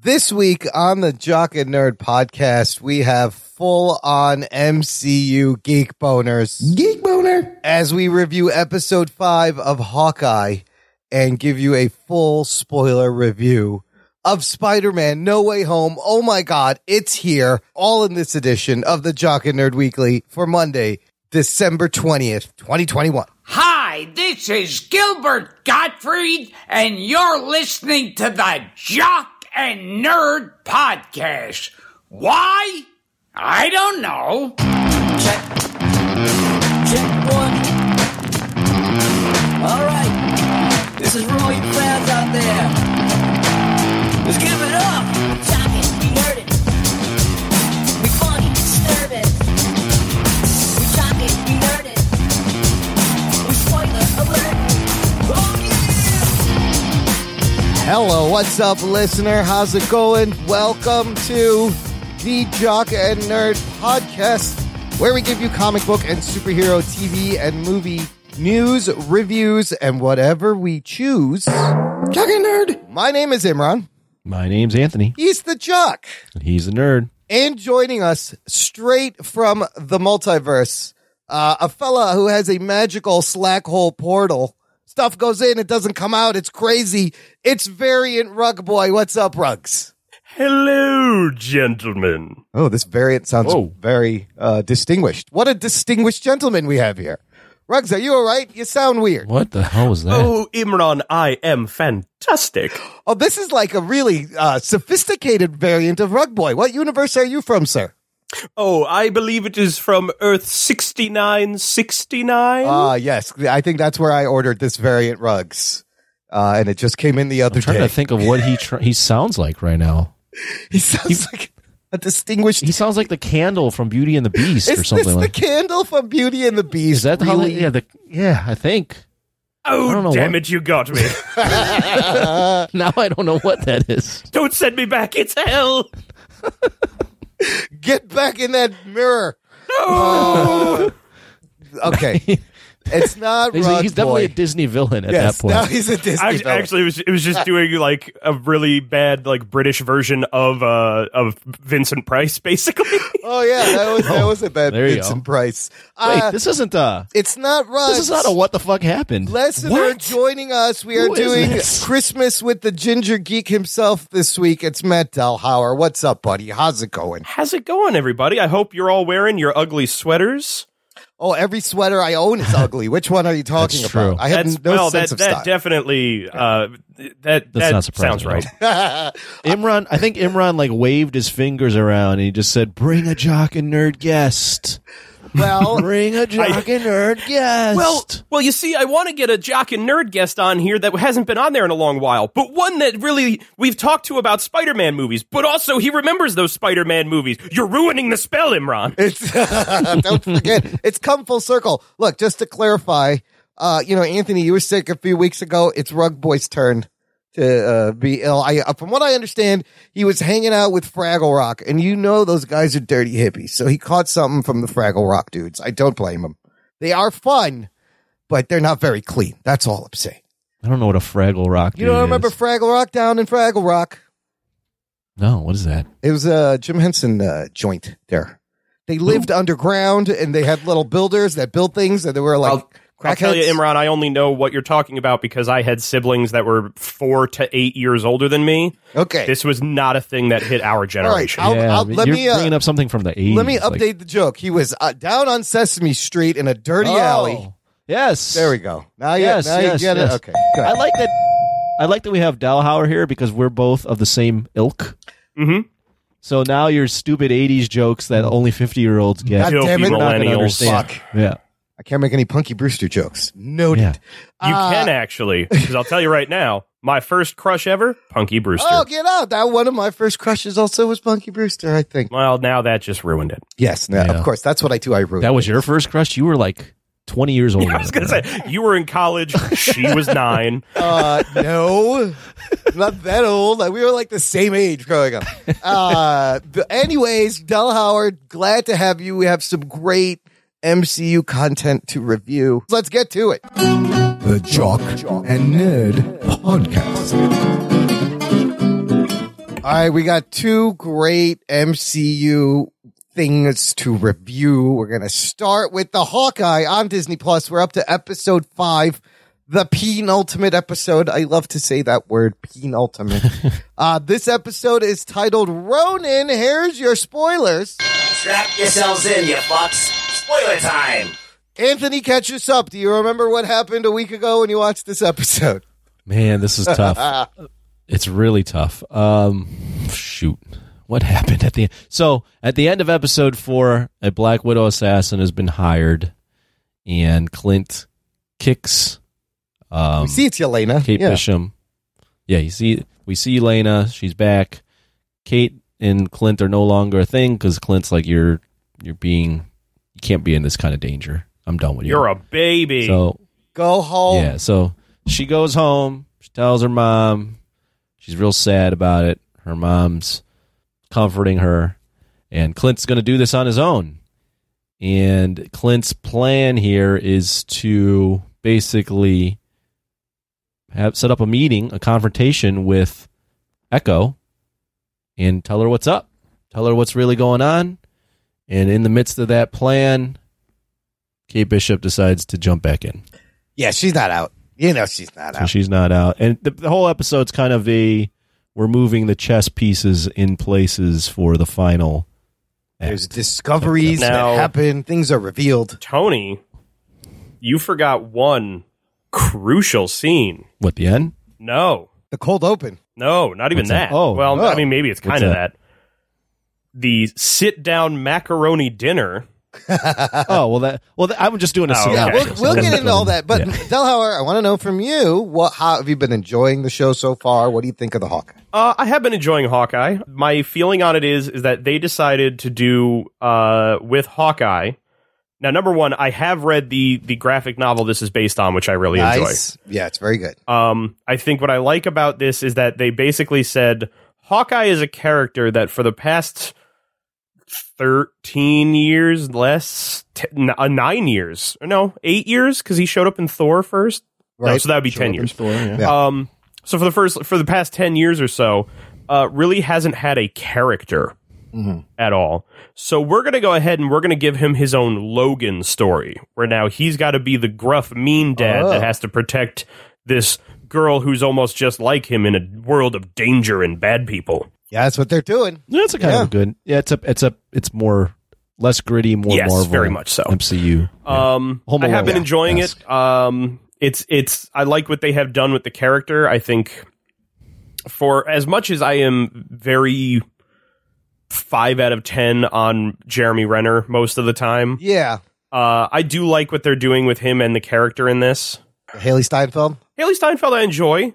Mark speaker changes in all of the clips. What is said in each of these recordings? Speaker 1: This week on the Jock and Nerd podcast, we have full on MCU geek boners
Speaker 2: Geek boner.
Speaker 1: as we review episode five of Hawkeye and give you a full spoiler review of Spider Man No Way Home. Oh my God, it's here, all in this edition of the Jock and Nerd Weekly for Monday, December 20th, 2021.
Speaker 3: Hi, this is Gilbert Gottfried, and you're listening to the Jock and Nerd Podcast. Why? I don't know.
Speaker 4: Check. Check one. All right. This is for all you fans out there. Let's give it up.
Speaker 5: Jock it, we nerd it. We funny, disturb it. We jock it, we nerd it. We spoiler alert.
Speaker 4: Oh, yeah.
Speaker 1: Hello, what's up, listener? How's it going? Welcome to the Jock and Nerd Podcast, where we give you comic book and superhero TV and movie news, reviews, and whatever we choose.
Speaker 2: Jock and nerd.
Speaker 1: My name is Imran.
Speaker 2: My name's Anthony.
Speaker 1: He's the Jock.
Speaker 2: He's a nerd.
Speaker 1: And joining us straight from the multiverse, uh, a fella who has a magical slack hole portal. Stuff goes in, it doesn't come out. It's crazy. It's variant Rug Boy. What's up, Rugs?
Speaker 6: Hello, gentlemen.
Speaker 1: Oh, this variant sounds
Speaker 2: Whoa.
Speaker 1: very uh, distinguished. What a distinguished gentleman we have here. Rugs, are you all right? You sound weird.
Speaker 7: What the hell was that?
Speaker 6: Oh, Imran, I am fantastic.
Speaker 1: Oh, this is like a really uh, sophisticated variant of Rug Boy. What universe are you from, sir?
Speaker 6: Oh, I believe it is from Earth 6969.
Speaker 1: Ah, yes. I think that's where I ordered this variant Rugs. Uh, and it just came in the other
Speaker 7: I'm trying
Speaker 1: day.
Speaker 7: to think of what he tr- he sounds like right now.
Speaker 1: He sounds like a distinguished.
Speaker 7: He sounds like the candle from Beauty and the Beast
Speaker 1: is
Speaker 7: or
Speaker 1: this
Speaker 7: something
Speaker 1: the
Speaker 7: like.
Speaker 1: candle from Beauty and the Beast?
Speaker 7: is that
Speaker 1: really?
Speaker 7: how? They, yeah, the, yeah, I think. I don't
Speaker 6: oh,
Speaker 7: know
Speaker 6: damn
Speaker 7: what-
Speaker 6: it, you got me.
Speaker 7: Now I don't know what that is.
Speaker 6: Don't send me back, it's hell.
Speaker 1: Get back in that mirror. No. okay. It's not
Speaker 7: He's,
Speaker 1: Rug
Speaker 7: he's definitely
Speaker 1: Boy.
Speaker 7: a Disney villain at
Speaker 1: yes,
Speaker 7: that point.
Speaker 1: now he's a Disney
Speaker 6: Actually,
Speaker 1: villain.
Speaker 6: actually it, was, it was just doing like a really bad like British version of uh of Vincent Price basically.
Speaker 1: Oh yeah, that was that was a bad
Speaker 7: There you
Speaker 1: Vincent
Speaker 7: go.
Speaker 1: Price.
Speaker 7: Wait,
Speaker 1: Uh,
Speaker 7: this isn't uh
Speaker 1: it's not Rug.
Speaker 7: This is not a what the fuck happened.
Speaker 1: Lesson are
Speaker 7: What?
Speaker 1: joining us. We are
Speaker 7: Who is
Speaker 1: doing
Speaker 7: this?
Speaker 1: Christmas with the Ginger Geek himself this week. It's Matt Dalhauer. What's up, buddy? How's it going?
Speaker 6: How's it going, everybody? I hope you're all wearing your ugly sweaters.
Speaker 1: Oh, every sweater I own is ugly. Which one are you talking
Speaker 7: That's
Speaker 1: about?
Speaker 7: true.
Speaker 1: I have
Speaker 6: That's
Speaker 1: no
Speaker 6: well,
Speaker 1: sense
Speaker 6: that
Speaker 1: of
Speaker 6: that
Speaker 1: style.
Speaker 6: definitely uh th-
Speaker 7: That's
Speaker 6: that that
Speaker 7: not surprising
Speaker 6: sounds
Speaker 7: at all.
Speaker 6: right.
Speaker 7: Imran, I think Imran like waved his fingers around and he just said, "Bring a jock and nerd guest.
Speaker 1: well,
Speaker 7: Bring a jock and nerd guest."
Speaker 6: Well, well, you see, I want to get a jock and nerd guest on here that hasn't been on there in a long while, but one that really we've talked to about Spider-Man movies, but also he remembers those Spider-Man movies. You're ruining the spell, Imran.
Speaker 1: it's don't forget it's come full circle. Look, just to clarify, uh, you know, Anthony, you were sick a few weeks ago. It's Rug Boy's turn to uh, be ill. I, uh, from what I understand, he was hanging out with Fraggle Rock, and you know those guys are dirty hippies. So he caught something from the Fraggle Rock dudes. I don't blame him. They are fun, but they're not very clean. That's all I'm saying.
Speaker 7: I don't know what a Fraggle Rock.
Speaker 1: You don't
Speaker 7: dude
Speaker 1: remember
Speaker 7: is.
Speaker 1: Fraggle Rock down in Fraggle Rock?
Speaker 7: no, what is that?
Speaker 1: It was a Jim Henson uh, joint there. They lived underground and they had little builders that built things and they were like
Speaker 6: I'll, I'll tell you,
Speaker 1: crackheads.
Speaker 6: Imran, I only know what you're talking about because I had siblings that were four to eight years older than me.
Speaker 1: Okay.
Speaker 6: This was not a thing that hit our generation.
Speaker 1: I'll-
Speaker 7: yeah,
Speaker 1: I'll-
Speaker 7: I mean,
Speaker 1: let
Speaker 7: you're
Speaker 1: me, uh,
Speaker 7: bringing up something from the 80s.
Speaker 1: Let me update
Speaker 7: like-
Speaker 1: the joke. He was uh, down on Sesame Street in a dirty alley.
Speaker 7: Oh, Yes.
Speaker 1: There we go. Now, you-
Speaker 7: Yes,
Speaker 1: now
Speaker 7: yes,
Speaker 1: you get
Speaker 7: yes.
Speaker 1: it. Okay. Good.
Speaker 7: I like that. I like that we have Dalhauer here because we're both of the same ilk. Mm-hmm.
Speaker 6: Mhm.
Speaker 7: So now your stupid '80s jokes that only 50 year olds get.
Speaker 1: God
Speaker 6: Filthy
Speaker 1: damn it.
Speaker 7: We're not gonna
Speaker 6: millennials.
Speaker 7: understand.
Speaker 1: Fuck.
Speaker 7: Yeah.
Speaker 1: I can't make any Punky Brewster jokes. Noted.
Speaker 7: Yeah.
Speaker 6: You can actually, because I'll tell you right now, my first crush ever, Punky Brewster.
Speaker 1: Oh, get out. That one of my first crushes also was Punky Brewster, I think.
Speaker 6: Well, now that just ruined it.
Speaker 1: Yes. No,
Speaker 7: Yeah.
Speaker 1: Of course. That's what I do. I ruined
Speaker 7: That
Speaker 1: it.
Speaker 7: was your first crush. You were like 20 years old.
Speaker 6: I was gonna say you were in college. She was nine.
Speaker 1: Uh, no, not that old. Like, We were like the same age growing up. Uh, but anyways, Del Howard, glad to have you. We have some great MCU content to review. Let's get to it.
Speaker 2: The Jock and Nerd Podcast.
Speaker 1: All right, we got two great MCU things to review. We're going to start with the Hawkeye on Disney Plus. We're up to episode five, the penultimate episode. I love to say that word, penultimate. uh, this episode is titled Ronin. Here's your spoilers.
Speaker 3: Strap yourselves in, you fucks. Spoiler time.
Speaker 1: Anthony, catch us up. Do you remember what happened a week ago when you watched this episode?
Speaker 7: Man, this is tough. it's really tough. Um, shoot, what happened at the end? So at the end of episode four, a Black Widow assassin has been hired, and Clint kicks um,
Speaker 1: We see it's Yelena.
Speaker 7: Kate
Speaker 1: Yeah.
Speaker 7: Bisham. Yeah, you see, we see Elena. She's back. Kate and Clint are no longer a thing because Clint's like, you're, you're being, you can't be in this kind of danger. I'm done with you.
Speaker 6: You're a baby.
Speaker 7: so
Speaker 1: Go home.
Speaker 7: yeah, so she goes home. She tells her mom. She's real sad about it. Her mom's comforting her. And Clint's going to do this on his own. And Clint's plan here is to basically have set up a meeting, a confrontation with Echo and tell her what's up. Tell her what's really going on. And in the midst of that plan, Kate Bishop decides to jump back in.
Speaker 1: Yeah, she's not out. You know, she's not
Speaker 7: So
Speaker 1: out.
Speaker 7: she's not out. And the, the whole episode's kind of a we're moving the chess pieces in places for the final. act.
Speaker 1: There's discoveries
Speaker 6: Now-
Speaker 1: that happen. Things are revealed.
Speaker 6: Tony, you forgot one crucial scene.
Speaker 7: what the end?
Speaker 6: No,
Speaker 1: The cold open.
Speaker 6: no, not even
Speaker 7: What's
Speaker 6: that.
Speaker 7: that? Oh,
Speaker 6: well,
Speaker 1: no.
Speaker 6: I mean, maybe it's
Speaker 7: What's
Speaker 6: kind of
Speaker 7: that?
Speaker 6: that. The sit down macaroni dinner.
Speaker 7: oh well, that well that, I'm just doing a
Speaker 6: Oh,
Speaker 7: synopsis.
Speaker 1: Yeah,
Speaker 6: Okay.
Speaker 1: we'll, we'll get into all that. But
Speaker 7: Yeah.
Speaker 1: Delhauer, I want to know from you what how have you been enjoying the show so far? What do you think of the Hawkeye?
Speaker 6: Uh, I have been enjoying Hawkeye. My feeling on it is is that they decided to do uh, with Hawkeye. Now, number one, I have read the the graphic novel this is based on, which I really enjoy.
Speaker 1: Yeah, it's very good.
Speaker 6: Um, I think what I like about this is that they basically said Hawkeye is a character that for the past 13 years, less, t- n- uh, nine years, or no, eight years, because he showed up in Thor first. No,
Speaker 1: Right.
Speaker 6: so that would be 10 years.
Speaker 1: Yeah.
Speaker 6: Um, so for the first, for the past 10 years or so, uh, really hasn't had a character at all. So we're going to go ahead and we're going to give him his own Logan story, where now he's got to be the gruff, mean dad
Speaker 1: Oh.
Speaker 6: that has to protect this girl who's almost just like him in a world of danger and bad people.
Speaker 1: Yeah, that's what they're doing.
Speaker 7: That's a kind
Speaker 1: Yeah.
Speaker 7: of a good. Yeah, it's a it's a it's more less gritty, more
Speaker 6: Yes,
Speaker 7: Marvel,
Speaker 6: very much so.
Speaker 7: MCU. Yeah.
Speaker 6: Um,
Speaker 7: Home
Speaker 6: I have
Speaker 7: Alone.
Speaker 6: been
Speaker 7: Yeah.
Speaker 6: enjoying it. Um, it's it's I like what they have done with the character. I think for as much as I am very five out of ten on Jeremy Renner most of the time,
Speaker 1: Yeah,
Speaker 6: uh, I do like what they're doing with him and the character in this.
Speaker 1: the Haley Stein film.
Speaker 6: Haley Steinfeld, I enjoy.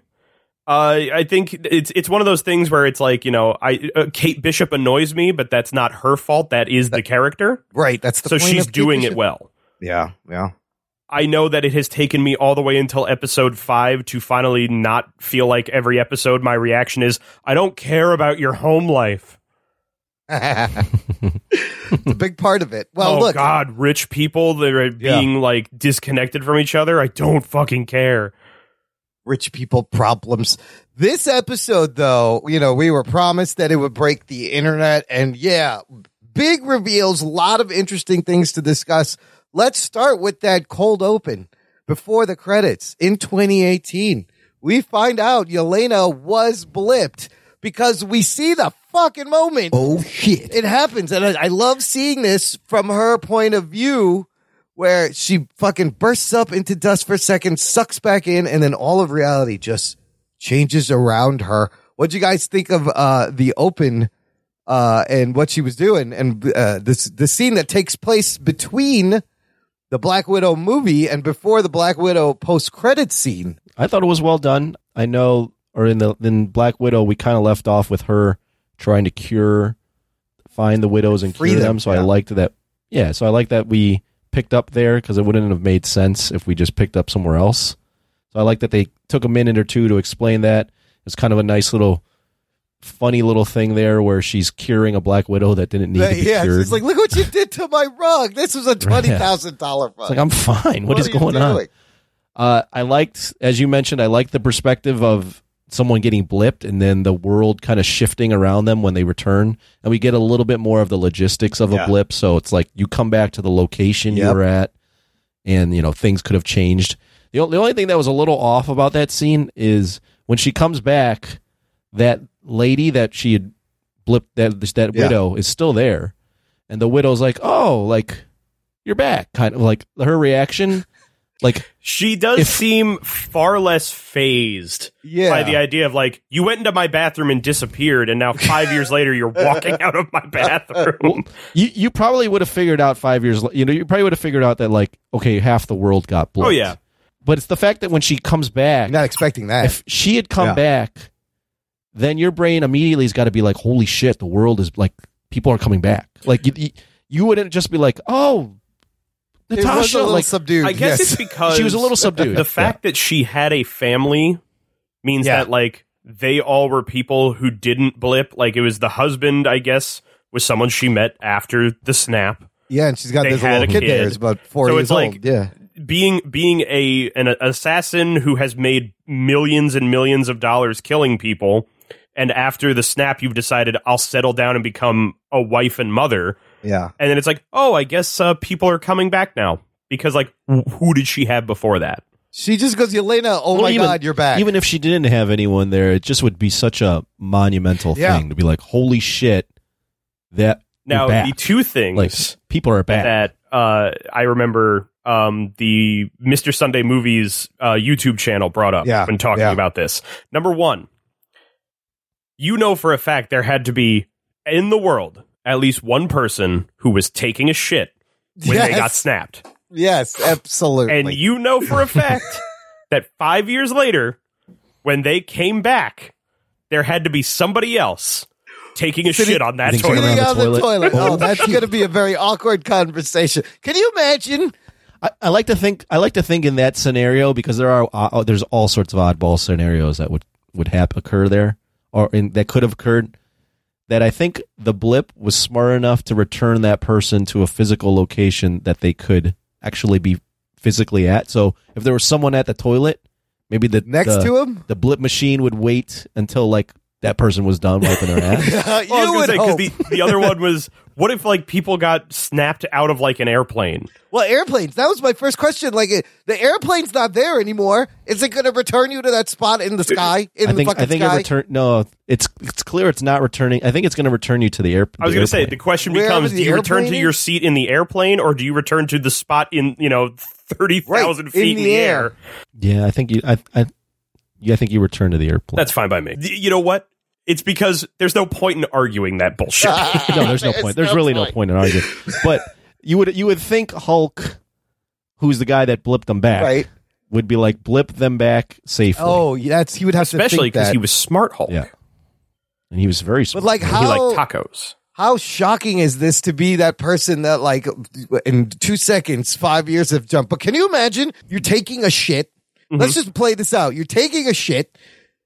Speaker 6: Uh, I think it's it's one of those things where it's like you know I uh, Kate Bishop annoys me, but that's not her fault. That is the character,
Speaker 1: Right, that's the
Speaker 6: so
Speaker 1: point
Speaker 6: she's
Speaker 1: of
Speaker 6: doing
Speaker 1: Kate
Speaker 6: it well.
Speaker 1: Bishop. Yeah, yeah.
Speaker 6: I know that it has taken me all the way until episode five to finally not feel like every episode my reaction is, I don't care about your home life.
Speaker 1: it's a big part of it. Well,
Speaker 6: oh,
Speaker 1: look,
Speaker 6: God, rich people that are
Speaker 1: Yeah.
Speaker 6: being like disconnected from each other. I don't fucking care.
Speaker 1: rich people problems. This episode, though, you know, we were promised that it would break the internet. And yeah, big reveals, a lot of interesting things to discuss. Let's start with that cold open before the credits in 2018. We find out Yelena was blipped because we see the fucking moment. Oh, shit. It happens. And I, I love seeing this from her point of view where she fucking bursts up into dust for a second, sucks back in, and then all of reality just changes around her. What'd you guys think of uh, the open uh, and what she was doing, and uh, this the scene that takes place between the Black Widow movie and before the Black Widow post credit scene?
Speaker 7: I thought it was well done. I know, or in the in Black Widow, we kind of left off with her trying to cure, find the widows and
Speaker 1: Free
Speaker 7: cure
Speaker 1: them,
Speaker 7: them. So
Speaker 1: yeah.
Speaker 7: I liked that. Yeah, so I like that we picked up there because it wouldn't have made sense if we just picked up somewhere else. So I like that they took a minute or two to explain that. It's kind of a nice little, funny little thing there where she's curing a Black Widow that didn't need to be
Speaker 1: yeah,
Speaker 7: cured.
Speaker 1: she's like, "Look what you did to my rug! This was a twenty thousand dollar rug."
Speaker 7: it's like I'm fine. what is
Speaker 1: are you
Speaker 7: going on?
Speaker 1: doing?
Speaker 7: Uh, I liked, as you mentioned, I liked the perspective of someone getting blipped and then the world kind of shifting around them when they return. And we get a little bit more of the logistics of a
Speaker 8: Yeah.
Speaker 7: blip. So it's like you come back to the location
Speaker 1: Yep.
Speaker 7: you were at and, you know, things could have changed. The, o- the only thing that was a little off about that scene is when she comes back, that lady that she had blipped, that, that
Speaker 1: Yeah.
Speaker 7: widow is still there. And the widow's like, oh, like, you're back. Kind of like her reaction. Like,
Speaker 6: She does seem far less phased
Speaker 1: Yeah.
Speaker 6: by the idea of like you went into my bathroom and disappeared, and now five years later you're walking out of my bathroom.
Speaker 7: You you probably would have figured out five years. l- You know, you probably would have figured out that like okay, half the world got blown.
Speaker 6: oh yeah,
Speaker 7: but it's the fact that when she comes back,
Speaker 1: I'm not expecting that.
Speaker 7: if she had come
Speaker 1: Yeah.
Speaker 7: back, then your brain immediately has got to be like, holy shit, the world is like people are coming back. Like you, you, you wouldn't just be like, oh,
Speaker 1: it was a
Speaker 7: Natasha,
Speaker 1: little
Speaker 7: like
Speaker 1: subdued.
Speaker 6: I guess
Speaker 1: yes.
Speaker 6: it's because
Speaker 7: she was a little subdued.
Speaker 6: The fact that she had a family means
Speaker 1: Yeah.
Speaker 6: that like they all were people who didn't blip. Like it was the husband, I guess, was someone she met after the snap.
Speaker 1: yeah, and she's got
Speaker 6: they
Speaker 1: this
Speaker 6: had
Speaker 1: little
Speaker 6: a
Speaker 1: kid there
Speaker 6: kid.
Speaker 1: who's about four
Speaker 6: So
Speaker 1: years
Speaker 6: it's like-
Speaker 1: old. Yeah.
Speaker 6: being being a an assassin who has made millions and millions of dollars killing people and after the snap you've decided I'll settle down and become a wife and mother
Speaker 1: Yeah.
Speaker 6: and then it's like oh I guess uh, people are coming back now because like wh- who did she have before that
Speaker 1: She just goes, Yelena, oh
Speaker 7: Well,
Speaker 1: my
Speaker 7: even-
Speaker 1: God, you're back.
Speaker 7: even if she didn't have anyone there, it just would be such a monumental
Speaker 1: Yeah.
Speaker 7: thing to be like, holy shit, that you're
Speaker 6: now E
Speaker 7: back.
Speaker 6: the two things
Speaker 7: like people are back.
Speaker 6: that uh, I remember um, the Mr. Sunday Movies uh, YouTube channel brought up
Speaker 1: Yeah,
Speaker 6: when talking
Speaker 1: yeah.
Speaker 6: about this. Number one, you know for a fact there had to be in the world at least one person who was taking a shit when they
Speaker 1: Yes.
Speaker 6: got snapped,
Speaker 1: Yes, absolutely.
Speaker 6: and you know for a fact that five years later, when they came back, there had to be somebody else taking a shit on that
Speaker 7: sitting
Speaker 6: toilet.
Speaker 7: around
Speaker 1: Sitting on the toilet. Oh,
Speaker 7: Oh.
Speaker 1: that's going to be a very awkward conversation. Can you imagine?
Speaker 7: I, I like to think I like to think in that scenario because there are uh, there's all sorts of oddball scenarios that would would hap- occur there or in, that could have occurred that I think the blip was smart enough to return that person to a physical location that they could actually be physically at. So if there was someone at the toilet, maybe the
Speaker 1: Next
Speaker 7: the,
Speaker 1: to him?
Speaker 7: the blip machine would wait until like that person was done wiping their ass.
Speaker 1: you
Speaker 6: Well, I
Speaker 1: would
Speaker 6: was gonna
Speaker 1: hope.
Speaker 6: say, 'cause the, the other one was what if like people got snapped out of like an airplane?
Speaker 1: well, airplanes. That was my first question. Like, it- the airplane's not there anymore. Is it going to return you to that spot in the sky? In
Speaker 7: I
Speaker 1: the
Speaker 7: think
Speaker 1: fucking
Speaker 7: I think
Speaker 1: sky?
Speaker 7: it return. No, it's it's clear it's not returning. I think it's going to return you to the air.
Speaker 6: I was
Speaker 7: the
Speaker 6: going to say
Speaker 7: airplane.
Speaker 6: the question
Speaker 1: Wherever
Speaker 6: becomes:
Speaker 1: the
Speaker 6: Do you return
Speaker 1: airplane
Speaker 6: to
Speaker 1: is?
Speaker 6: your seat in the airplane, or do you return to the spot in you know thirty thousand
Speaker 1: Right,
Speaker 6: feet
Speaker 1: in
Speaker 6: in the,
Speaker 1: the
Speaker 6: air.
Speaker 1: air.
Speaker 7: Yeah, I think you. I, I, yeah, I think you return to the airplane.
Speaker 6: That's fine by me. Y- You know what? It's because there's no point in arguing that bullshit.
Speaker 7: no. There's no point. There's really no point in arguing. But you would you would think Hulk, who's the guy that blipped them back,
Speaker 1: Right.
Speaker 7: would be like blip them back safely.
Speaker 1: Oh, yeah, that's he would have
Speaker 6: Especially
Speaker 1: to think
Speaker 6: because
Speaker 1: that.
Speaker 6: he was smart Hulk.
Speaker 7: yeah. And he was very
Speaker 1: But
Speaker 7: smart.
Speaker 1: like,
Speaker 6: He
Speaker 1: how
Speaker 6: liked tacos.
Speaker 1: how shocking is this to be that person that like in two seconds, five years have jumped? But can you imagine? You're taking a shit. Let's just play this out. You're taking a shit.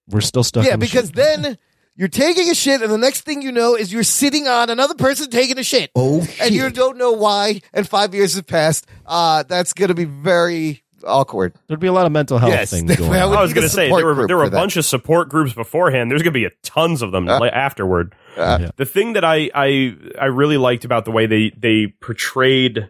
Speaker 7: we're still stuck.
Speaker 1: Yeah,
Speaker 7: in the
Speaker 1: because
Speaker 7: shit.
Speaker 1: then you're taking a shit, and the next thing you know is you're sitting on another person taking a shit. Oh, and you don't know why. And five years have passed. Uh, that's gonna be very awkward.
Speaker 7: there'd be a lot of mental health
Speaker 1: Yes,
Speaker 7: things
Speaker 1: that
Speaker 7: going.
Speaker 1: would-
Speaker 7: on.
Speaker 6: I was
Speaker 1: need a
Speaker 6: going to say
Speaker 1: support
Speaker 6: there were
Speaker 1: group
Speaker 6: there were
Speaker 1: for
Speaker 6: a
Speaker 1: that. Uh,
Speaker 6: bunch of support groups beforehand. There's going to be a tons of them like, afterward.
Speaker 7: Yeah.
Speaker 6: The thing that I, I I really liked about the way they they portrayed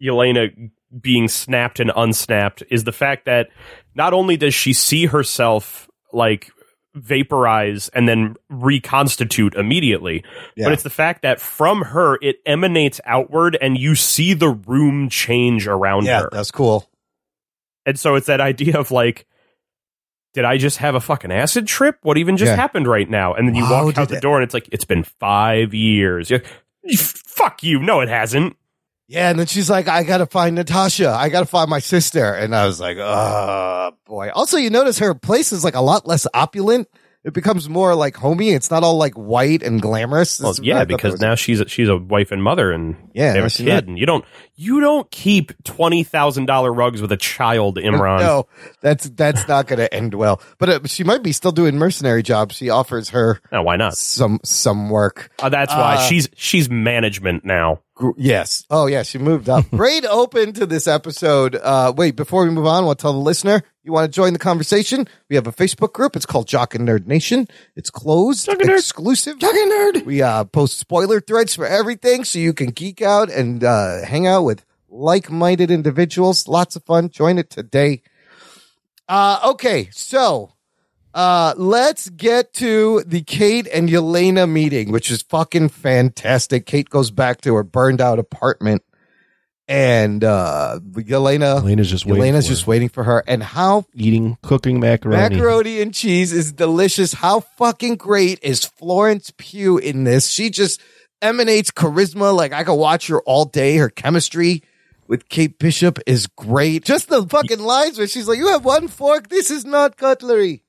Speaker 6: Yelena being snapped and unsnapped is the fact that not only does she see herself like vaporize and then reconstitute immediately, but it's the fact that from her it emanates outward and you see the room change around her.
Speaker 1: that's cool.
Speaker 6: And so it's that idea of like, did I just have a fucking acid trip? What even just
Speaker 1: Yeah.
Speaker 6: happened right now? And then you
Speaker 1: Wow,
Speaker 6: walk out
Speaker 1: did
Speaker 6: the
Speaker 1: it-
Speaker 6: door and it's like, it's been five years. You're like, Fuck you. No, it hasn't.
Speaker 1: Yeah, and then she's like, I gotta find Natasha. I gotta find my sister. And I was like, oh boy. Also, you notice her place is like a lot less opulent. It becomes more like homey. It's not all like white and glamorous.
Speaker 6: Well,
Speaker 1: It's- I
Speaker 6: yeah,
Speaker 1: thought that
Speaker 6: because
Speaker 1: was-
Speaker 6: now she's a, she's a wife and mother and
Speaker 1: Yeah,
Speaker 6: they have a
Speaker 1: that's
Speaker 6: kid.
Speaker 1: right.
Speaker 6: And you don't you don't keep twenty thousand dollar rugs with a child, Imran.
Speaker 1: No, that's that's not gonna end well. But uh, she might be still doing mercenary jobs. She offers her
Speaker 6: No, why not?
Speaker 1: some some work. Uh.
Speaker 6: Uh, that's why she's she's management now.
Speaker 9: gr- yes.
Speaker 1: Oh yeah, she moved up. Great open to this episode. Uh, wait, before we move on, I want to tell the listener you want to join the conversation. We have a Facebook group. It's called Jock and Nerd Nation. It's closed, exclusive. Jock and Nerd. We uh, post spoiler threads for everything, so you can geek out and uh, hang out with like-minded individuals. Lots of fun. Join it today. Uh, okay, so uh, let's get to the Kate and Yelena meeting, which is fucking fantastic. Kate goes back to her burned out apartment, and uh, Yelena
Speaker 7: Elena's just waiting.
Speaker 1: Yelena's
Speaker 7: for
Speaker 1: just
Speaker 7: her.
Speaker 1: waiting for her. And how
Speaker 7: eating, cooking macaroni.
Speaker 1: macaroni and cheese is delicious. How fucking great is Florence Pugh in this? She just emanates charisma. Like I could watch her all day. Her chemistry with Kate Bishop is great. Just the fucking lines where she's like, "You have one fork. This is not cutlery."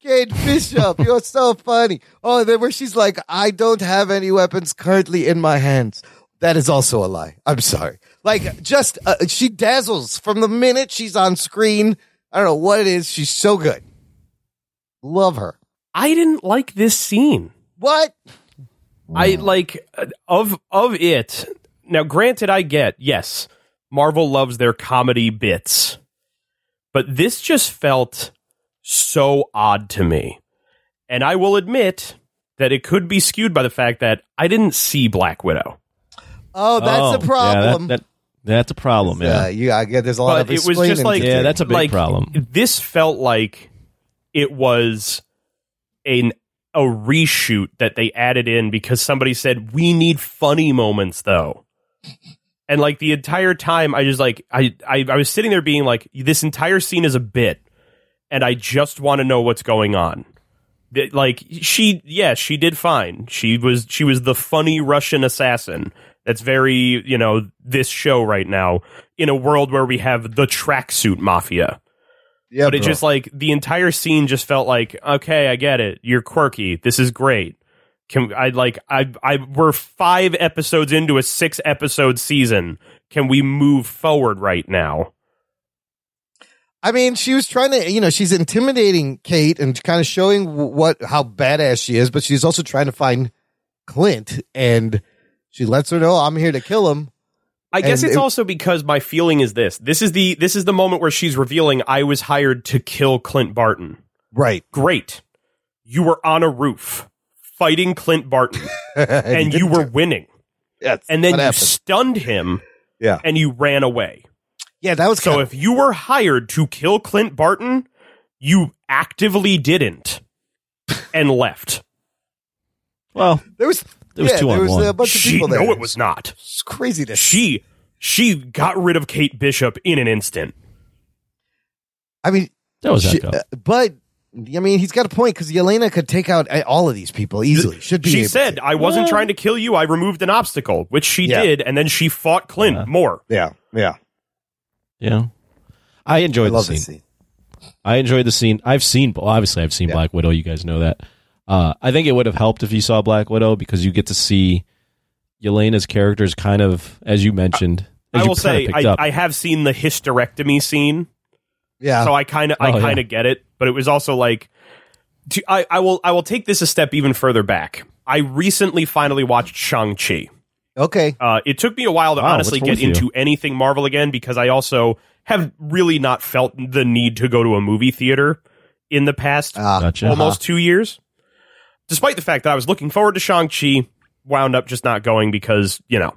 Speaker 1: Kate Bishop, you're so funny. Oh, then where she's like, "I don't have any weapons currently in my hands." That is also a lie. I'm sorry. Like, just uh, she dazzles from the minute she's on screen. I don't know what it is. She's so good. Love her.
Speaker 6: I didn't like this scene.
Speaker 1: What?
Speaker 6: I like uh, of of it. Now, granted, I get yes, Marvel loves their comedy bits, but this just felt so odd to me, and I will admit that it could be skewed by the fact that I didn't see Black Widow.
Speaker 1: Oh, that's
Speaker 2: Oh,
Speaker 1: the problem.
Speaker 2: Yeah, that, that, that's a problem. Yeah,
Speaker 1: Uh, you, I get there's a lot
Speaker 6: But
Speaker 1: of
Speaker 6: it was
Speaker 1: explaining
Speaker 6: just like
Speaker 1: to do.
Speaker 2: Yeah, that's a big
Speaker 6: like,
Speaker 2: problem.
Speaker 6: This felt like it was an a reshoot that they added in because somebody said we need funny moments though. And like the entire time I just like I I, I was sitting there being like this entire scene is a bit and I just want to know what's going on. That, like she yeah, she did fine. She was she was the funny Russian assassin. That's very, you know, this show right now in a world where we have the tracksuit mafia
Speaker 1: Yeah,
Speaker 6: but it just like the entire scene just felt like okay i get it you're quirky this is great can i like i i we're five episodes into a six episode season can we move forward right now
Speaker 1: I mean, she was trying to, you know, she's intimidating Kate and kind of showing wh- what how badass she is, but she's also trying to find Clint, and she lets her know I'm here to kill him.
Speaker 6: i guess
Speaker 1: And
Speaker 6: it's
Speaker 1: it-
Speaker 6: also because my feeling is this this is the this is the moment where she's revealing i was hired to kill clint barton
Speaker 1: Right,
Speaker 6: great you were on a roof fighting clint barton
Speaker 1: and,
Speaker 6: and you were winning
Speaker 1: yes,
Speaker 6: and then
Speaker 1: what
Speaker 6: you
Speaker 1: happened.
Speaker 6: stunned him
Speaker 1: Yeah.
Speaker 6: and you ran away
Speaker 1: yeah, that was
Speaker 6: So if you were hired to kill Clint Barton, you actively didn't and left.
Speaker 2: Well,
Speaker 1: there was
Speaker 2: There was
Speaker 1: yeah,
Speaker 2: two on
Speaker 1: there was
Speaker 2: one.
Speaker 1: a bunch of
Speaker 6: She
Speaker 1: people there.
Speaker 6: no, it was not.
Speaker 1: It's craziness.
Speaker 6: She she got rid of Kate Bishop in an instant.
Speaker 1: I mean,
Speaker 2: that was
Speaker 1: she,
Speaker 2: echo.
Speaker 1: uh, but I mean, he's got a point because Yelena could take out uh, all of these people easily. Should be
Speaker 6: She
Speaker 1: able to.
Speaker 6: said, "I wasn't trying to kill you. I removed an obstacle," which she
Speaker 1: Yeah.
Speaker 6: did, and then she fought Clint more.
Speaker 1: yeah, yeah.
Speaker 2: yeah, I
Speaker 1: I
Speaker 2: enjoyed the
Speaker 1: love
Speaker 2: scene.
Speaker 1: this scene.
Speaker 2: I enjoyed the scene. I've seen, well, obviously, I've seen Black Widow. You guys know that. Uh, I think it would have helped if you saw Black Widow because you get to see Yelena's characters kind of, as you mentioned, as
Speaker 6: I
Speaker 2: you
Speaker 6: will
Speaker 2: kinda
Speaker 6: say,
Speaker 2: picked
Speaker 6: I,
Speaker 2: up.
Speaker 6: I have seen the hysterectomy scene.
Speaker 1: Yeah,
Speaker 6: so I kind of I
Speaker 2: Oh, yeah.
Speaker 6: kind of get it, but it was also like to, I I will I will take this a step even further back. I recently finally watched Shang Chi.
Speaker 1: okay.
Speaker 6: Uh, it took me a while to
Speaker 2: Wow,
Speaker 6: honestly
Speaker 2: what's wrong
Speaker 6: get
Speaker 2: with
Speaker 6: into anything Marvel again because I also have really not felt the need to go to a movie theater in the past
Speaker 1: Ah,
Speaker 2: gotcha.
Speaker 6: almost two years. Despite the fact that I was looking forward to Shang Chi, wound up just not going because you know.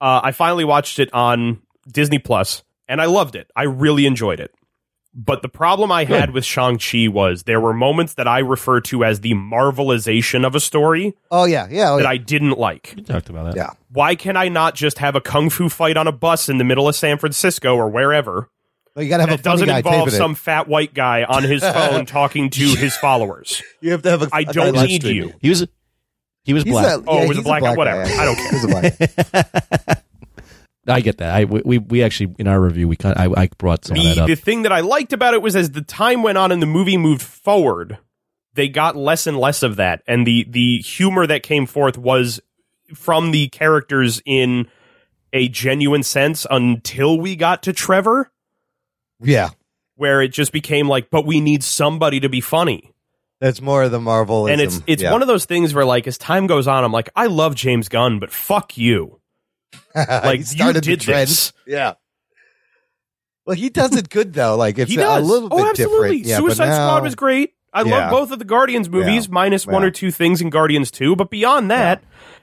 Speaker 6: Uh, I finally watched it on Disney Plus, and I loved it. I really enjoyed it. But the problem I had with Shang Chi was there were moments that I refer to as the marvelization of a story
Speaker 1: oh yeah, yeah. Oh,
Speaker 6: that
Speaker 1: yeah.
Speaker 6: I didn't like.
Speaker 2: We talked about that.
Speaker 1: Yeah.
Speaker 6: Why can I not just have a kung fu fight on a bus in the middle of San Francisco or wherever?
Speaker 1: Oh, you gotta have a
Speaker 6: That
Speaker 1: funny
Speaker 6: doesn't
Speaker 1: guy
Speaker 6: involve
Speaker 1: taping it.
Speaker 6: some fat white guy on his phone talking to his followers.
Speaker 1: You have to have a.
Speaker 6: I
Speaker 1: a guy
Speaker 6: don't
Speaker 1: live
Speaker 6: need
Speaker 1: streaming.
Speaker 6: you.
Speaker 2: He was he was
Speaker 1: He's
Speaker 2: black.
Speaker 1: a-
Speaker 6: Oh,
Speaker 1: yeah,
Speaker 6: it was a
Speaker 1: he's
Speaker 6: black guy, whatever.
Speaker 1: yeah.
Speaker 6: I don't care.
Speaker 1: He's a black guy.
Speaker 2: I get that. I we- we, we actually in our review we kind I, I brought some of that
Speaker 6: the,
Speaker 2: up.
Speaker 6: the thing that I liked about it was as the time went on and the movie moved forward, they got less and less of that, and the the humor that came forth was from the characters in a genuine sense until we got to Trevor,
Speaker 1: yeah,
Speaker 6: where it just became like, but we need somebody to be funny.
Speaker 1: that's more of the Marvel.
Speaker 6: and it's it's one of those things where like as time goes on, I'm like, I love James Gunn, but fuck you. Like
Speaker 1: He started the
Speaker 6: you did
Speaker 1: trend.
Speaker 6: this.
Speaker 1: Yeah. Well, he does it good though. Like it's
Speaker 6: He
Speaker 1: a
Speaker 6: does.
Speaker 1: little bit
Speaker 6: oh, absolutely.
Speaker 1: different. Yeah, but
Speaker 6: Suicide
Speaker 1: now-
Speaker 6: Squad was great. I
Speaker 1: Yeah.
Speaker 6: love both of the Guardians movies, minus one
Speaker 1: Yeah.
Speaker 6: or two things in Guardians 2. But beyond that,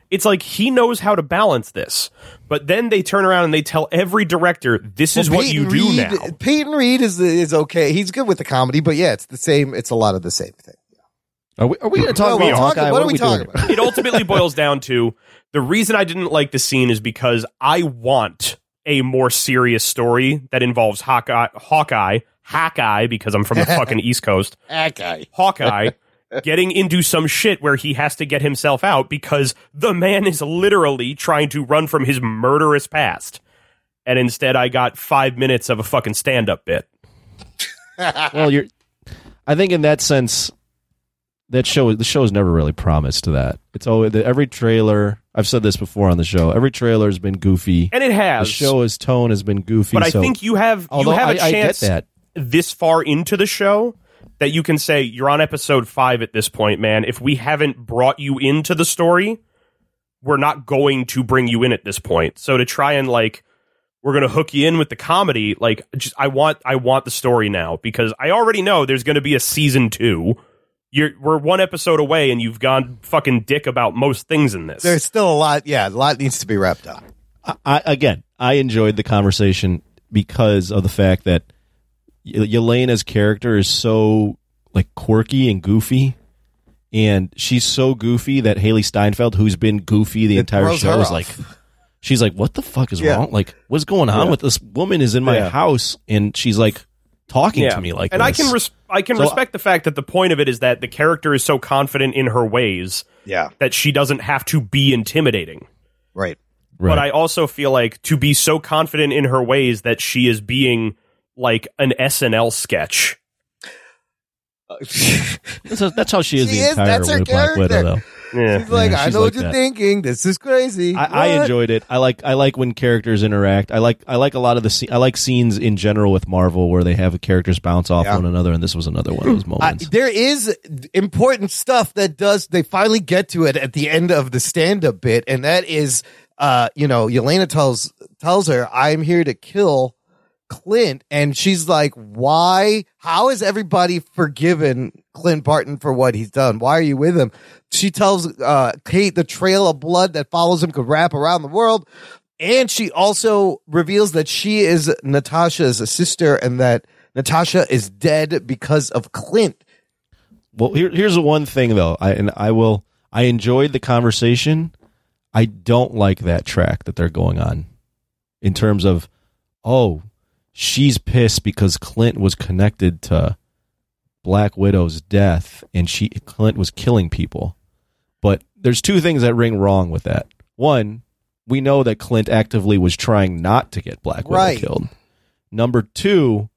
Speaker 6: it's like he knows how to balance this. But then they turn around and they tell every director, this is
Speaker 1: Well,
Speaker 6: what you
Speaker 1: Peyton
Speaker 6: do
Speaker 1: Reed,
Speaker 6: now.
Speaker 1: Peyton Reed is is okay. He's good with the comedy, but yeah, it's the same. It's a lot of the same thing.
Speaker 7: Are we, are we going to
Speaker 1: Well,
Speaker 7: talk
Speaker 1: we
Speaker 7: about
Speaker 1: talking-
Speaker 7: Hawkeye?
Speaker 1: what are we talking
Speaker 7: doing?
Speaker 1: about?
Speaker 6: it ultimately boils down to the reason I didn't like the scene is because I want a more serious story that involves Hawkeye, Hawkeye, Hawkeye, because I'm from the fucking East Coast.
Speaker 1: Okay.
Speaker 6: Hawkeye getting into some shit where he has to get himself out because the man is literally trying to run from his murderous past. And instead, I got five minutes of a fucking stand up bit.
Speaker 7: Well, you're. I think in that sense, that show the show's never really promised that. It's always the, every trailer. I've said this before on the show. Every trailer has been goofy.
Speaker 6: And it
Speaker 7: the
Speaker 6: has.
Speaker 7: show's tone has been goofy.
Speaker 6: but I
Speaker 7: so-
Speaker 6: think you have, you
Speaker 7: although
Speaker 6: have
Speaker 7: I,
Speaker 6: a
Speaker 7: I
Speaker 6: chance
Speaker 7: get that.
Speaker 6: this far into the show that you can say, you're on episode five at this point, man. If we haven't brought you into the story, we're not going to bring you in at this point. So to try and like, we're going to hook you in with the comedy. Like, just, I want, I want the story now because I already know there's going to be a season two. You're, we're one episode away and you've gone fucking dick about most things in this.
Speaker 1: There's still a lot. Yeah, a lot needs to be wrapped up.
Speaker 7: I, I again, I enjoyed the conversation because of the fact that Y- Yelena's character is so like quirky and goofy, and she's so goofy that Haley Steinfeld, who's been goofy the
Speaker 1: It
Speaker 7: entire
Speaker 1: throws
Speaker 7: show,
Speaker 1: her
Speaker 7: is
Speaker 1: off.
Speaker 7: like, she's like, "What the fuck is
Speaker 1: Yeah.
Speaker 7: wrong? Like, what's going on with this woman? Is in my
Speaker 1: Yeah.
Speaker 7: house, and she's like talking to me like
Speaker 6: and I
Speaker 7: this."
Speaker 6: can res- I can
Speaker 7: So-
Speaker 6: respect the fact that the point of it is that the character is so confident in her ways
Speaker 1: Yeah,
Speaker 6: that she doesn't have to be intimidating.
Speaker 1: right.
Speaker 7: Right.
Speaker 6: But I also feel like to be so confident in her ways that she is being like an SNL sketch.
Speaker 7: That's, that's how she is
Speaker 1: She
Speaker 7: the
Speaker 1: is,
Speaker 7: entire
Speaker 1: that's her
Speaker 7: way Black Widow,
Speaker 1: character.
Speaker 7: though.
Speaker 6: Yeah.
Speaker 1: She's like, I
Speaker 7: she's
Speaker 1: know
Speaker 7: like
Speaker 1: what you're
Speaker 7: that.
Speaker 1: thinking. This is crazy.
Speaker 7: I, I
Speaker 1: What?
Speaker 7: enjoyed it. I like I like when characters interact. I like I like a lot of the sce- I like scenes in general with Marvel where they have characters bounce off
Speaker 1: Yeah.
Speaker 7: one another, and this was another one of those
Speaker 1: I-
Speaker 7: moments.
Speaker 1: there is important stuff that does they finally get to it at the end of the stand-up bit and that is uh you know Yelena tells tells her I'm here to kill Clint and she's like why how is everybody forgiven Clint Barton for what he's done why are you with him she tells uh Kate the trail of blood that follows him could wrap around the world and she also reveals that she is Natasha's sister and that Natasha is dead because of Clint.
Speaker 7: well, here, here's the one thing though. I and I will. I enjoyed the conversation. I don't like that track that they're going on in terms of oh, she's pissed because Clint was connected to Black Widow's death and she Clint was killing people. But there's two things that ring wrong with that. One, we know that Clint actively was trying not to get Black Widow
Speaker 1: Right.
Speaker 7: killed. Number two,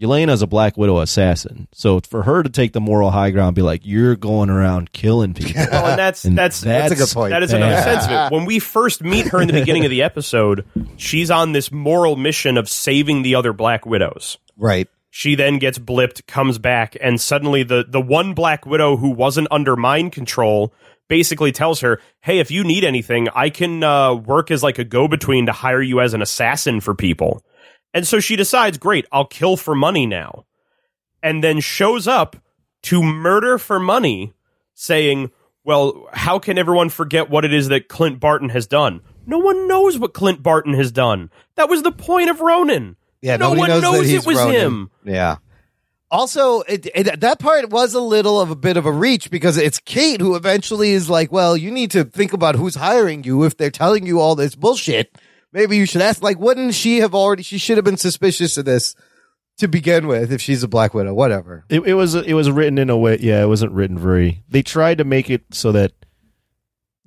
Speaker 7: Yelena's a Black Widow assassin. So for her to take the moral high ground, be like, you're going around killing people.
Speaker 6: Well, and that's
Speaker 7: And
Speaker 6: that's
Speaker 1: That's a good point.
Speaker 6: That is another
Speaker 7: Yeah.
Speaker 6: sense of it. When we first meet her in the beginning of the episode, she's on this moral mission of saving the other Black Widows.
Speaker 1: Right.
Speaker 6: She then gets blipped, comes back, and suddenly the the one Black Widow who wasn't under mind control basically tells her, "Hey, if you need anything, I can uh, work as like a go between to hire you as an assassin for people." And so she decides, "Great, I'll kill for money now," and then shows up to murder for money, saying, "Well, how can everyone forget what it is that Clint Barton has done?" No one knows what Clint Barton has done. That was the point of Ronan.
Speaker 1: Yeah.
Speaker 6: no
Speaker 1: nobody
Speaker 6: one
Speaker 1: knows,
Speaker 6: knows,
Speaker 1: that he's
Speaker 6: it was
Speaker 1: Ronin.
Speaker 6: him.
Speaker 1: Yeah. Also, it, it, that part was a little of a bit of a reach because it's Kate who eventually is like, "Well, you need to think about who's hiring you if they're telling you all this bullshit. Maybe you should ask." Like, wouldn't she have already? She should have been suspicious of this to begin with if she's a Black Widow. Whatever.
Speaker 7: It, it was it was written in a way. Yeah, it wasn't written very. They tried to make it so that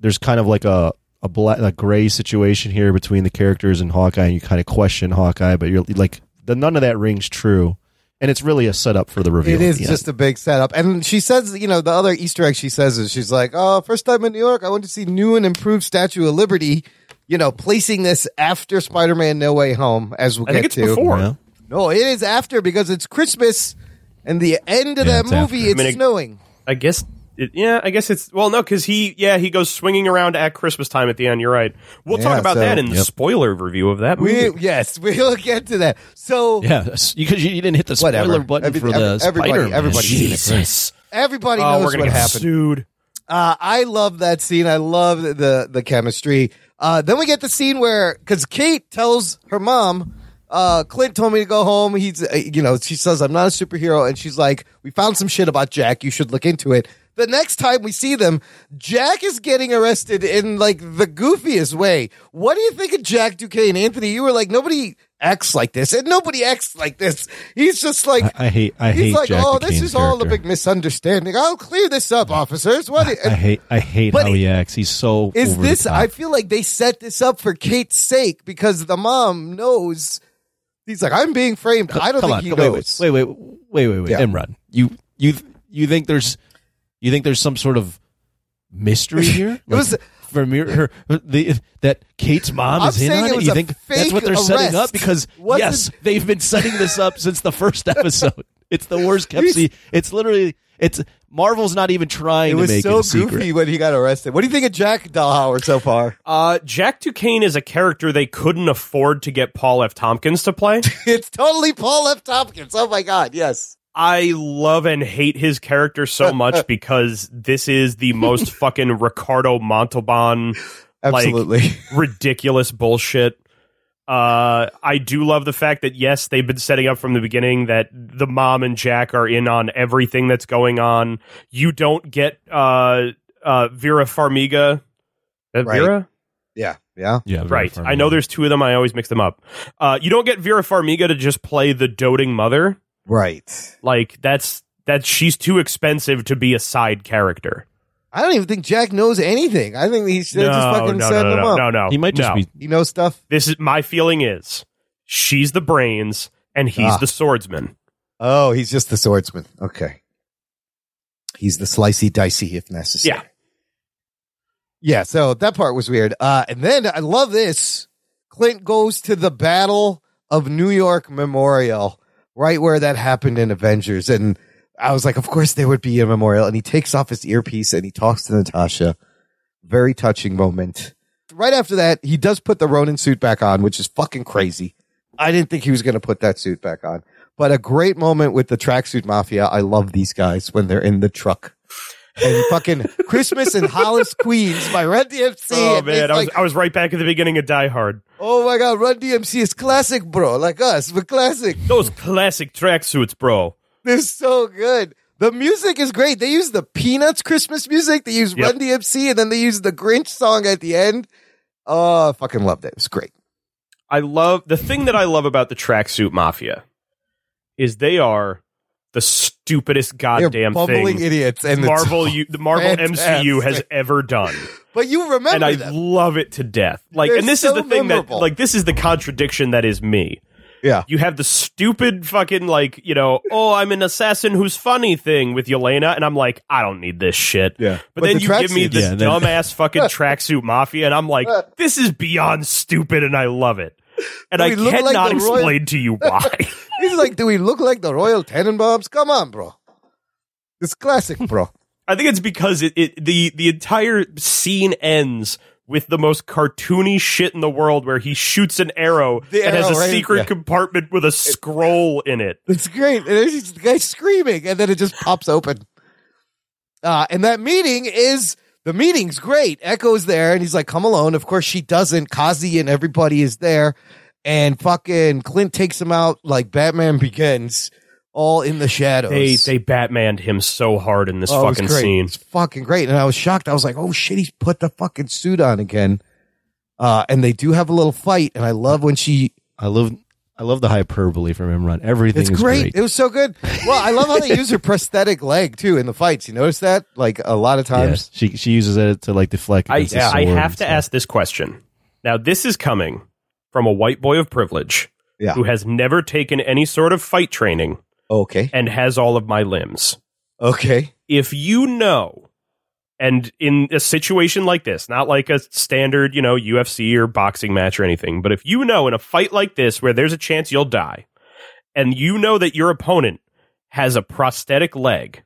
Speaker 7: there's kind of like a a black a gray situation here between the characters and Hawkeye, and you kind of question Hawkeye, but you're like the none of that rings true, and it's really a setup for the reveal.
Speaker 1: It
Speaker 7: at
Speaker 1: is
Speaker 7: the end.
Speaker 1: just a big setup. And she says, you know, the other Easter egg she says is she's like, oh, first time in New York, I went to see new and improved Statue of Liberty, you know, placing this after Spider Man No Way Home, as we'll
Speaker 6: I
Speaker 1: get
Speaker 6: think it's
Speaker 1: to.
Speaker 6: before.
Speaker 7: Yeah.
Speaker 1: No, it is after because it's Christmas and the end of
Speaker 7: Yeah,
Speaker 1: that
Speaker 7: it's
Speaker 1: movie,
Speaker 7: after.
Speaker 1: it's
Speaker 6: I mean, it-
Speaker 1: snowing.
Speaker 6: I guess it, yeah, I guess it's well, no, because he, yeah, he goes swinging around at Christmas time at the end. You're right. We'll
Speaker 1: Yeah,
Speaker 6: talk about
Speaker 1: so-
Speaker 6: that in the spoiler review of that movie.
Speaker 1: We yes, we'll get to that. So
Speaker 2: Yeah, because you, 'cause you didn't hit the spoiler
Speaker 1: Whatever.
Speaker 2: button
Speaker 1: Every-
Speaker 2: for the
Speaker 1: every- everybody-
Speaker 2: Spider-Man.
Speaker 1: everybody's seen it, right?
Speaker 2: Jesus.
Speaker 1: everybody
Speaker 6: oh, we're
Speaker 1: knows
Speaker 6: gonna
Speaker 1: what
Speaker 6: get
Speaker 1: happened.
Speaker 6: sued.
Speaker 1: Uh, I love that scene. I love the the chemistry. Uh, then we get the scene where because Kate tells her mom, uh, Clint told me to go home. He's uh, you know she says I'm not a superhero, and she's like, we found some shit about Jack. You should look into it. The next time we see them, Jack is getting arrested in like the goofiest way. What do you think of Jack Duquesne, Anthony? You were like nobody acts like this, and nobody acts like this. He's just like
Speaker 7: I hate. I
Speaker 1: he's
Speaker 7: hate.
Speaker 1: like,
Speaker 7: Jack
Speaker 1: oh,
Speaker 7: Duquesne's
Speaker 1: this is all a
Speaker 7: character.
Speaker 1: big misunderstanding. I'll clear this up, officers. What
Speaker 7: I hate. I hate
Speaker 1: But
Speaker 7: how he acts. He's so.
Speaker 1: is
Speaker 7: over the
Speaker 1: this?
Speaker 7: top.
Speaker 1: I feel like they set this up for Kate's sake because the mom knows. He's like, I'm being framed. I don't
Speaker 7: Come
Speaker 1: think
Speaker 7: on,
Speaker 1: he
Speaker 7: wait,
Speaker 1: knows.
Speaker 7: Wait, wait, wait, wait, wait, wait.
Speaker 1: Yeah.
Speaker 7: Imran, you you you think there's you think there's some sort of mystery here? it
Speaker 1: was-
Speaker 7: for me, her, the, that Kate's mom
Speaker 1: I'm
Speaker 7: is in
Speaker 1: saying
Speaker 7: on
Speaker 1: it
Speaker 7: it.
Speaker 1: was
Speaker 7: You
Speaker 1: a
Speaker 7: think that's what they're
Speaker 1: fake
Speaker 7: setting
Speaker 1: arrest.
Speaker 7: up? Because
Speaker 1: Wasn't-
Speaker 7: yes, they've been setting this up since the first episode. It's the worst kept. se- It's literally it's Marvel's not even trying
Speaker 1: It
Speaker 7: to
Speaker 1: was
Speaker 7: make
Speaker 1: so
Speaker 7: it a secret.
Speaker 1: goofy when he got arrested. What do you think of Jack Dalhauer so far?
Speaker 6: Uh, Jack Duquesne is a character they couldn't afford to get Paul F. Tompkins to play.
Speaker 1: it's totally Paul F. Tompkins. Oh my god, yes.
Speaker 6: I love and hate his character so much because this is the most fucking Ricardo Montalban
Speaker 1: Absolutely.
Speaker 6: ridiculous bullshit. Uh, I do love the fact that yes, they've been setting up from the beginning that the mom and Jack are in on everything that's going on. You don't get uh uh Vera Farmiga. Uh,
Speaker 1: Right.
Speaker 6: Vera?
Speaker 1: yeah. Yeah.
Speaker 7: Yeah, very
Speaker 6: Right.
Speaker 7: firm.
Speaker 6: I know there's two of them. I always mix them up. Uh, you don't get Vera Farmiga to just play the doting mother.
Speaker 1: Right.
Speaker 6: Like that's that she's too expensive to be a side character.
Speaker 1: I don't even think Jack knows anything. I think he's they're just
Speaker 6: no,
Speaker 1: fucking
Speaker 6: no, no,
Speaker 1: setting
Speaker 6: no,
Speaker 1: him
Speaker 6: no,
Speaker 1: up.
Speaker 6: no, no.
Speaker 7: He might just
Speaker 6: No.
Speaker 7: be.
Speaker 1: He knows stuff.
Speaker 6: This is my feeling is she's the brains and he's
Speaker 1: Ah.
Speaker 6: the swordsman.
Speaker 1: Oh, he's just the swordsman. Okay. He's the slicey dicey if necessary.
Speaker 6: Yeah.
Speaker 1: Yeah, so that part was weird. Uh, and then I love this. Clint goes to the Battle of New York Memorial, right where that happened in Avengers. And I was like, of course there would be a memorial. And he takes off his earpiece and he talks to Natasha. Very touching moment. Right after that, he does put the Ronin suit back on, which is fucking crazy. I didn't think he was going to put that suit back on. But a great moment with the tracksuit mafia. I love these guys when they're in the truck. And fucking Christmas in Hollis, Queens by Red DMC.
Speaker 6: Oh
Speaker 1: and it's
Speaker 6: man, I was
Speaker 1: like,
Speaker 6: I was right back at the beginning of Die Hard.
Speaker 1: oh my God, Run DMC is classic, bro. Like us, we're classic.
Speaker 6: Those classic tracksuits, bro.
Speaker 1: They're so good. The music is great. They use the Peanuts Christmas music. They use
Speaker 6: Yep.
Speaker 1: Run DMC, and then they use the Grinch song at the end. Oh, I fucking loved it. It was great.
Speaker 6: I love the thing that I love about the tracksuit mafia is they are the stupidest
Speaker 1: They're
Speaker 6: goddamn
Speaker 1: bumbling
Speaker 6: thing
Speaker 1: idiots, and it's-
Speaker 6: Marvel you, the Marvel MCU has
Speaker 1: fantastic.
Speaker 6: ever done,
Speaker 1: But you remember
Speaker 6: and I
Speaker 1: them.
Speaker 6: love it to death. Like,
Speaker 1: They're
Speaker 6: and this
Speaker 1: so
Speaker 6: is the thing
Speaker 1: memorable.
Speaker 6: that like this is the contradiction that is me.
Speaker 1: Yeah.
Speaker 6: You have the stupid fucking like you know oh I'm an assassin who's funny thing with Yelena, and I'm like I don't need this shit.
Speaker 1: Yeah.
Speaker 6: But,
Speaker 1: But
Speaker 6: then
Speaker 1: the
Speaker 6: you give me
Speaker 1: tracksuit-
Speaker 6: this
Speaker 7: Yeah, and then-
Speaker 6: dumbass fucking tracksuit mafia, and I'm like this is beyond stupid, and I love it. And
Speaker 1: We
Speaker 6: I
Speaker 1: look like
Speaker 6: cannot
Speaker 1: the royal-
Speaker 6: explain to you why.
Speaker 1: He's like, do we look like the Royal Tenenbaums? Come on, bro. It's classic, bro.
Speaker 6: I think it's because it, it the the entire scene ends with the most cartoony shit in the world where he shoots an arrow
Speaker 1: The
Speaker 6: that has
Speaker 1: arrow,
Speaker 6: a
Speaker 1: right?
Speaker 6: secret
Speaker 1: Yeah.
Speaker 6: compartment with a scroll in it.
Speaker 1: It's great. And there's just the guy screaming, and then it just pops open. Uh, and that meeting is the meeting's great. Echo's there, and he's like, "Come alone." Of course, she doesn't. Kazi and everybody is there, and fucking Clint takes him out like Batman Begins, all in the shadows.
Speaker 6: They they Batmaned him so hard in this
Speaker 1: Oh, it was
Speaker 6: fucking
Speaker 1: great.
Speaker 6: scene.
Speaker 1: It's fucking great. And I was shocked. I was like, oh shit, he's put the fucking suit on again. Uh, and they do have a little fight. And I love when she.
Speaker 7: I love. I love the hyperbole from Imran. Everything
Speaker 1: It's
Speaker 7: is
Speaker 1: great. It was so good. Well, I love how they use her prosthetic leg too in the fights. You notice that? Like a lot of
Speaker 7: Yeah,
Speaker 1: times.
Speaker 7: she she uses it to like deflect.
Speaker 6: I
Speaker 7: against the
Speaker 6: I
Speaker 7: sword
Speaker 6: have
Speaker 7: and
Speaker 6: to
Speaker 7: stuff.
Speaker 6: ask this question. Now this is coming from a white boy of privilege
Speaker 1: Yeah.
Speaker 6: who has never taken any sort of fight training
Speaker 1: Okay.
Speaker 6: and has all of my limbs.
Speaker 1: Okay.
Speaker 6: if you know and in a situation like this not like a standard you know ufc or boxing match or anything but if you know in a fight like this where there's a chance you'll die and you know that your opponent has a prosthetic leg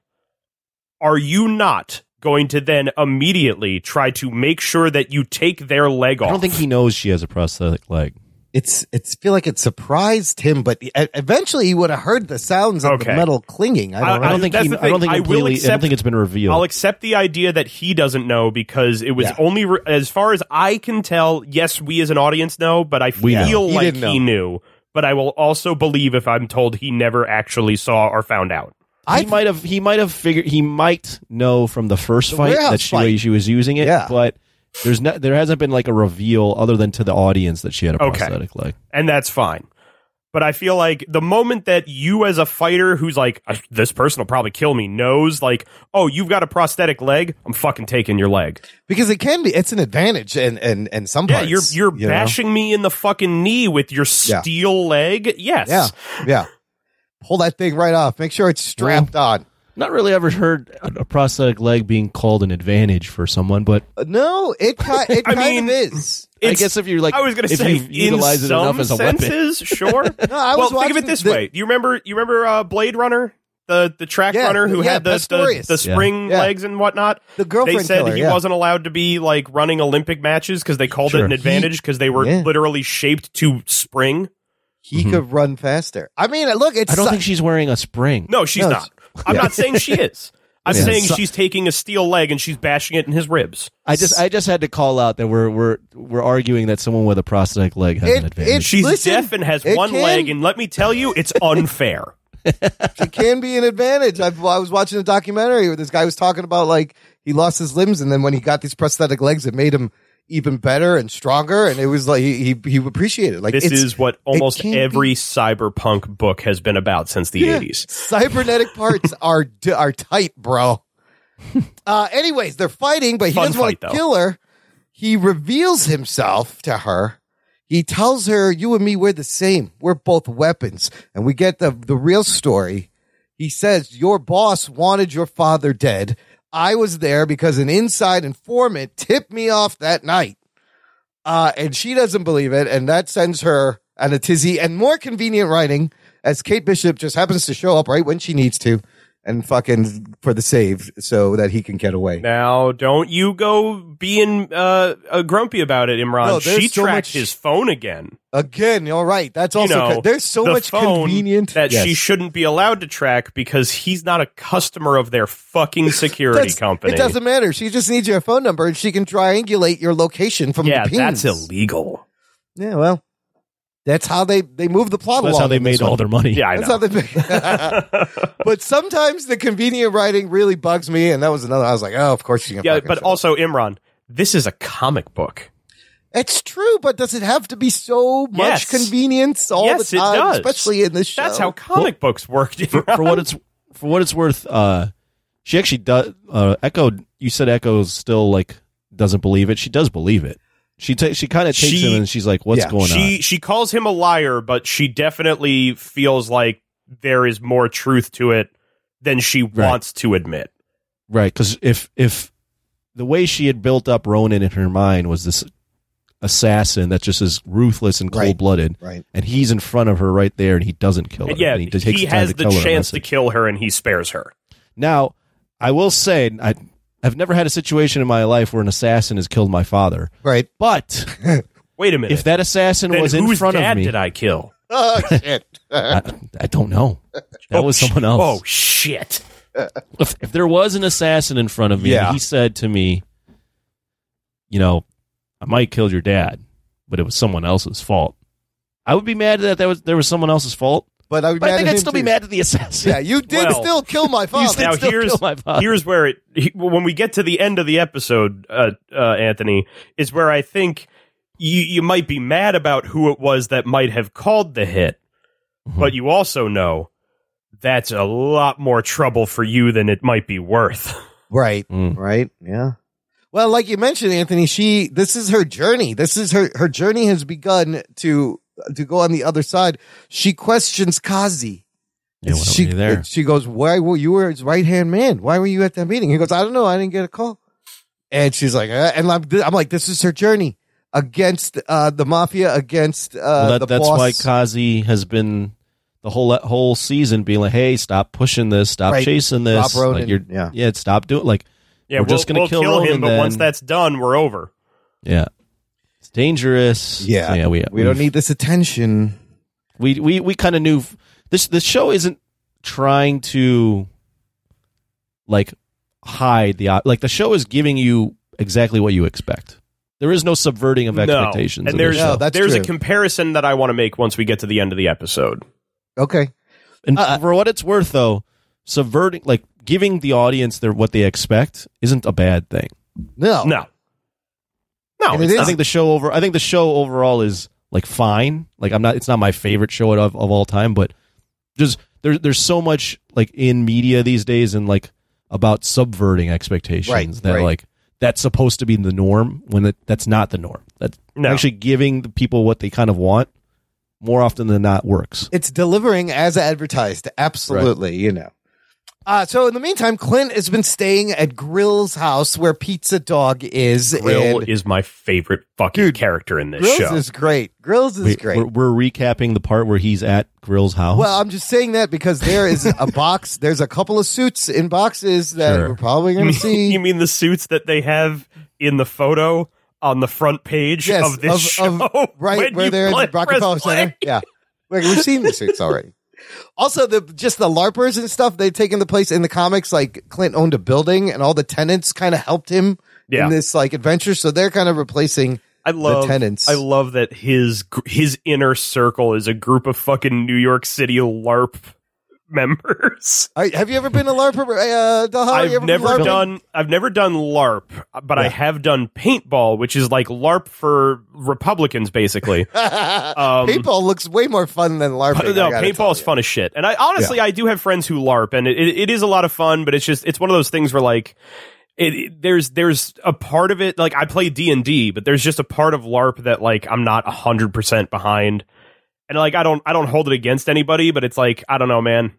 Speaker 6: are you not going to then immediately try to make sure that you take their leg off?
Speaker 7: I don't think he knows she has a prosthetic leg.
Speaker 1: It's it's feel like it surprised him, but e- eventually he would have heard the sounds of the
Speaker 6: Okay.
Speaker 1: metal clinging. I don't
Speaker 6: I-
Speaker 1: know.
Speaker 7: I don't think
Speaker 6: That's
Speaker 7: he,
Speaker 6: the
Speaker 7: I don't
Speaker 6: thing.
Speaker 7: think
Speaker 6: I will
Speaker 7: completely. I
Speaker 6: accept-
Speaker 7: don't think it's been revealed.
Speaker 6: I'll accept the idea that he doesn't know because it was
Speaker 1: Yeah.
Speaker 6: only re- as far as I can tell. Yes, we as an audience know, but I
Speaker 7: We know.
Speaker 6: feel
Speaker 1: He
Speaker 6: like
Speaker 1: didn't
Speaker 6: he
Speaker 1: know.
Speaker 6: knew. But I will also believe if I'm told he never actually saw or found out.
Speaker 7: he might have he might have figured he might know from the first
Speaker 1: The
Speaker 7: fight
Speaker 1: warehouse
Speaker 7: that she
Speaker 1: fight.
Speaker 7: she was using it.
Speaker 1: Yeah.
Speaker 7: but there's not there hasn't been like a reveal other than to the audience that she had a
Speaker 6: Okay.
Speaker 7: prosthetic leg.
Speaker 6: and that's fine. But I feel like the moment that you, as a fighter who's like, "Uh, this person will probably kill me, knows, like, oh, you've got a prosthetic leg, I'm fucking taking your leg.
Speaker 1: because it can be. It's an advantage, and and and some
Speaker 6: Yeah,
Speaker 1: parts,
Speaker 6: you're you're
Speaker 1: you know?
Speaker 6: bashing me in the fucking knee with your
Speaker 1: Yeah.
Speaker 6: steel leg. Yes.
Speaker 1: Yeah, yeah. Pull that thing right off. Make sure it's strapped on.
Speaker 7: Not really ever heard a a prosthetic leg being called an advantage for someone, but
Speaker 1: Uh, No, it ki- it
Speaker 6: I
Speaker 1: kind
Speaker 6: mean-
Speaker 1: of is.
Speaker 7: I
Speaker 6: It's-
Speaker 7: guess if you're like
Speaker 6: I was gonna
Speaker 7: if
Speaker 6: say,
Speaker 7: you utilize
Speaker 6: in
Speaker 7: it enough
Speaker 6: some
Speaker 7: as a weapon,
Speaker 6: senses, sure.
Speaker 1: No, I was
Speaker 6: well, think of it
Speaker 1: watching
Speaker 6: this
Speaker 1: the-
Speaker 6: way. You remember? You remember uh, Blade Runner, the the track
Speaker 1: Yeah,
Speaker 6: runner who
Speaker 1: yeah,
Speaker 6: had the the,
Speaker 1: Pastorius.
Speaker 6: the spring
Speaker 1: Yeah. Yeah.
Speaker 6: legs and whatnot.
Speaker 1: The girlfriend
Speaker 6: They said
Speaker 1: killer,
Speaker 6: he
Speaker 1: yeah.
Speaker 6: wasn't allowed to be like running Olympic matches because they called it
Speaker 7: Sure.
Speaker 6: an advantage because they were
Speaker 1: Yeah.
Speaker 6: literally shaped to spring.
Speaker 1: He could run faster. I mean, look, it's
Speaker 7: I don't
Speaker 1: si-
Speaker 7: think she's wearing a spring.
Speaker 6: No, she's
Speaker 1: No,
Speaker 6: not. I'm not saying she is. I'm
Speaker 7: Yeah.
Speaker 6: saying
Speaker 7: So-
Speaker 6: she's taking a steel leg and she's bashing it in his ribs.
Speaker 7: I just I just had to call out that we're we're we're arguing that someone with a prosthetic leg has
Speaker 1: It-
Speaker 7: an advantage.
Speaker 6: She's
Speaker 1: Listen,
Speaker 6: deaf and has
Speaker 1: it
Speaker 6: one
Speaker 1: can-
Speaker 6: leg, and let me tell you, it's unfair.
Speaker 1: it can be an advantage. I've, I was watching a documentary where this guy was talking about like he lost his limbs, and then when he got these prosthetic legs, it made him even better and stronger, and it was like he he, he appreciated. it. Like
Speaker 6: this
Speaker 1: it's
Speaker 6: is what almost
Speaker 1: can't
Speaker 6: every cyberpunk book has been about since the 80s.
Speaker 1: cybernetic parts are d- are tight, bro. Uh, anyways, they're fighting, but he
Speaker 6: Fun
Speaker 1: doesn't want
Speaker 6: fight,
Speaker 1: to
Speaker 6: though.
Speaker 1: kill her. He reveals himself to her. He tells her, "You and me, we're the same. We're both weapons." And we get the the real story. He says, "Your boss wanted your father dead. I was there because an inside informant tipped me off that night." Uh, and she doesn't believe it, and that sends her on a tizzy. And more convenient writing, as Kate Bishop just happens to show up right when she needs to, and fucking for the save so that he can get away.
Speaker 6: Now, don't you go being uh, uh, grumpy about it, Imran.
Speaker 1: No, there's
Speaker 6: she
Speaker 1: so
Speaker 6: tracked
Speaker 1: much-
Speaker 6: his phone again.
Speaker 1: Again, you're right. That's
Speaker 6: You
Speaker 1: also
Speaker 6: know,
Speaker 1: co- there's so
Speaker 6: the
Speaker 1: much
Speaker 6: phone
Speaker 1: convenient
Speaker 6: that
Speaker 1: Yes.
Speaker 6: she shouldn't be allowed to track because he's not a customer of their fucking security
Speaker 1: That's-
Speaker 6: company.
Speaker 1: It doesn't matter. She just needs your phone number, and she can triangulate your location from
Speaker 6: yeah,
Speaker 1: the pings.
Speaker 6: that's illegal.
Speaker 1: Yeah, well, that's how they they move the plot
Speaker 7: That's
Speaker 1: along.
Speaker 7: how they
Speaker 1: in this
Speaker 7: made all
Speaker 1: one.
Speaker 7: their money.
Speaker 6: Yeah, I
Speaker 1: That's
Speaker 6: know.
Speaker 1: how they but sometimes the convenient writing really bugs me, and that was another. I was like, oh, of course she's gonna.
Speaker 6: yeah,
Speaker 1: fucking
Speaker 6: but
Speaker 1: show up.
Speaker 6: also Imran, this is a comic book.
Speaker 1: It's true, but does it have to be so much
Speaker 6: Yes.
Speaker 1: convenience all
Speaker 6: Yes,
Speaker 1: the
Speaker 6: it
Speaker 1: time?
Speaker 6: does.
Speaker 1: Especially in this show.
Speaker 6: That's how comic books work.
Speaker 7: for, for what it's for what it's worth, uh, she actually does. Uh, Echo, you said Echo's still like doesn't believe it. She does believe it. She ta- she kind of takes
Speaker 6: She-
Speaker 7: him and she's like, "What's
Speaker 1: yeah,
Speaker 7: going
Speaker 6: she
Speaker 7: on?"
Speaker 6: she calls him a liar, but she definitely feels like there is more truth to it than she wants to admit.
Speaker 7: Right? Because if if the way she had built up Ronan in her mind was this assassin that just is ruthless and
Speaker 1: Right.
Speaker 7: cold blooded,
Speaker 1: Right.
Speaker 7: and he's in front of her right there, and he doesn't kill her.
Speaker 6: And yeah,
Speaker 7: and
Speaker 6: he,
Speaker 7: just takes time
Speaker 6: has
Speaker 7: to
Speaker 6: the
Speaker 7: tell her a
Speaker 6: chance to
Speaker 7: message.
Speaker 6: kill her, and he spares her.
Speaker 7: Now, I will say, I, I've never had a situation in my life where an assassin has killed my father,
Speaker 1: Right.
Speaker 7: but.
Speaker 6: Wait a minute.
Speaker 7: if that assassin
Speaker 6: then
Speaker 7: was in
Speaker 6: whose
Speaker 7: front
Speaker 6: dad
Speaker 7: of me,
Speaker 6: did I kill?
Speaker 1: Oh shit.
Speaker 7: I, I don't know. That was someone
Speaker 6: Oh
Speaker 7: else.
Speaker 6: shit!
Speaker 7: if, if there was an assassin in front of me,
Speaker 1: Yeah.
Speaker 7: and he said to me, "You know, I might kill your dad, but it was someone else's fault." I would be mad that that was there was someone else's fault,
Speaker 1: But I would.
Speaker 7: but
Speaker 1: mad
Speaker 7: I think
Speaker 1: at
Speaker 7: I'd
Speaker 1: him,
Speaker 7: still
Speaker 1: too.
Speaker 7: be mad at the assassin.
Speaker 1: Yeah, you did
Speaker 6: Well,
Speaker 1: still kill my father.
Speaker 6: now
Speaker 7: still
Speaker 6: here's
Speaker 7: kill my father.
Speaker 6: here's where it he, when we get to the end of the episode, uh, uh, Anthony is where I think you you might be mad about who it was that might have called the hit, but you also know that's a lot more trouble for you than it might be worth.
Speaker 1: Right.
Speaker 7: Mm.
Speaker 1: Right. Yeah. Well, like you mentioned, Anthony, she this is her journey. This is her her journey has begun to to go on the other side. She questions Kazi.
Speaker 7: Yeah, why
Speaker 1: she,
Speaker 7: were you there?
Speaker 1: she goes, Why were you were his right hand man? Why were you at that meeting? He goes, I don't know, I didn't get a call. And she's like, eh, and I'm, I'm like, this is her journey against uh, the mafia, against uh,
Speaker 7: Well, that-
Speaker 1: the
Speaker 7: that's
Speaker 1: boss.
Speaker 7: why Kazi has been the whole whole season being like, "Hey, stop pushing this, stop
Speaker 1: Right.
Speaker 7: chasing this,
Speaker 1: Rob Roden,
Speaker 7: like you're,
Speaker 1: yeah.
Speaker 7: yeah, stop doing like
Speaker 6: Yeah,
Speaker 7: We're
Speaker 6: we'll,
Speaker 7: just gonna
Speaker 6: we'll
Speaker 7: kill
Speaker 6: kill,
Speaker 7: Ronan
Speaker 6: him, but once
Speaker 7: then.
Speaker 6: that's done, we're over.
Speaker 7: yeah, it's dangerous." So, yeah, we
Speaker 9: we don't
Speaker 7: we've-
Speaker 9: need this attention.
Speaker 7: we we we kind of knew f- this. The show isn't trying to like hide the op- like the show is giving you exactly what you expect. There is no subverting of expectations.
Speaker 6: No.
Speaker 7: in
Speaker 6: And
Speaker 7: this
Speaker 6: there's
Speaker 7: show.
Speaker 1: No, that's
Speaker 6: there's a
Speaker 1: true.
Speaker 6: comparison that I want to make once we get to the end of the episode.
Speaker 1: Okay.
Speaker 7: And
Speaker 1: Uh,
Speaker 7: for what it's worth, though, subverting, like giving the audience their what they expect, isn't a bad thing.
Speaker 1: No.
Speaker 6: No. No,
Speaker 1: And it
Speaker 6: it's
Speaker 1: is-
Speaker 7: I think the show over. I think the show overall is like fine. Like I'm not. It's not my favorite show of of all time, but just there's there's so much like in media these days and like about subverting expectations
Speaker 1: Right,
Speaker 7: that
Speaker 1: right.
Speaker 7: like that's supposed to be the norm when it, that's not the norm. That's
Speaker 6: No.
Speaker 7: actually giving the people what they kind of want more often than not works.
Speaker 1: It's delivering as advertised. Absolutely. You know. Uh, so in the meantime, Clint has been staying at Grill's house where Pizza Dog is.
Speaker 6: Grill
Speaker 1: and
Speaker 6: is my favorite fucking character in this
Speaker 1: Grills
Speaker 6: show.
Speaker 1: is great. Grills is
Speaker 7: Wait,
Speaker 1: great.
Speaker 7: We're, we're recapping the part where he's at Grill's house.
Speaker 1: Well, I'm just saying that because there is a box. There's a couple of suits in boxes that
Speaker 7: Sure.
Speaker 1: we're probably
Speaker 6: you,
Speaker 1: going
Speaker 6: mean,
Speaker 1: to see.
Speaker 6: you mean the suits that they have in the photo on the front page
Speaker 1: yes,
Speaker 6: of this show?
Speaker 1: right
Speaker 6: when
Speaker 1: where
Speaker 6: you
Speaker 1: they're
Speaker 6: play-
Speaker 1: in the Rockefeller
Speaker 6: press play?
Speaker 1: Center. Yeah, like, we've seen the suits already. Also, the just the larpers and stuff they've taken the place in the comics. Like Clint owned a building, and all the tenants kind of helped him
Speaker 6: Yeah.
Speaker 1: in this like adventure. So they're kind of replacing.
Speaker 6: I love
Speaker 1: tenants.
Speaker 6: I love that his gr- his inner circle is a group of fucking New York City LARP members.
Speaker 1: All right, have you ever been a larper? Uh, Dalhalla? You
Speaker 6: I've
Speaker 1: ever been
Speaker 6: never
Speaker 1: LARPing?
Speaker 6: done I've never done LARP, but I have done paintball, which is like LARP for Republicans, basically. um,
Speaker 1: paintball. Looks way more fun than larping.
Speaker 6: But,
Speaker 1: I
Speaker 6: no,
Speaker 1: gotta tell
Speaker 6: paintball's
Speaker 1: you.
Speaker 6: fun as shit. And I honestly, I do have friends who LARP, and it, it, it is a lot of fun. But it's just it's one of those things where like. It, it- there's there's a part of it like I play D and D, but there's just a part of LARP that like I'm not hundred percent behind, and like I don't I don't hold it against anybody, but it's like I don't know, man.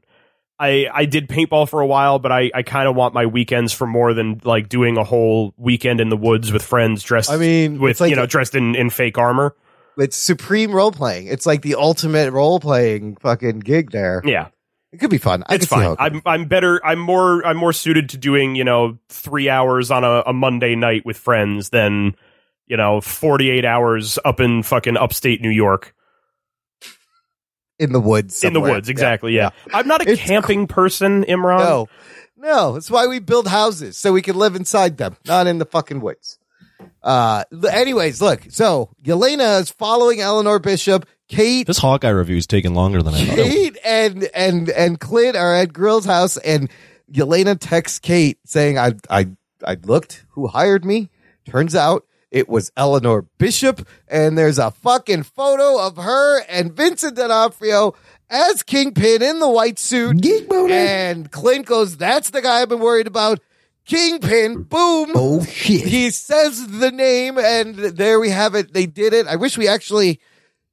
Speaker 6: I I did paintball for a while, but I I kind of want my weekends for more than like doing a whole weekend in the woods with friends dressed.
Speaker 1: I mean,
Speaker 6: with
Speaker 1: it's like
Speaker 6: you know
Speaker 1: a-
Speaker 6: dressed in in fake armor.
Speaker 1: It's supreme role playing. It's like the ultimate role playing fucking gig there.
Speaker 6: Yeah,
Speaker 1: It could be fun. I
Speaker 6: it's
Speaker 1: could see how
Speaker 6: fine.
Speaker 1: it could
Speaker 6: I'm I'm better. I'm more I'm more suited to doing you know three hours on a, a Monday night with friends than you know 48 hours up in fucking upstate New York
Speaker 1: be. in the woods.
Speaker 6: in the
Speaker 1: somewhere.
Speaker 6: woods.
Speaker 1: Yeah.
Speaker 6: Exactly. Yeah, I'm not a
Speaker 1: It's
Speaker 6: camping person,
Speaker 7: Um,
Speaker 6: Imran.
Speaker 1: No, no. That's why we build houses so we can live inside them, not in the fucking woods. Uh, l- anyways, look. So Yelena is following Eleanor Bishop. Kate,
Speaker 7: this Hawkeye review is taking longer than I thought.
Speaker 1: Kate, and and and Clint are at Grill's house, and Yelena texts Kate saying, "I I I looked. Who hired me? Turns out." It was Eleanor Bishop, and there's a fucking photo of her and Vincent D'Onofrio as Kingpin in the white suit. And Clint goes, That's the guy I've been worried about. Kingpin, boom.
Speaker 9: Oh shit!
Speaker 1: He says the name, and there we have it. They did it. I wish we actually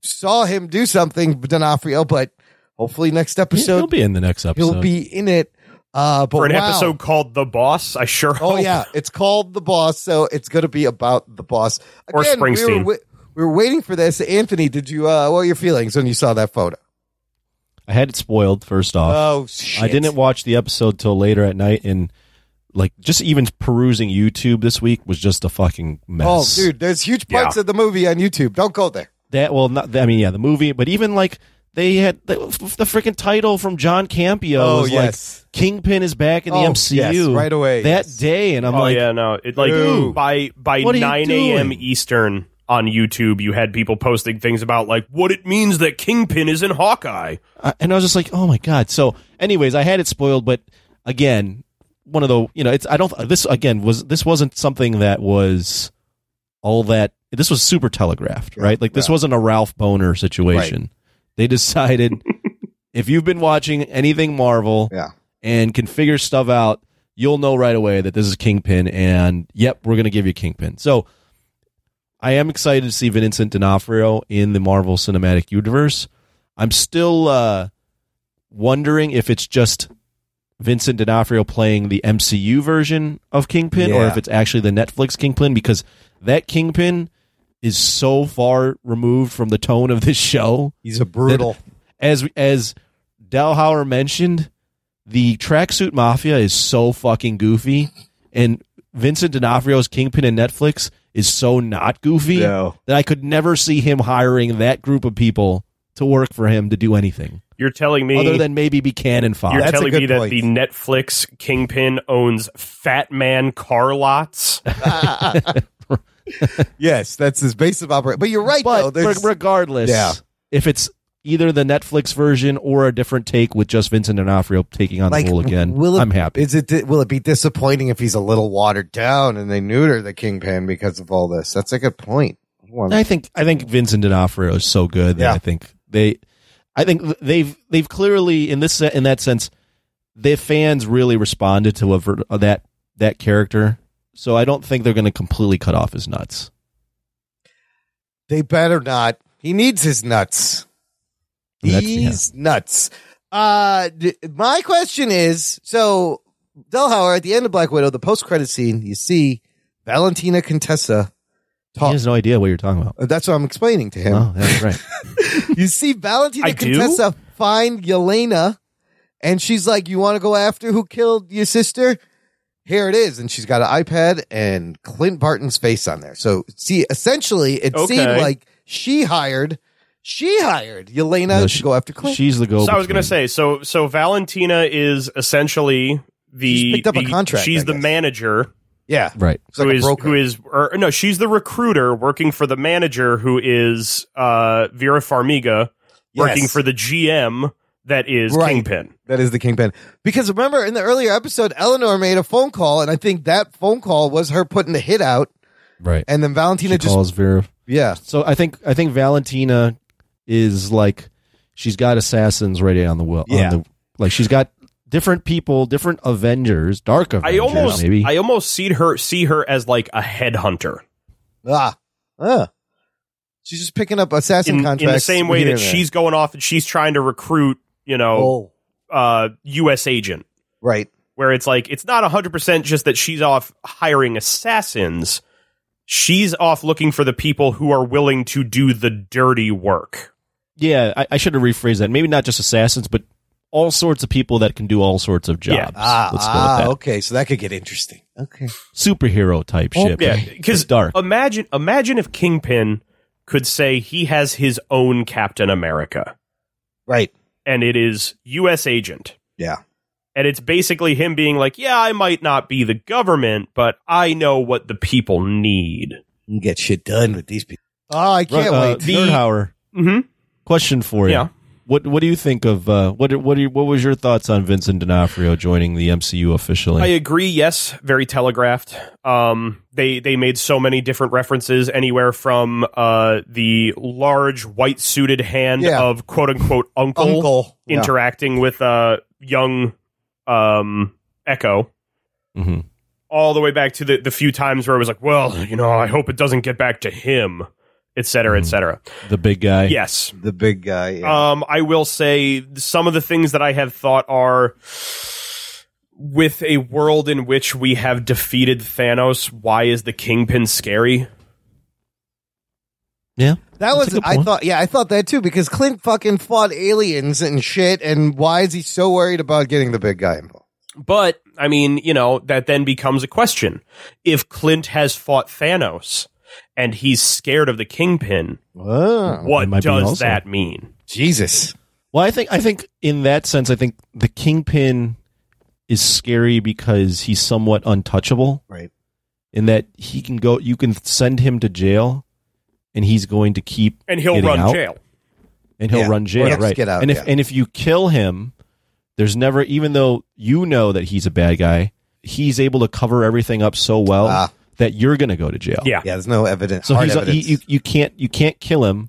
Speaker 1: saw him do something, D'Onofrio, but hopefully next episode
Speaker 7: He'll be in the next episode.
Speaker 1: in it. Uh, but
Speaker 6: For an
Speaker 1: wow.
Speaker 6: episode called The Boss, I sure
Speaker 1: Oh,
Speaker 6: hope.
Speaker 1: yeah, it's called The Boss, so it's going to be about the boss.
Speaker 6: Or
Speaker 1: Again, We were,
Speaker 6: Springsteen.
Speaker 1: wi- we were waiting for this. Anthony, did you? Uh, what were your feelings when you saw that photo?
Speaker 7: I had it spoiled first off.
Speaker 1: Oh shit!
Speaker 7: I didn't watch the episode till later at night, and like just even perusing YouTube this week was just a fucking
Speaker 1: Oh,
Speaker 7: mess.
Speaker 1: dude, there's huge parts
Speaker 6: Yeah.
Speaker 1: of the movie on YouTube. Don't go there.
Speaker 7: that well, not I mean, yeah, the movie, but even like they had the, the freaking title from John Campio
Speaker 1: Oh,
Speaker 7: was
Speaker 1: yes.
Speaker 7: like Kingpin is back in
Speaker 1: Oh,
Speaker 7: the MCU
Speaker 1: yes, right away,
Speaker 7: that
Speaker 1: yes.
Speaker 7: day, and I'm
Speaker 6: oh
Speaker 7: like,
Speaker 6: yeah, no, it like
Speaker 1: Dude.
Speaker 6: by by
Speaker 7: What are you
Speaker 6: 9 a.m.
Speaker 7: doing?
Speaker 6: Eastern on YouTube, you had people posting things about like what it means that Kingpin is in Hawkeye.
Speaker 7: I- and I was just like, oh my god. So, anyways, I had it spoiled, but again, one of the you know, it's I don't this again was this wasn't something that was all that. This was super telegraphed, right? Like this wasn't a Ralph Boner situation. They decided if you've been watching anything Marvel,
Speaker 1: Yeah.
Speaker 7: and can figure stuff out, you'll know right away that this is Kingpin, and yep, we're gonna give you Kingpin. So. I am excited to see Vincent D'Onofrio in the Marvel Cinematic Universe. I'm still uh, wondering if it's just Vincent D'Onofrio playing the MCU version of Kingpin, or
Speaker 1: Yeah.
Speaker 7: if it's actually the Netflix Kingpin, because that Kingpin is so far removed from the tone of this show.
Speaker 1: He's a brutal.
Speaker 7: As as Delhauer mentioned, the tracksuit mafia is so fucking goofy, and Vincent D'Onofrio's Kingpin in Netflix is so not goofy
Speaker 10: No.
Speaker 7: that I could never see him hiring that group of people to work for him to do anything
Speaker 6: You're telling me
Speaker 7: other than maybe Buchanan Fox.
Speaker 6: you're
Speaker 1: That's a
Speaker 6: telling
Speaker 1: good
Speaker 6: me that
Speaker 1: point.
Speaker 6: the Netflix kingpin owns fat man car lots.
Speaker 1: yes, that's his base of operation. But you're right,
Speaker 7: but
Speaker 1: though.
Speaker 7: re- regardless,
Speaker 1: Yeah.
Speaker 7: if it's either the Netflix version or a different take with just Vincent D'Onofrio taking on the role again,
Speaker 1: will it,
Speaker 7: I'm happy.
Speaker 1: Is it? Will it be disappointing if he's a little watered down and they neuter the kingpin because of all this? That's a good point. Well,
Speaker 7: I think I think Vincent D'Onofrio is so good that
Speaker 1: Yeah.
Speaker 7: I think they, I think they've they've clearly in this se- in that sense, the fans really responded to a, ver- uh, that that character. So I don't think they're going to completely cut off his nuts.
Speaker 1: They better not. He needs his nuts.
Speaker 7: That's-
Speaker 1: He's nuts. Uh, d- my question is so, Delhauer, at the end of Black Widow, the post credit scene, you see Valentina Contessa
Speaker 7: He
Speaker 1: talk.
Speaker 7: has no idea what you're talking about.
Speaker 1: That's what I'm explaining to him.
Speaker 7: Oh, that's right.
Speaker 1: You see Valentina
Speaker 6: I do?
Speaker 1: Contessa find Yelena, and she's like, You want to go after who killed your sister? Here it is. And she's got an iPad and Clint Barton's face on there. So, see, essentially, it
Speaker 6: Okay.
Speaker 1: seemed like she hired, she hired Yelena
Speaker 7: No,
Speaker 1: to
Speaker 7: she-
Speaker 1: go after Clint.
Speaker 7: She's the go.
Speaker 6: so I was gonna say, so so Valentina is essentially the
Speaker 1: She's picked up a
Speaker 6: the-
Speaker 1: contract,
Speaker 6: She's
Speaker 1: I
Speaker 6: the
Speaker 1: guess.
Speaker 6: manager
Speaker 1: yeah.
Speaker 7: right.
Speaker 1: It's
Speaker 6: who
Speaker 1: like a
Speaker 6: is
Speaker 1: broker.
Speaker 6: who is or no, she's the recruiter working for the manager who is uh Vera Farmiga working
Speaker 1: Yes.
Speaker 6: for the GM that is
Speaker 1: Right.
Speaker 6: Kingpin.
Speaker 1: That is the kingpin. Because remember, in the earlier episode, Eleanor made a phone call, and I think that phone call was her putting the hit out,
Speaker 7: Right.
Speaker 1: and then Valentina
Speaker 7: She
Speaker 1: just,
Speaker 7: calls Vera
Speaker 1: yeah.
Speaker 7: So I think I think Valentina is like she's got assassins ready on the will.
Speaker 10: Yeah.
Speaker 7: On the, like she's got different people, different Avengers, Dark Avengers.
Speaker 6: I almost
Speaker 7: maybe
Speaker 6: I almost see her see her as like a headhunter.
Speaker 1: Ah. Ah. She's just picking up assassin
Speaker 6: in, in
Speaker 1: contracts.
Speaker 6: the same way
Speaker 1: here
Speaker 6: that
Speaker 1: and there.
Speaker 6: she's going off and she's trying to recruit, you know,
Speaker 1: Oh,
Speaker 6: uh, U.S. agent.
Speaker 1: right.
Speaker 6: Where it's like it's not hundred percent just that she's off hiring assassins. She's off looking for the people who are willing to do the dirty work.
Speaker 7: yeah. I, I should have rephrased that. Maybe not just assassins, but all sorts of people that can do all sorts of
Speaker 6: Yeah.
Speaker 7: jobs.
Speaker 1: Ah,
Speaker 7: Let's go with
Speaker 1: ah,
Speaker 7: that.
Speaker 1: okay. So that could get interesting. Okay.
Speaker 7: Superhero type shit.
Speaker 6: Oh, Yeah, uh,
Speaker 7: but
Speaker 6: because
Speaker 7: it's dark.
Speaker 6: Imagine, imagine if Kingpin could say he has his own Captain America,
Speaker 1: Right.
Speaker 6: and it is U.S. agent.
Speaker 1: Yeah.
Speaker 6: And it's basically him being like, yeah, I might not be the government, but I know what the people need.
Speaker 1: You can get shit done with these people. Oh, I can't
Speaker 7: uh,
Speaker 1: wait.
Speaker 7: Bernhauer,
Speaker 6: hmm
Speaker 7: question for you.
Speaker 6: Yeah.
Speaker 7: What What do you think of uh, what What do you, What was your thoughts on Vincent D'Onofrio joining the MCU officially?
Speaker 6: I agree. Yes, very telegraphed. Um, they they made so many different references, anywhere from uh, the large white suited hand
Speaker 1: Yeah.
Speaker 6: of quote unquote uncle,
Speaker 1: Uncle. Yeah.
Speaker 6: interacting with uh, young um, Echo,
Speaker 7: Mhm.
Speaker 6: all the way back to the the few times where it was like, well, you know, I hope it doesn't get back to him, et cetera, et
Speaker 1: Mm-hmm.
Speaker 6: cetera.
Speaker 7: The big guy.
Speaker 6: Yes.
Speaker 1: The big guy. Yeah.
Speaker 6: Um, I will say some of the things that I have thought are with a world in which we have defeated Thanos, why is the Kingpin scary?
Speaker 7: Yeah.
Speaker 1: that
Speaker 7: that's a
Speaker 1: was,
Speaker 7: good
Speaker 1: I
Speaker 7: point.
Speaker 1: thought, yeah, I thought that too because Clint fucking fought aliens and shit. And why is he so worried about getting the big guy involved?
Speaker 6: But I mean, you know, that then becomes a question. If Clint has fought Thanos and he's scared of the Kingpin,
Speaker 1: Oh,
Speaker 6: what
Speaker 7: It might be
Speaker 6: does
Speaker 7: also.
Speaker 6: that mean?
Speaker 1: Jesus.
Speaker 7: Well, I think I think in that sense, I think the kingpin is scary because he's somewhat untouchable,
Speaker 1: Right.
Speaker 7: in that he can go. You can send him to jail, and he's going to keep
Speaker 6: And he'll
Speaker 7: getting
Speaker 6: run
Speaker 7: out,
Speaker 6: jail.
Speaker 7: and he'll
Speaker 1: Yeah.
Speaker 7: run
Speaker 1: Or
Speaker 7: jail,
Speaker 1: just
Speaker 7: right?
Speaker 1: get out,
Speaker 7: and if
Speaker 1: yeah.
Speaker 7: and if you kill him, there's never even though you know that he's a bad guy, he's able to cover everything up so well
Speaker 1: Ah.
Speaker 7: that you're going to go to jail.
Speaker 6: Yeah.
Speaker 1: Yeah, there's no evidence.
Speaker 7: So
Speaker 1: hard
Speaker 7: he's he,
Speaker 1: evidence.
Speaker 7: you you can't you can't kill him,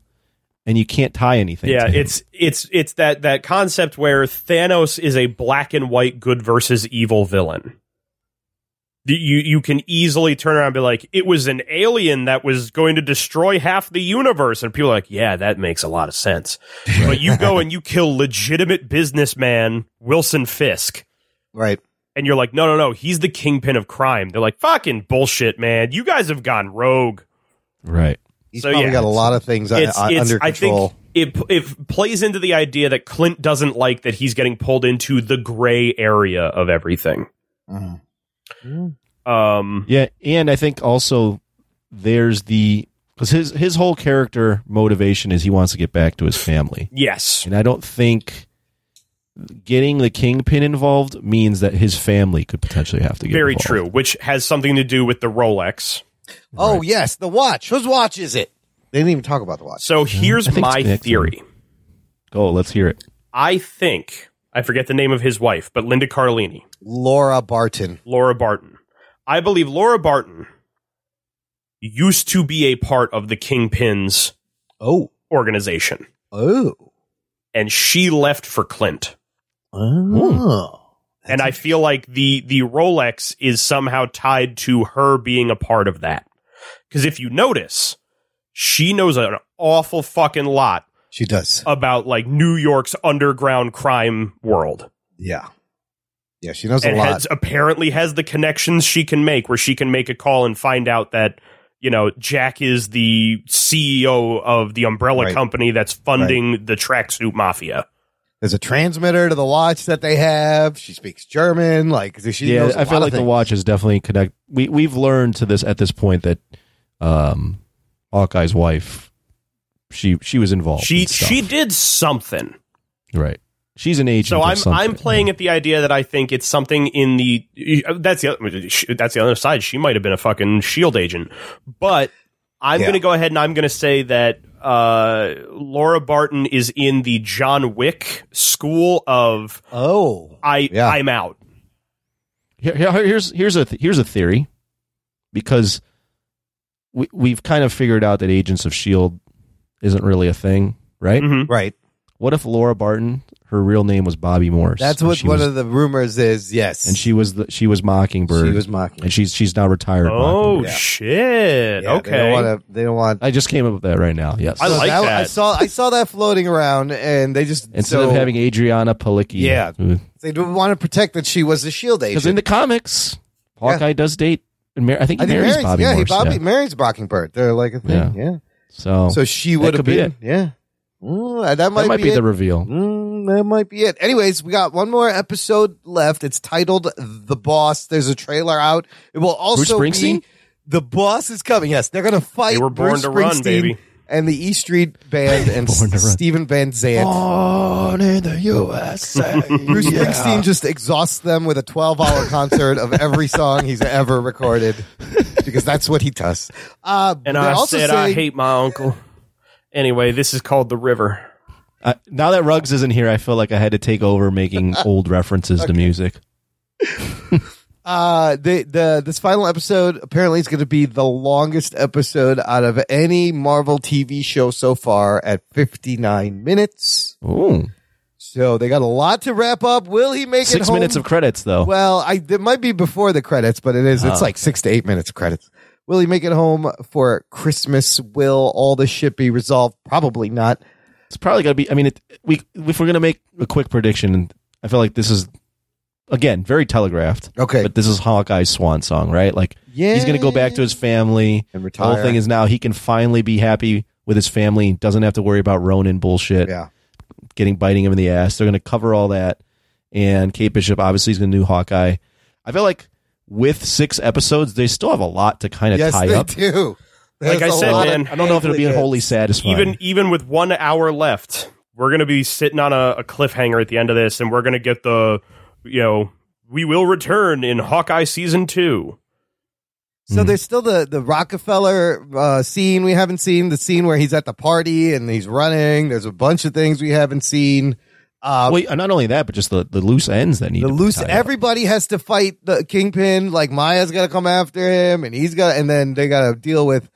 Speaker 7: and you can't tie anything.
Speaker 6: Yeah,
Speaker 7: to him.
Speaker 6: it's it's it's that that concept where Thanos is a black and white good versus evil villain. The- You you can easily turn around and be like, it was an alien that was going to destroy half the universe, and people are like, yeah, that makes a lot of sense. But you go and you kill legitimate businessman Wilson Fisk,
Speaker 1: right.
Speaker 6: and you're like, no, no, no, he's the kingpin of crime. They're like, fucking bullshit, man. You guys have gone rogue.
Speaker 7: right.
Speaker 1: He's
Speaker 6: So,
Speaker 1: probably
Speaker 6: yeah,
Speaker 1: got a lot of things uh,
Speaker 6: It's,
Speaker 1: uh,
Speaker 6: it's
Speaker 1: under
Speaker 6: I
Speaker 1: control.
Speaker 6: think it, it plays into the idea that Clint doesn't like that he's getting pulled into the gray area of everything. Um,
Speaker 7: Yeah, and I think also there's the because his his whole character motivation is he wants to get back to his family,
Speaker 6: yes,
Speaker 7: and I don't think getting the kingpin involved means that his family could potentially have to get
Speaker 6: very
Speaker 7: involved.
Speaker 6: true, which has something to do with the Rolex.
Speaker 1: Oh yes, the watch. Whose watch is it? They didn't even talk about the watch.
Speaker 6: So here's
Speaker 7: I think it's
Speaker 6: my
Speaker 7: connected.
Speaker 6: theory.
Speaker 7: Go, Oh, let's hear it.
Speaker 6: I think I forget the name of his wife, but Linda Carlini,
Speaker 1: Laura Barton.
Speaker 6: Laura Barton. I believe Laura Barton used to be a part of the Kingpin's
Speaker 1: Oh,
Speaker 6: organization,
Speaker 1: oh,
Speaker 6: and she left for Clint.
Speaker 1: oh.
Speaker 6: and I feel like the the Rolex is somehow tied to her being a part of that. Because if you notice, she knows an awful fucking lot
Speaker 1: She does.
Speaker 6: about like New York's underground crime world,
Speaker 1: Yeah, yeah. She knows a
Speaker 6: and
Speaker 1: lot.
Speaker 6: has, apparently has the connections she can make, where she can make a call and find out that you know Jack is the CEO of the umbrella
Speaker 1: Right.
Speaker 6: company that's funding the tracksuit mafia.
Speaker 1: There's a transmitter to the watch that they have. She speaks German. Like she
Speaker 7: yeah,
Speaker 1: knows. I
Speaker 7: I feel like the watch is definitely connect. We we've learned to this at this point that um, Hawkeye's wife, she she was involved.
Speaker 6: She
Speaker 7: in stuff.
Speaker 6: she did something.
Speaker 7: right. She's an agent.
Speaker 6: So
Speaker 7: of
Speaker 6: I'm
Speaker 7: something.
Speaker 6: I'm playing at the idea that I think it's something in the that's the other- that's the other side. She might have been a fucking shield agent, but I'm
Speaker 1: Yeah.
Speaker 6: going to go ahead and I'm going to say that uh, Laura Barton is in the John Wick school of
Speaker 1: Oh,
Speaker 6: I
Speaker 1: Yeah.
Speaker 6: I'm out.
Speaker 7: Here- here- here's here's a th- here's a theory because we we've kind of figured out that agents of shield E isn't really a thing right
Speaker 6: Mhm.
Speaker 1: right.
Speaker 7: what if laura barton her real name was bobby morse
Speaker 1: Mm-hmm. That's
Speaker 7: and
Speaker 1: what
Speaker 7: she
Speaker 1: one
Speaker 7: was,
Speaker 1: of the rumors is. Yes,
Speaker 7: and she was the, she was mockingbird
Speaker 1: she was mocking.
Speaker 7: and she's she's now retired
Speaker 6: Oh
Speaker 7: Mockingbird.
Speaker 6: shit!
Speaker 1: Yeah, They
Speaker 6: okay,
Speaker 1: don't want. They don't want
Speaker 7: i just came up with that right now yes
Speaker 6: I like that.
Speaker 1: Oh, I saw. I saw that floating around, and they just
Speaker 7: instead
Speaker 1: so
Speaker 7: of having adriana palicki
Speaker 1: Yeah.
Speaker 7: because
Speaker 1: they don't want to protect that she was a shield agent.
Speaker 7: in the comics hawkeye does date and mar- i think he
Speaker 1: I think
Speaker 7: marries
Speaker 1: Mary's-
Speaker 7: bobby
Speaker 1: yeah, he
Speaker 7: morse
Speaker 1: Bobby
Speaker 7: yeah.
Speaker 1: marries Brockingbird. They're like a thing. Yeah.
Speaker 7: so,
Speaker 1: So she would have
Speaker 7: could be
Speaker 1: been. Yeah. Mm, that might,
Speaker 7: that might
Speaker 1: be,
Speaker 7: be
Speaker 1: it.
Speaker 7: the reveal
Speaker 1: Mm, that might be it. Anyways, we got one more episode left. It's titled "The Boss." There's a trailer out. It will also
Speaker 7: Bruce Springsteen?
Speaker 1: be the boss is coming. Yes, they're gonna fight.
Speaker 6: They were born
Speaker 1: Bruce
Speaker 6: to run,
Speaker 1: Springsteen
Speaker 6: baby.
Speaker 1: And the E Street Band and
Speaker 7: Born to run.
Speaker 1: Stephen Van Zandt.
Speaker 7: born in the USA.
Speaker 1: Bruce Springsteen just exhausts them with a 12 hour concert of every song he's ever recorded because that's what he does. Uh,
Speaker 6: and
Speaker 1: they're
Speaker 6: I
Speaker 1: also
Speaker 6: said I
Speaker 1: saying-
Speaker 6: hate my uncle. Anyway, this is called the river.
Speaker 7: I, Uh, now that Ruggs isn't here, I feel like I had to take over making old references to music.
Speaker 1: Uh, the the this final episode apparently is going to be the longest episode out of any Marvel TV show so far at 59 minutes.
Speaker 7: Ooh.
Speaker 1: So they got a lot to wrap up. Will he make it
Speaker 7: Six
Speaker 1: home?
Speaker 7: minutes of credits, though.
Speaker 1: Well, I it might be before the credits, but it is.
Speaker 7: Uh-huh.
Speaker 1: It's like six to eight minutes of credits. Will he make it home for Christmas? Will all this shit be resolved? Probably not.
Speaker 7: it's probably going to be. I mean, it, we if we're going to make a quick prediction, I feel like this is again very telegraphed.
Speaker 1: Okay.
Speaker 7: but this is Hawkeye's swan song, right? Like,
Speaker 1: Yeah.
Speaker 7: he's going to go back to his family
Speaker 1: And
Speaker 7: The whole
Speaker 1: retire.
Speaker 7: thing is now he can finally be happy with his family. Doesn't have to worry about Ronin bullshit.
Speaker 1: Yeah.
Speaker 7: getting biting him in the ass. They're going to cover all that. And Kate Bishop obviously is going to do Hawkeye. I feel like with six episodes, they still have a lot to kind of
Speaker 1: Yes,
Speaker 7: tie
Speaker 1: they
Speaker 7: up.
Speaker 1: do.
Speaker 6: Like I
Speaker 1: There's a
Speaker 6: said,
Speaker 1: lot of-
Speaker 6: man,
Speaker 7: I don't know if it'll be wholly satisfying.
Speaker 6: even even with one hour left, we're going to be sitting on a, a cliffhanger at the end of this, and we're going to get the you know we will return in Hawkeye season two.
Speaker 1: So
Speaker 6: Mm-hmm.
Speaker 1: there's still the the Rockefeller uh, scene we haven't seen. The scene where he's at the party and he's running. There's a bunch of things we haven't seen. Uh,
Speaker 7: Wait, not only that, but just the, the loose ends that need
Speaker 1: the
Speaker 7: to be
Speaker 1: loose.
Speaker 7: tied up.
Speaker 1: Everybody has to fight the kingpin. Like Maya's got to come after him, and he's got. And then they got to deal with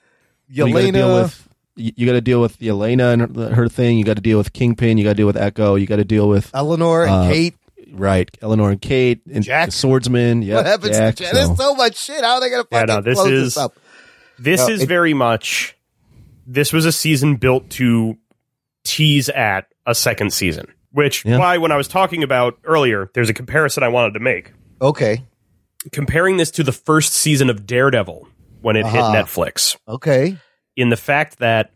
Speaker 7: You gotta
Speaker 1: Yelena.
Speaker 7: deal with you you got to deal with Yelena and her, her thing. You got to deal with Kingpin. You got to deal with Echo. You got to deal with
Speaker 1: Eleanor and
Speaker 7: Uh,
Speaker 1: Kate.
Speaker 7: right Eleanor and Kate and
Speaker 1: Jack.
Speaker 7: the swordsman. Yeah,
Speaker 1: What happens
Speaker 7: Jack,
Speaker 1: to Jack? There's
Speaker 7: so-
Speaker 1: so much shit. How are they gonna
Speaker 6: Yeah,
Speaker 1: fucking
Speaker 6: no, this
Speaker 1: close
Speaker 6: is-
Speaker 1: this up?
Speaker 6: This
Speaker 1: No,
Speaker 6: is
Speaker 1: it-
Speaker 6: very much. This was a season built to tease at a second season, which
Speaker 7: Yeah.
Speaker 6: why when I was talking about earlier, there's a comparison I wanted to make.
Speaker 1: Okay,
Speaker 6: Comparing this to the first season of Daredevil when it hit
Speaker 1: Uh-huh.
Speaker 6: Netflix.
Speaker 1: okay,
Speaker 6: in the fact that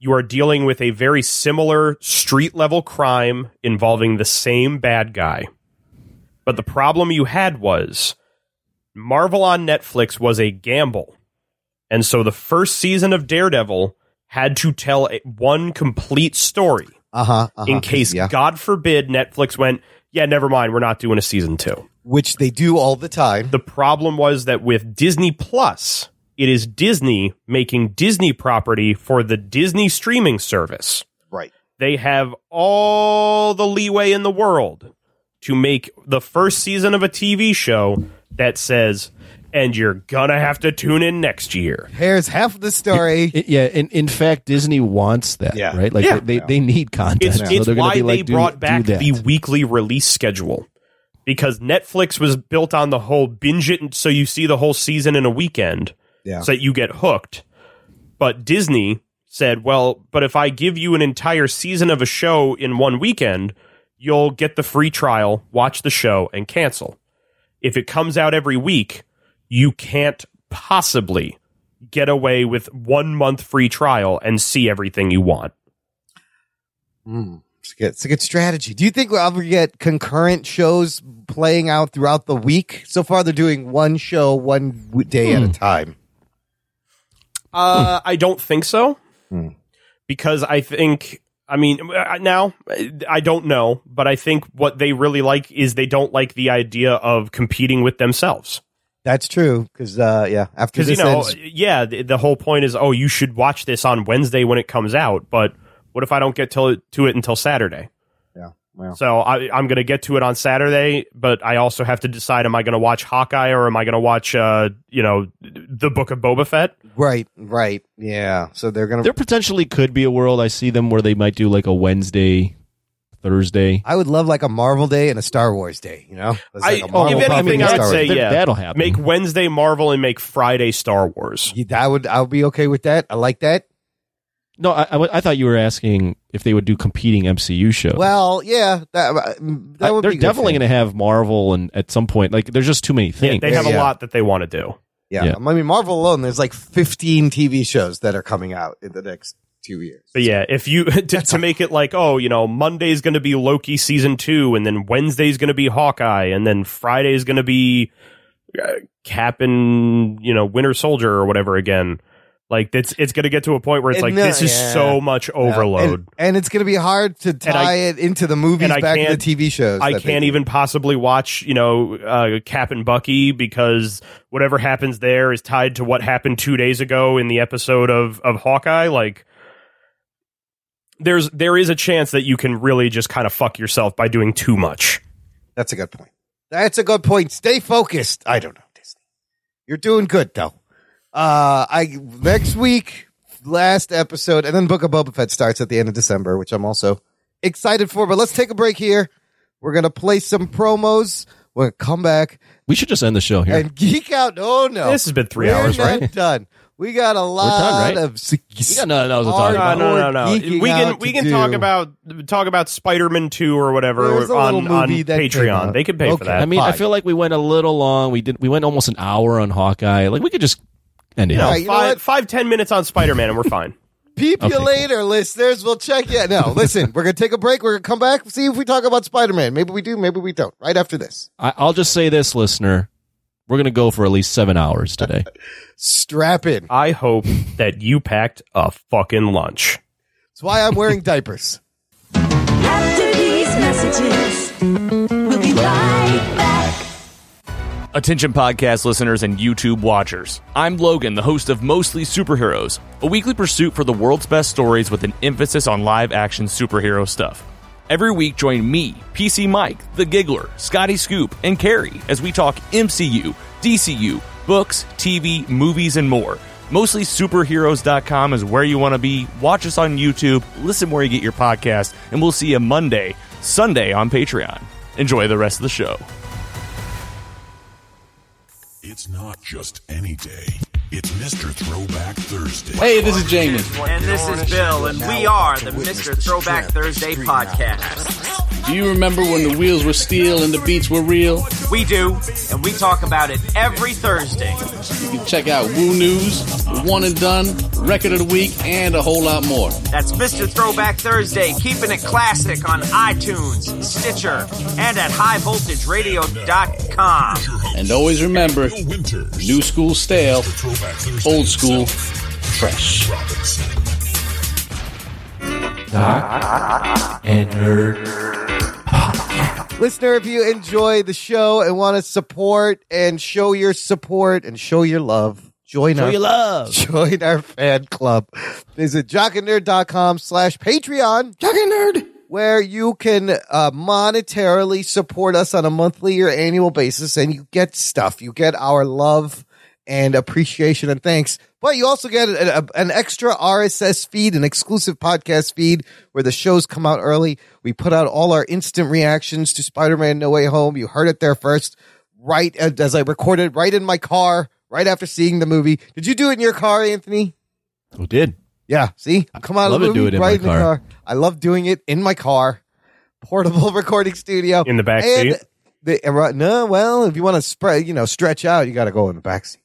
Speaker 6: you are dealing with a very similar street level crime involving the same bad guy. But the problem you had was Marvel on Netflix was a gamble. And so the first season of Daredevil had to tell a- one complete story
Speaker 2: Uh huh. Uh-huh.
Speaker 6: in case,
Speaker 2: yeah.
Speaker 6: God forbid, Netflix went, yeah, never mind, we're not doing a season two.
Speaker 2: which they do all the time.
Speaker 6: The problem was that with Disney Plus, it is Disney making Disney property for the Disney streaming service.
Speaker 2: Right.
Speaker 6: They have all the leeway in the world to make the first season of a TV show that says, and you're gonna have to tune in next year.
Speaker 2: Here's half the story.
Speaker 7: It- yeah, and in fact, Disney wants that,
Speaker 2: Yeah.
Speaker 7: right? Like
Speaker 6: Yeah.
Speaker 7: they, they, they need content.
Speaker 6: It's,
Speaker 7: so
Speaker 6: it's
Speaker 7: they're gonna
Speaker 6: why
Speaker 7: be like,
Speaker 6: they
Speaker 7: do-
Speaker 6: brought
Speaker 7: do
Speaker 6: back
Speaker 7: that.
Speaker 6: the weekly release schedule because Netflix was built on the whole binge it so you see the whole season in a weekend
Speaker 2: Yeah.
Speaker 6: so that you get hooked. But Disney said, well, but if I give you an entire season of a show in one weekend, you'll get the free trial, watch the show, and cancel. If it comes out every week, you can't possibly get away with one month free trial and see everything you want.
Speaker 2: Mm, It's a, good, it's a good strategy. Do you think we'll ever get concurrent shows playing out throughout the week? So far, they're doing one show one w- day at a time.
Speaker 6: Uh, I don't think so,
Speaker 2: Hmm.
Speaker 6: because I think I mean uh, now I don't know, but I think what they really like is they don't like the idea of competing with themselves.
Speaker 2: That's true. Because uh, yeah, after
Speaker 6: Because you
Speaker 2: this
Speaker 6: know,
Speaker 2: ends,
Speaker 6: yeah, the, the whole point is oh, you should watch this on Wednesday when it comes out, but what if I don't get to, to it until Saturday?
Speaker 2: Yeah, well.
Speaker 6: So I, I'm going to get to it on Saturday, but I also have to decide: am I going to watch Hawkeye or am I going to watch, uh, you know, the Book of Boba Fett?
Speaker 2: right, right, yeah. So they're gonna.
Speaker 7: There potentially could be a world I see them where they might do like a Wednesday, Thursday.
Speaker 2: I would love like a Marvel day and a Star Wars day. You know, It's
Speaker 6: I-
Speaker 2: like a
Speaker 6: if
Speaker 2: Marvel
Speaker 6: anything,
Speaker 2: property,
Speaker 6: I would
Speaker 2: Star Wars.
Speaker 6: say-
Speaker 7: Th-
Speaker 6: yeah.
Speaker 7: that'll happen.
Speaker 6: Make Wednesday Marvel and make Friday Star Wars.
Speaker 2: Yeah, I would. I would be okay with that. I like that.
Speaker 7: no, I, I w- I thought you were asking if they would do competing MCU shows.
Speaker 2: Well, yeah, that, uh, that
Speaker 7: I-
Speaker 2: would
Speaker 7: they're
Speaker 2: be good
Speaker 7: definitely
Speaker 2: thing.
Speaker 7: going to have Marvel, and at some point, like there's just too many
Speaker 6: Yeah,
Speaker 7: things.
Speaker 6: they have a
Speaker 2: Yeah.
Speaker 6: lot that they want to do.
Speaker 2: Yeah.
Speaker 7: Yeah.
Speaker 2: I mean, Marvel alone, there's like 15 TV shows that are coming out in the next two years.
Speaker 6: But yeah, if you to, to make it like, oh, you know, Monday's going to be Loki season two, and then Wednesday's going to be Hawkeye, and then Friday's going to be uh, Cap and you know Winter Soldier or whatever again. Like it's it's going to get to a point where it's
Speaker 2: And
Speaker 6: like
Speaker 2: no-
Speaker 6: this is
Speaker 2: yeah.
Speaker 6: so much
Speaker 2: Yeah.
Speaker 6: overload.
Speaker 2: And, and it's going to be hard to tie
Speaker 6: I-
Speaker 2: it into the movies
Speaker 6: and I
Speaker 2: back to the
Speaker 6: can't-
Speaker 2: TV shows.
Speaker 6: I
Speaker 2: that they
Speaker 6: can't
Speaker 2: do.
Speaker 6: even possibly watch, you know, uh, Cap and Bucky because whatever happens there is tied to what happened two days ago in the episode of of Hawkeye. Like, there's there is a chance that you can really just kind of fuck yourself by doing too much.
Speaker 2: That's a good point. That's a good point. Stay focused. I don't know, Disney. You're doing good, though. Uh, I Next week, last episode, and then Book of Boba Fett starts at the end of December, which I'm also excited for. But let's take a break here. We're going to play some promos. We're going to come back
Speaker 7: we should just end the show here.
Speaker 2: and geek out. Oh, no.
Speaker 6: This has been 3
Speaker 2: We're
Speaker 6: hours,
Speaker 2: not
Speaker 6: right?
Speaker 2: Done. We got a lot
Speaker 7: right?
Speaker 2: of. se-
Speaker 7: we got nothing else to talk
Speaker 2: Our-
Speaker 7: about.
Speaker 6: No, no, no, no.
Speaker 2: Geeking
Speaker 6: We can
Speaker 2: out
Speaker 6: we
Speaker 2: to
Speaker 6: can
Speaker 2: do.
Speaker 6: talk about talk about Spider Man Two or whatever
Speaker 2: There's a
Speaker 6: on,
Speaker 2: little
Speaker 6: on
Speaker 2: movie that came out.
Speaker 6: Patreon. They can pay
Speaker 2: Okay.
Speaker 6: for that.
Speaker 7: I mean, I
Speaker 2: Fine.
Speaker 7: feel like we went a little long. We did. We went almost an hour on Hawkeye. Like we could just end it.
Speaker 2: All
Speaker 7: here.
Speaker 2: right, you know
Speaker 6: five,
Speaker 2: what?
Speaker 6: five ten minutes on Spider Man and we're fine.
Speaker 2: Peep
Speaker 7: Okay,
Speaker 2: you
Speaker 7: cool.
Speaker 2: later, listeners. We'll check you. No, listen, we're going to take a break. We're going to come back, see if we talk about Spider Man. Maybe we do, maybe we don't, right after this.
Speaker 7: I, I'll just say this, listener. We're going to go for at least seven hours today.
Speaker 2: Strap in.
Speaker 6: I hope that you packed a fucking lunch.
Speaker 2: That's why I'm wearing diapers.
Speaker 5: After these messages, we'll be right back.
Speaker 10: Attention podcast listeners and YouTube watchers. I'm Logan, the host of Mostly Superheroes, a weekly pursuit for the world's best stories with an emphasis on live action superhero stuff. Every week, join me, PC Mike, The Giggler, Scotty Scoop, and Carrie as we talk MCU, DCU, books, TV, movies, and more. MostlySuperheroes.com is where you want to be. Watch us on YouTube, listen where you get your podcast, and we'll see you Monday, Sunday on Patreon. Enjoy the rest of the show.
Speaker 11: It's not just any day. It's Mr. Throwback Thursday.
Speaker 3: Hey, this is Jamie.
Speaker 12: And this is Bill, and we are the Mr. Throwback Thursday podcast.
Speaker 5: Help
Speaker 13: Do you remember when the wheels were steel and the beats were real?
Speaker 14: We do, and we talk about it every Thursday.
Speaker 13: You can check out Woo News, One and Done, Record of the Week, and a whole lot more.
Speaker 14: That's Mr. Throwback Thursday, keeping it classic on iTunes, Stitcher, and at highvoltageradio.com.
Speaker 13: And always remember new school stale, old school fresh.
Speaker 1: Doc and Nerd. Listener, if you enjoy the show and want to support and show your support and show your love, join
Speaker 2: Show
Speaker 1: our
Speaker 2: your love.
Speaker 1: Join our fan club. Visit jockandnerd.com slash Patreon. Jock and Nerd. Where you can uh, monetarily support us on a monthly or annual basis and you get stuff. You get our love and appreciation and thanks. But you also get a, a- an extra RSS feed, an exclusive podcast feed where the shows come out early. We put out all our instant reactions to Spider Man No Way Home. You heard it there first, right at- as I recorded, right in my car, right after seeing the movie. Did you do it in your car, Anthony?
Speaker 2: Who did?
Speaker 1: Yeah. See, come out of
Speaker 2: love
Speaker 1: the
Speaker 2: to
Speaker 1: movie,
Speaker 2: do it in
Speaker 1: right
Speaker 2: my
Speaker 1: in the
Speaker 2: car.
Speaker 1: car. I love doing it in my car, portable recording studio
Speaker 6: In the back
Speaker 1: And
Speaker 6: seat?
Speaker 1: The, and right- no, well, if you want to spread, you know, stretch out, you got to go in the back seat.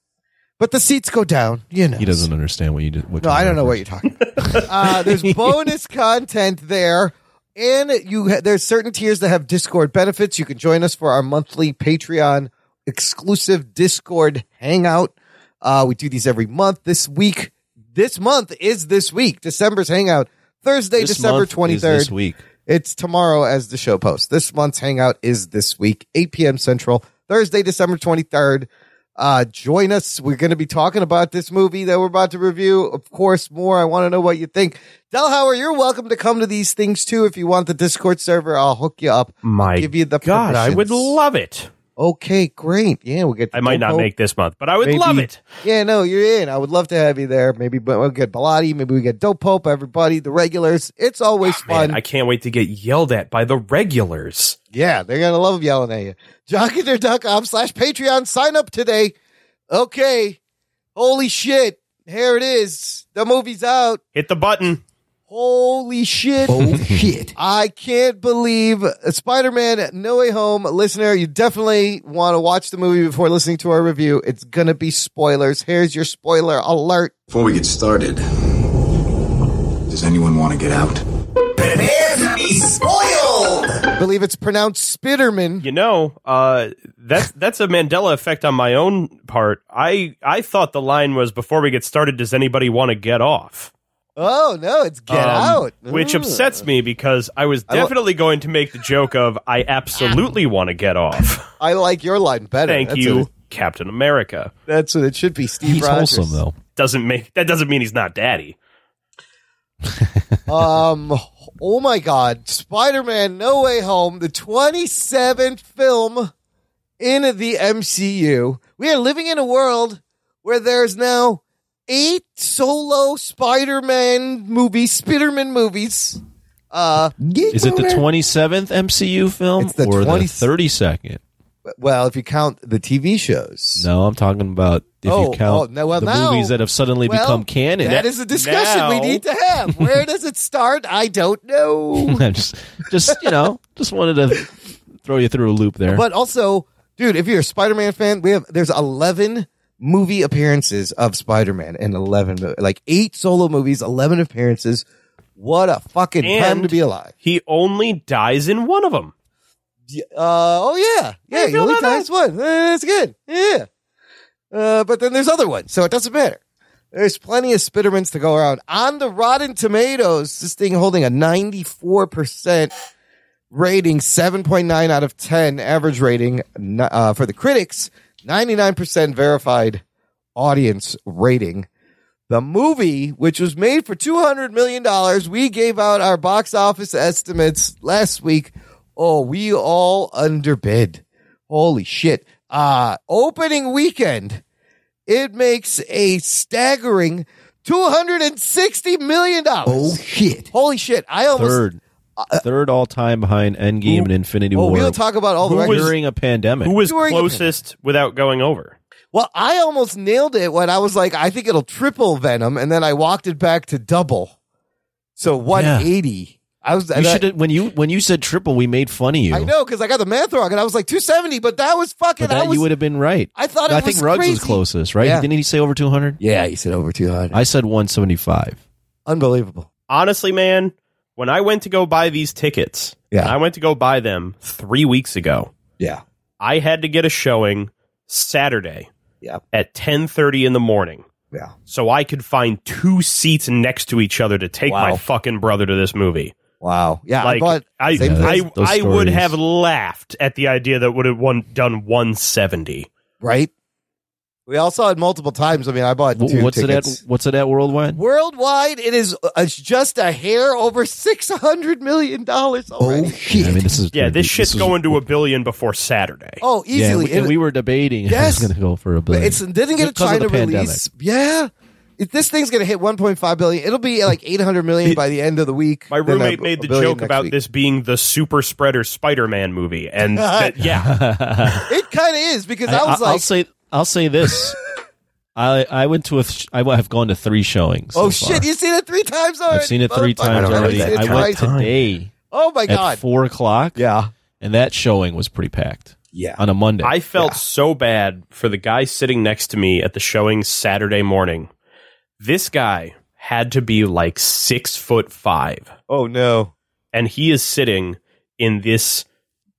Speaker 1: But the seats go down, you know.
Speaker 7: He doesn't understand what you did. What
Speaker 1: No, I don't know what you're talking about. uh, there's bonus content there. And you ha- there's certain tiers that have Discord benefits. You can join us for our monthly Patreon exclusive Discord hangout. Uh, we do these every month. This week, this month is this week, December's hangout, Thursday,
Speaker 2: This
Speaker 1: December
Speaker 2: month
Speaker 1: 23rd.
Speaker 2: is this week.
Speaker 1: It's tomorrow as the show posts. This month's hangout is this week, 8 p.m. Central, Thursday, December 23rd. Uh, join us. We're going to be talking about this movie that we're about to review. Of course, more. I want to know what you think. Delhauer, you're welcome to come to these things too. If you want the Discord server, I'll hook you up.
Speaker 6: My
Speaker 1: give you the
Speaker 6: God, I would
Speaker 1: permissions.
Speaker 6: love it.
Speaker 1: Okay, great. Yeah, we'll get.
Speaker 6: I might not
Speaker 1: Dopo.
Speaker 6: make this month, but I would
Speaker 1: Maybe-
Speaker 6: love it.
Speaker 1: Yeah, no, you're in. I would love to have you there. Maybe, but we'll get Bilotti. Maybe we get Dope Pope. Everybody, the regulars. It's always fun.
Speaker 6: Ah, Man, I can't wait to get yelled at by the regulars.
Speaker 1: Yeah, they're gonna love yelling at you. Jockeyder.com slash Patreon. Sign up today. Okay. Holy shit. Here it is. The movie's out.
Speaker 6: Hit the button.
Speaker 1: Holy shit. Oh shit. I can't believe Spider Man No Way Home. Listener, you definitely want to watch the movie before listening to our review. It's gonna be spoilers. Here's your spoiler alert.
Speaker 15: Before we get started, does anyone want to get out?
Speaker 16: Prepare to be spoiled!
Speaker 1: I believe it's pronounced Spitterman.
Speaker 6: You know, uh, that's that's a Mandela effect on my own part. I I thought the line was before we get started. Does anybody want to get off?
Speaker 1: Oh no, it's get
Speaker 6: Um,
Speaker 1: out. Mm.
Speaker 6: which
Speaker 1: Ooh.
Speaker 6: upsets me because I was definitely going to make the joke of I absolutely want to get off.
Speaker 1: I like your line better.
Speaker 6: Thank
Speaker 1: That's
Speaker 6: you,
Speaker 1: what it-
Speaker 6: Captain America.
Speaker 1: that's what it should be. Steve
Speaker 7: He's
Speaker 1: Rogers.
Speaker 7: wholesome though.
Speaker 6: Doesn't make that doesn't mean he's not daddy.
Speaker 1: um oh my god spider-man no way home the 27th film in the mcu we are living in a world where there's now eight solo spider-man movies spider-man movies uh
Speaker 2: Is it the 27th MCU film
Speaker 1: It's the
Speaker 2: or
Speaker 1: 20
Speaker 2: the 32nd?
Speaker 1: well if you count the tv shows
Speaker 2: No, I'm talking about if
Speaker 1: Oh,
Speaker 2: you count
Speaker 1: oh, no, well,
Speaker 2: the
Speaker 1: now-
Speaker 2: movies that have suddenly
Speaker 1: well,
Speaker 2: become canon.
Speaker 1: that is a discussion we
Speaker 6: now-
Speaker 1: need to have where does it start i don't know
Speaker 2: I just, just you know, just wanted to throw you through a loop there.
Speaker 1: But also, dude, if you're a Spider-Man fan, we have there's 11 movie appearances of Spider-Man and 11 mo- like 8 solo movies, 11 appearances. What a fucking time
Speaker 6: And-
Speaker 1: to be alive.
Speaker 6: He only dies in one of them.
Speaker 1: Y- Uh, oh yeah. Yeah, you
Speaker 6: feel
Speaker 1: only
Speaker 6: about
Speaker 1: times one. Uh, That's good. Yeah. Uh, but then there's other ones, so it doesn't matter. There's plenty of Spidermans to go around. On the Rotten Tomatoes, this thing holding a 94% rating, 7.9 out of 10 average rating n- uh, for the critics, 99% verified audience rating. The movie, which was made for $200 million, we gave out our box office estimates last week. Oh, we all underbid. Holy shit. Uh, opening weekend, it makes a staggering $260 million. Oh, shit. Holy shit. I almost.
Speaker 2: third, third all time behind Endgame and Infinity
Speaker 1: Oh,
Speaker 2: War.
Speaker 1: we'll talk about all the
Speaker 6: Who
Speaker 1: records.
Speaker 6: was-
Speaker 2: during a pandemic.
Speaker 6: Who was
Speaker 1: During the-
Speaker 6: closest without going over?
Speaker 1: Well, I almost nailed it when I was like, I think it'll triple Venom, and then I walked it back to double. So 180. I was.
Speaker 7: You should when you when you said triple, we made fun of you.
Speaker 1: I know because I got the math wrong, and I was like two seventy, but that was fucking.
Speaker 7: But that
Speaker 1: I was,
Speaker 7: you would have been right.
Speaker 1: I thought it
Speaker 7: I think
Speaker 1: was
Speaker 7: Ruggs was
Speaker 1: crazy.
Speaker 7: closest, right?
Speaker 1: Yeah.
Speaker 7: Didn't he say over two hundred?
Speaker 1: Yeah, he said over two hundred.
Speaker 7: I said one seventy five.
Speaker 1: Unbelievable.
Speaker 6: honestly, man, when I went to go buy these tickets,
Speaker 1: Yeah.
Speaker 6: I went to go buy them three weeks ago.
Speaker 1: Yeah.
Speaker 6: I had to get a showing Saturday
Speaker 1: Yeah.
Speaker 6: at ten thirty in the morning.
Speaker 1: Yeah.
Speaker 6: So I could find two seats next to each other to take my
Speaker 1: Wow.
Speaker 6: fucking brother to this movie.
Speaker 1: Wow. Yeah.
Speaker 6: Like
Speaker 1: I bought.
Speaker 6: I,
Speaker 1: same
Speaker 6: I,
Speaker 1: place.
Speaker 7: those
Speaker 6: I would
Speaker 7: stories.
Speaker 6: have laughed at the idea that would have won, done one seventy.
Speaker 1: right. We all saw it multiple times. I mean, I bought two
Speaker 7: What's
Speaker 1: tickets.
Speaker 7: it at? What's it at worldwide?
Speaker 1: Worldwide, it is uh, just a hair over six hundred million dollars. Oh
Speaker 7: I mean, Hmm. this is
Speaker 6: Yeah, this shit's
Speaker 7: is-
Speaker 6: going to a billion before Saturday.
Speaker 1: Oh,
Speaker 7: Yeah,
Speaker 1: easily.
Speaker 7: and we were debating.
Speaker 1: Yes.
Speaker 7: Yes, going to go for a
Speaker 1: But
Speaker 7: billion.
Speaker 1: it's it didn't get a
Speaker 7: Because of
Speaker 1: China
Speaker 7: the pandemic.
Speaker 1: release. Yeah. If this thing's gonna hit 1.5 billion, it'll be like 800 million by the end of the week.
Speaker 6: My
Speaker 1: Then a-
Speaker 6: roommate made
Speaker 1: a
Speaker 6: the
Speaker 1: billion
Speaker 6: joke
Speaker 1: next
Speaker 6: about
Speaker 1: week.
Speaker 6: this being the super spreader Spider-Man movie, and that- yeah,
Speaker 1: It kind of is because I,
Speaker 7: I-
Speaker 1: was
Speaker 7: I- I'll
Speaker 1: like,
Speaker 7: say I'll say this. I I went to a th- I have gone to three showings.
Speaker 1: "Oh
Speaker 7: so far.
Speaker 1: shit, you seen it three times already."
Speaker 7: I've seen it three
Speaker 1: motherfucker.
Speaker 7: times
Speaker 1: I've
Speaker 7: already.
Speaker 1: seen it
Speaker 7: I went
Speaker 1: twice.
Speaker 7: today
Speaker 1: Oh my
Speaker 7: at
Speaker 1: god.
Speaker 7: four o'clock.
Speaker 1: Yeah.
Speaker 7: and that showing was pretty packed.
Speaker 1: Yeah.
Speaker 7: on a Monday.
Speaker 6: I felt so bad for the guy sitting next to me at the showing Saturday morning. This guy had to be like six foot five,
Speaker 1: Oh no.
Speaker 6: and he is sitting in this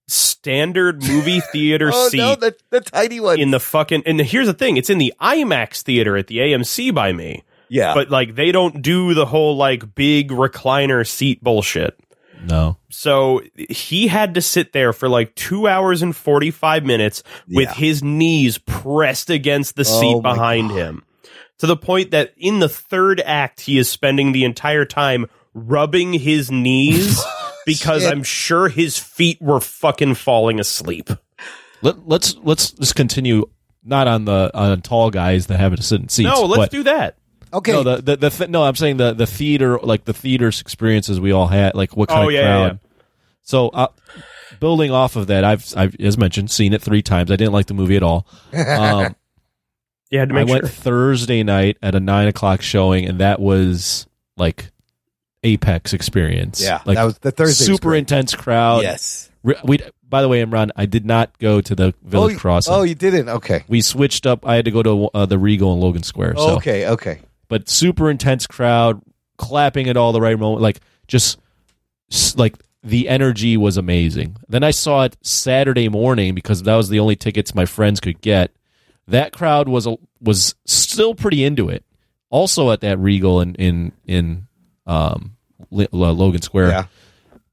Speaker 6: standard movie theater
Speaker 1: Oh
Speaker 6: seat
Speaker 1: no, the the tiny one.
Speaker 6: in the fucking. And here's the thing: it's in the IMAX theater at the AMC by me.
Speaker 1: yeah.
Speaker 6: But like they don't do the whole like big recliner seat bullshit.
Speaker 7: no.
Speaker 6: So he had to sit there for like two hours and 45 minutes with
Speaker 1: Yeah.
Speaker 6: his knees pressed against the seat
Speaker 1: Oh my
Speaker 6: behind him to the point that in the third act, he is spending the entire time rubbing his knees because
Speaker 1: Oh, Shit.
Speaker 6: I'm sure his feet were fucking falling asleep.
Speaker 7: Let, let's let's just continue. Not on the on tall guys that have to sit in seats.
Speaker 6: No, let's
Speaker 7: but-
Speaker 6: do that.
Speaker 1: okay.
Speaker 7: No, the, the, the th- no, I'm saying the, the theater, like the theater's experiences we all had, like what kind
Speaker 6: Oh,
Speaker 7: of
Speaker 6: yeah, yeah,
Speaker 7: crowd. So, uh, building off of that, I've, I've, as mentioned, seen it three times. I didn't like the movie at all. Um,
Speaker 6: You had to
Speaker 7: I
Speaker 6: make
Speaker 7: went
Speaker 6: sure.
Speaker 7: Thursday night at a nine o'clock showing, and that was like apex experience.
Speaker 1: yeah.
Speaker 7: like
Speaker 1: that was the Thursday. was
Speaker 7: super uh,
Speaker 1: great.
Speaker 7: intense crowd.
Speaker 1: Yes.
Speaker 7: Re- we. By the way, Imran, I did not go to the
Speaker 1: Oh,
Speaker 7: Village
Speaker 1: you-
Speaker 7: Crossing.
Speaker 1: Oh, you didn't. Okay.
Speaker 7: we switched up. I had to go to uh, the Regal and Logan Square. So
Speaker 1: Okay. Okay.
Speaker 7: but super intense crowd clapping at all the right moment like just s- like the energy was amazing then i saw it saturday morning because that was the only tickets my friends could get that crowd was a- was still pretty into it also at that regal in in in um Li- Lo- logan square
Speaker 1: Yeah.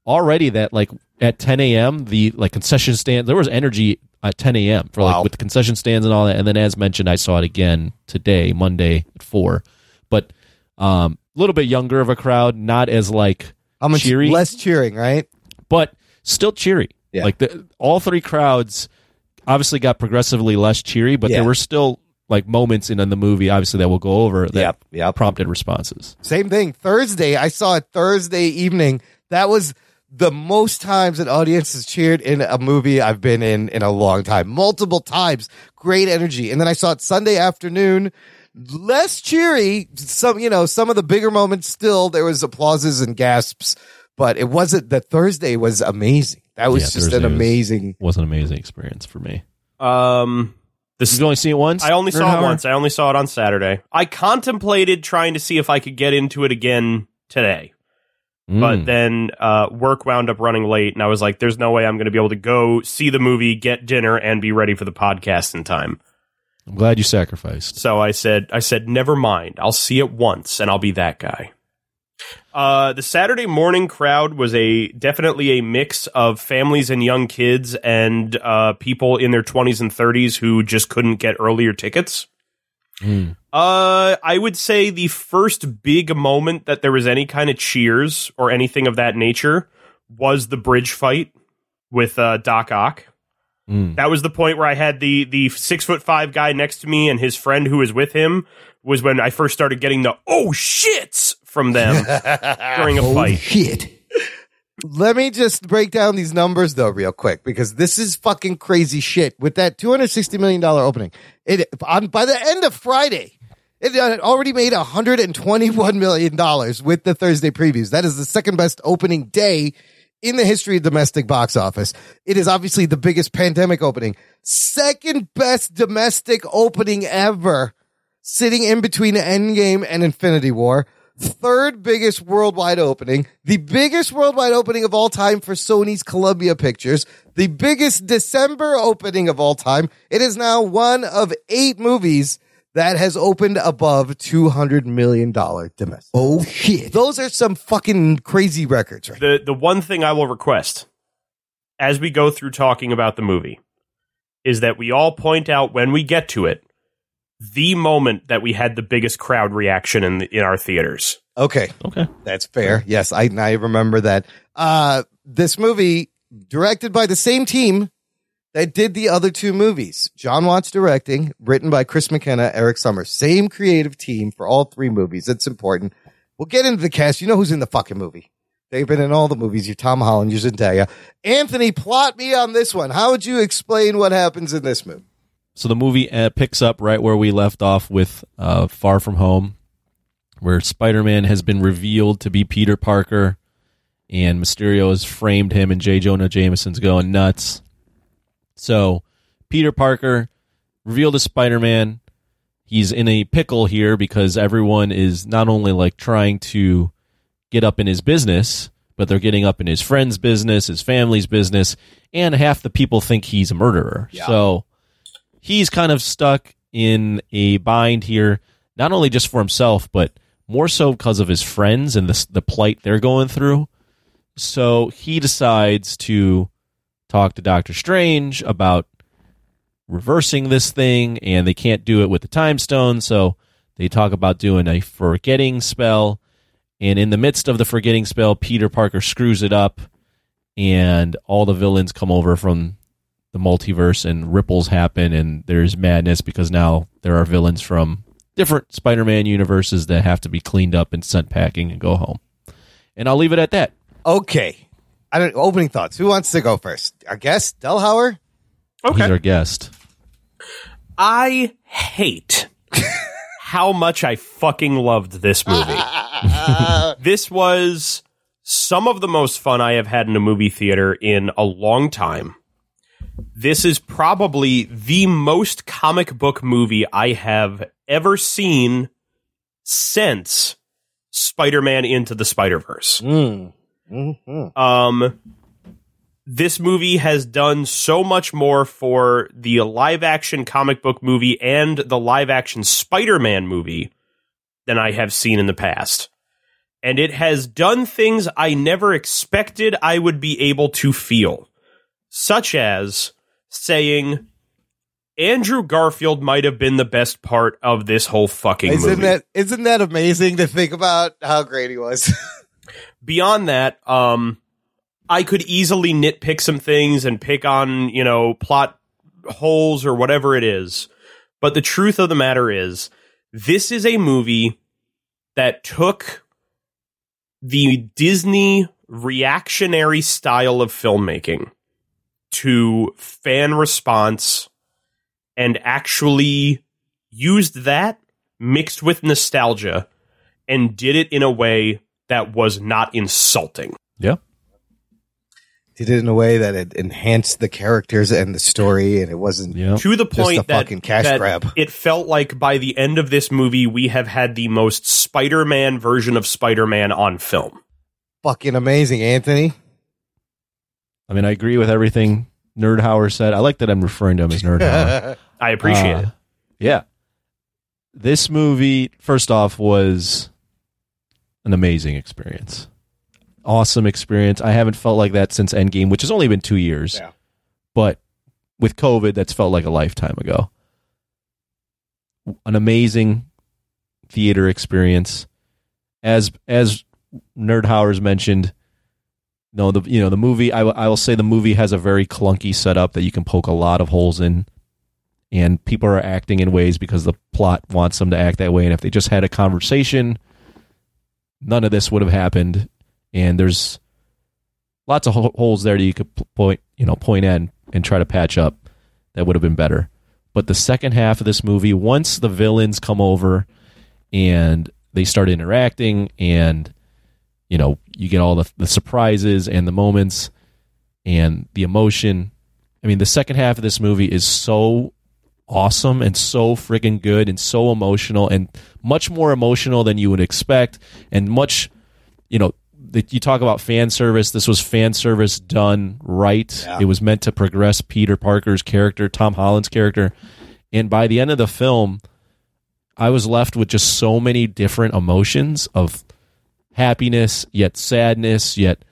Speaker 7: already that like at 10 a.m the like concession stand there was energy at 10 a.m for
Speaker 1: Wow.
Speaker 7: like with the concession stands and all that and then as mentioned i saw it again today monday at four but um a little bit younger of a crowd not as like
Speaker 1: How much
Speaker 7: cheery
Speaker 1: less cheering, right?
Speaker 7: but still cheery
Speaker 1: Yeah.
Speaker 7: like the, all three crowds obviously got progressively less cheery but
Speaker 1: Yeah.
Speaker 7: there were still like moments in, in the movie obviously that we'll go over that
Speaker 1: Yep, yep.
Speaker 7: prompted responses
Speaker 1: Same thing. Thursday, I saw it Thursday evening. That was the most times an audience has cheered in a movie I've been in in a long time. Multiple times. Great energy. And then I saw it Sunday afternoon. Less cheery. Some, you know, some of the bigger moments still, there was applauses and gasps, but it wasn't the Thursday was amazing. That was
Speaker 7: Yeah,
Speaker 1: just
Speaker 7: Thursday
Speaker 1: an
Speaker 7: was-
Speaker 1: amazing.
Speaker 7: was an amazing experience for me
Speaker 6: Um,
Speaker 7: this you only seen it once
Speaker 6: I only saw it
Speaker 7: Nerdhauer?
Speaker 6: once. I only saw it on Saturday. I contemplated trying to see if I could get into it again today, but
Speaker 7: Mm.
Speaker 6: then uh, work wound up running late, and I was like, "There's no way I'm going to be able to go see the movie, get dinner, and be ready for the podcast in time."
Speaker 7: i'm glad you sacrificed
Speaker 6: So I said, "I said, never mind. I'll see it once, and I'll be that guy." Uh, the Saturday morning crowd was a definitely a mix of families and young kids and uh, people in their 20s and 30s who just couldn't get earlier tickets.
Speaker 7: Mm.
Speaker 6: Uh, I would say the first big moment that there was any kind of cheers or anything of that nature was the bridge fight with uh, Doc Ock.
Speaker 7: Mm.
Speaker 6: That was the point where I had the the six foot five guy next to me and his friend who was with him was when I first started getting the oh shits from them during a fight.
Speaker 1: Let me just break down these numbers though, real quick, because this is fucking crazy shit. With that two hundred sixty million dollar opening, it on by the end of Friday, It had already made $121 million with the Thursday previews. That is the second best opening day in the history of domestic box office. It is obviously the biggest pandemic opening, second best domestic opening ever, sitting in between Endgame and Infinity War. Third biggest worldwide opening, the biggest worldwide opening of all time for Sony's Columbia Pictures, the biggest December opening of all time. It is now one of eight movies that has opened above $200 million domestic.
Speaker 17: Oh, shit.
Speaker 1: Those are some fucking crazy records, right?
Speaker 6: The, the one thing I will request as we go through talking about the movie is that we all point out when we get to it the moment that we had the biggest crowd reaction in, the, in our theaters.
Speaker 1: Okay.
Speaker 7: Okay.
Speaker 1: That's fair. Yes, I, I remember that. Uh, this movie, directed by the same team that did the other two movies. John Watts directing, written by Chris McKenna, Eric Summers. Same creative team for all three movies. It's important. We'll get into the cast. You know who's in the fucking movie. They've been in all the movies. You're Tom Holland, you're Zendaya. Anthony, plot me on this one. How would you explain what happens in this movie?
Speaker 7: So the movie uh, picks up right where we left off with uh, Far From Home, where Spider Man has been revealed to be Peter Parker, and Mysterio has framed him, and J. Jonah Jameson's going nuts. So Peter Parker revealed as Spider Man. He's in a pickle here because everyone is not only like trying to get up in his business, but they're getting up in his friend's business, his family's business, and half the people think he's a murderer. Yeah. So he's kind of stuck in a bind here, not only just for himself, but more so because of his friends and the, the plight they're going through. So he decides to talk to Doctor Strange about reversing this thing, and they can't do it with the time stone. So they talk about doing a forgetting spell. And in the midst of the forgetting spell, Peter Parker screws it up, and all the villains come over from the multiverse, and ripples happen, and there's madness because now there are villains from different Spider Man universes that have to be cleaned up and sent packing and go home. And I'll leave it at that.
Speaker 1: Okay. I don't opening thoughts. Who wants to go first? Our guest, Delhauer.
Speaker 7: Okay, he's our guest.
Speaker 6: I hate how much I fucking loved this movie. this was some of the most fun I have had in a movie theater in a long time. This is probably the most comic book movie I have ever seen since Spider-Man into the Spider-Verse.
Speaker 1: Mm.
Speaker 6: Mm-hmm. Um, this movie has done so much more for the live action comic book movie and the live action Spider Man movie than I have seen in the past. And it has done things I never expected I would be able to feel, such as saying, Andrew Garfield might have been the best part of this whole fucking
Speaker 1: isn't
Speaker 6: movie.
Speaker 1: That, isn't that amazing to think about how great he was?
Speaker 6: beyond that, um, I could easily nitpick some things and pick on, you know, plot holes or whatever it is. But the truth of the matter is, this is a movie that took the Disney reactionary style of filmmaking to fan response and actually used that mixed with nostalgia and did it in a way that was not insulting.
Speaker 7: Yeah.
Speaker 1: Did it in a way that it enhanced the characters and the story, and it wasn't
Speaker 6: yeah. to the point that,
Speaker 1: fucking cash
Speaker 6: that
Speaker 1: grab.
Speaker 6: It felt like by the end of this movie, we have had the most Spider-Man version of Spider-Man on film.
Speaker 1: Fucking amazing, Anthony.
Speaker 7: I mean, I agree with everything Nerdhauer said. I like that I'm referring to him as Nerdhauer.
Speaker 6: I appreciate uh, it.
Speaker 7: Yeah. This movie, first off, was an amazing experience. Awesome experience. I haven't felt like that since Endgame, which has only been two years.
Speaker 1: Yeah.
Speaker 7: But with COVID, that's felt like a lifetime ago. An amazing theater experience. As as Nerdhauer's mentioned, no, the you know the movie. I, w- I will say the movie has a very clunky setup that you can poke a lot of holes in, and people are acting in ways because the plot wants them to act that way. And if they just had a conversation, none of this would have happened. And there's lots of holes there that you could point, you know, point at and try to patch up. That would have been better. But the second half of this movie, once the villains come over and they start interacting and you know you get all the, the surprises and the moments and the emotion i mean the second half of this movie is so awesome and so freaking good and so emotional and much more emotional than you would expect and much you know that you talk about fan service this was fan service done right
Speaker 2: Yeah.
Speaker 7: it was meant to progress peter parker's character tom holland's character and by the end of the film i was left with just so many different emotions of happiness yet sadness yet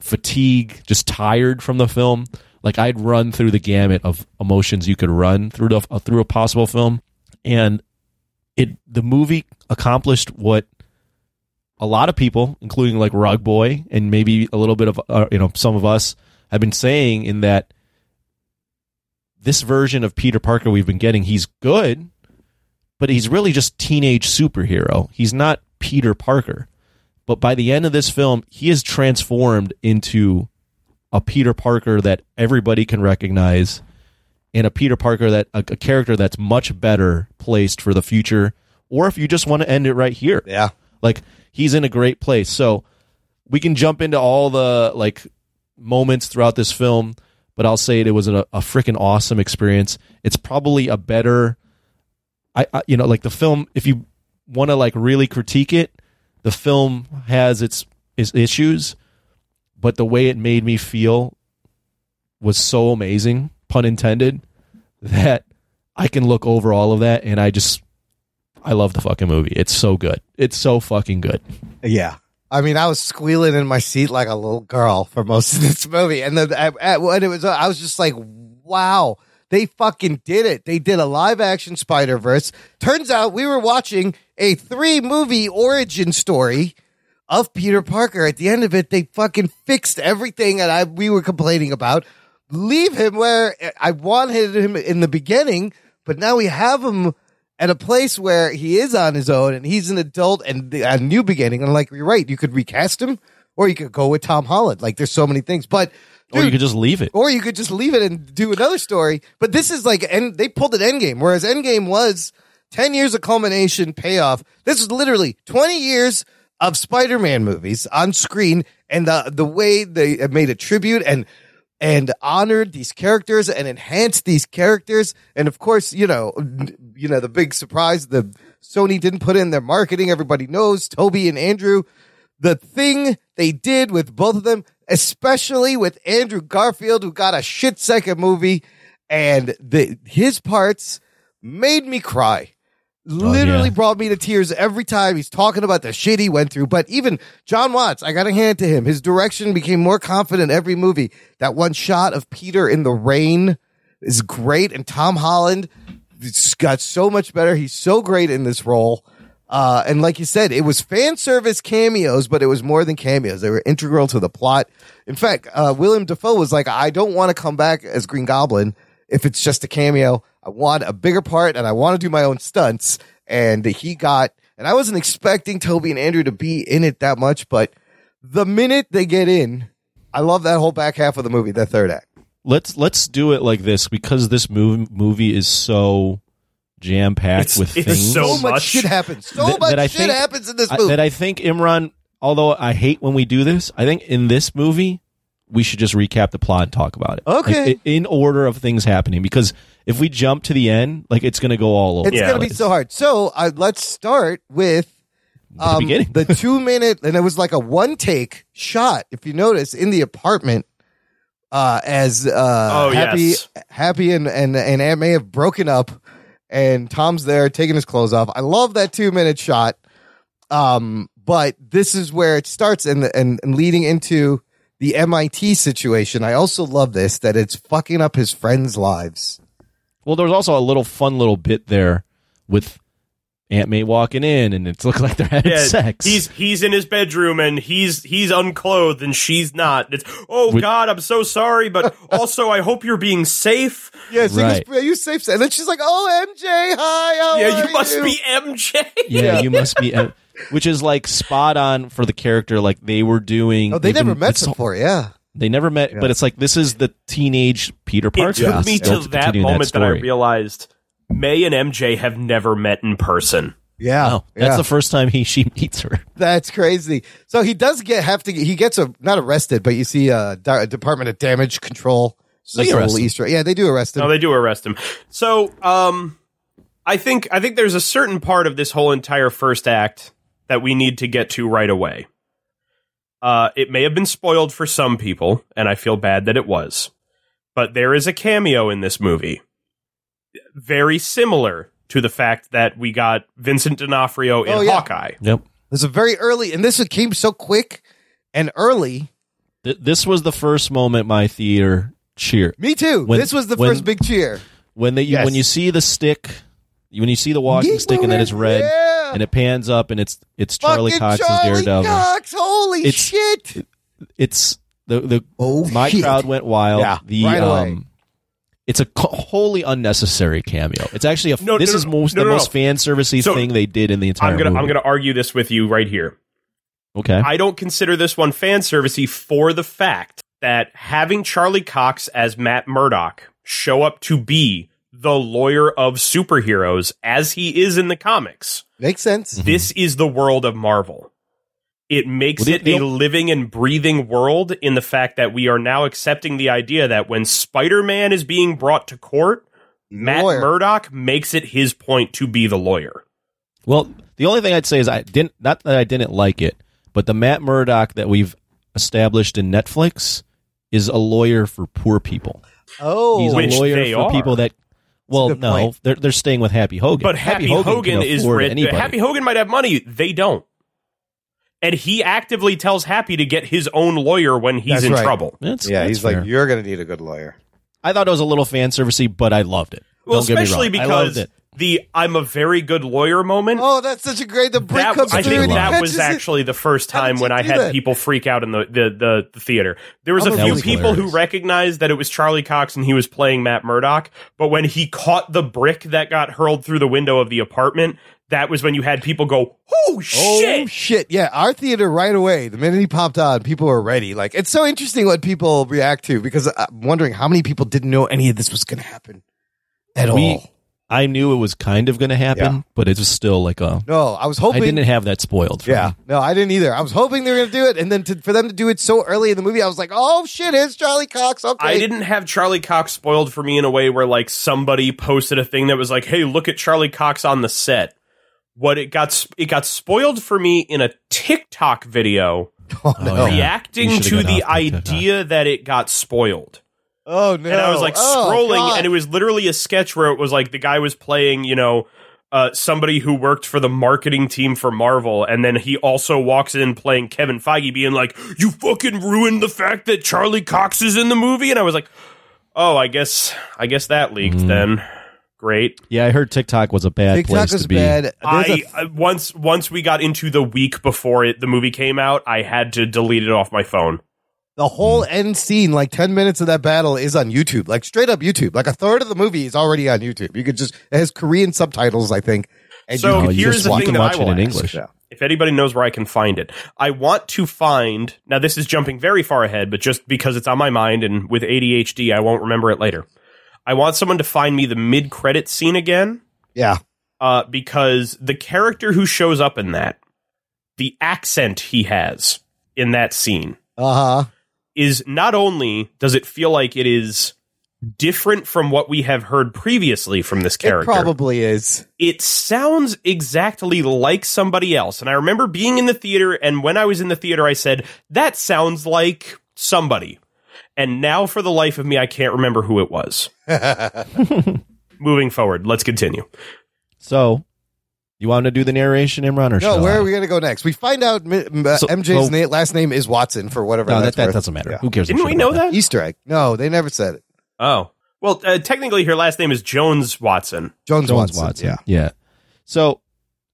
Speaker 7: fatigue just tired from the film like i'd run through the gamut of emotions you could run through the, uh, through a possible film and it the movie accomplished what a lot of people, including like Rug Boy and maybe a little bit of uh, you know some of us, have been saying in that this version of Peter Parker we've been getting, he's good, but he's really just teenage superhero. He's not Peter Parker. But by the end of this film, he is transformed into a Peter Parker that everybody can recognize and a Peter Parker that a, a character that's much better placed for the future or if you just want to end it right here.
Speaker 1: Yeah.
Speaker 7: Like he's in a great place. So we can jump into all the like moments throughout this film, but I'll say it, it was a, a freaking awesome experience. It's probably a better I, I you know like the film if you want to like really critique it, the film has its its issues, but the way it made me feel was so amazing, pun intended, that I can look over all of that and I just I love the fucking movie. It's so good. It's so fucking good.
Speaker 1: Yeah. I mean, I was squealing in my seat like a little girl for most of this movie, and then at, at, when it was, I was just like, "Wow, they fucking did it! They did a live action Spider Verse." Turns out we were watching a three movie origin story of Peter Parker. At the end of it, they fucking fixed everything that I we were complaining about. Leave him where I wanted him in the beginning, but now we have him at a place where he is on his own and he's an adult and the- a new beginning. And like you're right, you could recast him, or you could go with Tom Holland. Like there's so many things, but
Speaker 7: or you
Speaker 1: dude,
Speaker 7: could just leave it.
Speaker 1: or you could just leave it and do another story. But this is like, and they pulled an Endgame, whereas Endgame was 10 years of culmination payoff. This is literally 20 years of Spider Man movies on screen and the, the way they made a tribute and, and honored these characters and enhanced these characters. And of course, you know, you know, the big surprise, the Sony didn't put in their marketing. Everybody knows Toby and Andrew the thing they did with both of them, especially with Andrew Garfield, who got a shit second movie, and the his parts made me cry. Literally brought me to tears every time he's talking about the shit he went through. But even John Watts, I got a hand to him. His direction became more confident every movie. That one shot of Peter in the rain is great, and Tom Holland it's got so much better. He's so great in this role. Uh, and like you said, it was fan service cameos, but it was more than cameos. They were integral to the plot. In fact, uh, William Defoe was like, I don't want to come back as Green Goblin if it's just a cameo. I want a bigger part and I want to do my own stunts. And he got, and I wasn't expecting Toby and Andrew to be in it that much, but the minute they get in, I love that whole back half of the movie, that third act.
Speaker 7: Let's let's do it like this because this mov- movie is so jam packed
Speaker 6: It's-
Speaker 7: with
Speaker 6: it's
Speaker 7: things.
Speaker 6: so
Speaker 1: much
Speaker 6: much.
Speaker 1: shit happens. So
Speaker 7: That-
Speaker 1: much
Speaker 7: that I
Speaker 1: shit
Speaker 7: think-
Speaker 1: happens in this
Speaker 7: I-
Speaker 1: movie.
Speaker 7: that I think Imran, although I hate when we do this, I think in this movie we should just recap the plot and talk about it.
Speaker 1: Okay.
Speaker 7: Like, i- in order of things happening because if we jump to the end, like it's going to go all over.
Speaker 1: It's gonna be so hard. So uh, let's start with um,
Speaker 7: beginning.
Speaker 1: the two minute, and it was like a one take shot. If you notice in the apartment, uh, as uh,
Speaker 6: Oh,
Speaker 1: Happy,
Speaker 6: yes.
Speaker 1: Happy, and and and Aunt May have broken up, and Tom's there taking his clothes off. I love that two minute shot. Um, but this is where it starts, and and and leading into the MIT situation. I also love this that it's fucking up his friends' lives.
Speaker 7: Well, there was also a little fun little bit there with Aunt May walking in, and it's looked like they're having
Speaker 6: Yeah,
Speaker 7: sex.
Speaker 6: He's he's in his bedroom and he's he's unclothed and she's not. It's oh
Speaker 7: With-
Speaker 6: God, I'm so sorry, but also I hope you're being safe.
Speaker 1: Yeah, so he goes,
Speaker 7: Right.
Speaker 1: are you safe? And then she's like, "Oh, MJ, hi, how
Speaker 6: yeah,
Speaker 1: are
Speaker 6: you must be MJ.
Speaker 7: yeah, you must be, uh, which is like spot on for the character. Like they were doing.
Speaker 1: Oh, they
Speaker 7: they've
Speaker 1: never
Speaker 7: been-
Speaker 1: met
Speaker 7: it's-
Speaker 1: before. Yeah,
Speaker 7: They never met, but it's like this is the teenage Peter Parker.
Speaker 6: It took me
Speaker 7: They'll
Speaker 6: to that
Speaker 7: continue
Speaker 6: moment that, I
Speaker 7: story.
Speaker 6: realized May and MJ have never met in person.
Speaker 1: Yeah,
Speaker 7: No, Oh, that's
Speaker 1: yeah.
Speaker 7: the first time he she meets her.
Speaker 1: That's crazy. So he does get have to. He gets a not arrested, but you see a Department of Damage Control. So
Speaker 6: They
Speaker 1: that's a
Speaker 6: arrest
Speaker 1: little
Speaker 6: him.
Speaker 1: Easter. Yeah, they do arrest him.
Speaker 6: No, they do arrest him. So, um, I think I think there's a certain part of this whole entire first act that we need to get to right away. Uh, it may have been spoiled for some people, and I feel bad that it was. But there is a cameo in this movie, very similar to the fact that we got Vincent D'Onofrio in
Speaker 1: Oh, yeah.
Speaker 6: Hawkeye.
Speaker 7: Yep.
Speaker 1: This is very early, and this came so quick and early.
Speaker 7: Th- this was the first moment my theater cheered.
Speaker 1: Me too.
Speaker 7: When-
Speaker 1: this was the
Speaker 7: when-
Speaker 1: first big cheer.
Speaker 7: When they you,
Speaker 1: Yes.
Speaker 7: when you see the stick, when you see the walking
Speaker 1: Yeah,
Speaker 7: stick, and then it's red, and it pans up, and it's it's Charlie
Speaker 1: Fucking
Speaker 7: Cox's
Speaker 1: Charlie
Speaker 7: Daredevil.
Speaker 1: Cox, holy
Speaker 7: It's-
Speaker 1: shit!
Speaker 7: It's the the
Speaker 1: oh,
Speaker 7: my
Speaker 1: shit.
Speaker 7: crowd went wild.
Speaker 1: Yeah,
Speaker 7: the
Speaker 1: right away.
Speaker 7: um, it's a co- wholly unnecessary cameo. It's actually a
Speaker 6: No,
Speaker 7: this
Speaker 6: no,
Speaker 7: is
Speaker 6: no,
Speaker 7: most,
Speaker 6: no,
Speaker 7: the
Speaker 6: no,
Speaker 7: most
Speaker 6: no.
Speaker 7: fan servicey
Speaker 6: So,
Speaker 7: thing they did in the entire
Speaker 6: I'm gonna
Speaker 7: movie.
Speaker 6: I'm gonna argue this with you right here.
Speaker 7: okay.
Speaker 6: I don't consider this one fan servicey for the fact that having Charlie Cox as Matt Murdock show up to be the lawyer of superheroes as he is in the comics.
Speaker 1: Makes sense.
Speaker 7: Mm.
Speaker 6: This is the world of Marvel. It makes
Speaker 7: Mm-hmm. Well, the-
Speaker 6: it
Speaker 7: the-
Speaker 6: a living and breathing world in the fact that we are now accepting the idea that when Spider-Man is being brought to court, Matt
Speaker 1: Lawyer.
Speaker 6: Murdock makes it his point to be the lawyer.
Speaker 7: Well, the only thing I'd say is I didn't not that I didn't like it, but the Matt Murdock that we've established in Netflix is a lawyer for poor people.
Speaker 1: Oh,
Speaker 7: He's
Speaker 6: Which
Speaker 7: a lawyer
Speaker 6: they
Speaker 7: for
Speaker 6: are.
Speaker 7: people that well,
Speaker 1: That's a good
Speaker 7: no,
Speaker 1: point.
Speaker 7: they're they're staying with Happy Hogan.
Speaker 6: But Happy, Hogan,
Speaker 7: can
Speaker 6: is
Speaker 7: afford
Speaker 6: rich.
Speaker 7: anybody.
Speaker 6: Happy Hogan might have money. They don't. And he actively tells Happy to get his own lawyer when he's
Speaker 1: That's
Speaker 6: in
Speaker 1: right.
Speaker 6: trouble.
Speaker 7: That's-
Speaker 1: yeah,
Speaker 7: that's
Speaker 1: he's
Speaker 7: fair.
Speaker 1: like, you're gonna need a good lawyer.
Speaker 7: I thought it was a little fan servicey, but I loved it.
Speaker 6: Well,
Speaker 7: Don't get me
Speaker 6: especially
Speaker 7: wrong. I loved
Speaker 6: because
Speaker 7: it.
Speaker 6: the I'm a very good lawyer moment.
Speaker 1: Oh, that's such a great. The brick
Speaker 6: that,
Speaker 1: comes
Speaker 6: I
Speaker 1: through.
Speaker 6: think
Speaker 1: and he
Speaker 6: that was
Speaker 1: catches it.
Speaker 6: actually the first time
Speaker 1: did
Speaker 6: when
Speaker 1: you
Speaker 6: I
Speaker 1: do
Speaker 6: had
Speaker 1: that?
Speaker 6: people freak out in the the, the, the theater. There was
Speaker 1: I'm
Speaker 6: a
Speaker 1: a
Speaker 6: few
Speaker 1: really-
Speaker 6: people who recognized that it was Charlie Cox and he was playing Matt Murdock, but when he caught the brick that got hurled through the window of the apartment, that was when you had people go, "Oh
Speaker 1: Oh
Speaker 6: shit!"
Speaker 1: shit! Yeah, our theater right away. The minute he popped on, people were ready. Like it's so interesting what people react to because I'm wondering how many people didn't know any of this was going to happen at
Speaker 7: We-
Speaker 1: all.
Speaker 7: I knew it was kind of going to happen,
Speaker 1: Yeah.
Speaker 7: but it was still like a.
Speaker 1: No, I was
Speaker 7: I
Speaker 1: hoping.
Speaker 7: didn't have that spoiled. For
Speaker 1: yeah,
Speaker 7: me.
Speaker 1: no, I didn't either. I was hoping they were going to do it, and then to, for them to do it so early in the movie, I was like, "Oh shit, it's Charlie Cox." Okay,
Speaker 6: I didn't have Charlie Cox spoiled for me in a way where like somebody posted a thing that was like, "Hey, look at Charlie Cox on the set." What it got sp- it got spoiled for me in a TikTok video
Speaker 1: Oh no!
Speaker 7: Oh, yeah. You
Speaker 6: reacting
Speaker 7: should've
Speaker 6: to
Speaker 7: gone
Speaker 6: the
Speaker 7: off the TikTok.
Speaker 6: idea that it got spoiled.
Speaker 1: Oh, no.
Speaker 6: and I was like
Speaker 1: Oh,
Speaker 6: scrolling,
Speaker 1: God.
Speaker 6: and it was literally a sketch where it was like the guy was playing, you know, uh, somebody who worked for the marketing team for Marvel, and then he also walks in playing Kevin Feige, being like, "You fucking ruined the fact that Charlie Cox is in the movie," and I was like, "Oh, I guess, I guess that leaked
Speaker 1: Mm-hmm.
Speaker 6: then." Great.
Speaker 7: yeah, I heard TikTok was a bad
Speaker 1: TikTok
Speaker 7: place
Speaker 1: was
Speaker 7: to be.
Speaker 1: bad. There's
Speaker 6: I
Speaker 1: a-
Speaker 6: uh, once once we got into the week before it, the movie came out, I had to delete it off my phone.
Speaker 1: the
Speaker 7: Mm.
Speaker 1: whole end scene, like ten minutes of that battle, is on YouTube, like straight up YouTube. Like a third of the movie is already on YouTube. You could just it has Korean subtitles, I think. And
Speaker 6: So
Speaker 1: you
Speaker 7: Oh,
Speaker 1: could
Speaker 7: you
Speaker 6: here's
Speaker 7: just
Speaker 6: the
Speaker 7: wa-
Speaker 6: thing
Speaker 7: can
Speaker 6: that
Speaker 7: watch
Speaker 6: I
Speaker 7: it
Speaker 6: will
Speaker 7: in
Speaker 6: ask.
Speaker 7: English.
Speaker 1: Yeah.
Speaker 6: if anybody knows where I can find it, I want to find. Now, this is jumping very far ahead, but just because it's on my mind and with ADHD, I won't remember it later. I want someone to find me the mid credit scene again
Speaker 1: yeah.
Speaker 6: uh, because the character who shows up in that, the accent he has in that scene,
Speaker 1: Uh huh.
Speaker 6: is not only does it feel like it is different from what we have heard previously from this character,
Speaker 1: It probably is.
Speaker 6: it sounds exactly like somebody else. And I remember being in the theater, and when I was in the theater, I said, that sounds like somebody. And now, for the life of me, I can't remember who it was. Moving forward, let's continue.
Speaker 7: So, you want to do the narration, Imran,
Speaker 1: No,
Speaker 7: or shall
Speaker 1: where
Speaker 7: I?
Speaker 1: are we going to go next? We find out M- M- uh,
Speaker 7: So-
Speaker 1: MJ's
Speaker 7: so-
Speaker 1: na- last name is Watson for whatever.
Speaker 7: No, that,
Speaker 1: that's
Speaker 7: that
Speaker 1: worth.
Speaker 7: doesn't matter.
Speaker 1: Yeah.
Speaker 7: Who cares? a
Speaker 6: Didn't
Speaker 7: shit
Speaker 6: we
Speaker 7: about
Speaker 6: know that?
Speaker 1: Easter egg. No, they never said it.
Speaker 6: Oh. Well, uh, technically, her last name is Jones Watson.
Speaker 1: Jones,
Speaker 7: Jones
Speaker 1: Watson. Yeah.
Speaker 7: yeah. So,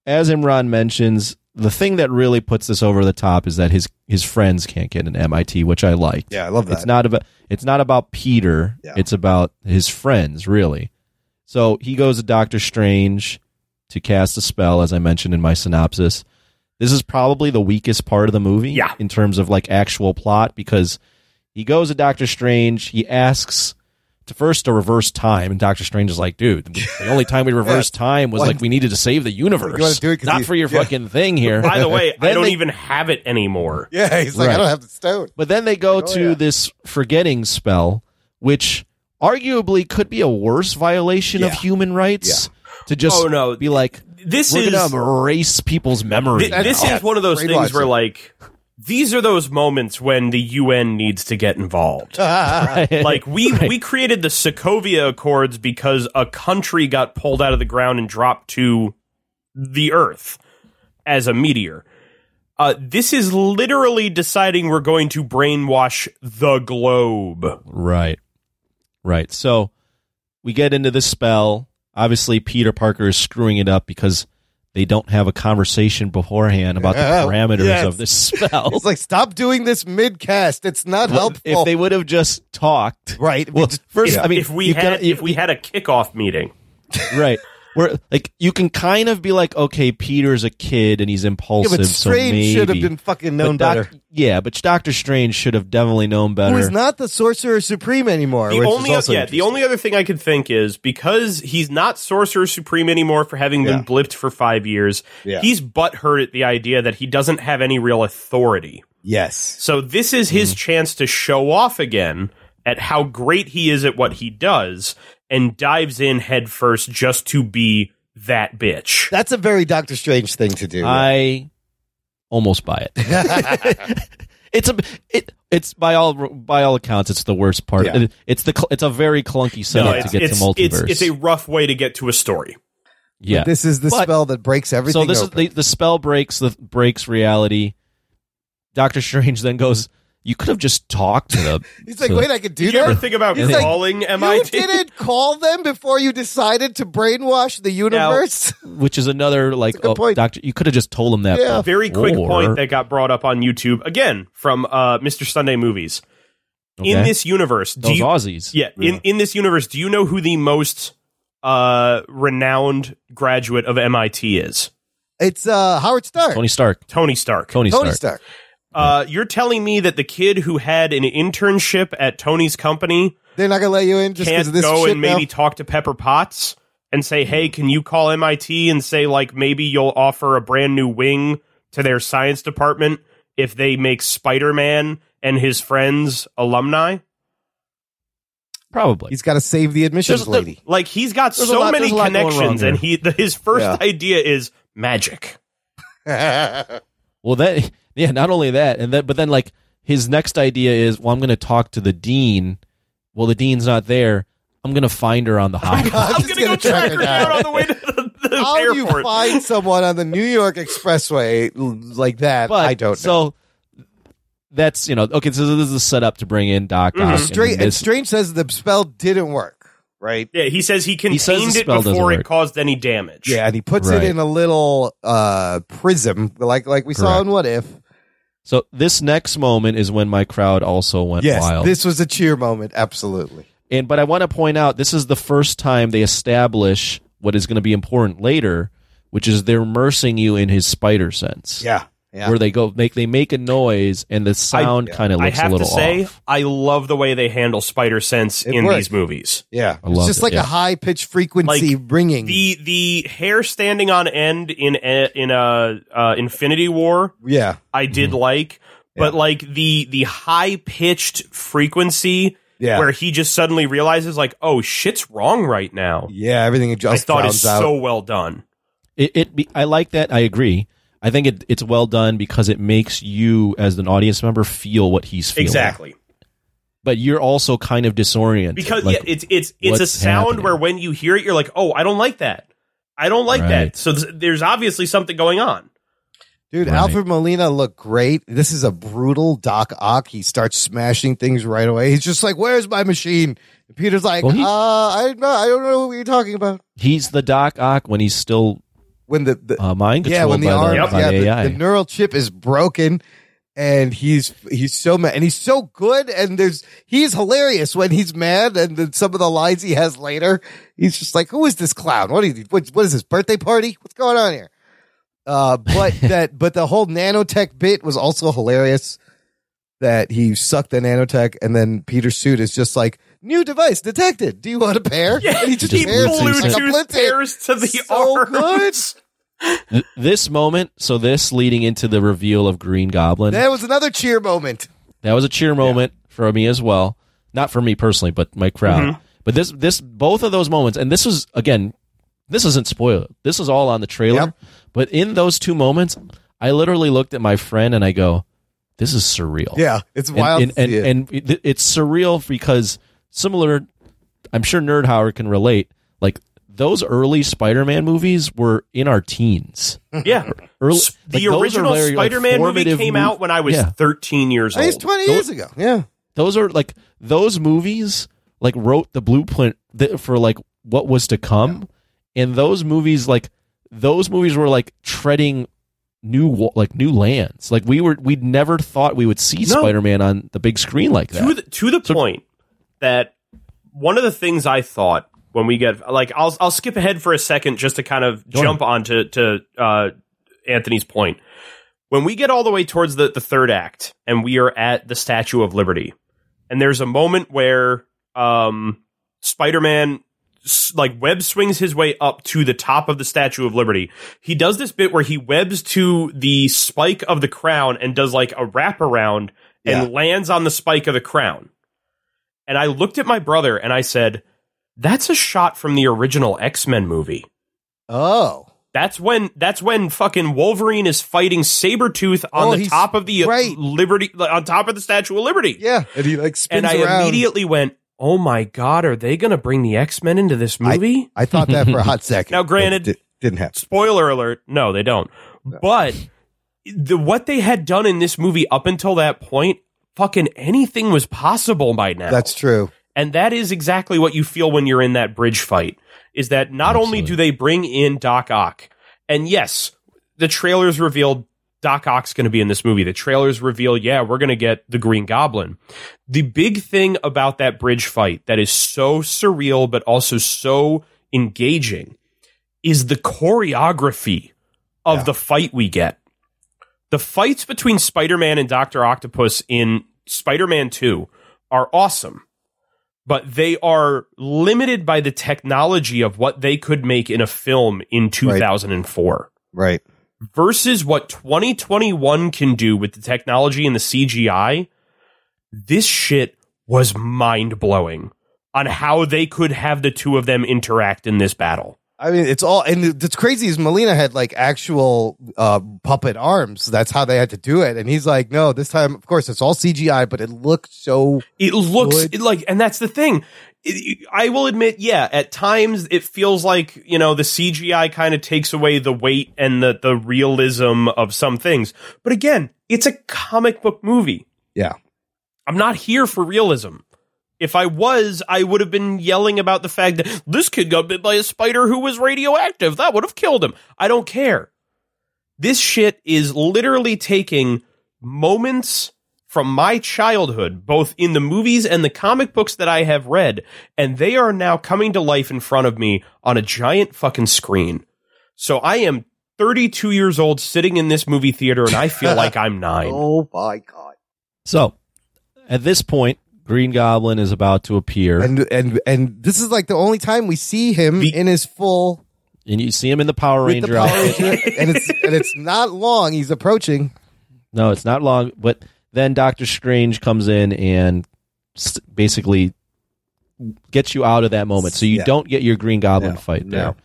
Speaker 7: as Imran mentions, the thing that really puts this over the top is that his his friends can't get an MIT, which I liked.
Speaker 1: Yeah, I love that.
Speaker 7: It's not about it's not about Peter.
Speaker 1: Yeah.
Speaker 7: It's about his friends, really. So he goes to Doctor Strange to cast a spell, as I mentioned in my synopsis. This is probably the weakest part of the movie
Speaker 6: Yeah.
Speaker 7: in terms of like actual plot because he goes to Doctor Strange, he asks first to reverse time, and Doctor Strange is like, dude, the only time we reversed time was
Speaker 1: Why-
Speaker 7: like we needed to save the
Speaker 1: You wanna
Speaker 7: universe,
Speaker 1: do it 'cause
Speaker 7: not
Speaker 1: you-
Speaker 7: for your
Speaker 1: yeah.
Speaker 7: fucking thing here.
Speaker 6: By the way, I
Speaker 7: Then
Speaker 6: don't
Speaker 7: they-
Speaker 6: even have it anymore.
Speaker 1: Yeah, he's like, I
Speaker 7: Right.
Speaker 1: don't have the stone.
Speaker 7: But then they
Speaker 1: Oh,
Speaker 7: go to this forgetting spell, which arguably could be a worse violation of
Speaker 18: Yeah.
Speaker 7: human rights to just
Speaker 6: Oh, no.
Speaker 7: be like,
Speaker 6: This
Speaker 7: we're
Speaker 6: is-
Speaker 7: gonna erase people's memory.
Speaker 6: Th- this
Speaker 7: now."
Speaker 6: is one of those things where, like, these are those moments when the UN needs to get involved. like we we created the Sokovia Accords because a country got pulled out of the ground and dropped to the earth as a meteor. Uh, this is literally deciding we're going to brainwash the globe.
Speaker 7: Right. Right. So we get into this spell. Obviously, Peter Parker is screwing it up because they don't have a conversation beforehand about the
Speaker 1: Yeah.
Speaker 7: parameters
Speaker 1: Yes.
Speaker 7: of this spell.
Speaker 1: It's like stop doing this mid cast. It's not helpful.
Speaker 7: If they would have just talked,
Speaker 1: right?
Speaker 7: Well, first, I mean,
Speaker 6: if we
Speaker 7: you've
Speaker 6: had
Speaker 7: gotta- you-
Speaker 6: if we had a kickoff meeting,
Speaker 7: right. Where like you can kind of be like, okay, Peter's a kid and he's impulsive.
Speaker 1: yeah, but
Speaker 7: so
Speaker 1: Strange should have
Speaker 7: maybe.
Speaker 1: been fucking
Speaker 7: But
Speaker 1: known
Speaker 7: Doc-
Speaker 1: better.
Speaker 7: Yeah, but Doctor Strange should have definitely known better.
Speaker 1: Who is not the Sorcerer Supreme anymore?
Speaker 6: The
Speaker 1: which is
Speaker 6: only
Speaker 1: also
Speaker 6: yeah, the only other thing I could think is because he's not Sorcerer Supreme anymore for having been blipped for five years.
Speaker 1: Yeah.
Speaker 6: He's butthurt at the idea that he doesn't have any real authority.
Speaker 1: Yes. Mm-hmm.
Speaker 6: So this is his chance to show off again at how great he is at what he does, and dives in headfirst just to be that bitch.
Speaker 1: That's a very Doctor Strange thing to do.
Speaker 7: I almost buy it. it's a it it's by all by all accounts it's the worst part.
Speaker 1: Yeah.
Speaker 7: It- it's the cl- it's a very clunky
Speaker 6: No,
Speaker 7: setup to
Speaker 6: it's,
Speaker 7: get
Speaker 6: it's,
Speaker 7: to multiverse.
Speaker 6: it's, it's a rough way to get to a story.
Speaker 7: yeah.
Speaker 1: This is the
Speaker 7: But-
Speaker 1: spell that breaks everything.
Speaker 7: so this
Speaker 1: open.
Speaker 7: is the, the spell breaks the breaks reality. Doctor Strange then goes, "You could have just talked to them."
Speaker 1: He's like, wait, I could do
Speaker 6: Did
Speaker 1: that.
Speaker 6: you ever think about
Speaker 1: He's like,
Speaker 6: calling
Speaker 1: you
Speaker 6: MIT?
Speaker 1: didn't call them before you decided to brainwash the universe.
Speaker 7: which is another like
Speaker 1: good
Speaker 7: oh,
Speaker 1: point.
Speaker 7: Doctor, you could have just told him that.
Speaker 1: Yeah.
Speaker 6: Very quick
Speaker 7: before.
Speaker 6: point that got brought up on YouTube again from uh, Mr. Sunday Movies. In
Speaker 7: Okay.
Speaker 6: this universe, do
Speaker 7: those
Speaker 6: you,
Speaker 7: Aussies.
Speaker 6: yeah, in, in this universe, do you know who the most uh, renowned graduate of MIT is?
Speaker 1: It's uh, Howard Stark.
Speaker 7: Tony Stark.
Speaker 6: Tony Stark.
Speaker 7: Tony,
Speaker 1: Tony
Speaker 7: Stark.
Speaker 1: Stark.
Speaker 6: Uh, you're telling me that the kid who had an internship at Tony's company
Speaker 1: They're not gonna let you in just because of
Speaker 6: can't
Speaker 1: this
Speaker 6: go
Speaker 1: shit
Speaker 6: and maybe
Speaker 1: now?
Speaker 6: talk to Pepper Potts and say, "Hey, can you call MIT and say like maybe you'll offer a brand new wing to their science department if they make Spider-Man and his friends alumni?"
Speaker 7: Probably.
Speaker 1: He's got to save the admissions
Speaker 7: There's-
Speaker 1: lady.
Speaker 6: Like he's got
Speaker 7: There's a
Speaker 6: so
Speaker 7: lot-
Speaker 6: many
Speaker 7: there's a lot going
Speaker 6: connections
Speaker 7: wrong
Speaker 6: and he the, his first idea is magic.
Speaker 7: Well, that yeah, not only that, and that, but then like his next idea is, well, I'm going to talk to the dean. Well, the dean's not there. I'm going to find her on the
Speaker 1: Oh
Speaker 7: highway.
Speaker 1: I'm
Speaker 6: I'm going to go track her down on the way to the, the
Speaker 1: How do you
Speaker 6: airport.
Speaker 1: find someone on the New York expressway l- like that?
Speaker 7: But
Speaker 1: I don't know.
Speaker 7: So that's you know okay. So this is a setup to bring in Doc Ock. and
Speaker 1: Stra-
Speaker 7: then
Speaker 1: Mm-hmm. and
Speaker 7: this-
Speaker 1: Strange says the spell didn't work, right?
Speaker 6: yeah, he says he contained
Speaker 7: says the
Speaker 6: it
Speaker 7: spell doesn't
Speaker 6: before it
Speaker 7: work.
Speaker 6: caused any damage.
Speaker 1: Yeah, and he puts
Speaker 7: Right.
Speaker 1: it in a little uh, prism, like like we saw
Speaker 7: Correct.
Speaker 1: in What If.
Speaker 7: so this next moment is when my crowd also went
Speaker 1: Yes,
Speaker 7: wild.
Speaker 1: this was a cheer moment. Absolutely.
Speaker 7: And but I want to point out this is the first time they establish what is going to be important later, which is they're immersing you in his spider sense.
Speaker 1: Yeah, yeah.
Speaker 7: Where they go make they make a noise and the sound kind of
Speaker 6: I
Speaker 7: looks
Speaker 6: have
Speaker 7: a
Speaker 6: to
Speaker 7: little
Speaker 6: say,
Speaker 7: off.
Speaker 6: I love the way they handle spider sense
Speaker 1: It
Speaker 6: in
Speaker 1: worked.
Speaker 6: these movies.
Speaker 1: Yeah,
Speaker 7: I
Speaker 1: it's
Speaker 7: loved
Speaker 1: just
Speaker 7: it,
Speaker 1: like
Speaker 7: yeah.
Speaker 1: a high pitched frequency ringing.
Speaker 6: Hmm. The the hair standing on end in a, in a uh, Infinity War,
Speaker 1: yeah,
Speaker 6: I
Speaker 7: Hmm.
Speaker 6: did like, but like the the high pitched frequency
Speaker 1: Yeah.
Speaker 6: where he just suddenly realizes like, oh shit's wrong right now.
Speaker 1: yeah, everything
Speaker 6: I
Speaker 1: just
Speaker 6: thought
Speaker 1: sounds
Speaker 6: is
Speaker 1: out.
Speaker 6: so well done.
Speaker 7: It, it be, I like that. I agree. I think it, it's well done because it makes you as an audience member feel what he's feeling.
Speaker 6: Exactly.
Speaker 7: But you're also kind of disoriented
Speaker 6: Because
Speaker 7: Like,
Speaker 6: yeah, it's it's it's a
Speaker 7: what's
Speaker 6: sound
Speaker 7: happening?
Speaker 6: where when you hear it you're like, "Oh, I don't like that. I don't like
Speaker 7: Right.
Speaker 6: that." So th- there's obviously something going on.
Speaker 1: Dude,
Speaker 7: Right.
Speaker 1: Alfred Molina looked great. This is a brutal Doc Ock. He starts smashing things right away. He's just like, "Where's my machine?" And Peter's like,
Speaker 7: Well, he-
Speaker 1: "Uh, I don't know. I don't know what you're talking about."
Speaker 7: he's the Doc Ock when he's still
Speaker 1: When the, the
Speaker 7: uh, mind
Speaker 1: yeah,
Speaker 7: controlled
Speaker 1: when the
Speaker 7: by
Speaker 1: arm,
Speaker 7: the, by
Speaker 1: yeah,
Speaker 7: the AI.
Speaker 1: the, the neural chip is broken, and he's he's so mad, and he's so good, and there's he's hilarious when he's mad, and then some of the lines he has later, he's just like, "Who is this clown? What is he, what, what is this birthday party? What's going on here?" Uh, but that, but the whole nanotech bit was also hilarious. That he sucked the nanotech, and then Peter Suit is just like, new device detected. Do you want a pair?
Speaker 6: Yeah,
Speaker 1: And
Speaker 6: he, Bluetooth
Speaker 1: blitz it.
Speaker 6: pairs to the
Speaker 1: So
Speaker 6: arms.
Speaker 1: good.
Speaker 7: Th- this moment, so this leading into the reveal of Green Goblin,
Speaker 1: That was another cheer moment.
Speaker 7: that was a cheer moment for me as well. Not for me personally, but my crowd.
Speaker 1: Mm-hmm.
Speaker 7: But this, this, both of those moments, and this was again, this isn't spoiler. This is all on the trailer. But in those two moments, I literally looked at my friend and I go, "This is surreal."
Speaker 1: Yeah, it's
Speaker 7: And-
Speaker 1: wild.
Speaker 7: and
Speaker 1: to
Speaker 7: and,
Speaker 1: see it.
Speaker 7: and it- it's surreal because similar. I'm sure Nerdhauer can relate. Like those early Spider-Man movies were in our teens.
Speaker 6: Yeah.
Speaker 7: Early, like,
Speaker 6: The
Speaker 7: those are
Speaker 6: original
Speaker 7: very, like,
Speaker 6: Spider-Man movie
Speaker 7: formative
Speaker 6: came
Speaker 7: mov-
Speaker 6: out when I was
Speaker 7: Yeah.
Speaker 6: 13 years
Speaker 1: At
Speaker 6: old.
Speaker 1: least twenty years ago. Yeah.
Speaker 7: Those are like those movies like wrote the blueprint th- for like what was to come, and those movies like those movies were like treading new wa- like new lands. Like we were we'd never thought we would see
Speaker 6: No.
Speaker 7: Spider-Man on the big screen like that.
Speaker 6: to the, to the point that one of the things I thought when we get like I'll I'll skip ahead for a second just to kind of jump on to to uh, Anthony's point. When we get all the way towards the, the third act and we are at the Statue of Liberty, and there's a moment where um, Spider-Man s- like web swings his way up to the top of the Statue of Liberty. He does this bit where he webs to the spike of the crown and does like a wraparound and lands on the spike of the crown. And I looked at my brother and I said, "That's a shot from the original X-Men movie."
Speaker 1: Oh.
Speaker 6: That's when that's when fucking Wolverine is fighting Sabretooth on
Speaker 1: Oh,
Speaker 6: the
Speaker 1: he's-
Speaker 6: top of the uh,
Speaker 1: right.
Speaker 6: Liberty on top of the Statue of Liberty.
Speaker 1: Yeah. And he like spins
Speaker 6: and I
Speaker 1: around.
Speaker 6: immediately went, "Oh my god, are they going to bring the X-Men into this movie?"
Speaker 1: I thought that for a hot second.
Speaker 6: Now, granted-
Speaker 1: But di- didn't happen.
Speaker 6: spoiler alert no they don't but the what they had done in this movie up until that point fucking anything was possible by now
Speaker 1: That's true.
Speaker 6: and that is exactly what you feel when you're in that bridge fight is that not only do they bring in doc ock and yes the trailers revealed doc ock's going to be in this movie the trailers reveal yeah we're going to get the green goblin the big thing about that bridge fight that is so surreal but also so engaging is the choreography of the fight we get. The fights between Spider Man and Dr. Octopus in Spider Man 2 are awesome, but they are limited by the technology of what they could make in a film in 2004
Speaker 1: Right.
Speaker 6: versus what 2021 can do with the technology and the CGI, this shit was mind blowing on how they could have the two of them interact in this battle.
Speaker 1: I mean, it's all, and it's crazy is Molina had like actual uh, puppet arms. That's how they had to do it. And he's like, no, this time, of course, it's all CGI, but it looked so.
Speaker 6: It looks
Speaker 1: Would-
Speaker 6: it like, and that's the thing. It- I will admit, yeah, at times it feels like you know the CGI kind of takes away the weight and the the realism of some things. But again, it's a comic book movie.
Speaker 1: Yeah.
Speaker 6: I'm not here for realism. If I was, I would have been yelling about the fact that this kid got bit by a spider who was radioactive. That would have killed him. I don't care. This shit is literally taking moments from my childhood, both in the movies and the comic books that I have read, and they are now coming to life in front of me on a giant fucking screen. So I am 32 years old sitting in this movie theater and I feel like I'm nine.
Speaker 1: Oh my God.
Speaker 7: So at this point, Green Goblin is about to appear, and,
Speaker 1: And, and, and this is like the only time we see him in his full.
Speaker 7: you see him in the Power
Speaker 1: With the
Speaker 7: Ranger
Speaker 1: Power
Speaker 7: outfit.
Speaker 1: Ranger, and it's and it's not long. He's approaching.
Speaker 7: No, it's not long. But then Doctor Strange comes in and s- basically gets you out of that moment, so you
Speaker 1: Yeah.
Speaker 7: don't get your Green Goblin fight there.
Speaker 1: no.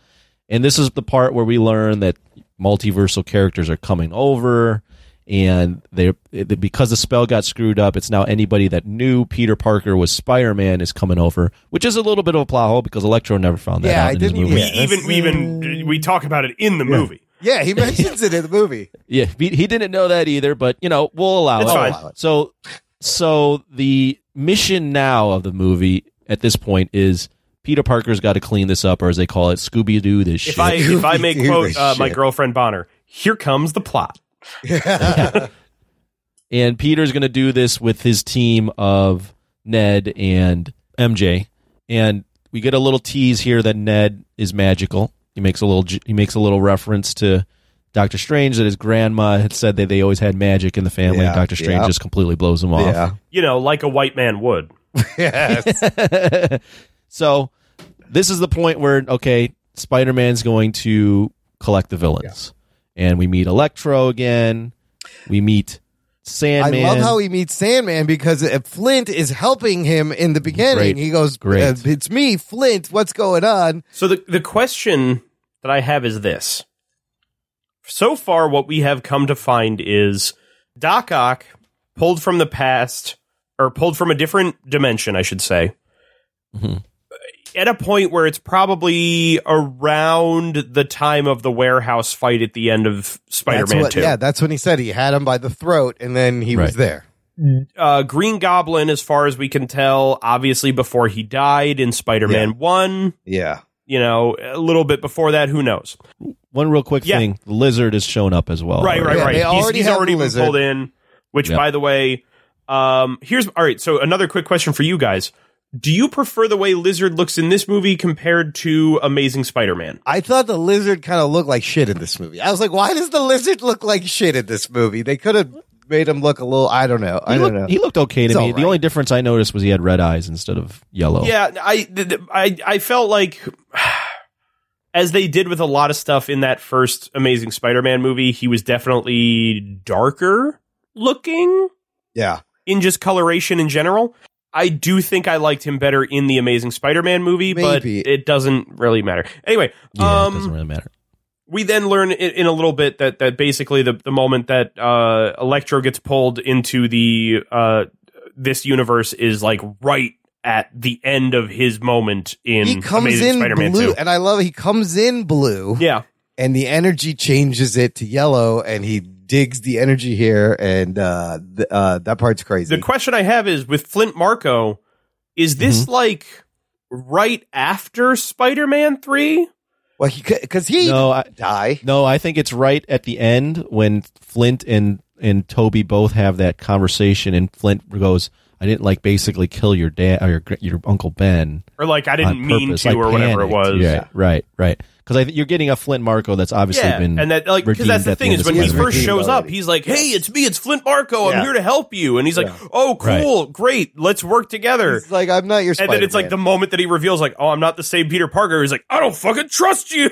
Speaker 7: And this is the part where we learn that multiversal characters are coming over, and they it- because the spell got screwed up, it's now anybody that knew Peter Parker was Spider Man is coming over, which is a little bit of a plot hole because Electro never found that
Speaker 1: Yeah,
Speaker 7: out
Speaker 1: I
Speaker 7: in his
Speaker 1: didn't-
Speaker 7: movie.
Speaker 6: we
Speaker 1: yeah.
Speaker 6: E-, even we even we talk about it in the movie.
Speaker 1: Yeah, he mentions it in the movie.
Speaker 7: Yeah, he, he didn't know that either, but you know, we'll allow
Speaker 6: It's
Speaker 7: it.
Speaker 6: fine.
Speaker 1: Allow it.
Speaker 7: So so the mission now of the movie at this point is Peter Parker's got to clean this up or as they call it Scooby Doo this shit.
Speaker 6: If I if I may
Speaker 1: Dude,
Speaker 6: quote
Speaker 1: this
Speaker 6: uh, my
Speaker 1: shit.
Speaker 6: girlfriend Bonner, here comes the plot.
Speaker 7: and Peter's going to do this with his team of Ned and MJ. And we get a little tease here that Ned is magical. He makes a little j- he makes a little reference to Doctor Strange that his grandma had said that they always had magic in the family.
Speaker 1: Yeah,
Speaker 7: Doctor Strange
Speaker 1: yeah.
Speaker 7: just completely blows him off.
Speaker 1: Yeah.
Speaker 6: You know, like a white man would.
Speaker 1: Yes.
Speaker 7: so this is the point where okay, Spider Man's going to collect the villains, and we meet Electro again. We meet Sandman.
Speaker 1: I love how he meets Sandman because uh, Flint is helping him in the beginning.
Speaker 7: Great.
Speaker 1: He goes,
Speaker 7: Great.
Speaker 1: "Uh, It's me, Flint. What's going on?
Speaker 6: So the the question that I have is this: So far, what we have come to find is Doc Ock pulled from the past, or pulled from a different dimension, I should say,
Speaker 1: Mm-hmm.
Speaker 6: at a point where it's probably around the time of the warehouse fight at the end of
Speaker 1: That's
Speaker 6: Spider-Man
Speaker 1: what-
Speaker 6: Two.
Speaker 1: Yeah, that's when he said he had him by the throat and then he was
Speaker 7: Right.
Speaker 1: there.
Speaker 6: uh, Green Goblin, as far as we can tell, obviously before he died in Spider Man 1.
Speaker 1: Yeah.
Speaker 6: You know, a little bit before that, who knows?
Speaker 7: One real quick
Speaker 6: Yeah.
Speaker 7: thing: the lizard has shown up as well.
Speaker 6: right, right,
Speaker 1: Oh, Yeah,
Speaker 6: right.
Speaker 1: they
Speaker 6: He's
Speaker 1: already
Speaker 6: already, he's
Speaker 1: have
Speaker 6: already
Speaker 1: the
Speaker 6: been
Speaker 1: lizard.
Speaker 6: pulled in, which,
Speaker 7: Yep.
Speaker 6: by the way, um, here's all right. So, another quick question for you guys Do you prefer the way Lizard looks in this movie compared to Amazing Spider Man?
Speaker 1: I thought the lizard kind of looked like shit in this movie. I was like, why does the lizard look like shit in this movie? They could have made him look a little, I don't know. I
Speaker 7: He
Speaker 1: don't
Speaker 7: looked,
Speaker 1: know.
Speaker 7: he looked okay to
Speaker 1: It's
Speaker 7: me.
Speaker 1: all
Speaker 7: The
Speaker 1: right.
Speaker 7: only difference I noticed was he had red eyes instead of yellow.
Speaker 6: Yeah, I, th- th- I, I felt like, as they did with a lot of stuff in that first Amazing Spider-Man movie, he was definitely darker looking
Speaker 1: yeah.
Speaker 6: in just coloration in general. I do think I liked him better in the Amazing Spider-Man movie, but
Speaker 1: Maybe.
Speaker 6: it doesn't really matter. Anyway,
Speaker 7: Yeah,
Speaker 6: um,
Speaker 7: it doesn't really matter.
Speaker 6: we then learn i- in a little bit that that basically the the moment that uh, Electro gets pulled into the uh, this universe is like right at the end of his moment in
Speaker 1: He comes
Speaker 6: Amazing
Speaker 1: in
Speaker 6: Spider-Man
Speaker 1: blue,
Speaker 6: 2.
Speaker 1: and I love it. He comes in blue,
Speaker 6: Yeah,
Speaker 1: and the energy changes it to yellow, and he digs the energy here, and uh, th- uh, that part's crazy.
Speaker 6: the question I have is with Flint Marco, is this
Speaker 1: Mm-hmm.
Speaker 6: like right after Spider-Man three?
Speaker 1: well, he because he
Speaker 7: No, I,
Speaker 1: die.
Speaker 7: no, I think it's right at the end when Flint and and Toby both have that conversation, and Flint goes, "I didn't like basically kill your dad or your gr- your uncle Ben."
Speaker 6: Or like I
Speaker 7: on
Speaker 6: didn't mean
Speaker 7: purpose.
Speaker 6: to,
Speaker 7: I
Speaker 6: or whatever it was.
Speaker 7: panicked." Yeah, right, right. Because you're getting a Flint Marco that's obviously
Speaker 6: Yeah,
Speaker 7: been
Speaker 6: and that like because
Speaker 7: redeemed
Speaker 6: that's the
Speaker 7: at
Speaker 6: thing
Speaker 7: end
Speaker 6: is
Speaker 7: of
Speaker 6: when he
Speaker 7: Spider-Man.
Speaker 6: first shows up, he's like, "Hey, it's me, it's Flint Marco. I'm
Speaker 1: Yeah.
Speaker 6: here to help you," and he's like, "Oh, cool, great, let's work together."
Speaker 1: He's like, I'm not your.
Speaker 6: and
Speaker 1: Spider-Man.
Speaker 6: then it's like the moment that he reveals, like, "Oh, I'm not the same Peter Parker." He's like, "I don't fucking trust you."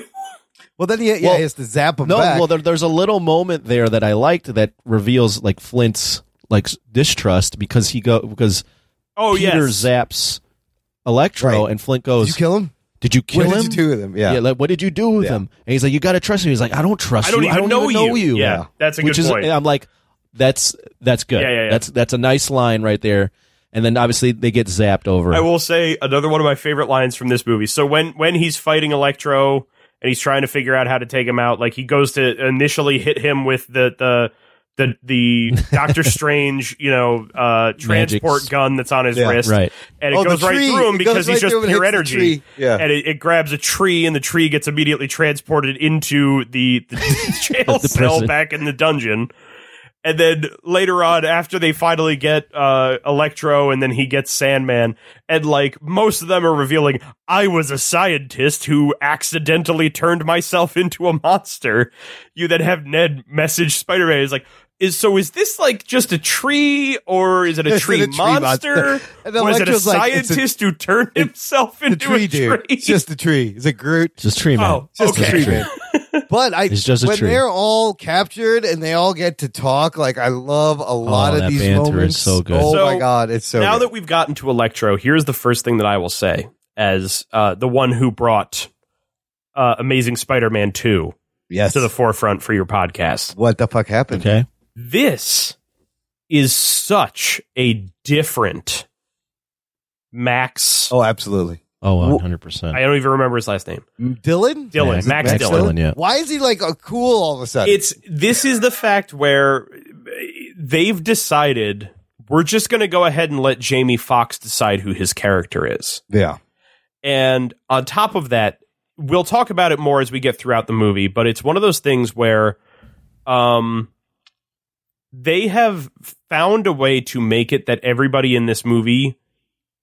Speaker 1: well, then he, yeah,
Speaker 7: Well,
Speaker 1: he has to zap him
Speaker 7: No,
Speaker 1: back.
Speaker 7: well, there, there's a little moment there that I liked that reveals like Flint's like s- distrust because he go because
Speaker 6: Oh
Speaker 7: Peter
Speaker 6: yes,
Speaker 7: zaps Electro
Speaker 1: Right.
Speaker 7: and Flint
Speaker 1: Did
Speaker 7: goes,
Speaker 1: you kill him?
Speaker 7: "Did you kill
Speaker 1: what
Speaker 7: him?
Speaker 1: Did you do with him? Yeah.
Speaker 7: like, what did you do with
Speaker 1: Yeah.
Speaker 7: him?" And he's like, "You got to trust me." He's like, "I don't trust
Speaker 6: I don't
Speaker 7: you.
Speaker 6: even
Speaker 7: I don't
Speaker 6: know
Speaker 7: even know
Speaker 6: you."
Speaker 7: you."
Speaker 6: Yeah, that's a
Speaker 7: Which
Speaker 6: good
Speaker 7: is,
Speaker 6: point.
Speaker 7: and I'm like, "That's that's good.
Speaker 6: Yeah, yeah, yeah.
Speaker 7: That's that's a nice line right there." And then obviously they get zapped over.
Speaker 6: I will say another one of my favorite lines from this movie. So when when he's fighting Electro and he's trying to figure out how to take him out, like he goes to initially hit him with the the the the Doctor Strange, you know, uh transport
Speaker 7: Magic.
Speaker 6: gun that's on his
Speaker 1: Yeah,
Speaker 6: wrist.
Speaker 7: right.
Speaker 6: And it
Speaker 1: Oh, the
Speaker 6: goes right
Speaker 1: tree.
Speaker 6: through him
Speaker 1: It
Speaker 6: because
Speaker 1: goes
Speaker 6: he's
Speaker 1: right
Speaker 6: just
Speaker 1: through him and
Speaker 6: pure
Speaker 1: hits the
Speaker 6: energy.
Speaker 1: tree. Yeah.
Speaker 6: And it, it grabs a tree and the tree gets immediately transported into the, the jail
Speaker 7: The
Speaker 6: cell
Speaker 7: prison.
Speaker 6: back in the dungeon. And then later on, after they finally get uh, Electro and then he gets Sandman, and like most of them are revealing, I was a scientist who accidentally turned myself into a monster. You then have Ned message Spider Man. He's like, is, so is this like just a tree or is it a
Speaker 1: Is it
Speaker 6: tree,
Speaker 1: a tree
Speaker 6: monster?
Speaker 1: monster? And
Speaker 6: Was it a
Speaker 1: Electro's like, "It's a-
Speaker 6: scientist who turned himself
Speaker 1: the
Speaker 6: into
Speaker 1: tree,
Speaker 6: a tree?
Speaker 1: dude. It's just the tree. It's a Groot.
Speaker 7: just tree man.
Speaker 6: Oh,
Speaker 1: Just
Speaker 6: okay.
Speaker 1: a tree, man. But I
Speaker 7: It's just a
Speaker 1: when
Speaker 7: tree.
Speaker 1: they're all captured and they all get to talk, like I love a lot
Speaker 7: Oh,
Speaker 1: of
Speaker 7: that
Speaker 1: these
Speaker 7: banter is
Speaker 1: moments.
Speaker 7: so good.
Speaker 1: Oh
Speaker 6: So,
Speaker 1: my god, it's so
Speaker 6: now
Speaker 1: good.
Speaker 6: that we've gotten to Electro, here's the first thing that I will say as uh, the one who brought uh, Amazing Spider-Man two
Speaker 1: yes.
Speaker 6: to the forefront for your podcast.
Speaker 1: what the fuck happened?
Speaker 7: Okay,
Speaker 6: This is such a different Max.
Speaker 1: Oh, absolutely.
Speaker 7: oh, one hundred percent.
Speaker 6: I don't even remember his last name.
Speaker 1: Dylan?
Speaker 6: Dylan,
Speaker 7: Max-
Speaker 6: Max,
Speaker 7: Max
Speaker 6: Dylan.
Speaker 7: Dylan, yeah.
Speaker 1: Why is he like uh, cool all of a sudden?
Speaker 6: It's this is the fact where they've decided we're just going to go ahead and let Jamie Foxx decide who his character is.
Speaker 1: yeah.
Speaker 6: And on top of that, we'll talk about it more as we get throughout the movie, but it's one of those things where um they have found a way to make it that everybody in this movie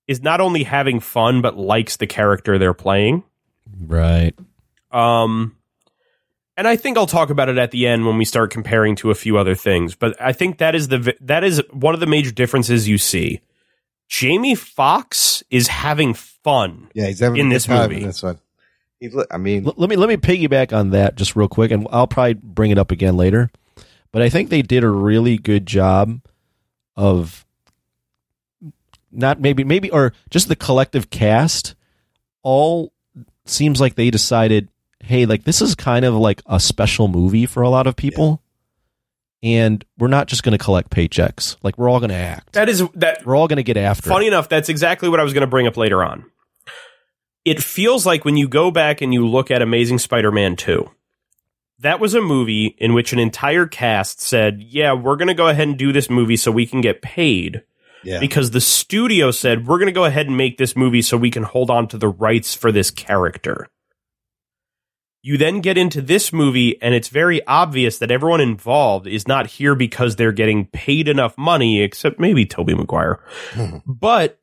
Speaker 6: is not only having fun but likes the character they're playing.
Speaker 7: Right.
Speaker 6: Um and I think I'll talk about it at the end when we start comparing to a few other things, but I think that is the that is one of the major differences you see. Jamie Fox is having fun.
Speaker 1: Yeah, he's having
Speaker 6: in this movie.
Speaker 1: In this one, He look- I mean,
Speaker 7: L- let me let me piggyback on that just real quick, and I'll probably bring it up again later. But I think they did a really good job of not maybe maybe or just the collective cast all seems like they decided, hey, like this is kind of like a special movie for a lot of people. And we're not just going to collect paychecks. Like we're all going to act.
Speaker 6: That is that.
Speaker 7: We're all going to get after. it.
Speaker 6: Funny enough, that's exactly what I was going to bring up later on. It feels like when you go back and you look at Amazing Spider-Man 2, that was a movie in which an entire cast said, "Yeah, we're going to go ahead and do this movie so we can get paid."
Speaker 1: Yeah.
Speaker 6: Because the studio said, "We're going to go ahead and make this movie so we can hold on to the rights for this character." You then get into this movie, and it's very obvious that everyone involved is not here because they're getting paid enough money, except maybe Toby Maguire. but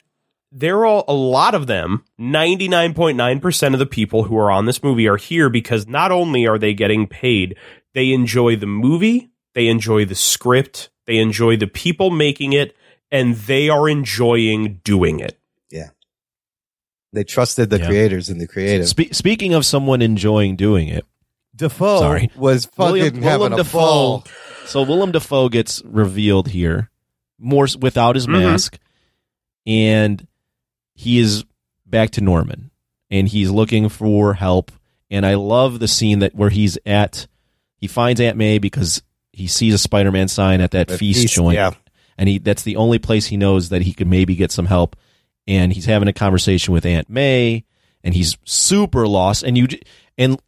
Speaker 6: they're all a lot of them, 99.9% of the people who are on this movie are here because not only are they getting paid, they enjoy the movie, they enjoy the script, they enjoy the people making it, and they are enjoying doing it.
Speaker 1: they trusted the
Speaker 7: Yeah.
Speaker 1: creators and the creative.
Speaker 7: Spe- speaking of someone enjoying doing it,
Speaker 1: Defoe
Speaker 7: Sorry.
Speaker 1: was fucking having a
Speaker 7: Dafoe-
Speaker 1: ball.
Speaker 7: So Willem Dafoe gets revealed here, more s- without his
Speaker 6: Mhm.
Speaker 7: mask, and he is back to Norman, and he's looking for help. And I love the scene that where he's at, he finds Aunt May because he sees a Spider-Man sign at that
Speaker 1: The
Speaker 7: feast,
Speaker 1: feast,
Speaker 7: joint,
Speaker 1: yeah.
Speaker 7: and he that's the only place he knows that he could maybe get some help. And he's having a conversation with Aunt May, and he's super lost. And you j- and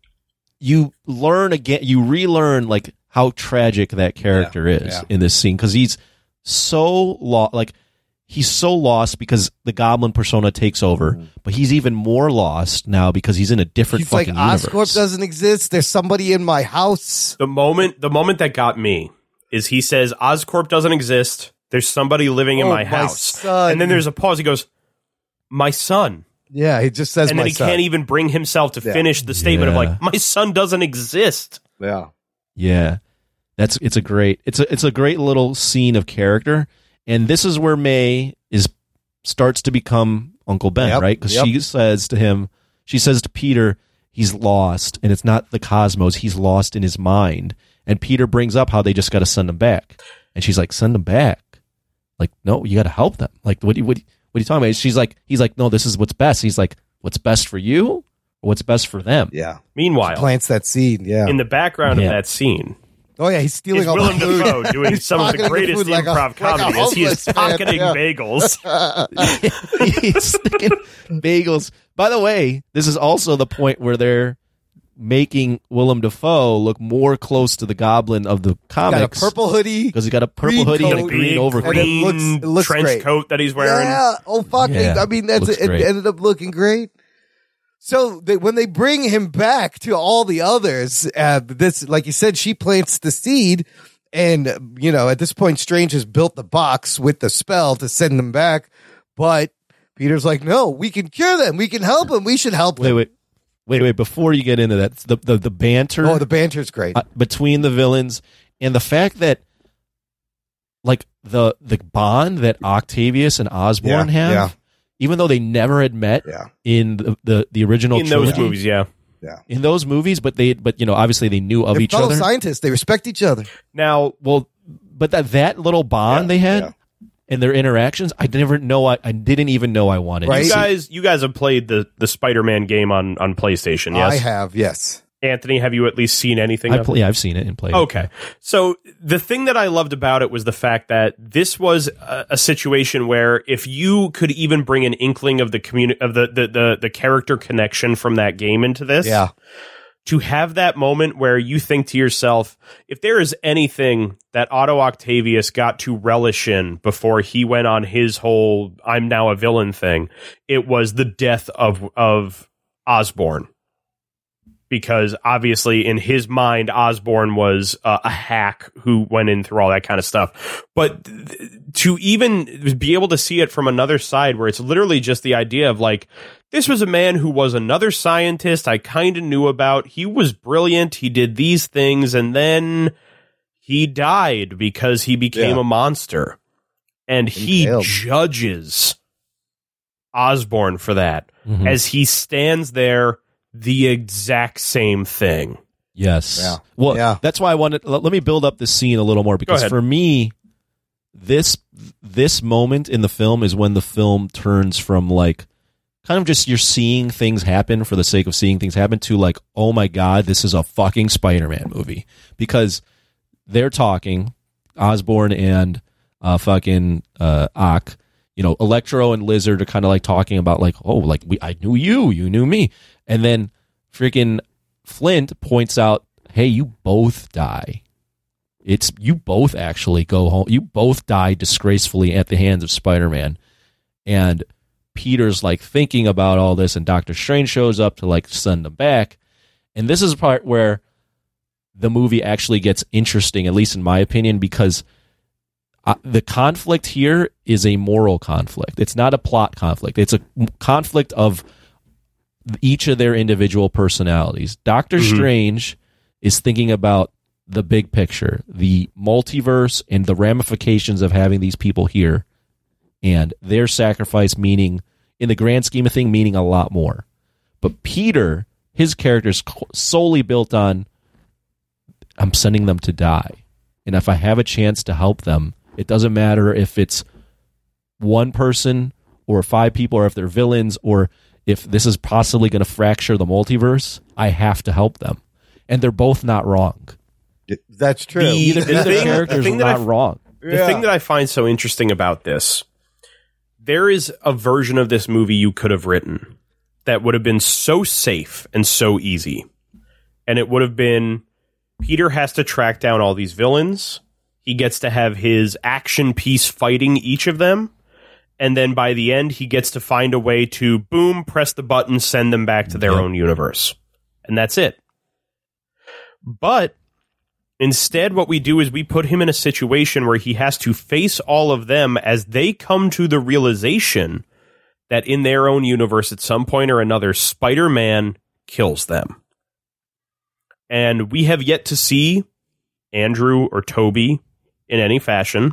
Speaker 7: you learn again you relearn like how tragic that character is
Speaker 1: yeah.
Speaker 7: in this scene because he's so lost like he's so lost because the goblin persona takes over but he's even more lost now because he's in a different
Speaker 1: Mm-hmm. He's like,
Speaker 7: fucking
Speaker 1: Oscorp
Speaker 7: universe
Speaker 1: doesn't exist. There's somebody in my house.
Speaker 6: The moment the moment that got me is he says Oscorp doesn't exist. There's somebody living in
Speaker 1: Oh, my
Speaker 6: my, house.
Speaker 1: son.
Speaker 6: And then there's a pause. He goes, "My son."
Speaker 1: Yeah, he just says
Speaker 6: and
Speaker 1: my
Speaker 6: then he
Speaker 1: son.
Speaker 6: can't even bring himself to
Speaker 1: Yeah.
Speaker 6: finish the statement
Speaker 7: Yeah.
Speaker 6: of like, "My son doesn't exist."
Speaker 1: yeah.
Speaker 7: yeah that's it's a great it's a it's a great little scene of character and this is where may is starts to become uncle ben
Speaker 1: Yep,
Speaker 7: right because
Speaker 1: yep.
Speaker 7: she says to him she says to peter he's lost and it's not the cosmos he's lost in his mind and peter brings up how they just got to send him back and she's like send him back like no you got to help them like what do you what, do you- what are you talking about she's like he's like no this is what's best he's like what's best for you or what's best for them
Speaker 1: Yeah.
Speaker 6: Meanwhile,
Speaker 1: Plants that seed. Yeah.
Speaker 6: in the background
Speaker 7: Yeah.
Speaker 6: of that scene
Speaker 1: oh, yeah. He's stealing
Speaker 6: is
Speaker 1: all
Speaker 6: Willem
Speaker 1: my food.
Speaker 6: Dafoe doing
Speaker 1: He's
Speaker 6: some of
Speaker 1: pocketing
Speaker 6: the greatest
Speaker 1: food like a- like a
Speaker 6: improv comedy as he is
Speaker 1: homeless man,
Speaker 6: pocketing
Speaker 1: yeah.
Speaker 6: bagels.
Speaker 7: he's sticking bagels. By the way, this is also the point where they're making Willem Dafoe look more close to the Goblin of the
Speaker 1: Got a
Speaker 7: comics
Speaker 1: purple hoodie.
Speaker 7: because he got a
Speaker 1: green
Speaker 7: purple hoodie and a
Speaker 1: coat,
Speaker 7: green
Speaker 6: Big
Speaker 1: and
Speaker 7: overcoat.
Speaker 1: it looks- it looks
Speaker 6: trench
Speaker 1: great.
Speaker 6: coat that he's wearing.
Speaker 1: Yeah. Oh fuck.
Speaker 7: Yeah.
Speaker 1: it- I mean, that's
Speaker 7: Looks
Speaker 1: it,
Speaker 7: great.
Speaker 1: ended up looking great. So they, when they bring him back to all the others, uh, this, like you said, she plants the seed, and uh, you know, at this point, Strange has built the box with the spell to send them back. But Peter's like, no, we can cure them. We can help them. We should help
Speaker 7: Wait,
Speaker 1: them.
Speaker 7: wait, wait, wait! Before you get into that, the the, the banter
Speaker 1: Oh, the banter's great.
Speaker 7: uh, between the villains and the fact that like the the bond that Octavius and Osborne
Speaker 1: Yeah,
Speaker 7: have,
Speaker 1: yeah.
Speaker 7: even though they never had met
Speaker 1: Yeah.
Speaker 7: in the the, the original
Speaker 6: in those
Speaker 7: trilogy.
Speaker 6: movies, yeah.
Speaker 7: in those movies, but they but you know obviously they knew of
Speaker 1: They're
Speaker 7: each
Speaker 1: fellow
Speaker 7: other.
Speaker 1: scientists. They respect each other.
Speaker 6: Now,
Speaker 7: well, but that that little bond they had and their interactions, I never know. I, I didn't even know I wanted.
Speaker 1: Right.
Speaker 6: you guys, you guys have played the the Spider Man game on on PlayStation, yes?
Speaker 1: I have yes.
Speaker 6: Anthony, have you at least seen anything?
Speaker 7: I
Speaker 6: of it?
Speaker 7: play, yeah, I've seen it in play.
Speaker 6: Okay. So the thing that I loved about it was the fact that this was a, a situation where if you could even bring an inkling of the communi- of the, the the the character connection from that game into this,
Speaker 1: Yeah.
Speaker 6: to have that moment where you think to yourself, if there is anything that Otto Octavius got to relish in before he went on his whole I'm now a villain thing, it was the death of of Osborne. Because obviously, in his mind, Osborne was uh, a hack who went in through all that kind of stuff. But th- to even be able to see it from another side, where it's literally just the idea of like, this was a man who was another scientist I kind of knew about. He was brilliant. He did these things and then he died because he became
Speaker 1: Yeah.
Speaker 6: a monster. And he
Speaker 1: Impaled.
Speaker 6: judges Osborne for that,
Speaker 7: Mhm.
Speaker 6: as he stands there, the exact same thing.
Speaker 7: Yes.
Speaker 6: Yeah.
Speaker 7: Well,
Speaker 6: Yeah.
Speaker 7: that's why I wanted. Let, let me build up this scene a little more because
Speaker 6: ahead.
Speaker 7: for me, this this moment in the film is when the film turns from like kind of just you're seeing things happen for the sake of seeing things happen to like oh my god this is a fucking spider-man movie because they're talking osborne and uh fucking uh ock you know electro and lizard are kind of like talking about like oh like we i knew you you knew me and then freaking flint points out hey you both die it's you both actually go home you both die disgracefully at the hands of spider-man and peter's like thinking about all this and doctor strange shows up to like send them back and this is the part where the movie actually gets interesting at least in my opinion because uh, the conflict here is a moral conflict it's not a plot conflict it's a conflict of each of their individual personalities. Doctor
Speaker 10: Mhm.
Speaker 7: Strange is thinking about the big picture, the multiverse, and the ramifications of having these people here, and their sacrifice meaning, in the grand scheme of thing, meaning a lot more. But Peter, his character is co- solely built on, I'm sending them to die, and if I have a chance to help them, it doesn't matter if it's one person or five people or if they're villains or if this is possibly going to fracture the multiverse, I have to help them. And they're both not wrong.
Speaker 1: That's true.
Speaker 7: either either character's
Speaker 6: that I
Speaker 7: not
Speaker 6: f-
Speaker 7: wrong.
Speaker 6: The thing that I find so interesting about this, there is a version of this movie you could have written that would have been so safe and so easy. And it would have been Peter has to track down all these villains. He gets to have his action piece fighting each of them. And then by the end, he gets to find a way to boom, press the button, send them back to their own universe. And that's it. But Instead, what we do is we put him in a situation where he has to face all of them as they come to the realization that in their own universe, at some point or another, Spider Man kills them. And we have yet to see Andrew or Toby in any fashion.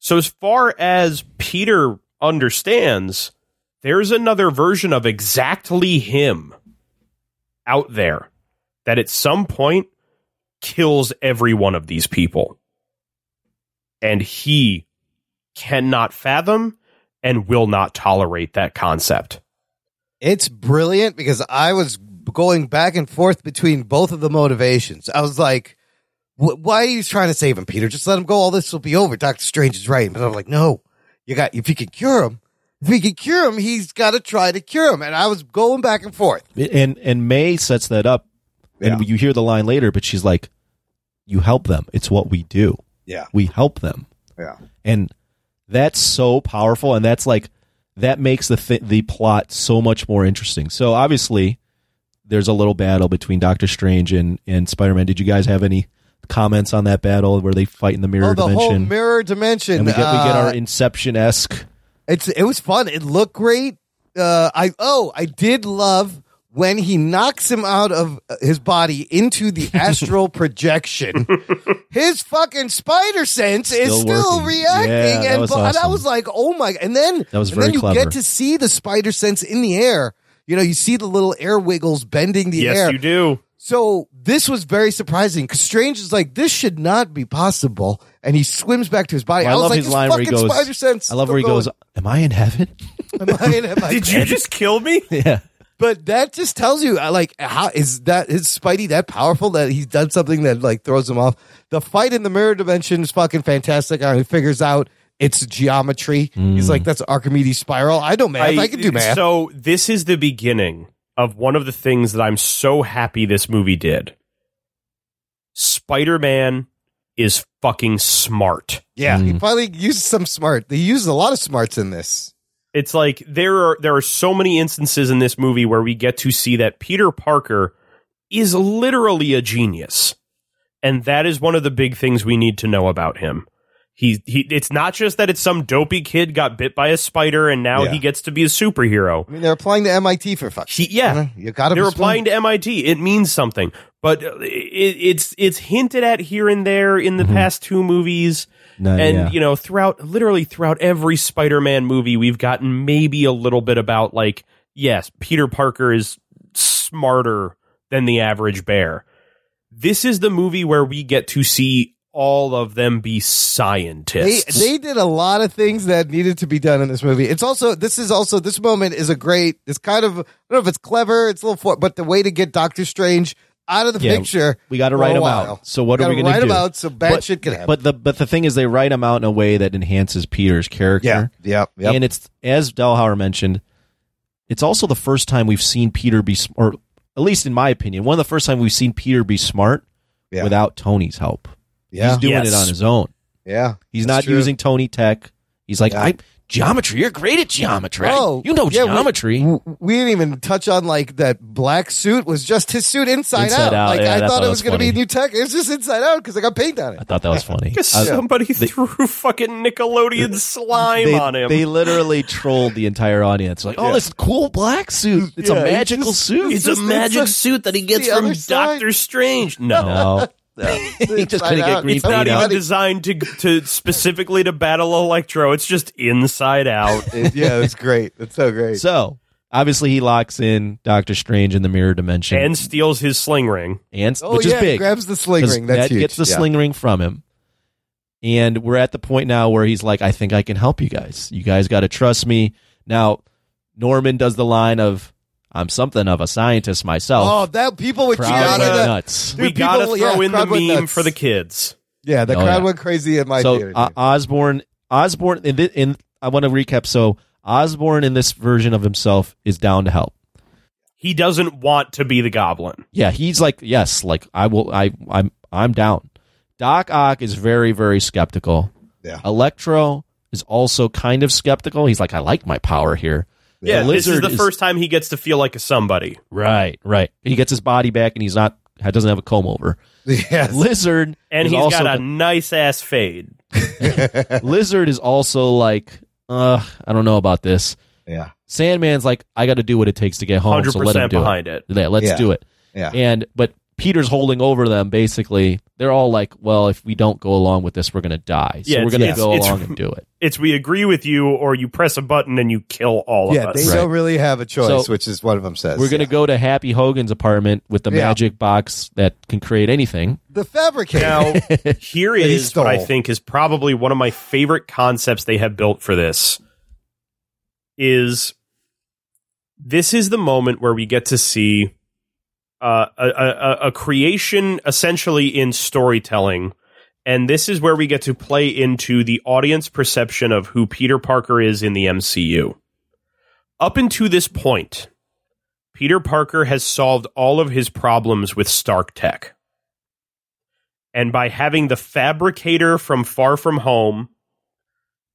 Speaker 6: So, as far as Peter understands, there's another version of exactly him out there that at some point kills every one of these people. And he cannot fathom and will not tolerate that concept.
Speaker 1: It's brilliant because I was going back and forth between both of the motivations. I was like, "Wh- why are you trying to save him, Peter? Just let him go. All this will be over. Doctor Strange is right. But I'm like, no, you got, if you can cure him, if he can cure him, he's got to try to cure him. And I was going back and forth.
Speaker 7: And and May sets that up, and you hear the line later, but she's like, "You help them. It's what we do.
Speaker 1: Yeah.
Speaker 7: we help them."
Speaker 1: Yeah.
Speaker 7: and that's so powerful, and that's like that makes the th- the plot so much more interesting. So obviously, there's a little battle between Doctor Strange and and Spider Man. Did you guys have any comments on that battle where they fight in the mirror
Speaker 1: Oh, the whole
Speaker 7: dimension?
Speaker 1: mirror dimension.
Speaker 7: and we get we get
Speaker 1: uh,
Speaker 7: our Inception esque.
Speaker 1: It's it was fun. It looked great. Uh, I oh, I did love when he knocks him out of uh, his body into the astral projection. his fucking spider sense is
Speaker 7: Still
Speaker 1: still
Speaker 7: working.
Speaker 1: reacting,
Speaker 7: Yeah, that
Speaker 1: and
Speaker 7: was
Speaker 1: bu- and I
Speaker 7: awesome.
Speaker 1: was like, oh my! And then
Speaker 7: That was
Speaker 1: and
Speaker 7: very
Speaker 1: then you
Speaker 7: clever.
Speaker 1: get to see the spider sense in the air. You know, you see the little air wiggles bending the
Speaker 6: yes,
Speaker 1: air.
Speaker 6: you do.
Speaker 1: So this was very surprising because Strange is like, this should not be possible, and he swims back to his body.
Speaker 7: I,
Speaker 1: I, was
Speaker 7: love
Speaker 1: like,
Speaker 7: his
Speaker 1: this
Speaker 7: line where he
Speaker 1: fucking
Speaker 7: goes.
Speaker 1: spider sense.
Speaker 7: I love
Speaker 1: still
Speaker 7: where he
Speaker 1: going.
Speaker 7: goes. Am I in heaven?
Speaker 1: Am I in heaven?
Speaker 6: Did you just kill me?
Speaker 7: yeah.
Speaker 1: But that just tells you, I like, how is that is Spidey that powerful that he's done something that like throws him off? The fight in the mirror dimension is fucking fantastic. How he figures out it's geometry. He's
Speaker 6: Mm.
Speaker 1: like, that's Archimedes spiral. I know math. I, can do math.
Speaker 6: So this is the beginning of one of the things that I'm so happy this movie did. Spider Man is fucking smart.
Speaker 1: yeah, he finally uses some smart. He uses a lot of smarts in this.
Speaker 6: It's like there are there are so many instances in this movie where we get to see that Peter Parker is literally a genius. And that is one of the big things we need to know about him. He, he it's not just that it's some dopey kid got bit by a spider and now
Speaker 1: Yeah.
Speaker 6: he gets to be a superhero.
Speaker 1: I mean, they're applying to MIT for fuck.
Speaker 6: She, yeah,
Speaker 1: You gotta.
Speaker 6: They're
Speaker 1: be
Speaker 6: applying
Speaker 1: smart.
Speaker 6: to MIT. It means something, but uh, it, it's it's hinted at here and there in the past two movies,
Speaker 7: Uh,
Speaker 19: No,
Speaker 6: and
Speaker 19: yeah.
Speaker 6: you know throughout literally throughout every Spider-Man movie, we've gotten maybe a little bit about like yes, Peter Parker is smarter than the average bear. This is the movie where we get to see all of them be
Speaker 1: They,
Speaker 6: scientists.
Speaker 1: they did a lot of things that needed to be done in this movie. It's also this is also this moment is a great. It's kind of I don't know if it's clever. It's a little for, but the way to get Doctor Strange out of the
Speaker 7: Yeah,
Speaker 1: picture.
Speaker 7: We got to
Speaker 1: for
Speaker 7: write
Speaker 1: a
Speaker 7: them
Speaker 1: while.
Speaker 7: out. So what are
Speaker 1: Gotta
Speaker 7: we going to
Speaker 1: write
Speaker 7: do?
Speaker 1: them out so bad
Speaker 7: but,
Speaker 1: shit can happen.
Speaker 7: But the but the thing is, they write them out in a way that enhances Peter's character.
Speaker 1: Yeah, yeah,
Speaker 7: And it's as Delhauer mentioned, it's also the first time we've seen Peter be, sm- or at least in my opinion, one of the first time we've seen Peter be smart without Tony's help.
Speaker 1: Yeah.
Speaker 7: he's doing
Speaker 1: Yes.
Speaker 7: it on his own.
Speaker 1: yeah,
Speaker 7: He's
Speaker 1: that's
Speaker 7: not
Speaker 1: true.
Speaker 7: using Tony Tech. He's like, I geometry. You're great at geometry. you know
Speaker 1: yeah, we-
Speaker 7: geometry.
Speaker 1: We, didn't even touch on like that black suit was just his suit inside,
Speaker 7: Inside out,
Speaker 1: Like
Speaker 7: yeah,
Speaker 1: I
Speaker 7: that-
Speaker 1: thought
Speaker 7: that
Speaker 1: it was
Speaker 7: was
Speaker 1: going to be
Speaker 7: funny.
Speaker 1: new tech. It's just inside out because I got paint on it.
Speaker 7: I thought that was funny.
Speaker 6: Because
Speaker 7: Uh,
Speaker 6: somebody threw fucking Nickelodeon slime
Speaker 7: they,
Speaker 6: on him.
Speaker 7: they literally trolled the entire audience. Like, oh,
Speaker 6: Yeah.
Speaker 7: this cool black suit. It's
Speaker 6: Yeah,
Speaker 7: a magical
Speaker 6: just-
Speaker 7: suit.
Speaker 6: It's, a magic suit that he gets
Speaker 1: the
Speaker 6: from
Speaker 1: other side.
Speaker 6: Doctor Strange. No.
Speaker 7: he just couldn't get Green
Speaker 6: It's not
Speaker 7: Peter
Speaker 6: even
Speaker 7: out.
Speaker 6: designed to, to specifically to battle Electro. It's just inside out.
Speaker 1: yeah, it's great. It's so great.
Speaker 7: So obviously he locks in Doctor Strange in the mirror dimension,
Speaker 6: and steals his sling ring.
Speaker 7: and
Speaker 1: Oh,
Speaker 7: which
Speaker 1: yeah,
Speaker 7: is big.
Speaker 1: grabs the sling
Speaker 7: 'cause
Speaker 1: ring. That's
Speaker 7: that
Speaker 1: huge.
Speaker 7: gets the
Speaker 1: Yeah.
Speaker 7: sling ring from him. And we're at the point now where he's like, I think I can help you guys. You guys got to trust me. Now, Norman does the line of, I'm something of a scientist myself.
Speaker 1: Oh, that people would cheer
Speaker 7: Crowd
Speaker 1: for
Speaker 7: went
Speaker 1: that.
Speaker 7: nuts.
Speaker 1: Dude,
Speaker 6: we gotta
Speaker 1: people-
Speaker 6: throw
Speaker 1: yeah,
Speaker 6: in the
Speaker 1: crowd went
Speaker 6: meme
Speaker 1: nuts.
Speaker 6: for the kids.
Speaker 1: Yeah, the
Speaker 7: Oh,
Speaker 1: crowd
Speaker 7: yeah.
Speaker 1: went crazy at my
Speaker 7: so
Speaker 1: theater.
Speaker 7: uh, Osborne, Osborne, in, thi- in I want to recap. So Osborne in this version of himself is down to help.
Speaker 6: He doesn't want to be the Goblin.
Speaker 7: Yeah, he's like, yes, like I will, I, I'm, I'm down. Doc Ock is very, very skeptical.
Speaker 1: Yeah.
Speaker 7: Electro is also kind of skeptical. He's like, I like my power here. The
Speaker 6: Yeah, this is
Speaker 7: lizard
Speaker 6: the first time he gets to feel like a somebody.
Speaker 7: Right, right. He gets his body back, and he's not doesn't have a comb over.
Speaker 1: Yes.
Speaker 7: Lizard
Speaker 6: And
Speaker 7: is
Speaker 6: he's
Speaker 7: also
Speaker 6: got a nice ass fade.
Speaker 7: Lizard is also like, uh, I don't know about this.
Speaker 1: Yeah.
Speaker 7: Sandman's like, I got to do what it takes to get home. So let him
Speaker 6: 100%
Speaker 7: do
Speaker 6: behind
Speaker 7: it.
Speaker 6: it.
Speaker 7: Yeah, let's
Speaker 1: Yeah.
Speaker 7: do it.
Speaker 1: Yeah.
Speaker 7: And but Peter's holding over them. Basically, they're all like, well, if we don't go along with this, we're gonna die. So
Speaker 6: Yeah,
Speaker 7: we're
Speaker 6: it's-
Speaker 7: gonna
Speaker 6: it's-
Speaker 7: go
Speaker 6: it's-
Speaker 7: along and do it.
Speaker 6: It's we agree with you, or you press a button and you kill all
Speaker 1: yeah,
Speaker 6: of
Speaker 1: they
Speaker 6: us.
Speaker 1: don't really have a choice,
Speaker 7: So-
Speaker 1: which is one of them says.
Speaker 7: We're gonna go to Happy Hogan's apartment with the
Speaker 1: Yeah.
Speaker 7: magic box that can create anything.
Speaker 1: the fabricator.
Speaker 6: Now, here
Speaker 1: That he
Speaker 6: is what I
Speaker 1: stole.
Speaker 6: think is probably one of my favorite concepts they have built for this is this is the moment where we get to see uh, a, a, a- a creation essentially in storytelling. And this is where we get to play into the audience perception of who Peter Parker is in the MCU. Up until this point, Peter Parker has solved all of his problems with Stark Tech and by having the fabricator from Far From Home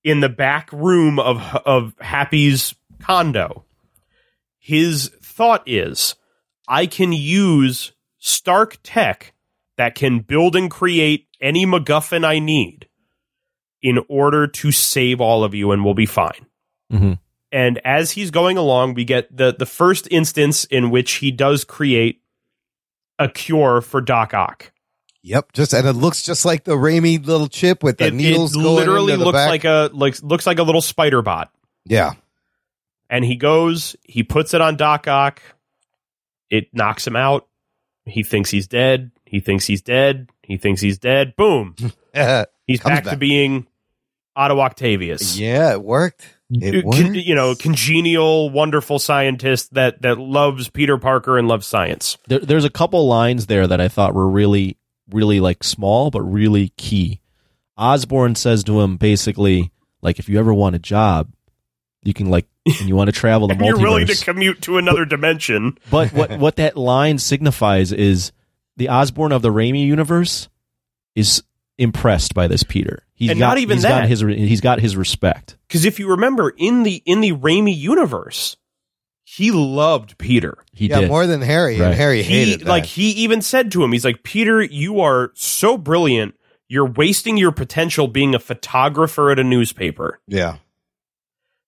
Speaker 6: in the back room of of Happy's condo, his thought is, I can use Stark Tech that can build and create any MacGuffin I need in order to save all of you, and we'll be fine.
Speaker 7: Mhm.
Speaker 6: And as he's going along, we get the the first instance in which he does create a cure for Doc Ock.
Speaker 1: Yep, just and it looks just like the Raimi little chip with the
Speaker 6: it,
Speaker 1: needles
Speaker 6: it
Speaker 1: going
Speaker 6: literally
Speaker 1: into the
Speaker 6: looks
Speaker 1: back.
Speaker 6: like a looks looks like a little spider bot
Speaker 1: yeah,
Speaker 6: and he goes he puts it on doc ock it knocks him out he thinks he's dead he thinks he's dead he thinks he's dead boom
Speaker 1: yeah,
Speaker 6: he's
Speaker 1: Comes
Speaker 6: back, to
Speaker 1: back.
Speaker 6: being otto octavius
Speaker 1: yeah. It worked. It
Speaker 6: Uh, con-
Speaker 1: worked.
Speaker 6: you know congenial wonderful scientist that that loves peter parker and loves science
Speaker 7: there, there's a couple lines there that I thought were really, really like small, but really key. Osborne says to him basically, like, if you ever want a job, you can like, and you want to travel the
Speaker 6: and you're willing to
Speaker 7: multiverse.
Speaker 6: commute to another dimension
Speaker 7: but what what that line signifies is the Osborne of the Raimi universe is impressed by this Peter. He's
Speaker 6: And
Speaker 7: got,
Speaker 6: not even
Speaker 7: he's
Speaker 6: that.
Speaker 7: Got his, re- he's got his respect.
Speaker 6: because if you remember in the in the raimi universe he loved peter
Speaker 7: He
Speaker 1: yeah,
Speaker 7: did.
Speaker 1: more than Harry,
Speaker 7: Right.
Speaker 1: and Harry
Speaker 6: he
Speaker 1: hated that.
Speaker 6: like he even said to him he's like peter you are so brilliant you're wasting your potential being a photographer at a newspaper.
Speaker 1: Yeah.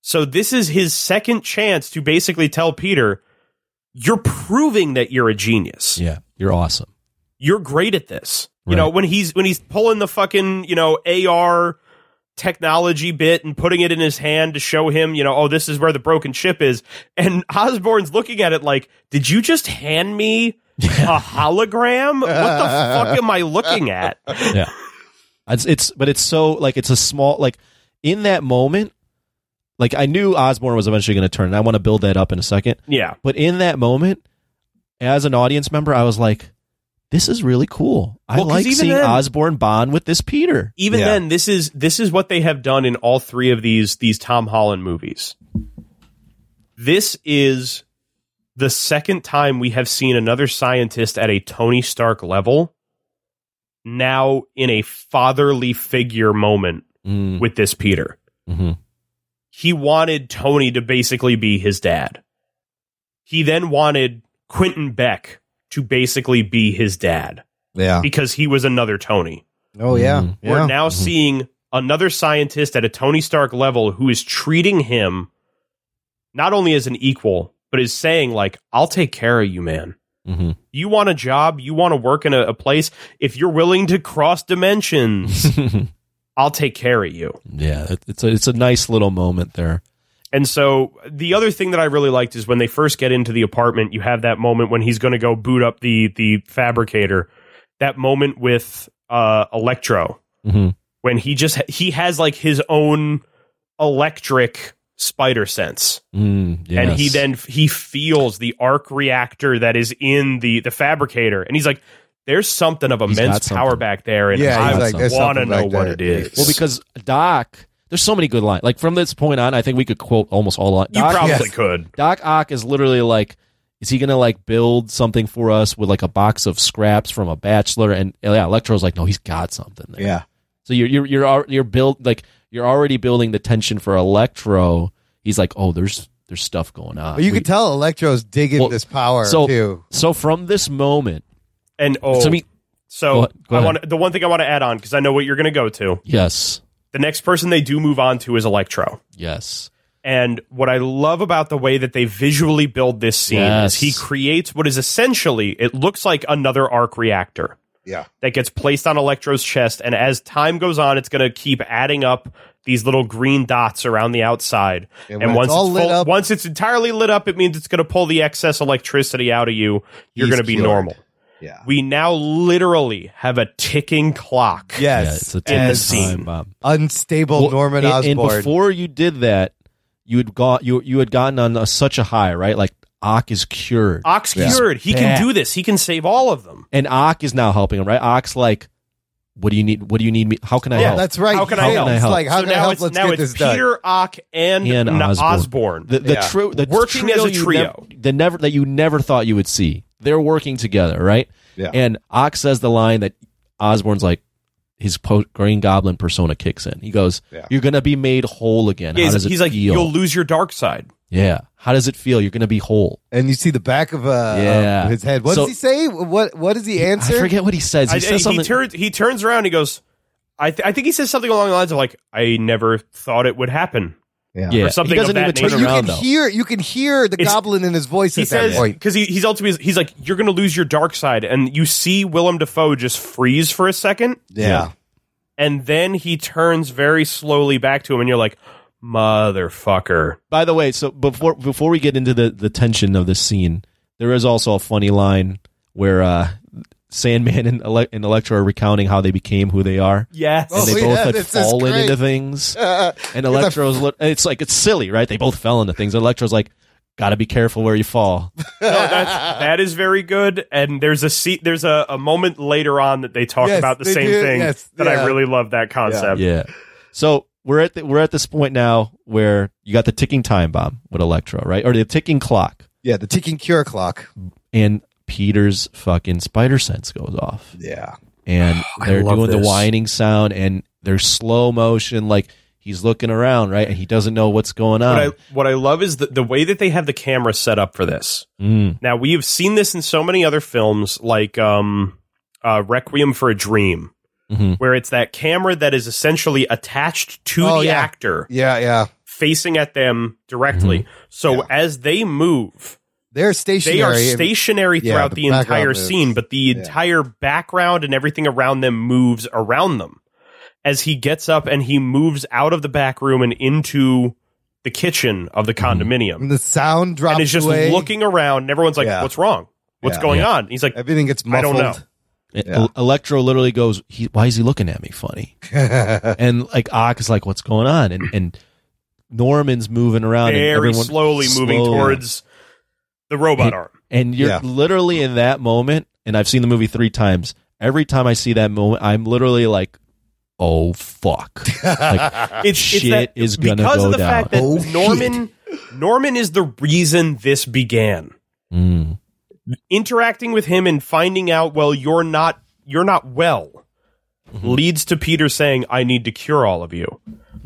Speaker 6: So this is his second chance to basically tell Peter, you're proving that you're a genius.
Speaker 7: Yeah. You're awesome.
Speaker 6: You're great at this. Right. You know, when he's when he's pulling the fucking, you know, AR technology bit and putting it in his hand to show him, you know, oh, this is where the broken ship is. And Osborne's looking at it like, did you just hand me a hologram? what the fuck am I looking at?
Speaker 7: Yeah. It's, it's, but it's so, like, it's a small, like, in that moment, like, I knew Osborne was eventually going to turn, and I want to build that up in a second.
Speaker 6: Yeah.
Speaker 7: But in that moment, as an audience member, I was like, this is really cool. I well, like seeing then, Osborne bond with this Peter.
Speaker 6: Even yeah. then, this is this is what they have done in all three of these these Tom Holland movies. This is the second time we have seen another scientist at a Tony Stark level. Now in a fatherly figure moment mm. with this Peter.
Speaker 7: Mm-hmm.
Speaker 6: He wanted Tony to basically be his dad. He then wanted Quentin Beck to basically be his dad.
Speaker 1: Yeah.
Speaker 6: Because he was another Tony.
Speaker 1: Oh, yeah.
Speaker 6: Mm-hmm.
Speaker 1: yeah.
Speaker 6: We're now mm-hmm. seeing another scientist at a Tony Stark level who is treating him not only as an equal, but is saying, like, I'll take care of you, man.
Speaker 7: Mm-hmm.
Speaker 6: You want a job, you want to work in a, a place. If you're willing to cross dimensions,
Speaker 7: Mm-hmm.
Speaker 6: I'll take care of you.
Speaker 7: Yeah. It's a, it's a nice little moment there.
Speaker 6: And so the other thing that I really liked is when they first get into the apartment, you have that moment when he's going to go boot up the the fabricator. That moment with uh, Electro
Speaker 7: mm-hmm.
Speaker 6: when he just he has like his own electric spider sense.
Speaker 7: Mm, yes.
Speaker 6: And he then he feels the arc reactor that is in the the fabricator and he's like there's something of immense power back there and yeah, I like, want to know what it is.
Speaker 7: Well because Doc there's so many good lines. Like from this point on, I think we could quote almost all lines.
Speaker 6: You probably yes. could.
Speaker 7: Doc Ock is literally like, is he gonna like build something for us with like a box of scraps from a bachelor? And yeah, Electro's like, no, he's got something there.
Speaker 1: Yeah.
Speaker 7: So you're you're you're you're built like you're already building the tension for Electro. He's like, oh, there's there's stuff going on.
Speaker 1: Well, you we, can tell Electro's digging well, this power
Speaker 7: so,
Speaker 1: too.
Speaker 7: So from this moment,
Speaker 6: and oh, so, me, so go, go I want the one thing I want to add on because I know what you're gonna go to.
Speaker 7: Yes
Speaker 6: the next person they do move on to is Electro.
Speaker 7: Yes.
Speaker 6: And what I love about the way that they visually build this scene yes. is he creates what is essentially, it looks like another arc reactor.
Speaker 1: Yeah.
Speaker 6: That gets placed on Electro's chest. And as time goes on, it's going to keep adding up these little green dots around the outside. And, and once, it's, it's full, up, once it's entirely lit up, it means it's going to pull the excess electricity out of you. You're going to be cured. normal.
Speaker 1: Yeah.
Speaker 6: We now literally have a ticking clock.
Speaker 1: Yes. Yeah, it's
Speaker 7: a ticking scene. bomb.
Speaker 1: Unstable well, Norman
Speaker 7: and,
Speaker 1: Osborn.
Speaker 7: And before you did that, you had got you you had gotten on a, such a high, right? Like Ock is cured.
Speaker 6: Ock's yeah. cured. He yeah. can do this. He can save all of them.
Speaker 7: And Ock is now helping him, right? Ock's like what do you need? What do you need me? How can I
Speaker 1: yeah,
Speaker 7: help?
Speaker 1: That's right.
Speaker 6: How can, I,
Speaker 1: help?
Speaker 6: Can I help?
Speaker 1: like how so can I help? Let's
Speaker 6: now
Speaker 1: get this
Speaker 6: done. Peter Ock and,
Speaker 7: and
Speaker 6: Osborne. Osborne.
Speaker 7: The, the, yeah. trio, the
Speaker 6: working
Speaker 7: trio
Speaker 6: as a trio.
Speaker 7: Nev- the never that you never thought you would see. They're working together, right?
Speaker 1: Yeah.
Speaker 7: And Ock says the line that Osborne's like his po- Green Goblin persona kicks in. He goes, yeah. "You're gonna be made whole again."
Speaker 6: Yeah,
Speaker 7: how does it
Speaker 6: he's like,
Speaker 7: feel?
Speaker 6: "You'll lose your dark side."
Speaker 7: Yeah. How does it feel? You're going to be whole.
Speaker 1: And you see the back of uh, yeah. um, his head. What so, does he say? What What does he answer?
Speaker 7: I forget what he says. He
Speaker 6: I,
Speaker 7: says
Speaker 6: something. He turns, he turns around. He goes. I, th- I think he says something along the lines of like, "I never thought it would happen."
Speaker 1: Yeah.
Speaker 7: yeah.
Speaker 6: Or something
Speaker 7: he doesn't
Speaker 6: of
Speaker 7: even
Speaker 6: that
Speaker 7: turn
Speaker 6: nature.
Speaker 1: you can
Speaker 7: around, though.
Speaker 1: hear you can hear the
Speaker 6: It's-
Speaker 1: goblin in his voice
Speaker 6: he
Speaker 1: at that
Speaker 6: says
Speaker 1: point.
Speaker 6: because he, he's ultimately he's like, "You're going to lose your dark side," and you see Willem Dafoe just freeze for a second,
Speaker 1: Yeah.
Speaker 6: and then he turns very slowly back to him, and you're like, "Motherfucker!"
Speaker 7: By the way, so before before we get into the the tension of this scene, there is also a funny line where uh Sandman and, Ele- and Electro are recounting how they became who they are.
Speaker 6: Yes,
Speaker 7: and they
Speaker 1: Oh,
Speaker 7: both
Speaker 1: yeah,
Speaker 7: had
Speaker 1: this is
Speaker 7: fallen
Speaker 1: great.
Speaker 7: into things.
Speaker 1: Uh,
Speaker 7: And Electro's, li- and it's like it's silly, right? They both fell into things. Electro's like, gotta be careful where you fall.
Speaker 6: No, that's, that is very good. And there's a se- there's a, a moment later on that they talk
Speaker 1: Yes,
Speaker 6: about the
Speaker 1: they
Speaker 6: same
Speaker 1: do.
Speaker 6: thing
Speaker 1: Yes,
Speaker 6: that
Speaker 1: yeah.
Speaker 6: I really love that concept.
Speaker 7: yeah. So we're at the, we're at this point now where you got the ticking time bomb with Electro, right, or the ticking clock,
Speaker 1: yeah, the ticking cure clock.
Speaker 7: and Peter's fucking spider sense goes off,
Speaker 1: Yeah.
Speaker 7: and
Speaker 20: I
Speaker 7: they're
Speaker 20: love
Speaker 7: doing the
Speaker 20: this.
Speaker 7: whining sound, and they're slow motion, like he's looking around, right, and he doesn't know what's going on.
Speaker 6: What I what I love is the, the way that they have the camera set up for this.
Speaker 7: Mm.
Speaker 6: Now we have seen this in so many other films, like um, uh, Requiem for a Dream, mm-hmm. where it's that camera that is essentially attached to
Speaker 1: Oh,
Speaker 6: the
Speaker 1: yeah.
Speaker 6: actor
Speaker 1: Yeah, yeah.
Speaker 6: facing at them directly.
Speaker 7: Mm-hmm.
Speaker 6: So as they move,
Speaker 1: They're stationary.
Speaker 6: they are stationary
Speaker 1: Yeah,
Speaker 6: throughout
Speaker 1: the
Speaker 6: the, entire
Speaker 1: background moves.
Speaker 6: scene, but the entire background and everything around them moves around them. As he gets up and he moves out of the back room and into the kitchen of the
Speaker 1: Mm-hmm.
Speaker 6: condominium.
Speaker 1: And the sound drops
Speaker 6: and is just
Speaker 1: away.
Speaker 6: looking around and everyone's like
Speaker 1: Yeah.
Speaker 6: what's wrong what's
Speaker 1: Yeah.
Speaker 6: going
Speaker 1: Yeah.
Speaker 6: on he's like
Speaker 1: Everything gets
Speaker 6: i don't
Speaker 1: muffled.
Speaker 6: know
Speaker 7: And El- Electro literally goes, he, "Why is he looking at me funny?" and like Ock is like, "What's going on?" And and Norman's moving around, and
Speaker 6: very
Speaker 7: everyone-
Speaker 6: slowly moving
Speaker 7: slowly.
Speaker 6: towards the robot
Speaker 7: And-
Speaker 6: arm
Speaker 7: And you're
Speaker 6: Yeah.
Speaker 7: literally in that moment. And I've seen the movie three times. Every time I see that moment, I'm literally like, "Oh fuck!"
Speaker 1: ah,
Speaker 7: Like,
Speaker 6: it's,
Speaker 7: shit
Speaker 6: it's that,
Speaker 7: is gonna
Speaker 6: because
Speaker 7: go
Speaker 6: of the
Speaker 7: down.
Speaker 6: fact that
Speaker 1: Oh,
Speaker 6: norman norman is the reason this began
Speaker 7: Mm.
Speaker 6: interacting with him and finding out well you're not you're not well leads to peter saying i need to cure all of you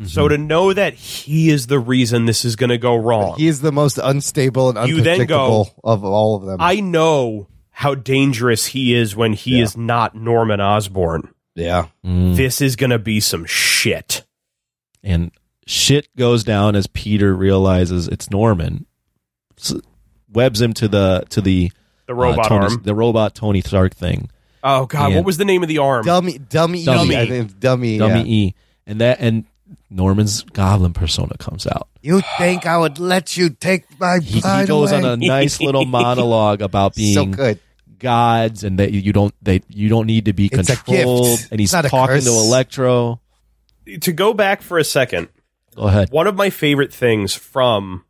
Speaker 6: so to know that he is the reason this is going to go wrong
Speaker 1: He is the most unstable and
Speaker 6: You then go-
Speaker 1: unpredictable of all of them.
Speaker 6: I know how dangerous he is when he is not Norman Osborn.
Speaker 1: Yeah.
Speaker 6: This is going to be some shit.
Speaker 7: mm. and shit goes down as Peter realizes it's Norman, S webs him to the to the uh,
Speaker 6: The robot
Speaker 7: Tony-
Speaker 6: arm.
Speaker 7: the robot Tony Stark thing,
Speaker 6: Oh, God.
Speaker 7: Yeah.
Speaker 6: What was the name of the arm?
Speaker 1: dummy, dummy,
Speaker 7: Dummy.
Speaker 1: E, I think, dummy,
Speaker 7: dummy
Speaker 1: yeah.
Speaker 7: E, and that and Norman's goblin persona comes out.
Speaker 1: You think I would let you take my
Speaker 7: He, he
Speaker 1: pride
Speaker 7: goes
Speaker 1: away?
Speaker 7: on a nice little monologue about being
Speaker 1: so good.
Speaker 7: gods and that you don't that you don't need to be
Speaker 1: It's a
Speaker 7: controlled.
Speaker 1: gift.
Speaker 7: And he's
Speaker 1: It's not a
Speaker 7: talking
Speaker 1: curse.
Speaker 7: to Electro.
Speaker 6: To go back for a second,
Speaker 7: Go ahead.
Speaker 6: one of my favorite things from,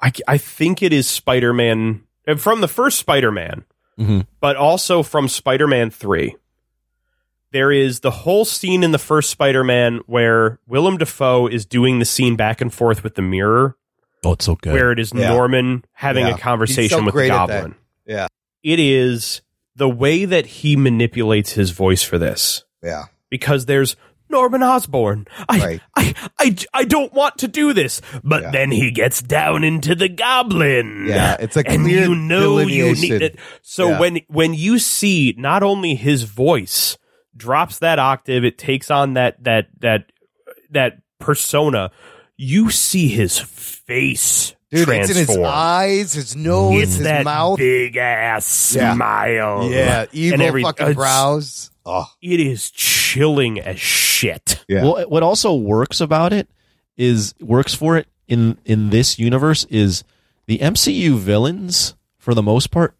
Speaker 6: I, I think it is Spider Man, from the first Spider Man,
Speaker 7: Mhm.
Speaker 6: but also from Spider Man 3. There is the whole scene in the first Spider Man where Willem Dafoe is doing the scene back and forth with the mirror.
Speaker 7: Oh, it's so good.
Speaker 6: where it is
Speaker 1: Yeah.
Speaker 6: Norman having
Speaker 1: Yeah.
Speaker 6: a
Speaker 1: He's
Speaker 6: conversation
Speaker 1: so
Speaker 6: with the
Speaker 1: great at that.
Speaker 6: Goblin.
Speaker 1: Yeah.
Speaker 6: It is the way that he manipulates his voice for this
Speaker 1: Yeah.
Speaker 6: because there's Norman Osborn. I,
Speaker 1: Right.
Speaker 6: I, I, I don't want to do this, but then he gets down into the Goblin.
Speaker 1: Yeah, it's a
Speaker 6: and
Speaker 1: clear
Speaker 6: you know you need
Speaker 1: delineation.
Speaker 6: it. So
Speaker 1: Yeah.
Speaker 6: when when you see not only his voice drops that octave, it takes on that that that that persona. You see his face
Speaker 1: Dude,
Speaker 6: transform.
Speaker 1: it's in his eyes, his nose,
Speaker 6: It's
Speaker 1: his
Speaker 6: that
Speaker 1: mouth.
Speaker 6: big ass
Speaker 1: Yeah.
Speaker 6: smile.
Speaker 1: yeah, evil
Speaker 6: and every-
Speaker 1: fucking
Speaker 6: it's-
Speaker 1: brows. Oh,
Speaker 6: It is chilling as shit.
Speaker 1: yeah.
Speaker 7: Well, what also works about it is works for it in in this universe is the MCU villains for the most part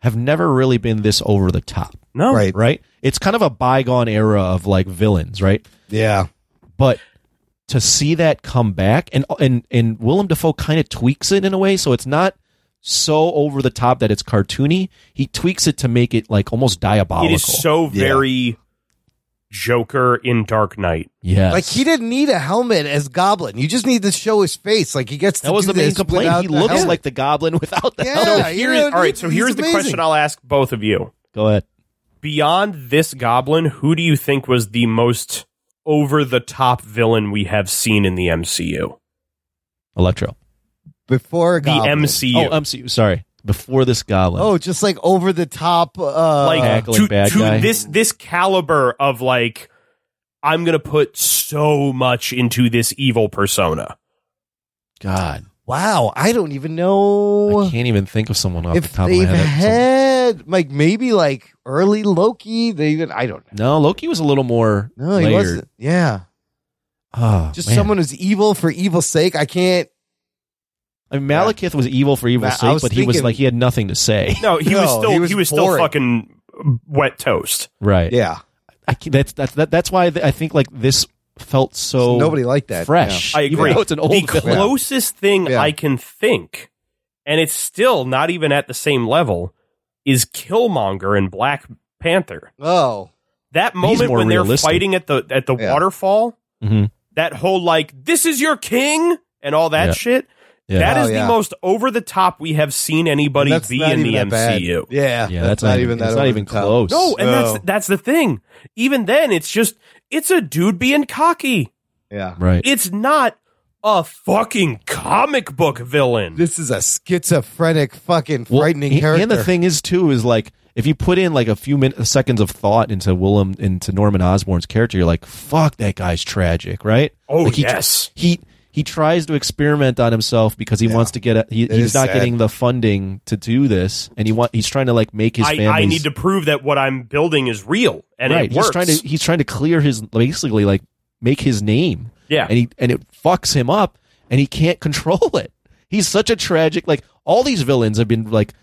Speaker 7: have never really been this over the top,
Speaker 6: No,
Speaker 1: right.
Speaker 7: right? It's kind of a bygone era of like villains, right?
Speaker 1: Yeah.
Speaker 7: But to see that come back and and and Willem Dafoe kind of tweaks it in a way so it's not so over the top that it's cartoony. He tweaks it to make it like almost diabolical.
Speaker 6: it is so very Joker in Dark Knight.
Speaker 7: yes.
Speaker 1: Like he didn't need a helmet as Goblin. You just need to show his face. Like he gets.
Speaker 7: that was the main complaint. He looks like the goblin without the
Speaker 1: Yeah.
Speaker 7: helmet.
Speaker 6: So here is
Speaker 1: you
Speaker 6: all
Speaker 1: know,
Speaker 6: right. So
Speaker 1: he's
Speaker 6: here's the
Speaker 1: amazing.
Speaker 6: question I'll ask both of you.
Speaker 7: Go ahead.
Speaker 6: Beyond this Goblin, who do you think was the most over the top villain we have seen in the MCU?
Speaker 7: Electro.
Speaker 1: before
Speaker 6: The
Speaker 1: Goblin. um,
Speaker 6: MCU,
Speaker 7: Oh, MCU. Sorry. Before this goblin.
Speaker 1: Oh, just like over the top. Uh,
Speaker 6: like
Speaker 7: tackling
Speaker 6: to,
Speaker 7: bad
Speaker 6: to
Speaker 7: guy.
Speaker 6: this this caliber of like, I'm gonna put so much into this evil persona.
Speaker 7: God.
Speaker 1: wow, I don't even
Speaker 7: I
Speaker 1: know
Speaker 7: can't even think of someone off
Speaker 1: if
Speaker 7: the top of my
Speaker 1: they've
Speaker 7: head.
Speaker 1: had like maybe like early Loki. They even I don't
Speaker 7: no, Loki was a little more
Speaker 1: know. No, he
Speaker 7: layered.
Speaker 1: wasn't. Yeah,
Speaker 7: Oh,
Speaker 1: just
Speaker 7: man.
Speaker 1: someone who's evil for evil's sake. I can't.
Speaker 7: I mean, Malekith was evil for evil's
Speaker 1: I
Speaker 7: sake,
Speaker 1: was
Speaker 7: but he was
Speaker 1: thinking-
Speaker 7: like he had nothing to say.
Speaker 6: No, he was
Speaker 1: No,
Speaker 6: still he
Speaker 1: he
Speaker 6: was,
Speaker 1: was
Speaker 6: still
Speaker 1: boring.
Speaker 6: fucking wet toast.
Speaker 7: Right.
Speaker 1: Yeah,
Speaker 7: I can't- that's that's that, that's why I think like this felt so
Speaker 1: nobody liked that.
Speaker 7: fresh.
Speaker 6: I
Speaker 7: even
Speaker 6: agree.
Speaker 7: though it's an old
Speaker 6: the
Speaker 7: villain.
Speaker 6: closest thing
Speaker 1: Yeah.
Speaker 6: I can think, and it's still not even at the same level, is Killmonger in Black Panther.
Speaker 1: Yeah. Oh,
Speaker 6: That
Speaker 7: He's
Speaker 6: moment
Speaker 7: more
Speaker 6: when they're
Speaker 7: realistic.
Speaker 6: fighting at the at the
Speaker 1: Yeah.
Speaker 6: waterfall,
Speaker 7: Mhm.
Speaker 6: that whole like "this is your king" and all that
Speaker 7: Yeah.
Speaker 6: shit.
Speaker 7: Yeah.
Speaker 6: That
Speaker 1: Oh,
Speaker 6: is
Speaker 1: yeah.
Speaker 6: the most over the top we have seen anybody
Speaker 1: That's
Speaker 6: be
Speaker 1: not
Speaker 6: in the
Speaker 1: even that
Speaker 6: MCU.
Speaker 1: bad. Oh. Yeah,
Speaker 7: Yeah, that's, not even that's
Speaker 1: that
Speaker 7: not
Speaker 1: over
Speaker 7: even
Speaker 1: the top.
Speaker 7: close.
Speaker 6: No, and
Speaker 1: No.
Speaker 6: that's that's the thing. Even then, it's just it's a dude being cocky.
Speaker 1: Yeah,
Speaker 7: right.
Speaker 6: It's not a fucking comic book villain.
Speaker 1: this is a schizophrenic, fucking
Speaker 7: Well,
Speaker 1: frightening
Speaker 7: and-
Speaker 1: character.
Speaker 7: And the thing is too is like if you put in like a few min- seconds of thought into Willem into Norman Osborn's character, you're like, fuck, that guy's tragic, right?
Speaker 6: Oh
Speaker 7: like he,
Speaker 6: yes,
Speaker 7: he he tries to experiment on himself because he yeah. wants to get a, he, he's not sad. getting the funding to do this, and he want he's trying to like make his
Speaker 6: I,
Speaker 7: I
Speaker 6: need to prove that what I'm building is real and
Speaker 7: right.
Speaker 6: it works.
Speaker 7: He's trying to he's trying to clear his basically like make his name.
Speaker 6: Yeah,
Speaker 7: and he and it fucks him up, and he can't control it. He's such a tragic like all these villains have been like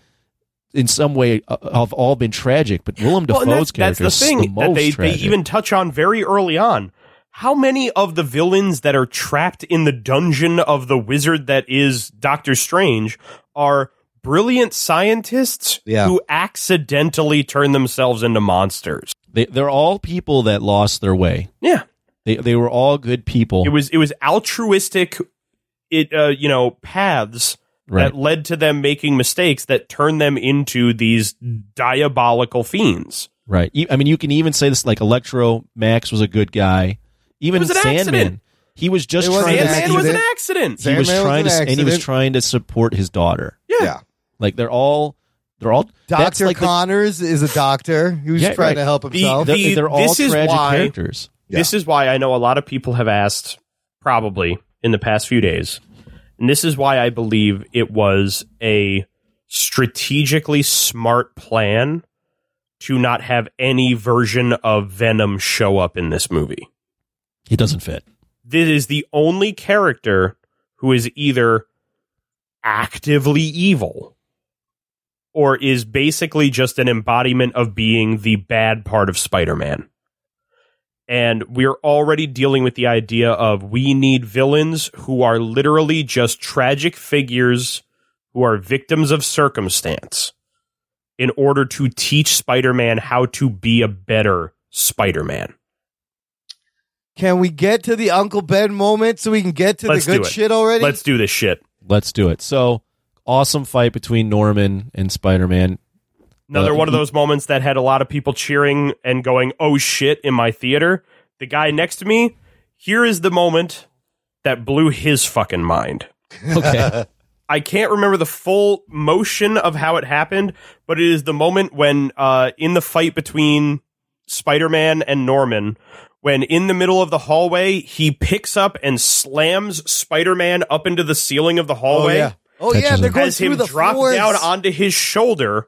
Speaker 7: in some way uh, have all been tragic, but Willem Dafoe's well,
Speaker 6: that's,
Speaker 7: character
Speaker 6: that's the thing
Speaker 7: is the most
Speaker 6: that they,
Speaker 7: tragic.
Speaker 6: they even touch on very early on. How many of the villains that are trapped in the dungeon of the wizard that is Doctor Strange are brilliant scientists
Speaker 1: Yeah.
Speaker 6: who accidentally turn themselves into monsters?
Speaker 7: They, they're all people that lost their way.
Speaker 6: Yeah,
Speaker 7: They they were all good people.
Speaker 6: it was it was altruistic, it uh, you know paths
Speaker 7: Right.
Speaker 6: that led to them making mistakes that turned them into these diabolical fiends.
Speaker 7: Right. E- I mean, you can even say this like Electro Max was a good guy. Even
Speaker 6: It was an
Speaker 7: Sandman,
Speaker 6: accident.
Speaker 7: he was just
Speaker 1: It was
Speaker 7: trying
Speaker 1: an
Speaker 7: to.
Speaker 6: Sandman was an
Speaker 1: accident.
Speaker 6: accident.
Speaker 7: He was
Speaker 1: Sandman was
Speaker 7: trying
Speaker 1: an
Speaker 7: to, and he was
Speaker 1: accident.
Speaker 7: trying to support his daughter.
Speaker 1: yeah.
Speaker 7: Like they're all, they're all. that's
Speaker 1: Doctor
Speaker 7: like the-
Speaker 1: Connors is a doctor who's
Speaker 7: Yeah,
Speaker 1: trying
Speaker 7: right.
Speaker 1: to help
Speaker 6: The-
Speaker 1: himself.
Speaker 6: the-
Speaker 7: they're, they're all
Speaker 6: This is
Speaker 7: tragic
Speaker 6: why-
Speaker 7: characters.
Speaker 6: This is why I know a lot of people have asked, probably in the past few days, and this is why I believe it was a strategically smart plan to not have any version of Venom show up in this movie.
Speaker 7: He doesn't fit.
Speaker 6: This is the only character who is either actively evil or is basically just an embodiment of being the bad part of Spider Man. And we're already dealing with the idea of we need villains who are literally just tragic figures who are victims of circumstance in order to teach Spider Man how to be a better Spider Man.
Speaker 1: Can we get to the Uncle Ben moment so we can get to
Speaker 6: Let's
Speaker 1: the
Speaker 6: do
Speaker 1: good
Speaker 6: it.
Speaker 1: shit already?
Speaker 6: Let's do this shit.
Speaker 7: Let's do it. So awesome fight between Norman and Spider Man.
Speaker 6: Another
Speaker 7: Uh,
Speaker 6: one of those moments that had a lot of people cheering and going, oh shit, in my theater. The guy next to me, here is the moment that blew his fucking mind.
Speaker 7: Okay.
Speaker 6: I can't remember the full motion of how it happened, but it is the moment when, uh, in the fight between Spider Man and Norman, when in the middle of the hallway, he picks up and slams Spider Man up into the ceiling of the
Speaker 1: oh
Speaker 6: hallway
Speaker 1: yeah. Oh
Speaker 7: Catches
Speaker 1: yeah, they're
Speaker 7: him.
Speaker 1: going
Speaker 6: has
Speaker 1: through
Speaker 6: him
Speaker 1: the
Speaker 6: drop
Speaker 1: floors.
Speaker 6: down onto his shoulder,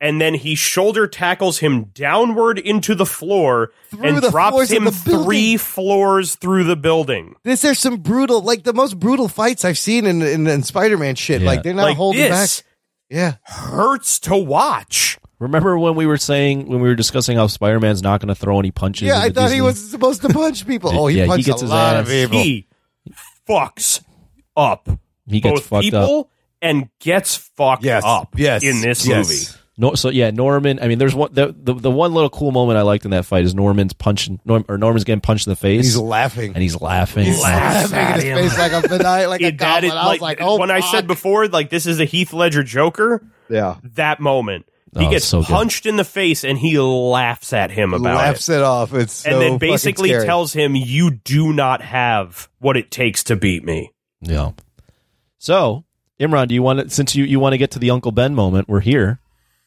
Speaker 6: and then he shoulder tackles him downward into the floor
Speaker 1: Through
Speaker 6: and
Speaker 1: the
Speaker 6: drops
Speaker 1: floors of
Speaker 6: him
Speaker 1: the building.
Speaker 6: three floors through the building.
Speaker 1: This there's some brutal, like the most brutal fights I've seen in in, in Spider-Man shit.
Speaker 7: Yeah.
Speaker 1: Like they're not
Speaker 6: like
Speaker 1: holding
Speaker 6: this
Speaker 1: back. Yeah,
Speaker 6: hurts to watch.
Speaker 7: Remember when we were saying when we were discussing how Spider Man's not going to throw any punches?
Speaker 1: yeah. I
Speaker 7: into
Speaker 1: thought
Speaker 7: Disney?
Speaker 1: he was supposed to punch people. Oh, he
Speaker 7: Yeah, he
Speaker 1: punched
Speaker 7: gets
Speaker 1: a
Speaker 7: his
Speaker 1: lot of
Speaker 7: ass.
Speaker 1: people.
Speaker 6: He fucks up
Speaker 7: he gets
Speaker 6: both
Speaker 7: fucked up.
Speaker 6: people and gets fucked
Speaker 21: Yes.
Speaker 6: up
Speaker 21: Yes.
Speaker 6: in this
Speaker 21: Yes.
Speaker 6: movie.
Speaker 7: No, so yeah, Norman. I mean, there's one the, the the one little cool moment I liked in that fight is Norman's punching Norm, or Norman's getting punched in the face,
Speaker 1: He's laughing.
Speaker 7: and he's laughing.
Speaker 1: He's laughing at his face like a benign, like a
Speaker 6: It- that
Speaker 1: goblin.
Speaker 6: is
Speaker 1: I was like, oh,
Speaker 6: when I said
Speaker 1: fuck.
Speaker 6: before, like this is a Heath Ledger Joker.
Speaker 1: yeah,
Speaker 6: That moment, he
Speaker 7: Oh,
Speaker 6: gets
Speaker 7: so good.
Speaker 6: punched in the face and he laughs at him about it.
Speaker 1: laughs it off. It's so
Speaker 6: and then
Speaker 1: fucking
Speaker 6: basically
Speaker 1: scary.
Speaker 6: tells him, "You do not have what it takes to beat me."
Speaker 7: Yeah. So Imran, do you want to since you you want to get to the Uncle Ben moment? We're here.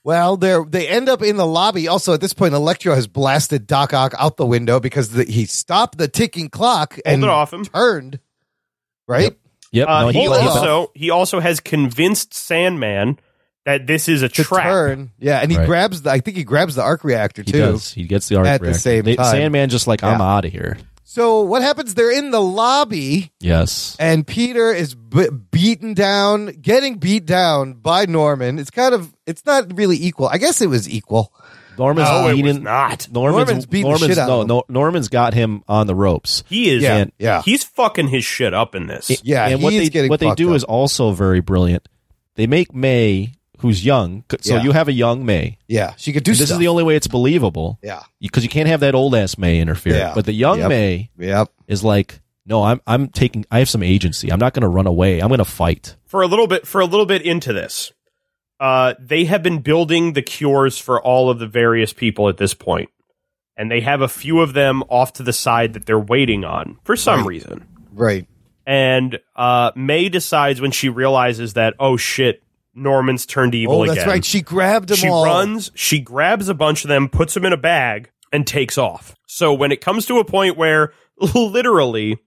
Speaker 1: Well, they are they end up in the lobby. Also, at this point, Electro has blasted Doc Ock out the window because the, he stopped the ticking clock and
Speaker 6: it off him.
Speaker 1: turned. Right?
Speaker 7: Yep.
Speaker 6: Uh,
Speaker 7: no,
Speaker 6: he
Speaker 1: hold
Speaker 7: he-
Speaker 1: on.
Speaker 6: also he also has convinced Sandman that this is a
Speaker 1: To
Speaker 6: trap.
Speaker 1: turn. Yeah, and he
Speaker 7: Right.
Speaker 1: grabs the I think he grabs the arc reactor
Speaker 7: he
Speaker 1: too.
Speaker 7: does. He gets the arc
Speaker 1: At the
Speaker 7: reactor.
Speaker 1: same
Speaker 7: They-
Speaker 1: time.
Speaker 7: Sandman just like I'm
Speaker 1: Yeah.
Speaker 7: out of here.
Speaker 1: So what happens? They're in the lobby
Speaker 7: Yes.
Speaker 1: and Peter is b- beaten down, getting beat down by Norman. It's kind of it's not really equal. I guess it was equal.
Speaker 7: Norman's
Speaker 6: No, it
Speaker 7: he
Speaker 6: was
Speaker 7: didn't-
Speaker 6: not.
Speaker 7: Norman's,
Speaker 1: Norman's beating the
Speaker 7: Norman's-
Speaker 1: shit out
Speaker 7: no,
Speaker 1: of him.
Speaker 7: no, Norman's got him on the ropes.
Speaker 6: He is
Speaker 1: Yeah, yeah.
Speaker 6: he's fucking his shit up in this.
Speaker 1: Yeah,
Speaker 7: and what
Speaker 1: he's
Speaker 7: they
Speaker 1: getting
Speaker 7: what they
Speaker 1: fucked
Speaker 7: do
Speaker 1: up.
Speaker 7: is also very brilliant. They make May, who's young, c- so
Speaker 1: Yeah.
Speaker 7: you have a young May.
Speaker 1: yeah, she could do
Speaker 7: And this
Speaker 1: stuff.
Speaker 7: is the only way it's believable
Speaker 1: yeah.
Speaker 7: because you can't have that old ass May interfere.
Speaker 1: Yeah.
Speaker 7: But the young
Speaker 1: Yep.
Speaker 7: May
Speaker 1: Yep.
Speaker 7: is like, no, I'm I'm taking. I have some agency. I'm not going to run away. I'm going to fight.
Speaker 6: for a little bit for a little bit into this uh they have been building the cures for all of the various people at this point and they have a few of them off to the side that they're waiting on for some
Speaker 1: Right.
Speaker 6: reason
Speaker 1: Right.
Speaker 6: and uh may decides when she realizes that oh shit Norman's turned evil
Speaker 1: oh, that's
Speaker 6: again.
Speaker 1: right. She grabbed them
Speaker 6: She
Speaker 1: all.
Speaker 6: runs, she grabs a bunch of them, puts them in a bag, and takes off. So when it comes to a point where literally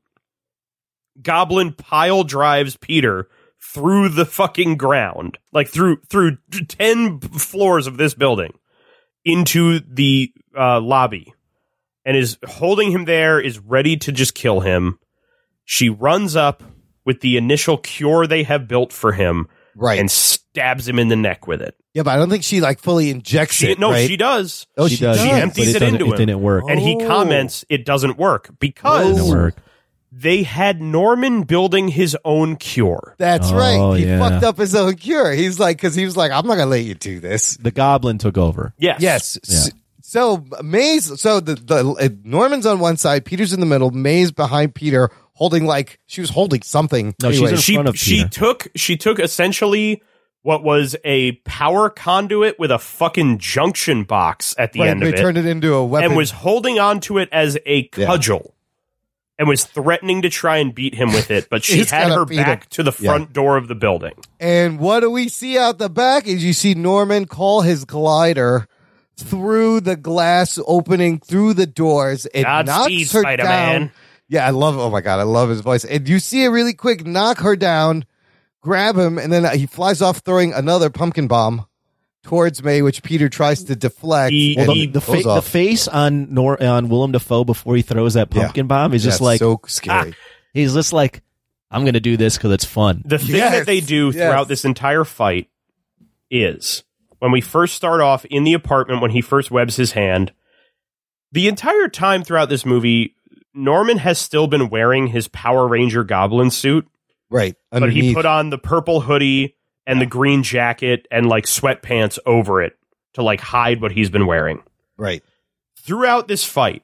Speaker 6: Goblin pile drives Peter through the fucking ground, like through through 10 floors of this building into the uh, lobby and is holding him there, is ready to just kill him. She runs up with the initial cure they have built for him
Speaker 1: right.
Speaker 6: and stabs him in the neck with it.
Speaker 1: Yeah, but I don't think she like fully injects
Speaker 6: She,
Speaker 1: it.
Speaker 6: no,
Speaker 1: right?
Speaker 6: she does.
Speaker 1: Oh, she does.
Speaker 6: She empties
Speaker 1: But
Speaker 6: it,
Speaker 1: it
Speaker 6: into
Speaker 1: doesn't-
Speaker 6: him.
Speaker 1: it didn't work.
Speaker 6: And he
Speaker 1: Oh.
Speaker 6: comments it doesn't work because they had Norman building his own cure.
Speaker 1: That's right. He
Speaker 7: yeah.
Speaker 1: fucked up his own cure. He's like, because he was like, I'm not gonna let you do this.
Speaker 7: The goblin took over.
Speaker 6: Yes.
Speaker 1: Yes. S- So Maze, so the the uh, Norman's on one side, Peter's in the middle, Maze behind Peter, holding like she was holding something.
Speaker 7: No, she's
Speaker 1: Anyway,
Speaker 7: in
Speaker 6: She
Speaker 7: front of
Speaker 6: she
Speaker 7: Peter.
Speaker 6: took she took essentially what was a power conduit with a fucking junction box at the
Speaker 1: right,
Speaker 6: end
Speaker 1: they
Speaker 6: of it.
Speaker 1: turned it into a weapon.
Speaker 6: and was holding on to it as a cudgel and was threatening to try and beat him with it, but she
Speaker 1: He's
Speaker 6: had
Speaker 1: gotta
Speaker 6: her
Speaker 1: beat him.
Speaker 6: back to the front door of the building.
Speaker 1: And what do we see out the back is you see Norman call his glider through the glass opening through the doors. It knocks
Speaker 6: Godspeed,
Speaker 1: her
Speaker 6: Spider-Man.
Speaker 1: down. Yeah, I love. Oh my god, I love his voice. And you see it really quick. Knock her down, grab him, and then he flies off throwing another pumpkin bomb towards May, which Peter tries to deflect.
Speaker 6: He-
Speaker 1: and
Speaker 6: he-
Speaker 1: he
Speaker 7: The, fa-
Speaker 1: goes
Speaker 7: the
Speaker 1: off.
Speaker 7: face on Nor- on Willem Dafoe before he throws that pumpkin bomb is just
Speaker 1: That's
Speaker 7: like
Speaker 1: so scary.
Speaker 7: he's just like I'm gonna do this because it's fun.
Speaker 6: The thing that they do throughout this entire fight is when we first start off in the apartment when he first webs his hand, the entire time throughout this movie, Norman has still been wearing his Power Ranger goblin suit,
Speaker 1: right
Speaker 6: but he
Speaker 1: underneath.
Speaker 6: put on the purple hoodie and the green jacket and like sweatpants over it to like hide what he's been wearing.
Speaker 1: right
Speaker 6: Throughout this fight,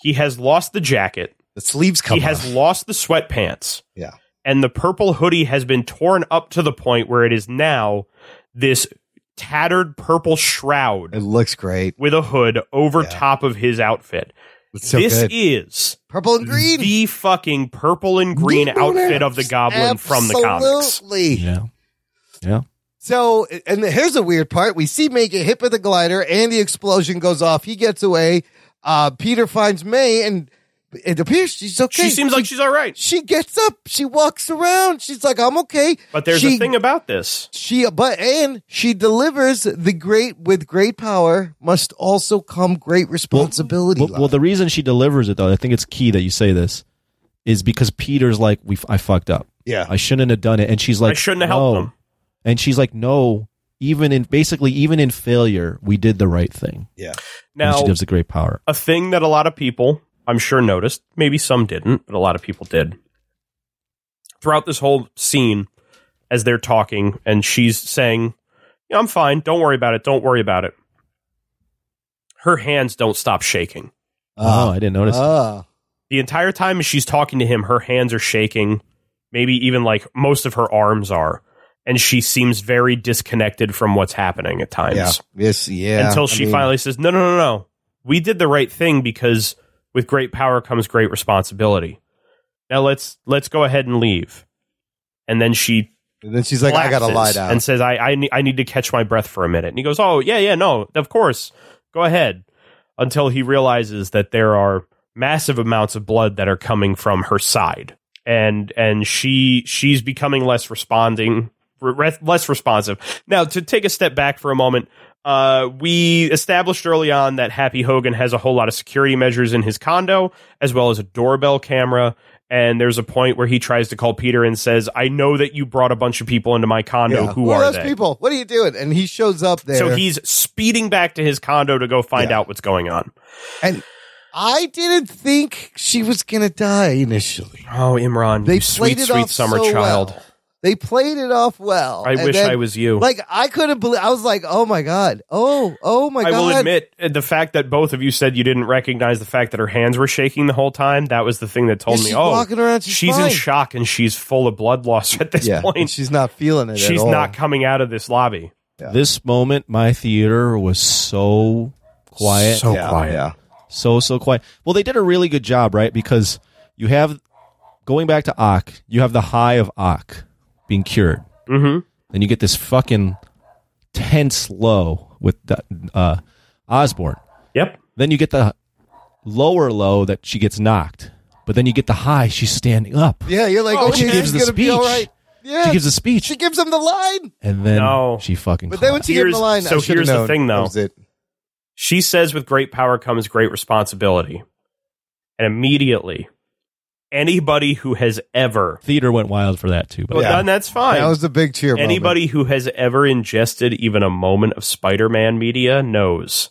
Speaker 6: he has lost the jacket,
Speaker 1: the sleeves come.
Speaker 6: he has
Speaker 1: off.
Speaker 6: lost the sweatpants
Speaker 1: yeah.
Speaker 6: and the purple hoodie has been torn up to the point where it is now this tattered purple shroud
Speaker 1: It looks great.
Speaker 6: with a hood over top of his outfit.
Speaker 1: It's so
Speaker 6: this
Speaker 1: good.
Speaker 6: is
Speaker 1: Purple and green.
Speaker 6: the fucking purple and green outfit of the goblin from the comics.
Speaker 1: Absolutely.
Speaker 7: Yeah, yeah.
Speaker 1: So, and here's the weird part: we see May get hit with a glider, and the explosion goes off. He gets away. Uh, Peter finds May, and it appears she's okay.
Speaker 6: She seems like she's all right.
Speaker 1: she gets up. She walks around. She's like, "I'm okay."
Speaker 6: But there's
Speaker 1: she,
Speaker 6: a thing about this.
Speaker 1: She, but and she delivers the great with great power must also come great responsibility.
Speaker 7: Well, well, the reason she delivers it though, I think it's key that you say this, is because Peter's like, we I fucked up.
Speaker 1: Yeah.
Speaker 7: I shouldn't have done it, and she's like,
Speaker 6: I shouldn't have helped
Speaker 7: "No."
Speaker 6: them.
Speaker 7: And she's like, no. Even in basically, even in failure, we did the right thing.
Speaker 1: yeah,
Speaker 7: and
Speaker 6: Now,
Speaker 7: she gives a great power.
Speaker 6: a thing that a lot of people, I'm sure, noticed. Maybe some didn't, but a lot of people did. Throughout this whole scene, as they're talking, and she's saying, yeah, I'm fine. Don't worry about it. Don't worry about it. Her hands don't stop shaking.
Speaker 7: oh, I didn't notice.
Speaker 1: uh,
Speaker 6: The entire time as she's talking to him, her hands are shaking. Maybe even like most of her arms are. And she seems very disconnected from what's happening at times
Speaker 1: yeah, yes, yeah.
Speaker 6: until
Speaker 1: I
Speaker 6: she
Speaker 1: mean,
Speaker 6: finally says, "No, no, no, no. We did the right thing because with great power comes great responsibility. Now let's let's go ahead and leave." And then she
Speaker 1: and then she's like, "I gotta lie
Speaker 6: collapses
Speaker 1: down."
Speaker 6: and says, "I I need, I need to catch my breath for a minute." And he goes, "Oh yeah, yeah, no, of course, go ahead." Until he realizes that there are massive amounts of blood that are coming from her side, and and she she's becoming less responding, re- less responsive. Now, to take a step back for a moment, uh, we established early on that Happy Hogan has a whole lot of security measures in his condo, as well as a doorbell camera. And there's a point where he tries to call Peter and says, "I know that you brought a bunch of people into my condo.
Speaker 1: Yeah.
Speaker 6: Who
Speaker 1: Who
Speaker 6: are
Speaker 1: those
Speaker 6: they?"
Speaker 1: people? What are you doing? And he shows up there.
Speaker 6: So he's speeding back to his condo to go find
Speaker 1: Yeah.
Speaker 6: out what's going on.
Speaker 1: And I didn't think she was gonna die initially.
Speaker 6: Oh, Imran,
Speaker 1: They played
Speaker 6: you sweet,
Speaker 1: it
Speaker 6: sweet
Speaker 1: off
Speaker 6: summer
Speaker 1: so
Speaker 6: child.
Speaker 1: well. They played it off well.
Speaker 6: I
Speaker 1: And
Speaker 6: wish
Speaker 1: then,
Speaker 6: I was you.
Speaker 1: Like I couldn't believe. I was like, oh my god. Oh, oh my
Speaker 6: I
Speaker 1: god.
Speaker 6: will admit uh, the fact that both of you said you didn't recognize the fact that her hands were shaking the whole time. That was the thing that told
Speaker 1: Yeah,
Speaker 6: me,
Speaker 1: she's
Speaker 6: "Oh,
Speaker 1: walking around, she's
Speaker 6: in
Speaker 1: fine."
Speaker 6: shock and she's full of blood loss at this
Speaker 1: Yeah, and
Speaker 6: point.
Speaker 1: she's not feeling it.
Speaker 6: she's
Speaker 1: at all.
Speaker 6: not coming out of this lobby.
Speaker 7: This moment, my theater was so quiet,
Speaker 6: So
Speaker 1: Yeah,
Speaker 6: quiet.
Speaker 1: yeah.
Speaker 7: so so quiet. Well, they did a really good job, right? Because you have going back to Ock, you have the high of Ock being cured.
Speaker 6: Mm-hmm.
Speaker 7: Then you get this fucking tense low with the, uh, Osborne.
Speaker 6: Yep.
Speaker 7: Then you get the lower low that she gets knocked, but then you get the high she's standing up.
Speaker 1: Yeah, you're like,
Speaker 7: And
Speaker 1: oh,
Speaker 7: she gives the
Speaker 1: gonna
Speaker 7: speech.
Speaker 1: be all right. Yeah,
Speaker 7: She gives a speech,
Speaker 1: She gives him the line.
Speaker 7: and then
Speaker 6: No.
Speaker 7: she fucking.
Speaker 1: But then when
Speaker 7: claps.
Speaker 1: she gave him the line, I
Speaker 6: so
Speaker 1: should've
Speaker 6: here's
Speaker 1: known.
Speaker 6: the thing,
Speaker 1: That
Speaker 6: though.
Speaker 1: was it.
Speaker 6: She says, "With great power comes great responsibility," and immediately, anybody who has ever
Speaker 7: theater went wild for that too. But
Speaker 6: well, done, that's fine.
Speaker 1: That was the big cheer. moment.
Speaker 6: Anybody who has ever ingested even a moment of Spider-Man media knows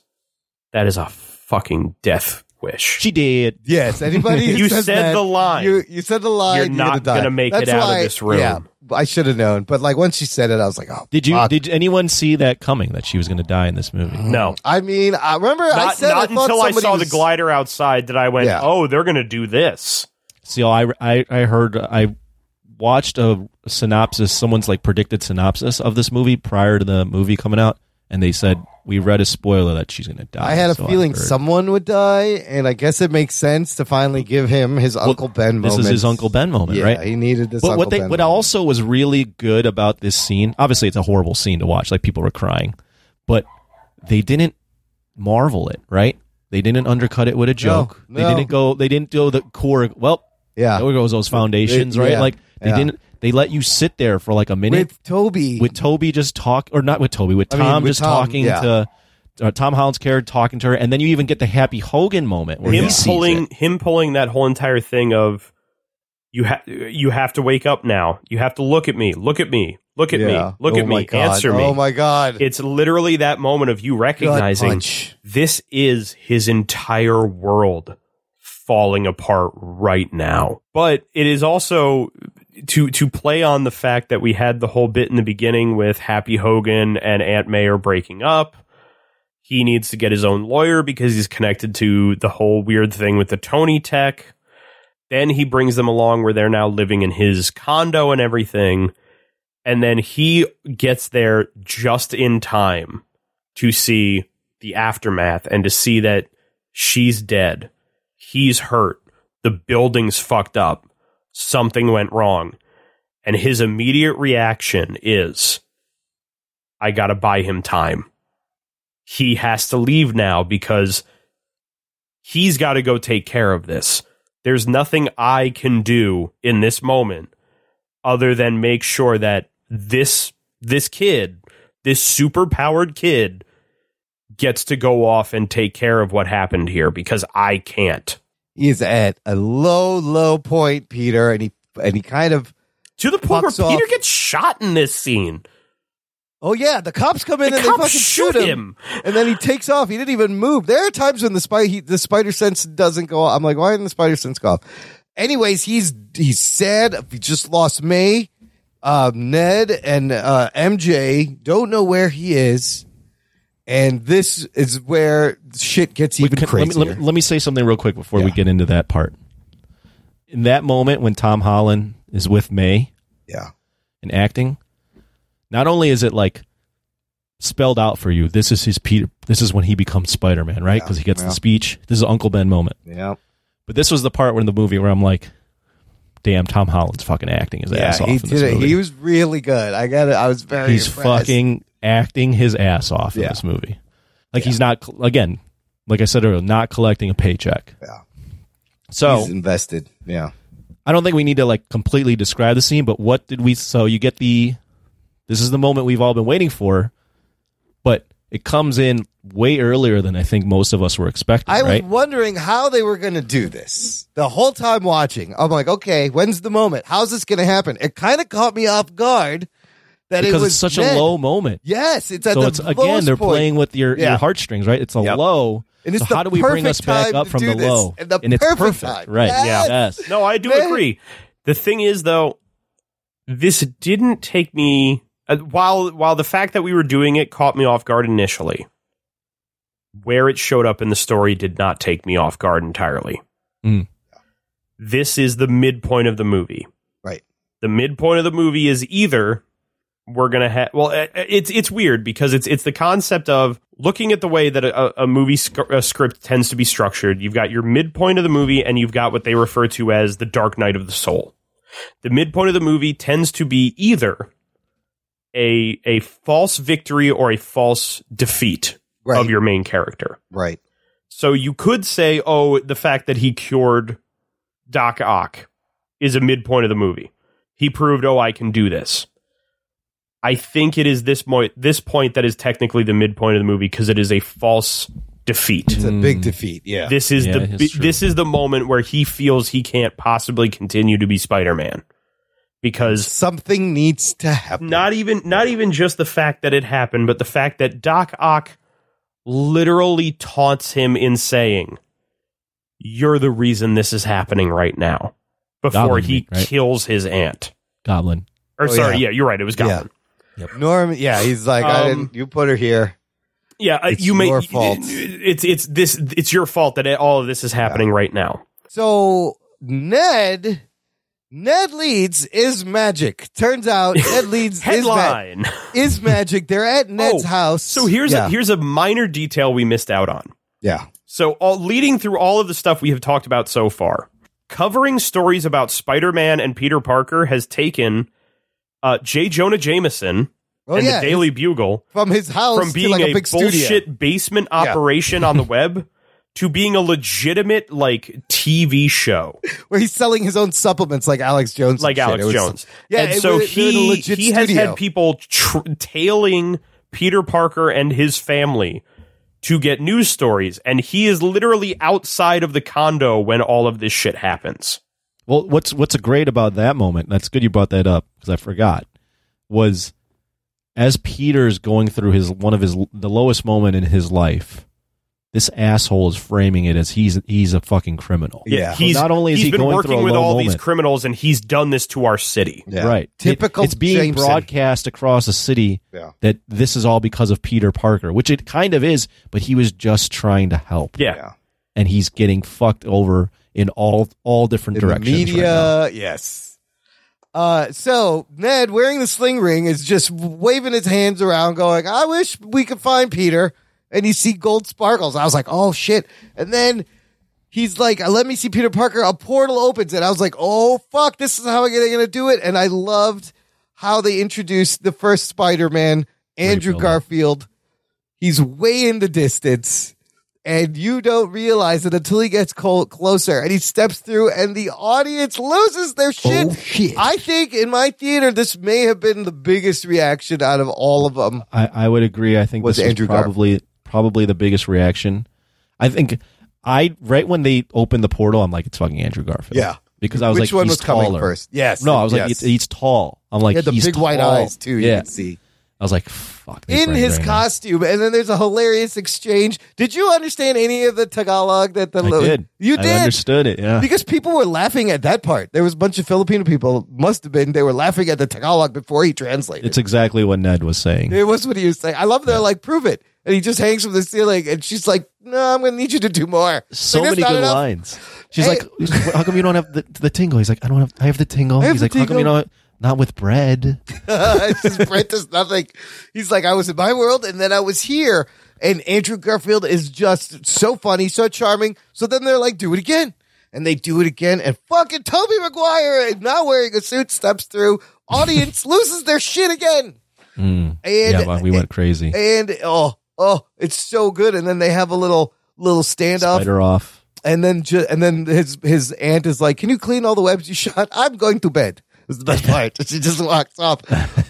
Speaker 6: that is a fucking death wish.
Speaker 7: she did.
Speaker 1: Yes, anybody. who
Speaker 6: You
Speaker 1: says
Speaker 6: said
Speaker 1: that,
Speaker 6: the line.
Speaker 1: You, you said the line.
Speaker 6: You're
Speaker 1: gonna,
Speaker 6: not
Speaker 1: die.
Speaker 6: gonna make
Speaker 1: That's
Speaker 6: it out of
Speaker 1: why-
Speaker 6: this room.
Speaker 1: Yeah, I should have known. But like once she said it, I was like, oh.
Speaker 7: Did you?
Speaker 1: fuck.
Speaker 7: Did anyone see that coming? That she was going to die in this movie?
Speaker 6: No,
Speaker 1: I mean, I remember I
Speaker 6: not,
Speaker 1: said
Speaker 6: not
Speaker 1: I thought
Speaker 6: until I
Speaker 1: somebody
Speaker 6: saw
Speaker 1: was-
Speaker 6: the glider outside that I went,
Speaker 1: Yeah.
Speaker 6: "Oh, they're going to do this."
Speaker 7: See, I, I I heard I watched a synopsis. Someone's like predicted synopsis of this movie prior to the movie coming out, and they said we read a spoiler that she's going to die.
Speaker 1: I had a
Speaker 7: So
Speaker 1: feeling
Speaker 7: heard.
Speaker 1: someone would die, and I guess it makes sense to finally give him his Uncle Ben
Speaker 7: This
Speaker 1: moment.
Speaker 7: is his Uncle Ben moment,
Speaker 1: yeah,
Speaker 7: right?
Speaker 1: He needed this.
Speaker 7: but
Speaker 1: Uncle
Speaker 7: what they
Speaker 1: ben
Speaker 7: what
Speaker 1: moment.
Speaker 7: also was really good about this scene obviously it's a horrible scene to watch like people were crying but they didn't marvel it right they didn't undercut it with a joke
Speaker 1: no.
Speaker 7: they didn't go they didn't do the core well
Speaker 1: Yeah.
Speaker 7: there goes those foundations
Speaker 1: They-
Speaker 7: right
Speaker 1: yeah,
Speaker 7: like they
Speaker 1: yeah.
Speaker 7: didn't they let you sit there for like a minute
Speaker 1: with Toby.
Speaker 7: with Toby just talk, or not with Toby, with
Speaker 1: I
Speaker 7: Tom
Speaker 1: mean, with
Speaker 7: just
Speaker 1: Tom,
Speaker 7: talking
Speaker 1: yeah.
Speaker 7: to uh, Tom Holland's character talking to her, and then you even get the Happy Hogan moment where
Speaker 6: him
Speaker 7: he sees
Speaker 6: pulling
Speaker 7: it.
Speaker 6: him pulling that whole entire thing of you have you have to wake up now. You have to look at me. Look at me. Look at
Speaker 1: Yeah.
Speaker 6: me. Look
Speaker 1: Oh
Speaker 6: at
Speaker 1: my
Speaker 6: me.
Speaker 1: God.
Speaker 6: Answer me.
Speaker 1: Oh my god!
Speaker 6: It's literally that moment of you recognizing
Speaker 1: punch.
Speaker 6: this is his entire world falling apart right now. But it is also to to play on the fact that we had the whole bit in the beginning with Happy Hogan and Aunt May are breaking up. He needs to get his own lawyer because he's connected to the whole weird thing with the Tony Tech. Then he brings them along where they're now living in his condo and everything. And then he gets there just in time to see the aftermath and to see that she's dead. He's hurt. The building's fucked up. Something went wrong. And his immediate reaction is I got to buy him time. He has to leave now because he's got to go take care of this. There's nothing I can do in this moment other than make sure that this this kid, this super powered kid, gets to go off and take care of what happened here because I can't.
Speaker 1: He is at a low, low point, Peter, and he and he kind of.
Speaker 6: To the point
Speaker 1: Fucks
Speaker 6: where Peter
Speaker 1: off.
Speaker 6: gets shot in this scene.
Speaker 1: Oh yeah, the cops come in
Speaker 6: The
Speaker 1: and they
Speaker 6: cops
Speaker 1: fucking
Speaker 6: shoot
Speaker 1: shoot
Speaker 6: him.
Speaker 1: him, and then he takes off. He didn't even move. There are times when the spider he, the spider sense doesn't go off. I'm like, why didn't the spider sense go off? Anyways, he's he's sad. He just lost May, uh, Ned, and uh, MJ. Don't know where he is, and this is where shit gets even
Speaker 7: Can- let, me,
Speaker 1: crazier.
Speaker 7: let, me, let me say something real quick before we
Speaker 1: Yeah.
Speaker 7: get into that part. In that moment when Tom Holland is with May
Speaker 1: yeah,
Speaker 7: and acting, not only is it like spelled out for you, this is his Peter, this is when he becomes Spider Man, right? Because he gets
Speaker 1: yeah.
Speaker 7: the speech. This is Uncle Ben moment.
Speaker 1: yeah,
Speaker 7: But this was the part where in the movie where I'm like, damn, Tom Holland's fucking acting his ass off.
Speaker 1: He
Speaker 7: in this
Speaker 1: did it.
Speaker 7: movie.
Speaker 1: He was really good. I got it. I was very.
Speaker 7: he's
Speaker 1: impressed.
Speaker 7: fucking acting his ass off in
Speaker 1: Yeah.
Speaker 7: this movie. Like he's not again, like I said earlier, not collecting a paycheck.
Speaker 1: Yeah.
Speaker 7: So Oh.
Speaker 1: He's invested. Yeah.
Speaker 7: I don't think we need to like completely describe the scene, but what did we? So you get the, this is the moment we've all been waiting for, but it comes in way earlier than I think most of us were expecting.
Speaker 1: I
Speaker 7: right?
Speaker 1: was wondering how they were going to do this the whole time watching. I'm like, okay, when's the moment? How's this going to happen? It kind of caught me off guard that it
Speaker 7: because
Speaker 1: was
Speaker 7: it's such
Speaker 1: then.
Speaker 7: a low moment.
Speaker 1: Yes, it's at
Speaker 7: so
Speaker 1: the
Speaker 7: it's again
Speaker 1: lowest
Speaker 7: they're
Speaker 1: point.
Speaker 7: playing with your, your
Speaker 1: Yeah.
Speaker 7: heartstrings, right? It's a
Speaker 1: Yep.
Speaker 7: low.
Speaker 1: And it's
Speaker 7: so
Speaker 1: the
Speaker 7: how do we bring
Speaker 1: perfect
Speaker 7: us back
Speaker 1: time
Speaker 7: up
Speaker 1: to
Speaker 7: from
Speaker 1: do
Speaker 7: the
Speaker 1: this.
Speaker 7: low?
Speaker 1: And the
Speaker 7: it's
Speaker 1: perfect
Speaker 7: perfect,
Speaker 1: time.
Speaker 7: right?
Speaker 1: Yes.
Speaker 7: Yes.
Speaker 6: No, I do
Speaker 1: Man.
Speaker 6: agree. The thing is, though, this didn't take me. Uh, while while the fact that we were doing it caught me off guard initially, where it showed up in the story did not take me off guard entirely.
Speaker 7: Mm.
Speaker 6: This is the midpoint of the movie.
Speaker 1: Right.
Speaker 6: The midpoint of the movie is either we're gonna have. Well, uh, it's it's weird because it's it's the concept of looking at the way that a, a movie sc- a script tends to be structured. You've got your midpoint of the movie, and you've got what they refer to as the dark night of the soul. The midpoint of the movie tends to be either a a false victory or a false defeat
Speaker 1: Right.
Speaker 6: of your main character.
Speaker 1: Right.
Speaker 6: So you could say, oh, the fact that he cured Doc Ock is a midpoint of the movie. He proved, oh, I can do this. I think it is this point this point that is technically the midpoint of the movie because it is a false defeat.
Speaker 1: It's a big
Speaker 2: Mm,
Speaker 1: defeat. Yeah.
Speaker 6: This is
Speaker 2: Yeah,
Speaker 6: the
Speaker 2: it's
Speaker 6: bi-
Speaker 2: true.
Speaker 6: this is the moment where he feels he can't possibly continue to be Spider-Man because
Speaker 1: something needs to happen.
Speaker 6: Not even not even just the fact that it happened, but the fact that Doc Ock literally taunts him in saying, "You're the reason this is happening right now." Before
Speaker 2: Goblin,
Speaker 6: he
Speaker 2: right?
Speaker 6: kills his aunt.
Speaker 2: Goblin.
Speaker 6: Or
Speaker 1: Oh,
Speaker 6: sorry,
Speaker 1: yeah.
Speaker 6: yeah. you're right. It was Goblin.
Speaker 1: Norm, yeah, he's like, I
Speaker 6: Um,
Speaker 1: didn't- you put her here.
Speaker 6: Yeah, uh,
Speaker 1: It's
Speaker 6: you may.
Speaker 1: your fault.
Speaker 6: It's it's this. It's your fault that all of this is happening right now.
Speaker 1: So Ned, Ned Leeds is magic. Turns out Ned Leeds is, ma-
Speaker 6: Headline.
Speaker 1: is magic. They're at Ned's
Speaker 6: Oh,
Speaker 1: house.
Speaker 6: So here's
Speaker 1: yeah.
Speaker 6: a, here's a minor detail we missed out on.
Speaker 1: yeah.
Speaker 6: So all leading through all of the stuff we have talked about so far, covering stories about Spider-Man and Peter Parker has taken uh, J. Jonah Jameson
Speaker 1: Oh,
Speaker 6: and
Speaker 1: yeah,
Speaker 6: the Daily Bugle
Speaker 1: from his house
Speaker 6: from
Speaker 1: to,
Speaker 6: being
Speaker 1: like, a
Speaker 6: a,
Speaker 1: big studio.
Speaker 6: bullshit basement operation on the web to being a legitimate like TV show.
Speaker 1: where he's selling his own supplements like Alex Jones. and
Speaker 6: like
Speaker 1: shit.
Speaker 6: Alex
Speaker 1: It was-
Speaker 6: Jones.
Speaker 1: Yeah,
Speaker 6: and
Speaker 1: it
Speaker 6: so
Speaker 1: was- they're in a
Speaker 6: he
Speaker 1: legit
Speaker 6: he has
Speaker 1: studio.
Speaker 6: had people tr- tailing Peter Parker and his family to get news stories, and he is literally outside of the condo when all of this shit happens.
Speaker 7: Well, what's what's great about that moment? That's good you brought that up because I forgot. Was as Peter's going through his one of his the lowest moment in his life, this asshole is framing it as he's he's a fucking criminal.
Speaker 1: Yeah.
Speaker 6: he's
Speaker 7: So not only is
Speaker 6: he's
Speaker 7: he
Speaker 6: been
Speaker 7: going
Speaker 6: working
Speaker 7: through a
Speaker 6: with
Speaker 7: low
Speaker 6: all these
Speaker 7: moment-
Speaker 6: criminals, and he's done this to our city.
Speaker 1: Yeah.
Speaker 7: Right. It-
Speaker 1: Typical
Speaker 7: it's being
Speaker 1: Jameson.
Speaker 7: broadcast across the city
Speaker 1: Yeah.
Speaker 7: that this is all because of Peter Parker, which it kind of is, but he was just trying to help.
Speaker 6: Yeah,
Speaker 7: And he's getting fucked over in all all different
Speaker 1: In the
Speaker 7: directions. right now.
Speaker 1: media. yes. Uh, so Ned wearing the sling ring is just waving his hands around, going, "I wish we could find Peter." And you see gold sparkles. I was like, "Oh shit!" And then he's like, "Let me see Peter Parker." A portal opens, and I was like, "Oh fuck! This is how they're gonna do it." And I loved how they introduced the first Spider-Man, Andrew
Speaker 7: Builder.
Speaker 1: Garfield. He's way in the distance and you don't realize it until he gets col- closer and he steps through and the audience loses their shit. I think in my theater, this may have been the biggest reaction out of all of them.
Speaker 7: I, I would agree. I think
Speaker 1: Was
Speaker 7: this was
Speaker 1: Andrew Garfield.
Speaker 7: probably probably the biggest reaction. I think I right when they opened the portal, I'm like, it's fucking Andrew Garfield.
Speaker 1: Yeah.
Speaker 7: because I was
Speaker 1: Which
Speaker 7: like,
Speaker 1: one
Speaker 7: he's
Speaker 1: was coming
Speaker 7: taller.
Speaker 1: first? Yes,
Speaker 7: no, I was
Speaker 1: yes.
Speaker 7: like, he's, he's tall. I'm like,
Speaker 1: he had the
Speaker 7: he's
Speaker 1: big white
Speaker 7: tall.
Speaker 1: eyes too. You
Speaker 7: Yeah,
Speaker 1: can see
Speaker 7: I was like, fuck. they
Speaker 1: in
Speaker 7: bring
Speaker 1: his
Speaker 7: Raina.
Speaker 1: costume. And then there's a hilarious exchange. Did you understand any of the Tagalog that the
Speaker 7: I did.
Speaker 1: you
Speaker 7: I
Speaker 1: did?
Speaker 7: understood it. Yeah,
Speaker 1: Because people were laughing at that part. There was a bunch of Filipino people, must have been, they were laughing at the Tagalog before he translated.
Speaker 7: it's exactly what Ned was saying.
Speaker 1: It was what he was saying. I love that. Like, prove it. And he just hangs from the ceiling, and she's like, "No, I'm going to need you to do more."
Speaker 7: So
Speaker 1: Like, that's
Speaker 7: many
Speaker 1: not
Speaker 7: good
Speaker 1: enough.
Speaker 7: lines. She's
Speaker 1: Hey.
Speaker 7: like, how come you don't have the, the tingle? He's like, I don't have. I have the tingle.
Speaker 1: I have
Speaker 7: He's
Speaker 1: the
Speaker 7: like, how come you
Speaker 1: tingle."
Speaker 7: don't? Not with bread.
Speaker 1: it's just Brent does nothing. He's like, "I was in my world, and then I was here." And Andrew Garfield is just so funny, so charming. So then they're like, "Do it again," and they do it again, and fucking Toby Maguire, is not wearing a suit, steps through. Audience loses their shit again,
Speaker 7: Mm.
Speaker 1: and
Speaker 7: yeah, we went crazy.
Speaker 1: and oh oh, it's so good. And then they have a little little standoff.
Speaker 7: Spider off.
Speaker 1: and then ju- and then his his aunt is like, "Can you clean all the webs you shot? I'm going to bed." Is the best part. she just walks off.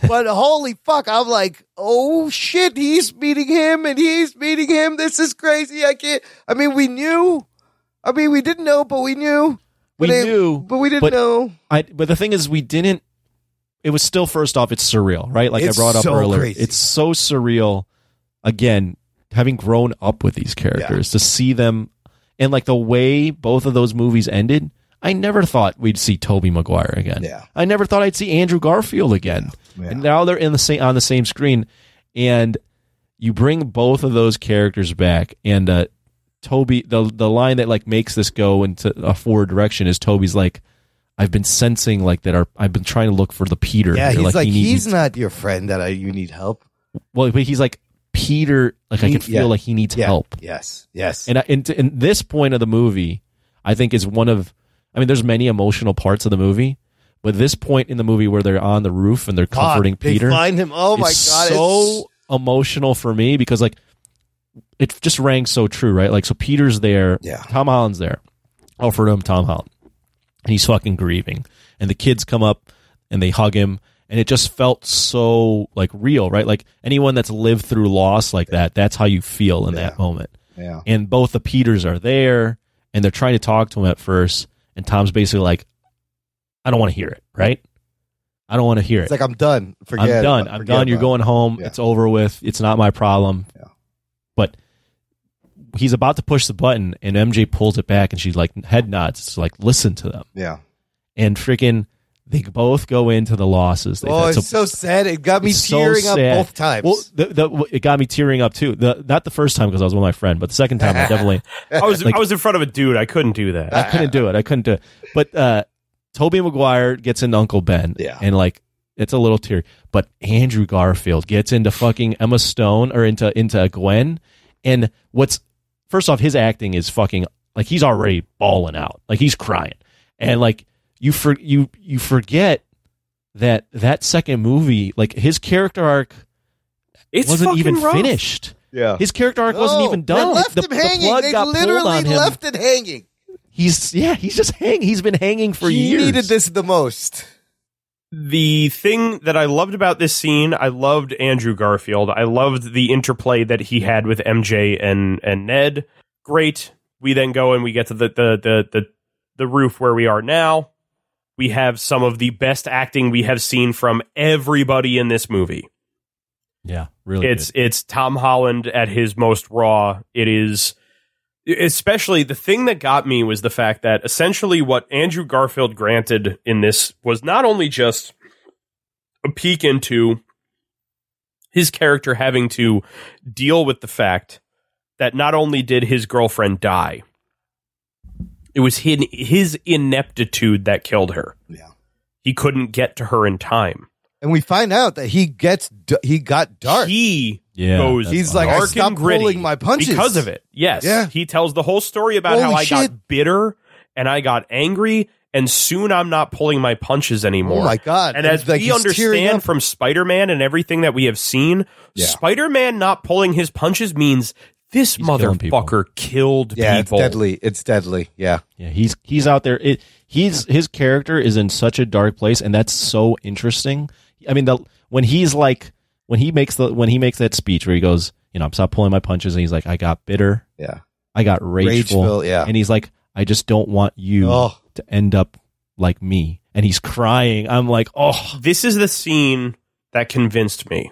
Speaker 1: But holy fuck, I'm like, oh shit, he's meeting him and he's meeting him. This is crazy. I can't. I mean, we knew. I mean, we didn't know, but we knew.
Speaker 7: We
Speaker 1: But it-
Speaker 7: knew,
Speaker 1: but we didn't
Speaker 7: but-
Speaker 1: know.
Speaker 7: I but the thing is we didn't it was still first off it's surreal, right? Like
Speaker 1: It's
Speaker 7: I brought up
Speaker 1: so
Speaker 7: earlier.
Speaker 1: crazy.
Speaker 7: It's so surreal again having grown up with these characters to see them and like the way both of those movies ended, I never thought we'd see Toby Maguire again.
Speaker 1: Yeah.
Speaker 7: I never thought I'd see Andrew Garfield again.
Speaker 1: Yeah.
Speaker 7: And now they're in the same on the same screen and you bring both of those characters back and uh Toby the the line that like makes this go into a forward direction is Toby's like I've been sensing like that our I've been trying to look for the Peter.
Speaker 1: Yeah,
Speaker 7: here."
Speaker 1: he's like,
Speaker 7: he needs-
Speaker 1: he's not your friend that I, you need help.
Speaker 7: well but he's like Peter like I
Speaker 1: He-
Speaker 7: can feel
Speaker 1: yeah.
Speaker 7: like he needs
Speaker 1: Yeah.
Speaker 7: help.
Speaker 1: Yes, yes.
Speaker 7: And I, and, t- and this point of the movie I think is one of I mean there's many emotional parts of the movie But this point in the movie where they're on the roof and they're comforting
Speaker 1: God, they
Speaker 7: Peter,
Speaker 1: find him. Oh my
Speaker 7: is
Speaker 1: God,
Speaker 7: so
Speaker 1: it's-
Speaker 7: emotional for me because like it just rang so true, right? Like so, Peter's there, yeah. Tom Holland's there, offered him Tom Holland, and he's fucking grieving, and the kids come up and they hug him, and it just felt so like real, right? Like anyone that's lived through loss like that, that's how you feel in that moment.
Speaker 2: Yeah.
Speaker 7: And both the Peters are there, and they're trying to talk to him at first, and Tom's basically like, "I don't want to hear it, right? I don't want to hear it.
Speaker 1: It's like I'm done. Forget.
Speaker 7: I'm done.
Speaker 1: it.
Speaker 7: I'm
Speaker 1: Forget
Speaker 7: done. You're
Speaker 1: about it.
Speaker 7: going home. It's over with. It's not my problem. But he's about to push the button, and MJ pulls it back, and she like head nods. It's like listen to them.
Speaker 2: Yeah.
Speaker 7: And freaking, they both go into the losses. They've
Speaker 1: Oh,
Speaker 7: had
Speaker 1: it's so
Speaker 7: some-
Speaker 1: sad. It got me
Speaker 7: it's so
Speaker 1: tearing up
Speaker 7: sad.
Speaker 1: both times.
Speaker 7: Well, the, the, it got me tearing up too. The, not the first time because I was with my friend, but the second time I definitely.
Speaker 6: I was
Speaker 7: like,
Speaker 6: I was in front of a dude. I couldn't do that.
Speaker 7: I couldn't do it. I couldn't do it. But uh Toby Maguire gets into Uncle Ben. Yeah. And like it's a little tear. But Andrew Garfield gets into fucking Emma Stone or into into Gwen. And what's first off, his acting is fucking like he's already bawling out. Like he's crying. And like you for you you forget that that second movie, like his character arc
Speaker 6: It's
Speaker 7: wasn't
Speaker 6: fucking
Speaker 7: even
Speaker 6: rough.
Speaker 7: finished.
Speaker 2: Yeah.
Speaker 7: His character arc wasn't
Speaker 1: No,
Speaker 7: even done.
Speaker 1: They
Speaker 7: Like,
Speaker 1: left
Speaker 7: the-
Speaker 1: him
Speaker 7: the
Speaker 1: hanging.
Speaker 7: plug
Speaker 1: they
Speaker 7: got pulled
Speaker 1: literally
Speaker 7: on him.
Speaker 1: left it hanging.
Speaker 7: He's yeah, he's just hanging. He's been hanging for
Speaker 1: he
Speaker 7: years.
Speaker 1: needed this the most.
Speaker 6: the thing that I loved about this scene, I loved Andrew Garfield. I loved the interplay that he had with MJ and and Ned. Great. We then go and we get to the the the the, the roof where we are now. We have some of the best acting we have seen from everybody in this movie.
Speaker 7: Yeah, really.
Speaker 6: it's it's Tom Holland at his most raw. It is especially the thing that got me was the fact that essentially what Andrew Garfield granted in this was not only just a peek into his character having to deal with the fact that not only did his girlfriend die, it was his, his ineptitude that killed her.
Speaker 2: Yeah.
Speaker 6: He couldn't get to her in time.
Speaker 1: And we find out that he gets d- he got dark.
Speaker 6: He
Speaker 7: Yeah,
Speaker 6: goes
Speaker 1: that's He's like,
Speaker 6: dark
Speaker 1: I stopped
Speaker 6: and gritty
Speaker 1: pulling my punches.
Speaker 6: because of it. Yes,
Speaker 1: Yeah.
Speaker 6: he tells the whole story about
Speaker 1: Holy
Speaker 6: how I
Speaker 1: shit.
Speaker 6: got bitter and I got angry, and soon I'm not pulling my punches anymore.
Speaker 1: Oh my God.
Speaker 6: And
Speaker 1: And
Speaker 6: as
Speaker 1: like
Speaker 6: we
Speaker 1: he's tearing
Speaker 6: understand
Speaker 1: up.
Speaker 6: from Spider Man and everything that we have seen, Spider Man not pulling his punches means this motherfucker killed
Speaker 1: Yeah, it's
Speaker 6: people.
Speaker 1: deadly. It's deadly. Yeah.
Speaker 7: Yeah, he's he's out there. It, he's his character is in such a dark place, and that's so interesting. I mean, the when he's like when he makes the when he makes that speech where he goes, you know, I'm stop pulling my punches, and he's like, I got bitter,
Speaker 1: Yeah.
Speaker 7: I got rageful,
Speaker 1: Rageful, yeah.
Speaker 7: and he's like, I just don't want you
Speaker 1: Oh.
Speaker 7: to end up like me, and he's crying. I'm like, oh,
Speaker 6: This is the scene that convinced me.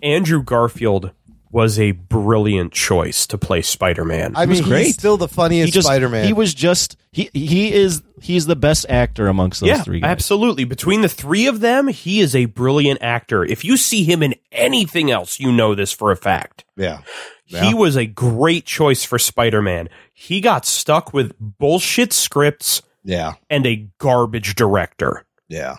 Speaker 6: Andrew Garfield was a brilliant choice to play Spider Man.
Speaker 1: I mean, he's still the funniest
Speaker 7: he just
Speaker 1: Spider-Man.
Speaker 7: he was just he he is he's the best actor amongst those
Speaker 6: yeah,
Speaker 7: three guys.
Speaker 6: absolutely. Between the three of them, he is a brilliant actor. If you see him in anything else, you know this for a fact.
Speaker 1: Yeah.
Speaker 6: He was a great choice for Spider Man. He got stuck with bullshit scripts
Speaker 2: Yeah.
Speaker 6: and a garbage director.
Speaker 2: Yeah.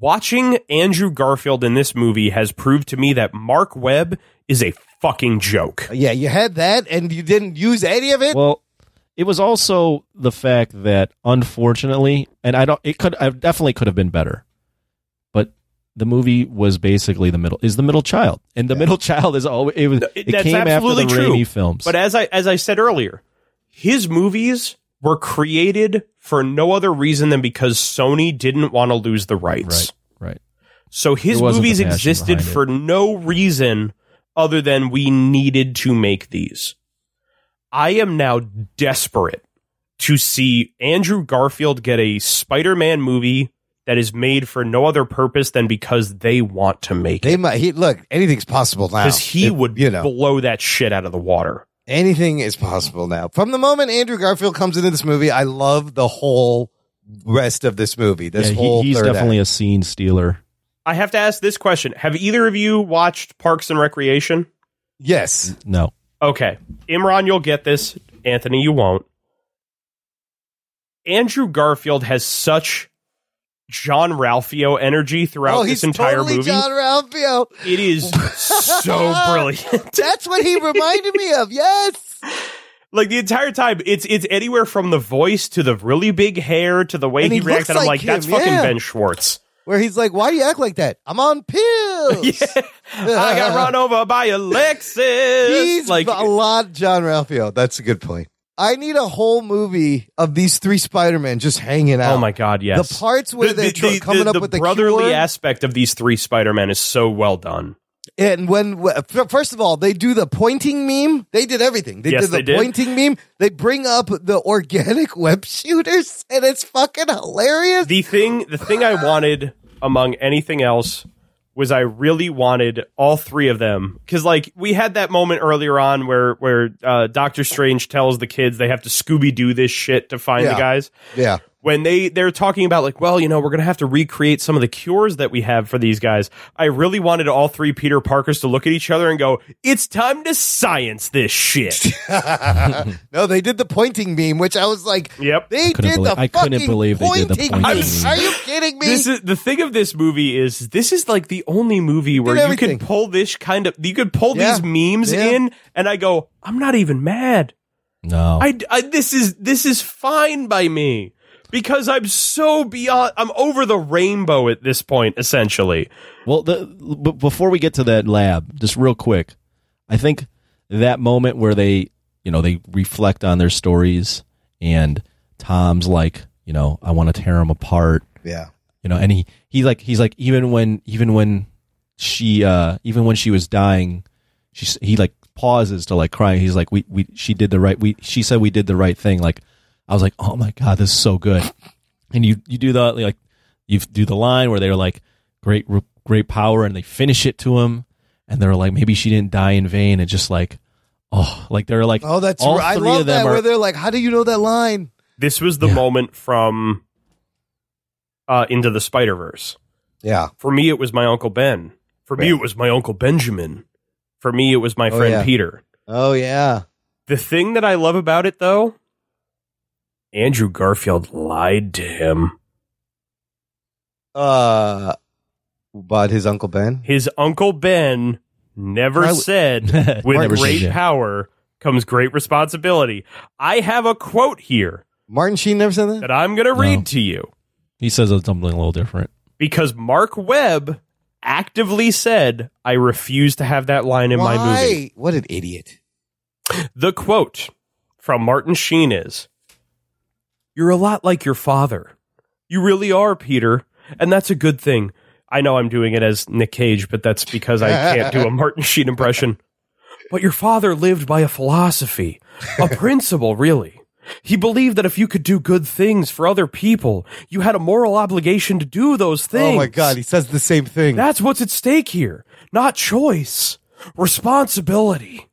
Speaker 6: Watching Andrew Garfield in this movie has proved to me that Mark Webb is a fucking joke.
Speaker 1: Yeah, you had that and you didn't use any of it.
Speaker 7: Well, it was also the fact that unfortunately, and I don't, it could, I definitely could have been better, but the movie was basically the middle is the middle child, and the middle child is always it was it
Speaker 6: That's
Speaker 7: came after
Speaker 6: absolutely
Speaker 7: the
Speaker 6: true.
Speaker 7: Raimi films.
Speaker 6: But as I as I said earlier, his movies were created for no other reason than because Sony didn't want to lose the rights.
Speaker 7: Right. Right.
Speaker 6: So his
Speaker 7: There wasn't the
Speaker 6: movies
Speaker 7: passion
Speaker 6: existed
Speaker 7: behind it.
Speaker 6: for no reason other than we needed to make these. I am now desperate to see Andrew Garfield get a Spider-Man movie that is made for no other purpose than because they want to make it.
Speaker 1: They might. He look. Anything's possible now.
Speaker 6: Because he
Speaker 1: If-
Speaker 6: would
Speaker 1: You know.
Speaker 6: blow that shit out of the water.
Speaker 1: anything is possible now. From the moment Andrew Garfield comes into this movie, I love the whole rest of this movie. This
Speaker 7: Yeah, he-
Speaker 1: whole
Speaker 7: he's
Speaker 1: third
Speaker 7: definitely
Speaker 1: act.
Speaker 7: a scene stealer.
Speaker 6: I have to ask this question. Have either of you watched Parks and Recreation?
Speaker 1: yes.
Speaker 7: No,
Speaker 6: Okay. Imran, you'll get this. Anthony, you won't. Andrew Garfield has such John Ralphio energy throughout
Speaker 1: Oh, he's
Speaker 6: this entire
Speaker 1: totally
Speaker 6: movie.
Speaker 1: John Ralphio.
Speaker 6: it is so brilliant.
Speaker 1: That's what he reminded me of. Yes.
Speaker 6: Like the entire time, it's it's anywhere from the voice to the really big hair to the way
Speaker 1: And
Speaker 6: he,
Speaker 1: he
Speaker 6: reacts,
Speaker 1: looks
Speaker 6: and I'm like,
Speaker 1: like
Speaker 6: that's
Speaker 1: him,
Speaker 6: fucking
Speaker 1: yeah.
Speaker 6: Ben Schwartz.
Speaker 1: Where he's like, "Why do you act like that? I'm on pills.
Speaker 6: I got run over by a Lexus.
Speaker 1: He's
Speaker 6: like,
Speaker 1: a lot, John Ralphio. That's a good point. I need a whole movie of these three Spider Men just hanging out.
Speaker 6: oh my god, yes.
Speaker 1: The parts where
Speaker 6: The-
Speaker 1: they're
Speaker 6: the-
Speaker 1: tr-
Speaker 6: the-
Speaker 1: coming
Speaker 6: the-
Speaker 1: up
Speaker 6: the
Speaker 1: with the
Speaker 6: brotherly
Speaker 1: cure.
Speaker 6: aspect of these three Spider Men is so well done.
Speaker 1: And when wh- f- first of all, they do the pointing meme. They did everything. They
Speaker 6: Yes,
Speaker 1: did the
Speaker 6: they did.
Speaker 1: pointing meme. They bring up the organic web shooters, and it's fucking hilarious.
Speaker 6: The thing, the thing I wanted among anything else was I really wanted all three of them because, like, we had that moment earlier on where where uh, Doctor Strange tells the kids they have to Scooby Doo this shit to find
Speaker 1: Yeah.
Speaker 6: the guys.
Speaker 1: yeah,
Speaker 6: when they they're talking about like well you know we're gonna have to recreate some of the cures that we have for these guys i really wanted all three peter parkers to look at each other and go it's time to science this shit
Speaker 1: no, they did the pointing meme, which I was like,
Speaker 6: Yep.
Speaker 1: they
Speaker 7: Couldn't
Speaker 1: did
Speaker 7: believe-
Speaker 1: the
Speaker 7: I couldn't
Speaker 1: fucking
Speaker 7: believe they did the
Speaker 1: pointing
Speaker 7: pointing
Speaker 1: meme.
Speaker 7: meme.
Speaker 1: Are you kidding me?
Speaker 6: this is the thing of this movie is this is like the only movie where you
Speaker 1: everything.
Speaker 6: could pull this kind of you could pull
Speaker 1: Yeah.
Speaker 6: these memes
Speaker 1: Yeah.
Speaker 6: in and i go i'm not even mad
Speaker 7: No.
Speaker 6: I, I this is this is fine by me because i'm so beyond i'm over the rainbow at this point essentially
Speaker 7: Well, the, b- before we get to that lab, just real quick, I think that moment where they, you know, they reflect on their stories, and Tom's like, you know, I want to tear him apart,
Speaker 1: yeah.
Speaker 7: you know, and he he like he's like even when even when she uh even when she was dying, she s- he like pauses to like cry. He's like, we we she did the right we she said we did the right thing. Like, I was like, oh my god, this is so good and you you do the like you do the line where they're like great r- great power and they finish it to him and they're like maybe she didn't die in vain and just like oh like they're like
Speaker 1: Oh, that's
Speaker 7: all
Speaker 1: right. I
Speaker 7: three
Speaker 1: love
Speaker 7: of them
Speaker 1: that.
Speaker 7: are
Speaker 1: where they're like, "How do you know that line?"
Speaker 6: this was the moment from uh, Into the Spider Verse.
Speaker 1: Yeah,
Speaker 6: For me, it was my Uncle Ben. For me,
Speaker 1: Yeah.
Speaker 6: it was my Uncle Benjamin. For me, it was my
Speaker 1: Oh,
Speaker 6: friend
Speaker 1: yeah.
Speaker 6: Peter.
Speaker 1: Oh yeah.
Speaker 6: The thing that I love about it, though, Andrew Garfield lied to him.
Speaker 1: Uh, but his uncle Ben.
Speaker 6: His Uncle Ben never
Speaker 1: I w-
Speaker 6: said, with
Speaker 1: Never said
Speaker 6: great
Speaker 1: that.
Speaker 6: power comes great responsibility. I have a quote here
Speaker 1: Martin Sheen never said that.
Speaker 6: that I'm going to read to you.
Speaker 7: he says something a little different
Speaker 6: because Mark Webb actively said, I refuse to have that line in my
Speaker 1: Why?
Speaker 6: movie.
Speaker 1: What an idiot.
Speaker 6: The quote from Martin Sheen is You're a lot like your father. You really are, Peter. And that's a good thing. I know I'm doing it as Nick Cage, but that's because I can't do a Martin Sheen impression. But your father lived by a philosophy, a principle, really. He believed that if you could do good things for other people, you had a moral obligation to do those things.
Speaker 1: Oh my god, he says the same thing.
Speaker 6: That's what's at stake here. Not choice, responsibility.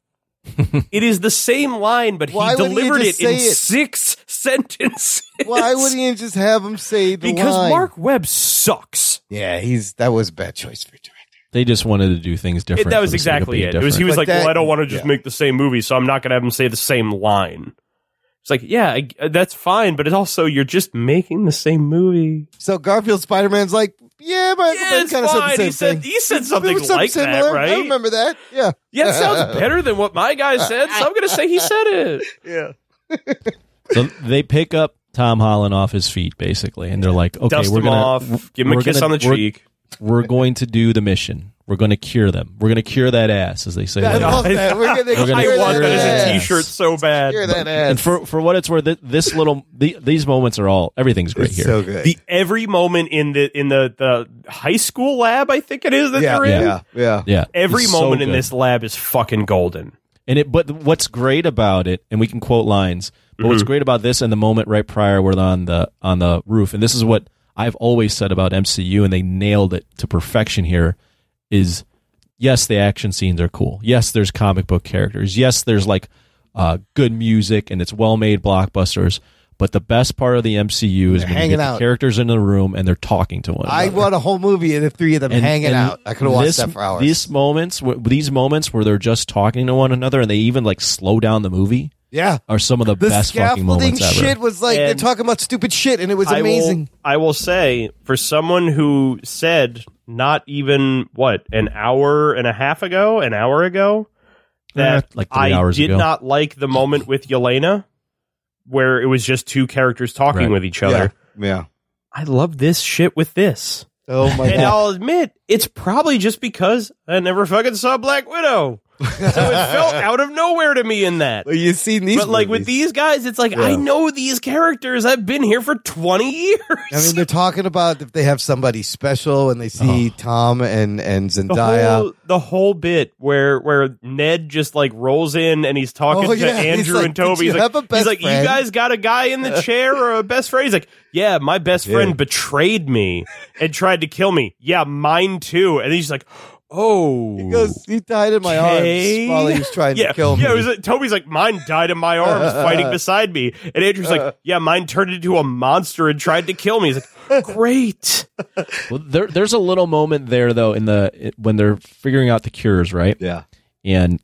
Speaker 6: it is the same line, but
Speaker 1: Why
Speaker 6: he
Speaker 1: wouldn't you
Speaker 6: delivered it
Speaker 1: just
Speaker 6: in
Speaker 1: say it?
Speaker 6: six sentences.
Speaker 1: Why would he just have him say the
Speaker 6: Because
Speaker 1: line?
Speaker 6: Mark Webb sucks.
Speaker 1: Yeah, he's that was a bad choice for director.
Speaker 7: they just wanted to do things different
Speaker 6: It- that
Speaker 7: for
Speaker 6: was
Speaker 7: the sake of
Speaker 6: exactly
Speaker 7: being
Speaker 6: it. It was he
Speaker 7: different.
Speaker 6: was
Speaker 1: But
Speaker 6: like,
Speaker 1: that-
Speaker 6: "Well, I don't want to just
Speaker 1: yeah.
Speaker 6: make the same movie, so I'm not going to have him say the same line." It's like, yeah, I, uh, that's fine, but it's also you're just making the same movie.
Speaker 1: So Garfield Spider Man's like, yeah, my Uncle Ben kind of said the same
Speaker 6: He said
Speaker 1: thing.
Speaker 6: he said something
Speaker 1: It was something
Speaker 6: like that,
Speaker 1: similar. I
Speaker 6: right?
Speaker 1: remember that. Yeah.
Speaker 6: Yeah, it sounds better than what my guy said, so I'm going to say he said it.
Speaker 1: Yeah.
Speaker 7: so they pick up Tom Holland off his feet basically and they're like okay
Speaker 6: Dust
Speaker 7: we're
Speaker 6: him
Speaker 7: gonna
Speaker 6: off, give him a
Speaker 7: we're
Speaker 6: kiss
Speaker 7: gonna-
Speaker 6: on the
Speaker 7: we're-
Speaker 6: cheek.
Speaker 7: we're going to do the mission we're going to cure them we're going to cure that ass as they say
Speaker 1: I
Speaker 7: later.
Speaker 1: love that. We're gonna
Speaker 7: We're gonna
Speaker 1: cure
Speaker 6: I want
Speaker 1: that
Speaker 6: that as a
Speaker 1: ass.
Speaker 6: T-shirt so bad.
Speaker 1: Cure that ass.
Speaker 7: and for for what it's worth th- this little the, these moments are all everything's great
Speaker 1: It's
Speaker 7: here
Speaker 1: so good.
Speaker 6: The every moment in the in the the high school lab, I think it is that
Speaker 1: yeah,
Speaker 6: they're in.
Speaker 1: yeah, yeah,
Speaker 7: yeah
Speaker 6: Every
Speaker 7: It's so
Speaker 6: moment in
Speaker 7: good.
Speaker 6: this lab is fucking golden.
Speaker 7: And it, but what's great about it, and we can quote lines. But what's great about this and the moment right prior, we're on the on the roof, and this is what I've always said about MCU, and they nailed it to perfection here. Is yes, the action scenes are cool. Yes, there's comic book characters. Yes, there's like uh, good music, and it's well made blockbusters. But the best part of the MCU is when you
Speaker 1: hanging
Speaker 7: get the
Speaker 1: out.
Speaker 7: characters in the room and they're talking to one
Speaker 1: I
Speaker 7: another
Speaker 1: want a whole movie of the three of them hanging
Speaker 7: and
Speaker 1: out. I could have watched
Speaker 7: this-
Speaker 1: that for hours.
Speaker 7: These moments, wh- these moments where they're just talking to one another, and they even like slow down the movie,
Speaker 1: yeah,
Speaker 7: are some of the,
Speaker 1: the
Speaker 7: best fucking
Speaker 1: scaffolding
Speaker 7: moments ever.
Speaker 1: shit was like they're
Speaker 6: And-
Speaker 1: talking about stupid shit, and it was
Speaker 6: I will-
Speaker 1: amazing.
Speaker 6: I will, say for someone who said not even what an hour and a half ago, an hour ago, that
Speaker 7: like three
Speaker 6: I
Speaker 7: hours
Speaker 6: did
Speaker 7: ago.
Speaker 6: not like the moment with Yelena where it was just two characters talking
Speaker 7: Right.
Speaker 6: with each other.
Speaker 2: Yeah. yeah.
Speaker 6: I love this shit with this.
Speaker 1: Oh my
Speaker 6: and
Speaker 1: God.
Speaker 6: I'll admit, it's probably just because I never fucking saw Black Widow. so it felt out of nowhere to me in that.
Speaker 1: Well, you've seen these
Speaker 6: But like with
Speaker 1: movies.
Speaker 6: these guys, it's like
Speaker 1: Yeah.
Speaker 6: I know these characters. I've been here for twenty years.
Speaker 1: I mean, they're talking about if they have somebody special and they
Speaker 7: Oh.
Speaker 1: see Tom and and
Speaker 6: The
Speaker 1: Zendaya.
Speaker 6: whole, the whole bit where where Ned just like rolls in and he's talking
Speaker 1: Oh,
Speaker 6: to
Speaker 1: yeah. He's
Speaker 6: Andrew
Speaker 1: like,
Speaker 6: and
Speaker 1: "Did
Speaker 6: Toby.
Speaker 1: you
Speaker 6: He's like,
Speaker 1: have a
Speaker 6: he's
Speaker 1: best
Speaker 6: like,
Speaker 1: friend?"
Speaker 6: you guys got a guy in the chair or a best friend? He's like, yeah, my best friend betrayed me and tried to kill me. Yeah, mine too. And he's like, oh,
Speaker 1: He goes, he died in my
Speaker 6: okay."
Speaker 1: arms while he was trying
Speaker 6: yeah,
Speaker 1: to kill me.
Speaker 6: Yeah, it was like, Toby's like, mine died in my arms fighting beside me. And Andrew's like, yeah, mine turned into a monster and tried to kill me. He's like, great.
Speaker 7: Well, there, there's a little moment there though in the it- when they're figuring out the cures, right?
Speaker 2: Yeah.
Speaker 7: And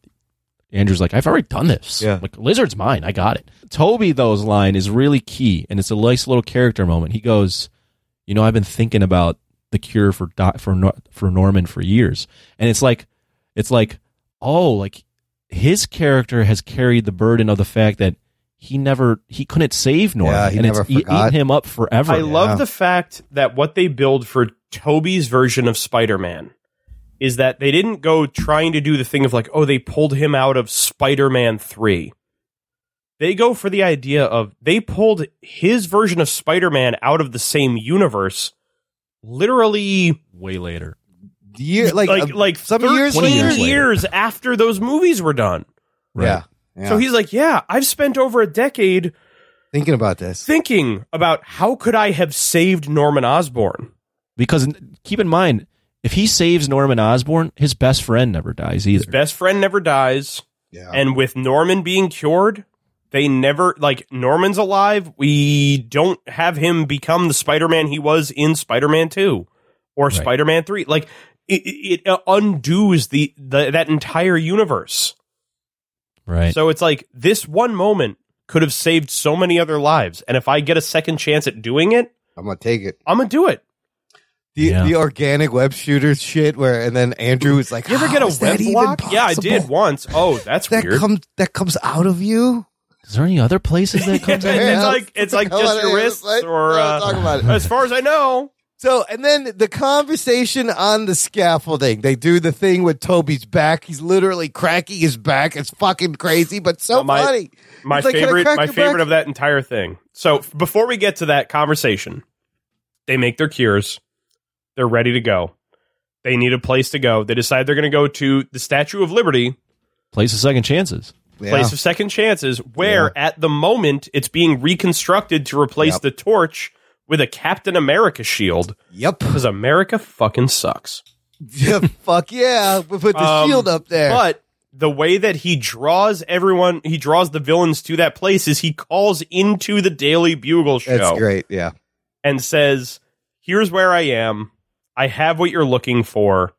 Speaker 7: Andrew's like, I've already done this. Yeah. Like lizard's mine. I got it. Toby though's line is really key, and it's a nice little character moment. He goes, you know, I've been thinking about the cure for doc, for Nor- for Norman for years, and it's like, it's like, oh, like his character has carried the burden of the fact that he never he couldn't save Norman,
Speaker 1: Yeah, he
Speaker 7: and
Speaker 1: never
Speaker 7: it's e-
Speaker 1: forgot.
Speaker 7: eaten him up forever.
Speaker 6: I love the fact that what they build for Toby's version of Spider Man is that they didn't go trying to do the thing of like, oh, they pulled him out of Spider Man 3. They go for the idea of they pulled his version of Spider Man out of the same universe literally
Speaker 7: way later.
Speaker 1: Year, like,
Speaker 6: like,
Speaker 1: uh,
Speaker 6: like
Speaker 1: some
Speaker 6: 13
Speaker 1: years
Speaker 6: years,
Speaker 1: later.
Speaker 6: after those movies were done.
Speaker 1: Yeah. yeah.
Speaker 6: So he's like, yeah, I've spent over a decade
Speaker 1: thinking about this.
Speaker 6: thinking about how could I have saved Norman Osborn?
Speaker 7: Because n- keep in mind, if he saves Norman Osborn, his best friend never dies either.
Speaker 6: best friend never dies. And with Norman being cured, they never like Norman's alive. We don't have him become the Spider-Man he was in Spider-Man 2 or Spider-Man 3. Like it, it it undoes the, the that entire universe.
Speaker 7: Right.
Speaker 6: So it's like this one moment could have saved so many other lives. And if I get a second chance at doing it,
Speaker 1: I'm gonna take it.
Speaker 6: I'm gonna do it.
Speaker 1: The, the organic web shooter shit where and then Andrew is like,
Speaker 6: You ever
Speaker 1: "How
Speaker 6: get a
Speaker 1: is that
Speaker 6: web
Speaker 1: even
Speaker 6: block? Yeah, I
Speaker 1: possible?
Speaker 6: did once. Oh, that's
Speaker 1: That
Speaker 6: weird.
Speaker 1: comes that comes out of you.
Speaker 7: Is there any other places that comes
Speaker 1: Yeah.
Speaker 7: in?
Speaker 6: it's like it's like
Speaker 1: Come
Speaker 6: just
Speaker 1: on,
Speaker 6: your
Speaker 1: it's
Speaker 6: wrists
Speaker 1: like-
Speaker 6: or
Speaker 1: no,
Speaker 6: uh,
Speaker 1: talk about it.
Speaker 6: as far as I know.
Speaker 1: So, and then the conversation on the scaffolding. They do the thing with Toby's back. He's literally cracking his back. It's fucking crazy, but so
Speaker 6: my-
Speaker 1: funny.
Speaker 6: My
Speaker 1: It's like, "Can I
Speaker 6: favorite,
Speaker 1: crack
Speaker 6: my
Speaker 1: your
Speaker 6: favorite
Speaker 1: back?"
Speaker 6: of that entire thing. So f- before we get to that conversation, they make their cures. They're ready to go. They need a place to go. They decide they're going to go to the Statue of Liberty,
Speaker 7: Place of second chances.
Speaker 6: place of second chances, where at the moment it's being reconstructed to replace
Speaker 7: Yep.
Speaker 6: the torch with a Captain America shield.
Speaker 1: Yep,
Speaker 6: because America fucking sucks.
Speaker 1: Yeah, fuck yeah. We put the
Speaker 6: Um,
Speaker 1: shield up there.
Speaker 6: But the way that he draws everyone, he draws the villains to that place is he calls into the Daily Bugle show.
Speaker 1: That's great. Yeah.
Speaker 6: And says, "Here's where I am. I have what you're looking for.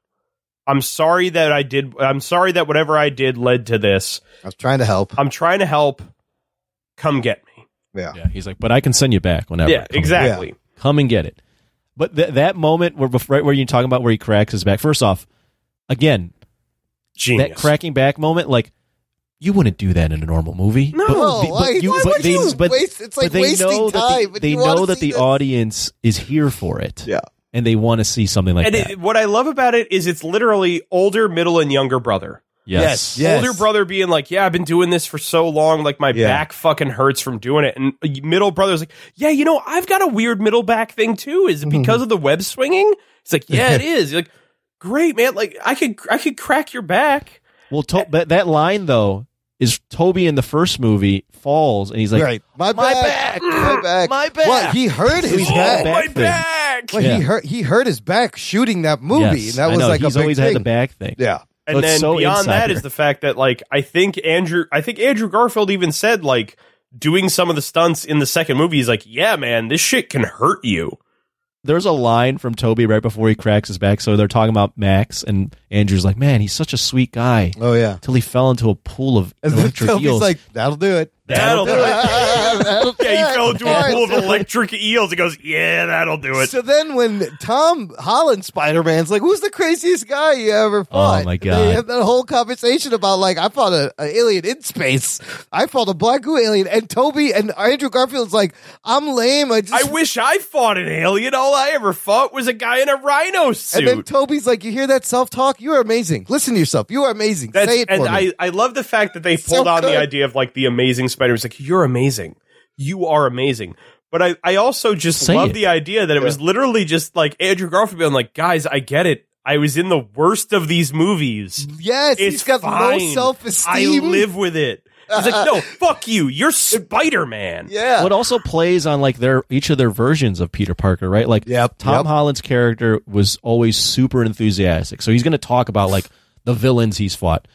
Speaker 6: I'm sorry that I did. I'm sorry that whatever I did led to this.
Speaker 1: I was trying to help.
Speaker 6: I'm trying to help. Come get me.
Speaker 1: Yeah.
Speaker 7: Yeah, he's like, but I can send you back whenever.
Speaker 6: Yeah,
Speaker 7: Come and-
Speaker 6: exactly.
Speaker 7: Come and get it. But th- that moment where bef- right where you're talking about where he cracks his back. First off, again,
Speaker 6: Genius.
Speaker 7: that cracking back moment, like you wouldn't do that in a normal movie.
Speaker 1: No, like, why would you waste- it's like
Speaker 7: they
Speaker 1: wasting
Speaker 7: know that the-
Speaker 1: time, but
Speaker 7: they
Speaker 1: you
Speaker 7: know
Speaker 1: wanna
Speaker 7: that
Speaker 1: see
Speaker 7: the
Speaker 1: this.
Speaker 7: audience is here for it. Yeah, and they want to see something like
Speaker 6: and
Speaker 7: that.
Speaker 6: it, what I love about it is it's literally older, middle, and younger brother.
Speaker 7: Yes. Yes.
Speaker 6: Older brother being like, yeah, I've been doing this for so long. Like, my back fucking hurts from doing it. And uh, middle brother's like, yeah, you know, I've got a weird middle back thing too. Is
Speaker 7: Mm-hmm.
Speaker 6: it because of the web swinging? It's like, yeah, it is. You're like, great, man. Like, I could, I could crack your back.
Speaker 7: Well, to- but that line though is Toby in the first movie falls and he's like,
Speaker 1: right. My, back, Oh, My back.
Speaker 6: My back.
Speaker 1: Well, he hurt
Speaker 7: So
Speaker 1: his
Speaker 7: he's
Speaker 1: back.
Speaker 7: got a back thing.
Speaker 1: Well,
Speaker 7: Yeah.
Speaker 1: he hurt he hurt his back shooting that movie.
Speaker 7: Yes,
Speaker 1: and that
Speaker 7: I
Speaker 1: was
Speaker 7: know.
Speaker 1: like
Speaker 7: he's
Speaker 1: a big
Speaker 7: always
Speaker 1: thing.
Speaker 7: had the back thing.
Speaker 1: Yeah.
Speaker 7: So
Speaker 6: and
Speaker 7: it's
Speaker 6: then
Speaker 7: so
Speaker 6: beyond that
Speaker 7: insider.
Speaker 6: is the fact that like I think Andrew I think Andrew Garfield even said like doing some of the stunts in the second movie he's like yeah man this shit can hurt you
Speaker 7: there's a line from Toby right before he cracks his back. So they're talking about Max, and Andrew's like, "Man, he's such a sweet guy."
Speaker 1: Oh yeah,
Speaker 7: till he fell into a pool of
Speaker 1: And then
Speaker 7: electric
Speaker 1: Toby's
Speaker 7: eels.
Speaker 1: like, that'll do it.
Speaker 22: That'll do it.
Speaker 1: That'll do
Speaker 6: yeah,
Speaker 1: it.
Speaker 6: he fell into a
Speaker 1: That'll
Speaker 6: pool of
Speaker 1: do it.
Speaker 6: electric eels. He goes, yeah, that'll do it.
Speaker 1: So then, when Tom Holland Spider Man's like, "Who's the craziest guy you ever fought?"
Speaker 7: my
Speaker 1: They
Speaker 7: God.
Speaker 1: have that whole conversation about like, "I fought a, an alien in space. I fought a black goo alien." And Toby and Andrew Garfield's like, "I'm lame. I just."
Speaker 6: I wish I fought an alien. All I ever fought was a guy in a rhino suit.
Speaker 1: and then Toby's like, "You hear that self talk? You are amazing. Listen to yourself. You are amazing.
Speaker 6: That's,
Speaker 1: Say it
Speaker 6: and
Speaker 1: for me."
Speaker 6: I, I love the fact that they pulled on
Speaker 1: good.
Speaker 6: the idea of like the amazing Spider. It's like you're amazing, you are amazing. But I, I also just
Speaker 7: Say
Speaker 6: love
Speaker 7: it.
Speaker 6: the idea that it was literally just like Andrew Garfield being like, guys, I get it. I was in the worst of these movies.
Speaker 1: yes,
Speaker 6: It's
Speaker 1: he's got
Speaker 6: fine.
Speaker 1: no self
Speaker 6: I
Speaker 1: esteem.
Speaker 6: live with it. It's like, no, fuck you. You're Spider Man.
Speaker 1: Yeah.
Speaker 7: What also plays on like their each of their versions of Peter Parker, right? Like Tom
Speaker 1: yep.
Speaker 7: Holland's character was always super enthusiastic, so he's going to talk about like the villains he's fought.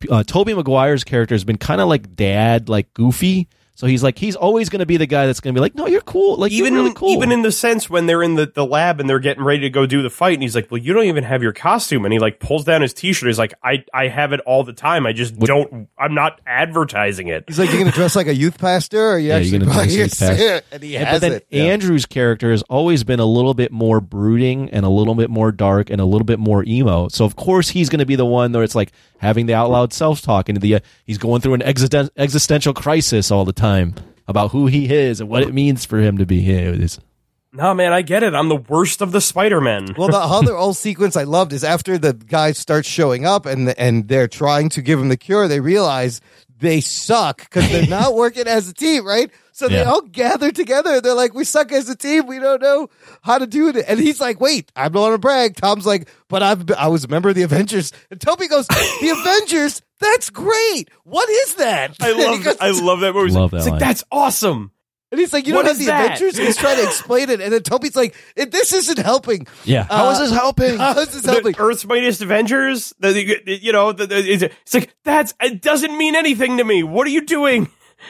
Speaker 7: P- Uh, Toby Maguire's character has been kind of like dad, like goofy. So he's like he's always going to be the guy that's going to be like, no, you're cool, like
Speaker 6: even
Speaker 7: you're really cool.
Speaker 6: even in the sense when they're in the, the lab and they're getting ready to go do the fight and he's like well you don't even have your costume and he like pulls down his t-shirt he's like i i have it all the time i just don't i'm not advertising it
Speaker 1: He's like, "You're gonna dress like a youth pastor, or you
Speaker 7: Yeah,
Speaker 1: actually
Speaker 7: you're gonna
Speaker 1: buy
Speaker 7: dress
Speaker 1: your
Speaker 7: as fast.
Speaker 1: suit?" And he
Speaker 7: And-
Speaker 1: has
Speaker 7: but then
Speaker 1: it. Yeah.
Speaker 7: Andrew's character has always been a little bit more brooding and a little bit more dark and a little bit more emo. So of course he's going to be the one where it's like having the out loud self talk and the uh, he's going through an existen- existential crisis all the time about who he is and what it means for him to be him. It's-
Speaker 6: no man i get it i'm the worst of the spider-men
Speaker 1: Well, the other old sequence I loved is after the guy starts showing up and and they're trying to give him the cure, they realize they suck because they're not working as a team, right? So they
Speaker 7: Yeah.
Speaker 1: all gather together. They're like, "We suck as a team. We don't know how to do it." And he's like, "Wait, I don't want to brag." Tom's like, "But I've I was a member of the Avengers." And Toby goes, "The Avengers? That's great. What is that?"
Speaker 6: i
Speaker 1: And he
Speaker 6: love
Speaker 1: goes-
Speaker 6: that i love that movie
Speaker 7: Love that
Speaker 6: it's like
Speaker 7: line.
Speaker 6: that's awesome
Speaker 1: and he's like, "You
Speaker 6: What
Speaker 1: don't have the
Speaker 6: is that?"
Speaker 1: Avengers." He's trying to explain it, and then Toby's like, "It- "This isn't helping."
Speaker 7: yeah.
Speaker 1: How is
Speaker 7: this helping?
Speaker 1: How is this
Speaker 6: The
Speaker 1: helping?
Speaker 6: Earth's Mightiest Avengers, the, the- you know, the, the, it's- it's like that's it doesn't mean anything to me. What are you doing?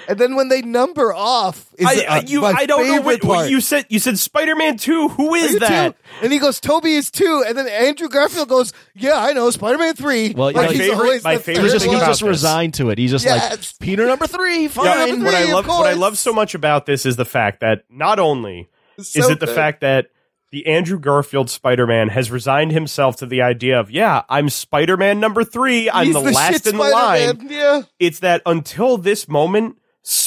Speaker 1: And then when they number off, is
Speaker 6: I,
Speaker 1: uh,
Speaker 6: you,
Speaker 1: my
Speaker 6: I don't know
Speaker 1: favorite
Speaker 6: what,
Speaker 1: part.
Speaker 6: what you said. You said Spider-Man Two. Who
Speaker 1: Are
Speaker 6: is
Speaker 1: you
Speaker 6: that?
Speaker 1: two? And he goes, Toby is two. And then Andrew Garfield goes, Yeah, I know, Spider Man three.
Speaker 7: Well,
Speaker 1: Like,
Speaker 7: my
Speaker 1: he's
Speaker 6: favorite-
Speaker 1: always
Speaker 6: my
Speaker 1: the
Speaker 6: favorite
Speaker 7: He's
Speaker 1: third
Speaker 7: just,
Speaker 6: thing
Speaker 7: he's
Speaker 1: one.
Speaker 6: about
Speaker 7: just
Speaker 6: this.
Speaker 7: resigned to it. He's just
Speaker 1: Yes.
Speaker 7: like Peter number three. Fine.
Speaker 1: Yeah.
Speaker 6: what I
Speaker 1: three,
Speaker 6: love,
Speaker 1: of
Speaker 6: what I
Speaker 1: course.
Speaker 6: love so much about this is the fact that not only is
Speaker 1: so
Speaker 6: it the
Speaker 1: good.
Speaker 6: fact that the Andrew Garfield Spider-Man has resigned himself to the idea of, yeah, I'm Spider-Man number three. I'm
Speaker 1: He's
Speaker 6: the,
Speaker 1: the
Speaker 6: last
Speaker 1: shit
Speaker 6: in the
Speaker 1: Spider-Man,
Speaker 6: line.
Speaker 1: Yeah.
Speaker 6: It's that until this moment,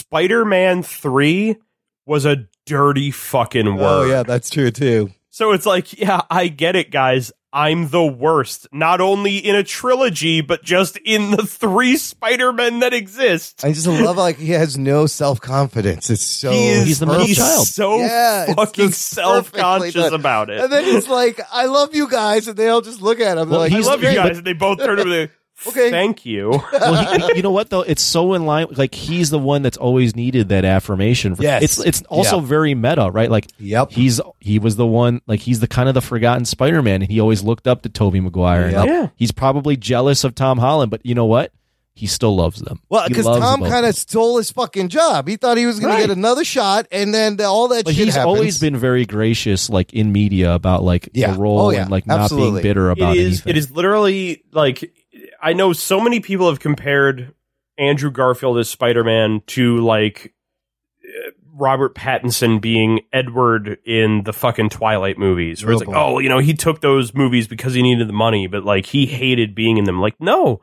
Speaker 6: Spider-Man three was a dirty fucking word.
Speaker 1: Oh, yeah, that's true too.
Speaker 6: So it's like, yeah, I get it, guys. I'm the worst, not only in a trilogy, but just in the three Spider-Men that exist.
Speaker 1: I just love like he has no self confidence. It's so
Speaker 6: he is
Speaker 7: Oh, He's the middle
Speaker 6: he's
Speaker 7: child.
Speaker 6: so
Speaker 1: Yeah, it's
Speaker 6: fucking
Speaker 1: just perfectly
Speaker 6: self-conscious
Speaker 1: done.
Speaker 6: about it.
Speaker 1: and then he's like, I love you guys, and they all just look at him. They're
Speaker 7: Well,
Speaker 1: like,
Speaker 6: I
Speaker 7: he's-
Speaker 6: love you
Speaker 7: but-
Speaker 6: guys. and they both turn over there.
Speaker 1: Okay.
Speaker 6: Thank you.
Speaker 7: well, he, you know what though? It's so in line. Like he's the one that's always needed that affirmation. For,
Speaker 1: Yes.
Speaker 7: it's it's also
Speaker 1: Yeah.
Speaker 7: very meta, right? Like
Speaker 1: Yep.
Speaker 7: he's he was the one. Like he's the kind of the forgotten Spider-Man, and he always looked up to Tobey Maguire. And
Speaker 1: Yep.
Speaker 7: like,
Speaker 6: Yeah.
Speaker 7: he's probably jealous of Tom Holland, but you know what? He still loves them.
Speaker 1: Well,
Speaker 7: He
Speaker 1: because
Speaker 7: loves
Speaker 1: Tom
Speaker 7: both.
Speaker 1: kind of stole his fucking job. He thought he was going
Speaker 7: Right.
Speaker 1: to get another shot, and then the- all that
Speaker 7: But
Speaker 1: shit
Speaker 7: he's
Speaker 1: happens.
Speaker 7: always been very gracious, like in media about like
Speaker 1: Yeah.
Speaker 7: the role
Speaker 1: Oh, yeah.
Speaker 7: and like
Speaker 1: Absolutely.
Speaker 7: not being bitter about
Speaker 6: it is
Speaker 7: anything.
Speaker 6: it is literally like I know so many people have compared Andrew Garfield as Spider-Man to like eh, Robert Pattinson being Edward in the fucking Twilight movies where it's
Speaker 1: Oh,
Speaker 6: like
Speaker 1: boy.
Speaker 6: oh you know he took those movies because he needed the money but like he hated being in them like no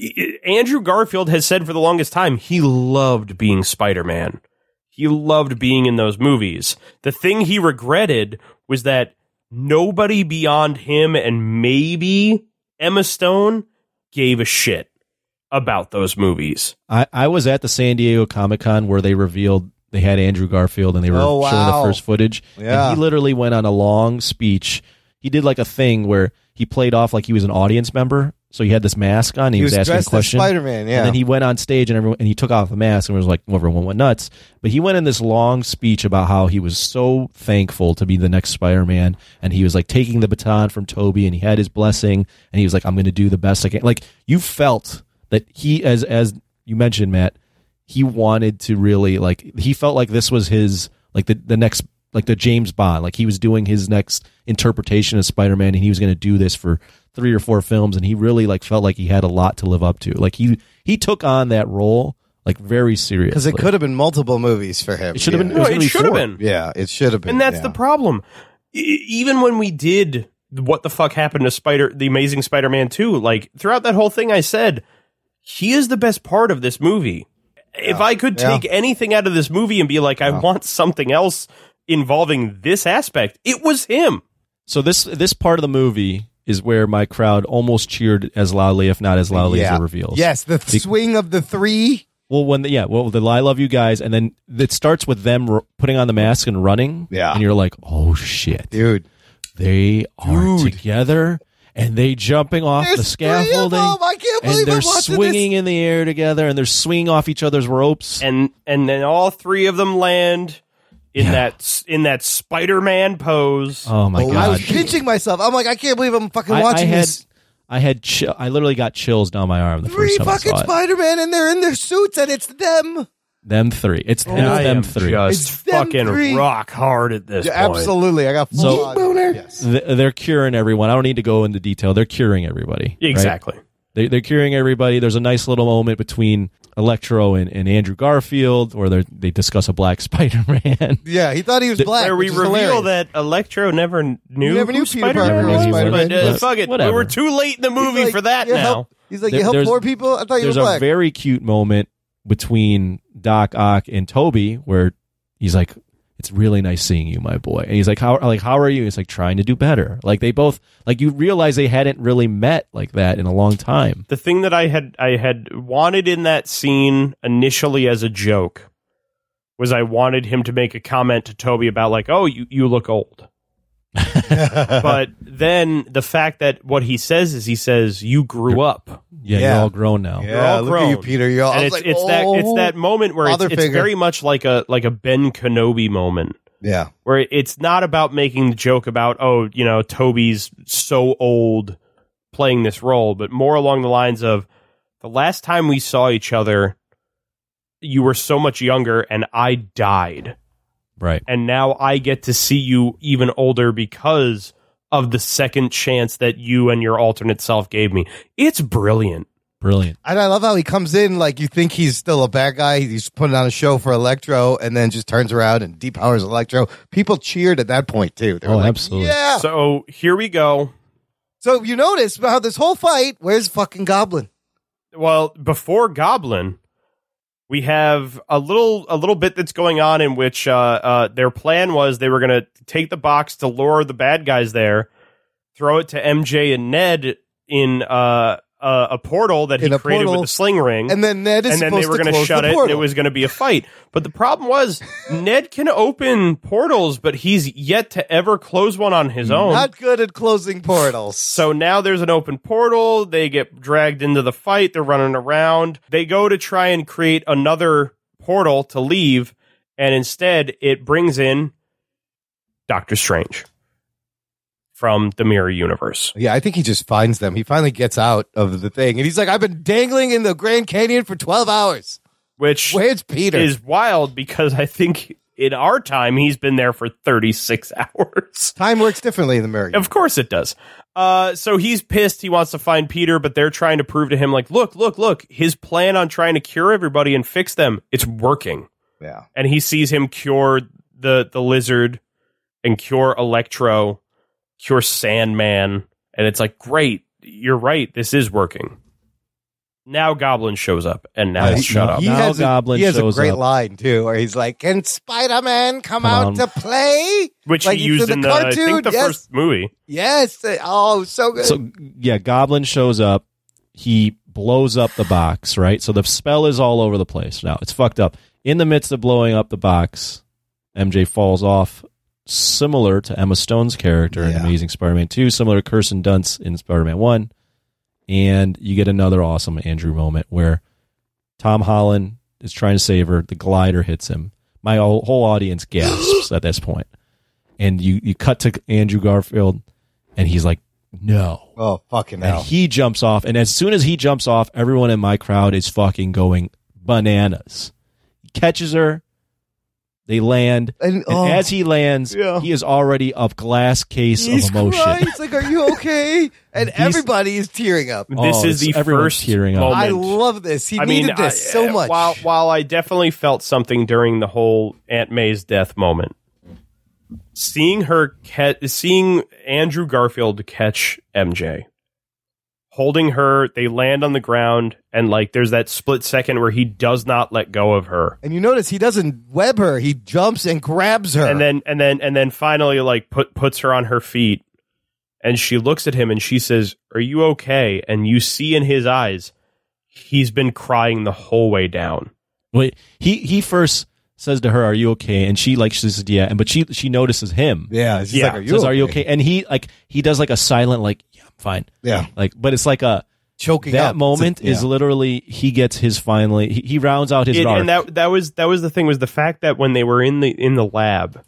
Speaker 6: I- I- Andrew Garfield has said for the longest time he loved being Spider-Man he loved being in those movies. The thing he regretted was that nobody beyond him and maybe Emma Stone gave a shit about those movies.
Speaker 7: I, I was at the San Diego Comic Con where they revealed they had Andrew Garfield and they were
Speaker 1: Oh, wow.
Speaker 7: showing the first footage.
Speaker 1: Yeah.
Speaker 7: And he literally went on a long speech. He did like a thing where he played off like he was an audience member. So he had this mask on. And he,
Speaker 1: he
Speaker 7: was,
Speaker 1: was
Speaker 7: asking a
Speaker 1: dressed as
Speaker 7: question.
Speaker 1: Spider Man. Yeah,
Speaker 7: And then he went on stage and everyone and he took off the mask and was like everyone went nuts. But he went in this long speech about how he was so thankful to be the next Spider Man and he was like taking the baton from Toby and he had his blessing and he was like, I'm gonna do the best I can. Like you felt that he as as you mentioned, Matt, he wanted to really like he felt like this was his like the, the next like the James Bond. Like he was doing his next interpretation of Spider Man and he was gonna do this for three or four films and he really like felt like he had a lot to live up to. Like he he took on that role like very serious.
Speaker 1: Because it could have been multiple movies for him.
Speaker 7: It should have
Speaker 1: yeah.
Speaker 7: been. It,
Speaker 6: No, it should have been.
Speaker 1: Yeah, it should have been.
Speaker 6: And that's
Speaker 1: yeah.
Speaker 6: the problem. E- even when we did what the fuck happened to Spider, the Amazing Spider-Man two, like throughout that whole thing, I said he is the best part of this movie. If I could
Speaker 1: Yeah.
Speaker 6: take anything out of this movie and be like, I want something else involving this aspect, it was him.
Speaker 7: So this this part of the movie is where my crowd almost cheered as loudly, if not as loudly, as
Speaker 1: Yeah.
Speaker 7: the reveals.
Speaker 1: Yes, the
Speaker 7: Be-
Speaker 1: swing of the three.
Speaker 7: Well, when the, yeah, well, the "I love you guys," and then it starts with them r- putting on the mask and running.
Speaker 1: Yeah.
Speaker 7: and you're like, "Oh shit,
Speaker 1: dude,
Speaker 7: they are together." And they jumping off
Speaker 1: There's
Speaker 7: the
Speaker 1: three of
Speaker 7: scaffolding,
Speaker 1: them. I can't believe
Speaker 7: and they're
Speaker 1: I'm watching
Speaker 7: swinging in the air together, and they're swinging off each other's ropes.
Speaker 6: And and then all three of them land in that s- in that Spider-Man pose.
Speaker 7: Oh my
Speaker 1: I
Speaker 7: god!
Speaker 1: was pinching myself. I'm like, I can't believe I'm fucking
Speaker 7: I, I
Speaker 1: watching
Speaker 7: had,
Speaker 1: this.
Speaker 7: I had, chill, I literally got chills down my arm the
Speaker 1: Three
Speaker 7: first time I
Speaker 1: fucking
Speaker 7: saw it.
Speaker 1: Spider Man, and they're in their suits, and it's them.
Speaker 7: Them three. It's,
Speaker 1: Oh,
Speaker 7: it's
Speaker 6: I
Speaker 7: them
Speaker 6: am
Speaker 7: three.
Speaker 6: just
Speaker 1: It's them
Speaker 6: fucking
Speaker 1: three.
Speaker 6: rock hard at this
Speaker 1: Yeah,
Speaker 6: point.
Speaker 1: absolutely. I got full
Speaker 7: So-
Speaker 1: on- Yes.
Speaker 7: Th- They're curing everyone. I don't need to go into detail. They're curing everybody. right?
Speaker 6: Exactly.
Speaker 7: They, they're curing everybody. There's a nice little moment between Electro and, and Andrew Garfield where they they discuss a black Spider Man.
Speaker 1: Yeah, he thought he was black.
Speaker 6: Where we
Speaker 1: which is
Speaker 6: reveal
Speaker 1: hilarious.
Speaker 6: that Electro never kn- knew
Speaker 1: never knew
Speaker 6: who
Speaker 1: Peter
Speaker 6: Spider-Man
Speaker 1: Parker
Speaker 6: was,
Speaker 1: was Spider-Man.
Speaker 6: but, uh,
Speaker 7: But
Speaker 6: fuck it,
Speaker 7: whatever.
Speaker 6: we were too late in the
Speaker 1: He's
Speaker 6: movie
Speaker 1: like,
Speaker 6: for that
Speaker 1: you
Speaker 6: now.
Speaker 1: helped- he's like, you
Speaker 7: There-
Speaker 1: helped
Speaker 7: there's-
Speaker 1: poor people. I thought you were
Speaker 7: There's a
Speaker 1: black.
Speaker 7: very cute moment between Doc Ock and Toby where he's like, "It's really nice seeing you, my boy," and he's like, "How like how are you?" He's like, "Trying to do better." Like they both like you realize they hadn't really met like that in a long time.
Speaker 6: the thing that I had I had wanted in that scene initially as a joke was I wanted him to make a comment to Toby about like, oh, you, you look old. but then the fact that what he says is he says you grew up.
Speaker 7: Yeah,
Speaker 1: Yeah.
Speaker 7: you're all grown now.
Speaker 6: You're all
Speaker 1: look at you,
Speaker 6: grown.
Speaker 1: Peter. You're all.
Speaker 6: and
Speaker 1: I
Speaker 6: it's,
Speaker 1: was like,
Speaker 6: it's that it's
Speaker 1: oh.
Speaker 6: that moment where it's, it's
Speaker 1: Motherfinger.
Speaker 6: very much like a like a Ben Kenobi moment
Speaker 1: Yeah,
Speaker 6: where it's not about making the joke about oh you know toby's so old playing this role but more along the lines of the last time we saw each other you were so much younger and i died
Speaker 7: Right.
Speaker 6: and now i get to see you even older because of the second chance that you and your alternate self gave me it's brilliant
Speaker 7: Brilliant.
Speaker 1: and I love how he comes in like you think he's still a bad guy. He's putting on a show for Electro, and then just turns around and depowers Electro. People cheered at that point too. They were
Speaker 7: Oh,
Speaker 1: like,
Speaker 7: absolutely.
Speaker 1: Yeah. So,
Speaker 6: so here we go
Speaker 1: you notice how this whole fight, where's fucking Goblin?
Speaker 6: well before goblin we have a little a little bit that's going on in which uh, uh, their plan was they were going to take the box to lure the bad guys there throw it to mj and ned in uh, uh, a portal that
Speaker 1: In
Speaker 6: he
Speaker 1: a
Speaker 6: created
Speaker 1: portal.
Speaker 6: with the sling ring
Speaker 1: And then Ned is
Speaker 6: and then
Speaker 1: supposed
Speaker 6: they were
Speaker 1: to
Speaker 6: going to
Speaker 1: close
Speaker 6: shut
Speaker 1: the
Speaker 6: it and it
Speaker 1: portal.
Speaker 6: was going to be a fight but the problem was ned can open portals but he's yet to ever close one on his own
Speaker 1: Not good at closing portals.
Speaker 6: so now there's an open portal. They get dragged into the fight. They're running around. They go to try and create another portal to leave, and instead it brings in Doctor Strange from the Mirror Universe.
Speaker 1: Yeah, I think he just finds them. He finally gets out of the thing, and he's like, "I've been dangling in the Grand Canyon for twelve hours.
Speaker 6: Which
Speaker 1: Where's Peter?"
Speaker 6: is wild because I think in our time he's been there for 36 hours.
Speaker 1: Time works differently in the mirror.
Speaker 6: Of course it does. Uh, so he's pissed. He wants to find Peter, but they're trying to prove to him, like, look, look, look, his plan on trying to cure everybody and fix them, it's working.
Speaker 1: Yeah.
Speaker 6: And he sees him cure the the lizard and cure Electro, cure Sandman, and it's like, great, you're right, this is working. Now Goblin shows up, and now
Speaker 1: Uh, he-
Speaker 6: shut up.
Speaker 1: He
Speaker 7: Now
Speaker 1: has
Speaker 7: Goblin
Speaker 1: a, he has
Speaker 7: shows
Speaker 1: a great
Speaker 7: up.
Speaker 1: line too, where he's like, "Can Spider Man come,
Speaker 7: Come
Speaker 1: out
Speaker 7: on.
Speaker 1: to play?"
Speaker 6: Which
Speaker 1: like it's
Speaker 6: he
Speaker 1: in
Speaker 6: used
Speaker 1: the
Speaker 6: in the, I think
Speaker 1: cartoon,
Speaker 6: the
Speaker 1: yes.
Speaker 6: first movie.
Speaker 1: Yes. Oh, so good.
Speaker 7: So yeah, Goblin shows up. He blows up the box, right? So the spell is all over the place now. It's fucked up. In the midst of blowing up the box, MJ falls off, similar to Emma Stone's character in
Speaker 1: Yeah.
Speaker 7: Amazing Spider-Man Two, similar to Kirsten Dunst in Spider-Man One, and you get another awesome Andrew moment where Tom Holland is trying to save her. The glider hits him. My whole whole audience gasps at this point, and you you cut to Andrew Garfield, and he's like, "No."
Speaker 1: oh, fucking
Speaker 7: and
Speaker 1: hell.
Speaker 7: he jumps off and as soon as he jumps off everyone in my crowd is fucking going bananas he catches her They land, and, and oh, as he lands, yeah. he is already a glass case
Speaker 2: He's
Speaker 7: of emotion.
Speaker 2: Crying. It's like, "Are you okay?" And He's, everybody is tearing up.
Speaker 6: This oh, is the first
Speaker 7: tearing
Speaker 6: up.
Speaker 2: I love this. He I needed mean, this
Speaker 6: I, uh,
Speaker 2: so much.
Speaker 6: While while I definitely felt something during the whole Aunt May's death moment, seeing her, ca- seeing Andrew Garfield catch MJ, holding her. They land on the ground, and like there's that split second where he does not let go of her.
Speaker 2: And you notice he doesn't web her; he jumps and grabs her,
Speaker 6: and then and then and then finally like put puts her on her feet, and she looks at him and she says, "Are you okay?" And you see in his eyes, he's been crying the whole way down.
Speaker 7: Wait, he he first says to her, "Are you okay?" And she like she says, "Yeah," and but she she notices him.
Speaker 2: Yeah, she's
Speaker 7: yeah.
Speaker 2: like, "Are you
Speaker 7: says,
Speaker 2: okay?
Speaker 7: Are you okay?" And he like he does like a silent like, "Yeah, I'm fine."
Speaker 2: Yeah,
Speaker 7: like but it's like a
Speaker 2: choking.
Speaker 7: That
Speaker 2: up.
Speaker 7: moment
Speaker 2: a, yeah.
Speaker 7: is literally he gets his finally he, he rounds out his
Speaker 6: it,
Speaker 7: arc.
Speaker 6: and that that was that was the thing was the fact that when they were in the in the lab,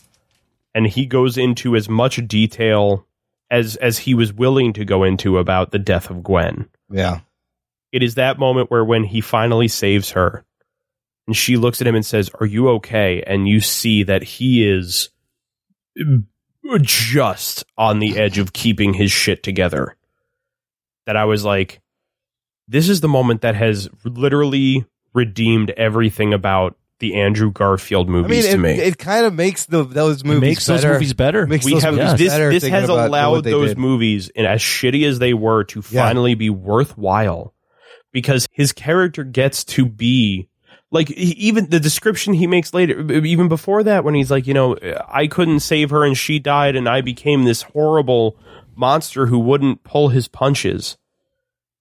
Speaker 6: and he goes into as much detail as as he was willing to go into about the death of Gwen.
Speaker 2: Yeah.
Speaker 6: It is that moment where when he finally saves her, and she looks at him and says, "Are you okay?" And you see that he is just on the edge of keeping his shit together. That I was like, this is the moment that has literally redeemed everything about the Andrew Garfield movies
Speaker 2: I mean,
Speaker 6: to
Speaker 2: it,
Speaker 6: me.
Speaker 2: It kind of makes the those movies
Speaker 7: makes
Speaker 2: better.
Speaker 7: those movies better.
Speaker 2: Makes
Speaker 6: we
Speaker 2: those
Speaker 6: have
Speaker 2: movies
Speaker 6: this,
Speaker 2: better
Speaker 6: this
Speaker 2: thinking
Speaker 6: has
Speaker 2: about
Speaker 6: allowed
Speaker 2: what they
Speaker 6: those
Speaker 2: did.
Speaker 6: movies, and as shitty as they were, to
Speaker 2: Yeah.
Speaker 6: finally be worthwhile because his character gets to be like he- even the description he makes later e, even before that when he's like you know i couldn't save her and she died and i became this horrible monster who wouldn't pull his punches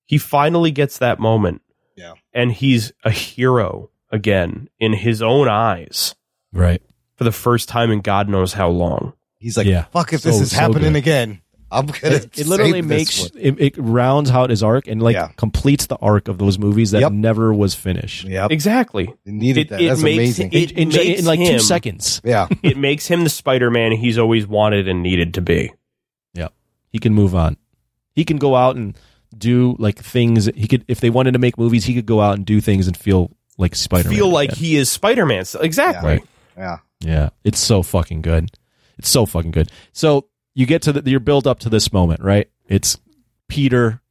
Speaker 6: he finally gets that moment
Speaker 2: Yeah.
Speaker 6: and he's a hero again in his own eyes
Speaker 7: right.
Speaker 6: for the first time in god knows how long
Speaker 2: He's like,
Speaker 7: Yeah.
Speaker 2: "Fuck! If
Speaker 7: So-
Speaker 2: this is
Speaker 7: so
Speaker 2: happening
Speaker 7: good.
Speaker 2: again, I'm gonna."
Speaker 7: It, it literally
Speaker 2: save this
Speaker 7: makes
Speaker 2: one.
Speaker 7: it, it rounds out his arc and like
Speaker 2: Yeah.
Speaker 7: completes the arc of those movies that
Speaker 2: Yep.
Speaker 7: never was finished.
Speaker 2: Yep.
Speaker 6: exactly
Speaker 2: It needed
Speaker 6: It-
Speaker 2: that.
Speaker 6: it
Speaker 2: That's
Speaker 6: makes-
Speaker 2: amazing.
Speaker 6: it-
Speaker 7: in, in,
Speaker 6: makes
Speaker 7: in like
Speaker 6: him-
Speaker 7: two seconds.
Speaker 2: yeah.
Speaker 6: it makes him the spider-man he's always wanted and needed to be
Speaker 7: Yeah. He can move on. He can go out and do like things he could if they wanted to make movies, he could go out and do things and feel like Spider Man.
Speaker 6: feel like he is spider-man So- exactly
Speaker 7: Right.
Speaker 2: Yeah.
Speaker 7: Yeah. It's so fucking good. It's so fucking good. So you get to the you're built up to this moment, right? It's Peter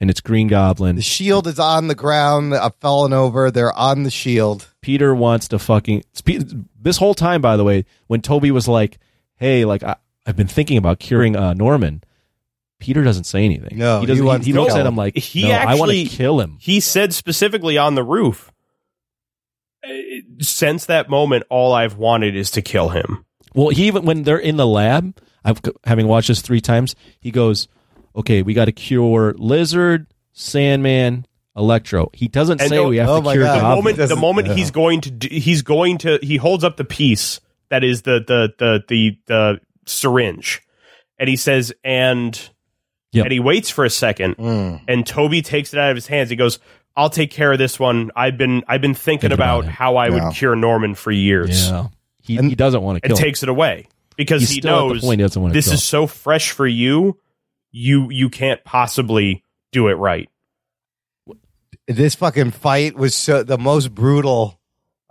Speaker 7: and it's Green Goblin.
Speaker 2: The shield is on the ground. I've fallen over. They're on the shield.
Speaker 7: Peter wants to fucking Pe- this whole time. By the way, when Toby was like, "Hey, like I, I've been thinking about curing uh, Norman," Peter doesn't say anything.
Speaker 2: No,
Speaker 7: he doesn't.
Speaker 2: he
Speaker 7: He,
Speaker 2: wants
Speaker 7: he
Speaker 2: to
Speaker 7: looks
Speaker 2: kill
Speaker 7: at
Speaker 2: him.
Speaker 7: him like,
Speaker 6: He
Speaker 7: "No, I want to
Speaker 6: actually-
Speaker 7: kill him."
Speaker 6: he said specifically on the roof "Eh, since that moment all i've wanted is to kill him
Speaker 7: Well, he even when they're in the lab, I've having watched this three times. He goes, "Okay, we got to cure Lizard, Sandman, Electro." He doesn't
Speaker 6: And
Speaker 7: say
Speaker 6: the-
Speaker 7: we have
Speaker 2: oh
Speaker 7: to
Speaker 2: my
Speaker 7: cure
Speaker 2: God. The
Speaker 6: the
Speaker 7: Goblin.
Speaker 6: moment the
Speaker 2: Doesn't-
Speaker 6: moment
Speaker 2: yeah.
Speaker 6: he's going to do, he's going to he holds up the piece that is the the the the, the syringe and he says and
Speaker 7: Yep. Mm.
Speaker 6: and he waits for a second and toby takes it out of his hands he goes i'll take care of this one i've been i've been thinking
Speaker 7: Thinking
Speaker 6: about,
Speaker 7: about it.
Speaker 6: how i
Speaker 2: Yeah.
Speaker 6: would cure norman for years
Speaker 7: yeah, he, he doesn't want to
Speaker 6: and
Speaker 7: kill. him.
Speaker 6: takes it away because
Speaker 7: He's
Speaker 6: he
Speaker 7: still at the
Speaker 6: knows
Speaker 7: point he doesn't wanna
Speaker 6: this
Speaker 7: kill.
Speaker 6: is so fresh for you you you can't possibly do it right
Speaker 2: This fucking fight was so, the most brutal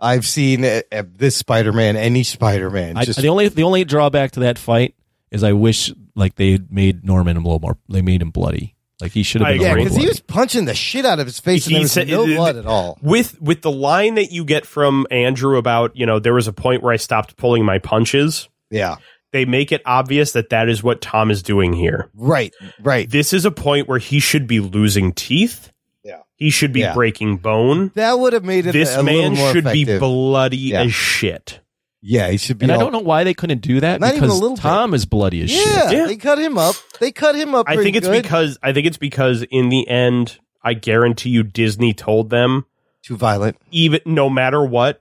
Speaker 2: I've seen at, at this Spider-Man, any Spider-Man.
Speaker 7: I,
Speaker 2: Just-
Speaker 7: the only the only drawback to that fight is I wish like they had made Norman a little more. They made him bloody. Like he should have
Speaker 6: I
Speaker 7: been. a
Speaker 2: yeah,
Speaker 7: little
Speaker 2: because he
Speaker 7: bloody.
Speaker 2: was punching the shit out of his face, and there was
Speaker 6: said-
Speaker 2: no
Speaker 6: th-
Speaker 2: blood at all.
Speaker 6: with with the line that you get from andrew about you know there was a point where i stopped pulling my punches
Speaker 2: Yeah,
Speaker 6: they make it obvious that that is what tom is doing here
Speaker 2: right, right.
Speaker 6: this is a point where he should be losing teeth
Speaker 2: Yeah.
Speaker 6: he should be
Speaker 2: Yeah.
Speaker 6: breaking bone
Speaker 2: That would have made it
Speaker 6: this
Speaker 2: a little
Speaker 6: man
Speaker 2: more
Speaker 6: should be
Speaker 2: effective.
Speaker 6: bloody
Speaker 2: Yeah.
Speaker 6: as shit
Speaker 2: yeah, he should be.
Speaker 7: and I
Speaker 2: all-
Speaker 7: don't know why they couldn't do that
Speaker 2: Not even a
Speaker 7: because
Speaker 2: little bit.
Speaker 7: Tom is bloody as
Speaker 2: Yeah,
Speaker 7: shit.
Speaker 6: Yeah.
Speaker 2: they cut him up. They cut him up.
Speaker 6: I
Speaker 2: pretty
Speaker 6: think it's
Speaker 2: good.
Speaker 6: because I think it's because in the end, I guarantee you, Disney told them
Speaker 2: too violent.
Speaker 6: even no matter what,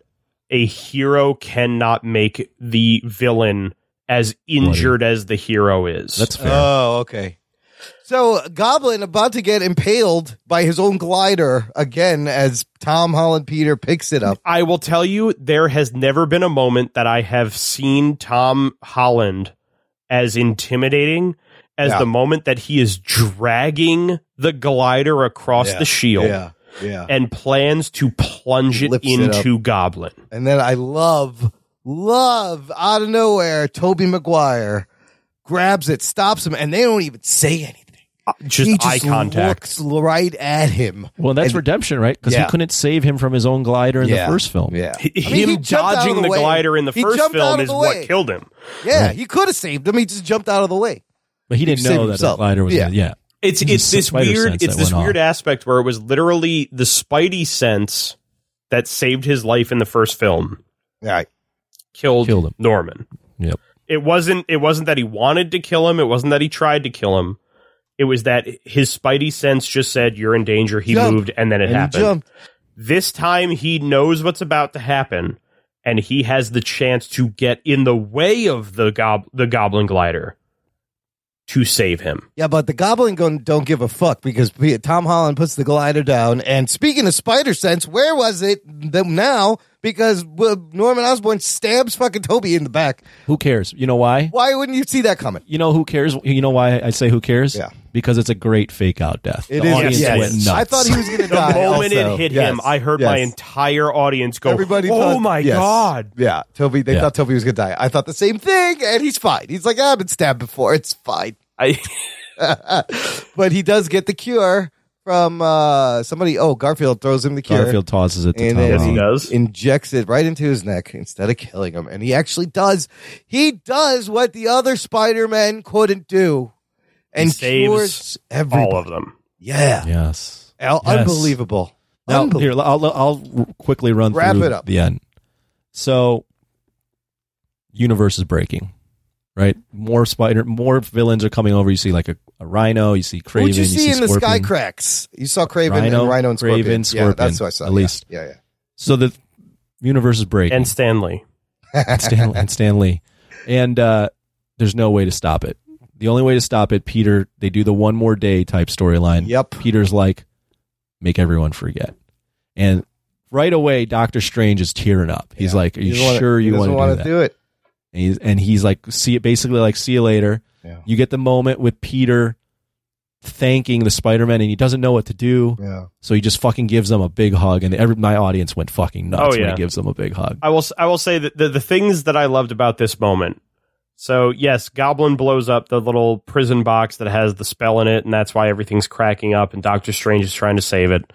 Speaker 6: a hero cannot make the villain as injured as the hero is.
Speaker 7: That's fair.
Speaker 1: Uh,
Speaker 2: Oh, okay. So Goblin about to get impaled by his own glider again as Tom Holland Peter picks it up.
Speaker 6: I will tell you, there has never been a moment that I have seen Tom Holland as intimidating as
Speaker 2: Yeah.
Speaker 6: the moment that he is dragging the glider across
Speaker 2: Yeah.
Speaker 6: the shield
Speaker 2: yeah.
Speaker 6: and plans to plunge it
Speaker 2: Lifts it up.
Speaker 1: Uh,
Speaker 6: into Goblin.
Speaker 2: And then I love
Speaker 1: love out of nowhere. Toby Maguire grabs it, stops him, and they don't even say anything.
Speaker 7: Uh, just,
Speaker 1: he just
Speaker 7: eye contact,
Speaker 1: looks right at him.
Speaker 7: Well, that's redemption, right? Because
Speaker 1: Yeah.
Speaker 7: he couldn't save him from his own glider in
Speaker 1: Yeah.
Speaker 7: the first film.
Speaker 1: Yeah,
Speaker 6: H-
Speaker 1: I mean, he
Speaker 6: him
Speaker 1: jumped out of
Speaker 6: dodging
Speaker 1: the
Speaker 6: the,
Speaker 1: way.
Speaker 6: glider in the
Speaker 1: He
Speaker 6: first
Speaker 1: jumped out
Speaker 6: film
Speaker 1: of
Speaker 6: is
Speaker 1: the
Speaker 6: what
Speaker 1: way.
Speaker 6: killed him.
Speaker 1: Yeah, he could have saved him. He just jumped out of the way.
Speaker 7: but he didn't
Speaker 1: saved
Speaker 7: know that the
Speaker 1: himself.
Speaker 7: glider was
Speaker 1: Yeah.
Speaker 7: yeah. yeah.
Speaker 6: It's
Speaker 7: It's
Speaker 6: it's
Speaker 7: the
Speaker 6: this
Speaker 7: spider sense
Speaker 6: weird it's
Speaker 7: that
Speaker 6: this
Speaker 7: went
Speaker 6: weird aspect where it was literally the Spidey sense that saved his life in the first film.
Speaker 1: Right.
Speaker 6: Killed,
Speaker 7: Killed him.
Speaker 6: Norman.
Speaker 7: Yep.
Speaker 6: It wasn't it wasn't that he wanted to kill him, it wasn't that he tried to kill him. It was that his Spidey sense just said you're in danger, he
Speaker 1: Jump.
Speaker 6: moved and then it
Speaker 1: And he
Speaker 6: happened.
Speaker 1: jumped.
Speaker 6: This time he knows what's about to happen and he has the chance to get in the way of the gob- the goblin glider to save him.
Speaker 1: Yeah, but the Goblin gun don't give a fuck because P- Tom Holland puts the glider down. And speaking of spider sense, where was it th- now? Because uh, Norman Osborn stabs fucking Toby in the back.
Speaker 7: Who cares? You know why?
Speaker 1: Why wouldn't you see that coming?
Speaker 7: You know who cares? You know why I say who cares?
Speaker 1: Yeah.
Speaker 7: Because it's a great fake out death.
Speaker 1: It
Speaker 7: the
Speaker 1: is-
Speaker 7: Audience
Speaker 1: yes.
Speaker 7: went nuts.
Speaker 1: I thought he was going to
Speaker 6: The
Speaker 1: die.
Speaker 6: moment
Speaker 1: also.
Speaker 6: it hit
Speaker 1: Yes,
Speaker 6: him, I heard my
Speaker 1: yes.
Speaker 6: entire audience go,
Speaker 1: Everybody
Speaker 6: "Oh
Speaker 1: thought-
Speaker 6: my
Speaker 1: yes.
Speaker 6: god!"
Speaker 1: Yeah, Toby. They
Speaker 7: Yeah.
Speaker 1: thought Toby was gonna die. I thought the same thing, and he's fine. He's like, "Ah, I've been stabbed before. It's fine.
Speaker 6: I,
Speaker 1: but he does get the cure from uh, somebody. Oh, Garfield throws him the cure.
Speaker 7: Garfield tosses it to
Speaker 1: and
Speaker 7: Tom
Speaker 1: then
Speaker 6: Yes, he
Speaker 7: Holland.
Speaker 6: does.
Speaker 1: injects it right into his neck instead of killing him. And he actually does. He does what the other Spider Man couldn't do, and
Speaker 6: saves
Speaker 1: cures everybody.
Speaker 6: all of them.
Speaker 1: Yeah,
Speaker 7: Yes.
Speaker 1: Al-
Speaker 7: Yes.
Speaker 1: unbelievable.
Speaker 7: Now,
Speaker 1: Unbelievable.
Speaker 7: here, I'll, I'll quickly run
Speaker 1: Wrap
Speaker 7: through
Speaker 1: it up.
Speaker 7: the end. So, universe is breaking, right? More spider, more villains are coming over. You see like a, a rhino, you see Craven,
Speaker 1: Who'd you see, in the
Speaker 7: Scorpion.
Speaker 1: sky cracks? You saw Craven
Speaker 7: Rhino,
Speaker 1: and Rhino and Scorpion.
Speaker 7: Craven,
Speaker 1: Yeah,
Speaker 7: Scorpion,
Speaker 1: that's what I saw.
Speaker 7: at
Speaker 1: yeah.
Speaker 7: least.
Speaker 1: Yeah, yeah.
Speaker 7: So the universe is breaking,
Speaker 6: And Stanley.
Speaker 7: and Stan, and Stan Lee. and uh, there's no way to stop it. The only way to stop it, Peter, they do the one more day type storyline.
Speaker 1: Yep.
Speaker 7: Peter's like, make everyone forget, and right away, Doctor Strange is tearing up. He's like, "Are you
Speaker 1: doesn't wanna-
Speaker 7: sure
Speaker 1: he
Speaker 7: you
Speaker 1: doesn't
Speaker 7: want to do
Speaker 1: wanna
Speaker 7: that?"
Speaker 1: do it?
Speaker 7: and he's, and he's like see it basically like see you later
Speaker 1: Yeah.
Speaker 7: you get the moment with peter thanking the spider-man and he doesn't know what to do
Speaker 1: Yeah.
Speaker 7: so he just fucking gives them a big hug and every my audience went fucking nuts
Speaker 6: Oh,
Speaker 7: when
Speaker 6: yeah.
Speaker 7: he gives them a big hug
Speaker 6: I will. s- I will say that the, the things that I loved about this moment. So yes, Goblin blows up the little prison box that has the spell in it, and that's why everything's cracking up. And Doctor Strange is trying to save it.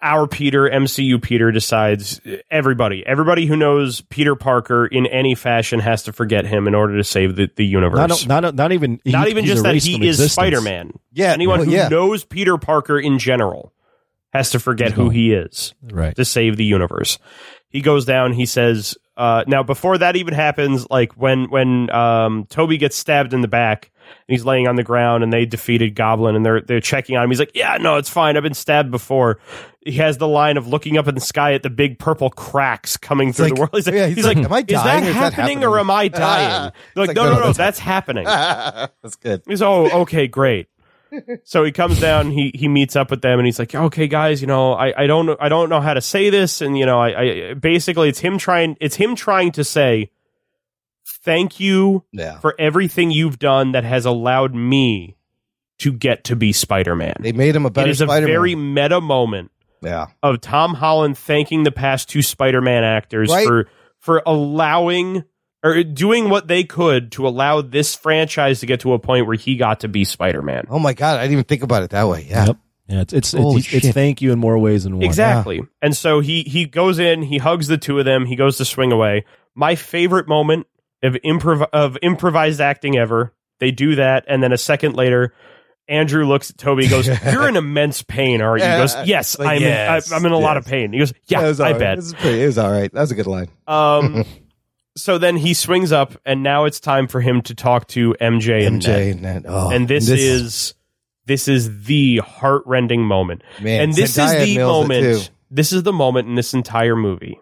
Speaker 6: Our Peter, MCU Peter, decides everybody, everybody who knows Peter Parker in any fashion has to forget him in order to save the, the universe.
Speaker 7: not, not, not even he-
Speaker 6: not even
Speaker 7: he's
Speaker 6: just that
Speaker 7: erased
Speaker 6: he
Speaker 7: from
Speaker 6: is
Speaker 7: existence.
Speaker 6: Spider-Man.
Speaker 1: Yeah,
Speaker 6: anyone
Speaker 1: well,
Speaker 6: who
Speaker 1: yeah.
Speaker 6: knows Peter Parker in general has to forget who he is
Speaker 7: right
Speaker 6: to save the universe. He goes down. He says, uh, "Now, before that even happens, like when when um, Toby gets stabbed in the back, and he's laying on the ground, and they defeated Goblin, and they're they're checking on him. He's like, "Yeah, no, it's fine. I've been stabbed before." He has the line of looking up in the sky at the big purple cracks coming through
Speaker 1: like- oh,
Speaker 6: the world. He's like,
Speaker 1: yeah,
Speaker 6: he's like,
Speaker 1: "Am I
Speaker 6: Is that
Speaker 1: dying or is that
Speaker 6: happening, or
Speaker 1: happening?" Ah,
Speaker 6: am I dying?" They're like,
Speaker 1: like, Ah,
Speaker 6: no, no, no, that's happening.
Speaker 1: that's good.
Speaker 6: He's oh okay great. So he comes down. He he meets up with them, and he's like, "Okay, guys, you know, I, I don't I don't know how to say this, and you know, I, I basically it's him trying it's him trying to say thank you
Speaker 1: Yeah.
Speaker 6: for everything you've done that has allowed me to get to be Spider Man.
Speaker 1: They made him a
Speaker 6: It
Speaker 1: better
Speaker 6: is a
Speaker 1: Spider-Man.
Speaker 6: very meta moment
Speaker 1: yeah.
Speaker 6: of Tom Holland thanking the past two Spider-Man actors
Speaker 1: Right.
Speaker 6: for for allowing or doing what they could to allow this franchise to get to a point where he got to be Spider-Man.
Speaker 1: Oh my god, I didn't even think about it that way. Yeah.
Speaker 7: yep yeah it's it's
Speaker 1: Holy
Speaker 7: it's, it's
Speaker 1: shit.
Speaker 7: thank you in more ways than one
Speaker 6: Exactly. And so he he goes in, he hugs the two of them, he goes to swing away. My favorite moment of improv of improvised acting ever. They do that, and then a second later, Andrew looks at Toby. and goes, "You're in immense pain, aren't you?" He goes,
Speaker 1: Yeah.
Speaker 6: "Yes,
Speaker 1: Like,
Speaker 6: I'm.
Speaker 1: yes,
Speaker 6: in, I, I'm in a lot
Speaker 1: yes.
Speaker 6: of pain." He goes, "Yeah,
Speaker 1: That was all
Speaker 6: I
Speaker 1: right.
Speaker 6: bet."
Speaker 1: This is pretty, it was all right. That was a good line.
Speaker 6: Um, so then he swings up, and now it's time for him to talk to MJ and Ned.
Speaker 1: MJ and that. Oh,
Speaker 6: And this, is this is the heartrending moment,
Speaker 1: Man,
Speaker 6: and this
Speaker 1: Zendaya
Speaker 6: is the
Speaker 1: nails it
Speaker 6: moment.
Speaker 1: too.
Speaker 6: This is the moment in this entire movie.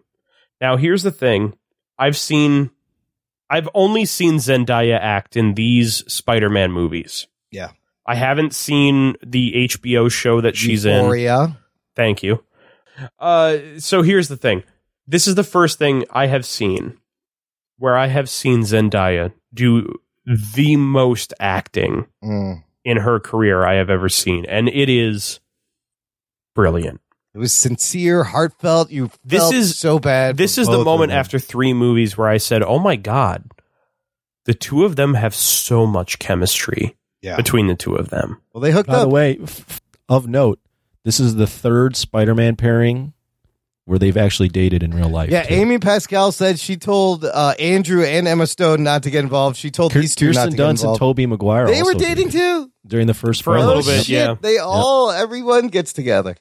Speaker 6: Now, here's the thing: I've seen, I've only seen Zendaya act in these Spider-Man movies.
Speaker 1: Yeah.
Speaker 6: I haven't seen the HBO show that she's in.
Speaker 1: Euphoria.
Speaker 6: Thank you. Uh, so here's the thing. This is the first thing I have seen where I have seen Zendaya do the most acting
Speaker 1: Mm.
Speaker 6: in her career I have ever seen, and it is brilliant.
Speaker 1: It was sincere, heartfelt. You
Speaker 6: This
Speaker 1: felt
Speaker 6: is
Speaker 1: so bad.
Speaker 6: This
Speaker 1: for
Speaker 6: is the
Speaker 1: both
Speaker 6: moment
Speaker 1: of them.
Speaker 6: after three movies where I said, "Oh my god, the two of them have so much chemistry
Speaker 1: Yeah.
Speaker 6: between the two of them."
Speaker 1: Well, they hooked
Speaker 7: By
Speaker 1: up.
Speaker 7: the way, f- of note, this is the third Spider-Man pairing where they've actually dated in real life.
Speaker 1: yeah,
Speaker 7: too.
Speaker 1: Amy Pascal said she told uh, Andrew and Emma Stone not to get involved. She told
Speaker 7: Kir-
Speaker 1: these two not
Speaker 7: Kirsten
Speaker 1: to get
Speaker 7: Dunst and
Speaker 1: involved.
Speaker 7: Tobey Maguire.
Speaker 1: they were
Speaker 7: also
Speaker 1: dating
Speaker 7: dated
Speaker 1: too.
Speaker 7: during the first
Speaker 6: For a
Speaker 7: film.
Speaker 6: little
Speaker 1: Shit,
Speaker 6: bit, yeah.
Speaker 1: they all everyone gets together.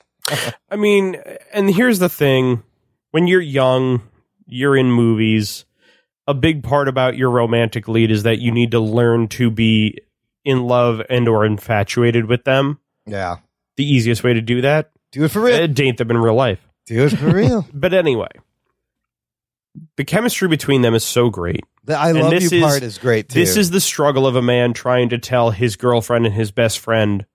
Speaker 6: I mean, and here's the thing when you're young, you're in movies. A big part about your romantic lead is that you need to learn to be in love and or infatuated with them.
Speaker 1: Yeah,
Speaker 6: The easiest way to do that,
Speaker 1: do it for real.
Speaker 6: eh, date them in real life.
Speaker 1: Do it for real.
Speaker 6: But anyway, the chemistry between them is so great.
Speaker 1: The I
Speaker 6: And
Speaker 1: love
Speaker 6: this
Speaker 1: you part is great too.
Speaker 6: This is the struggle of a man trying to tell his girlfriend and his best friend,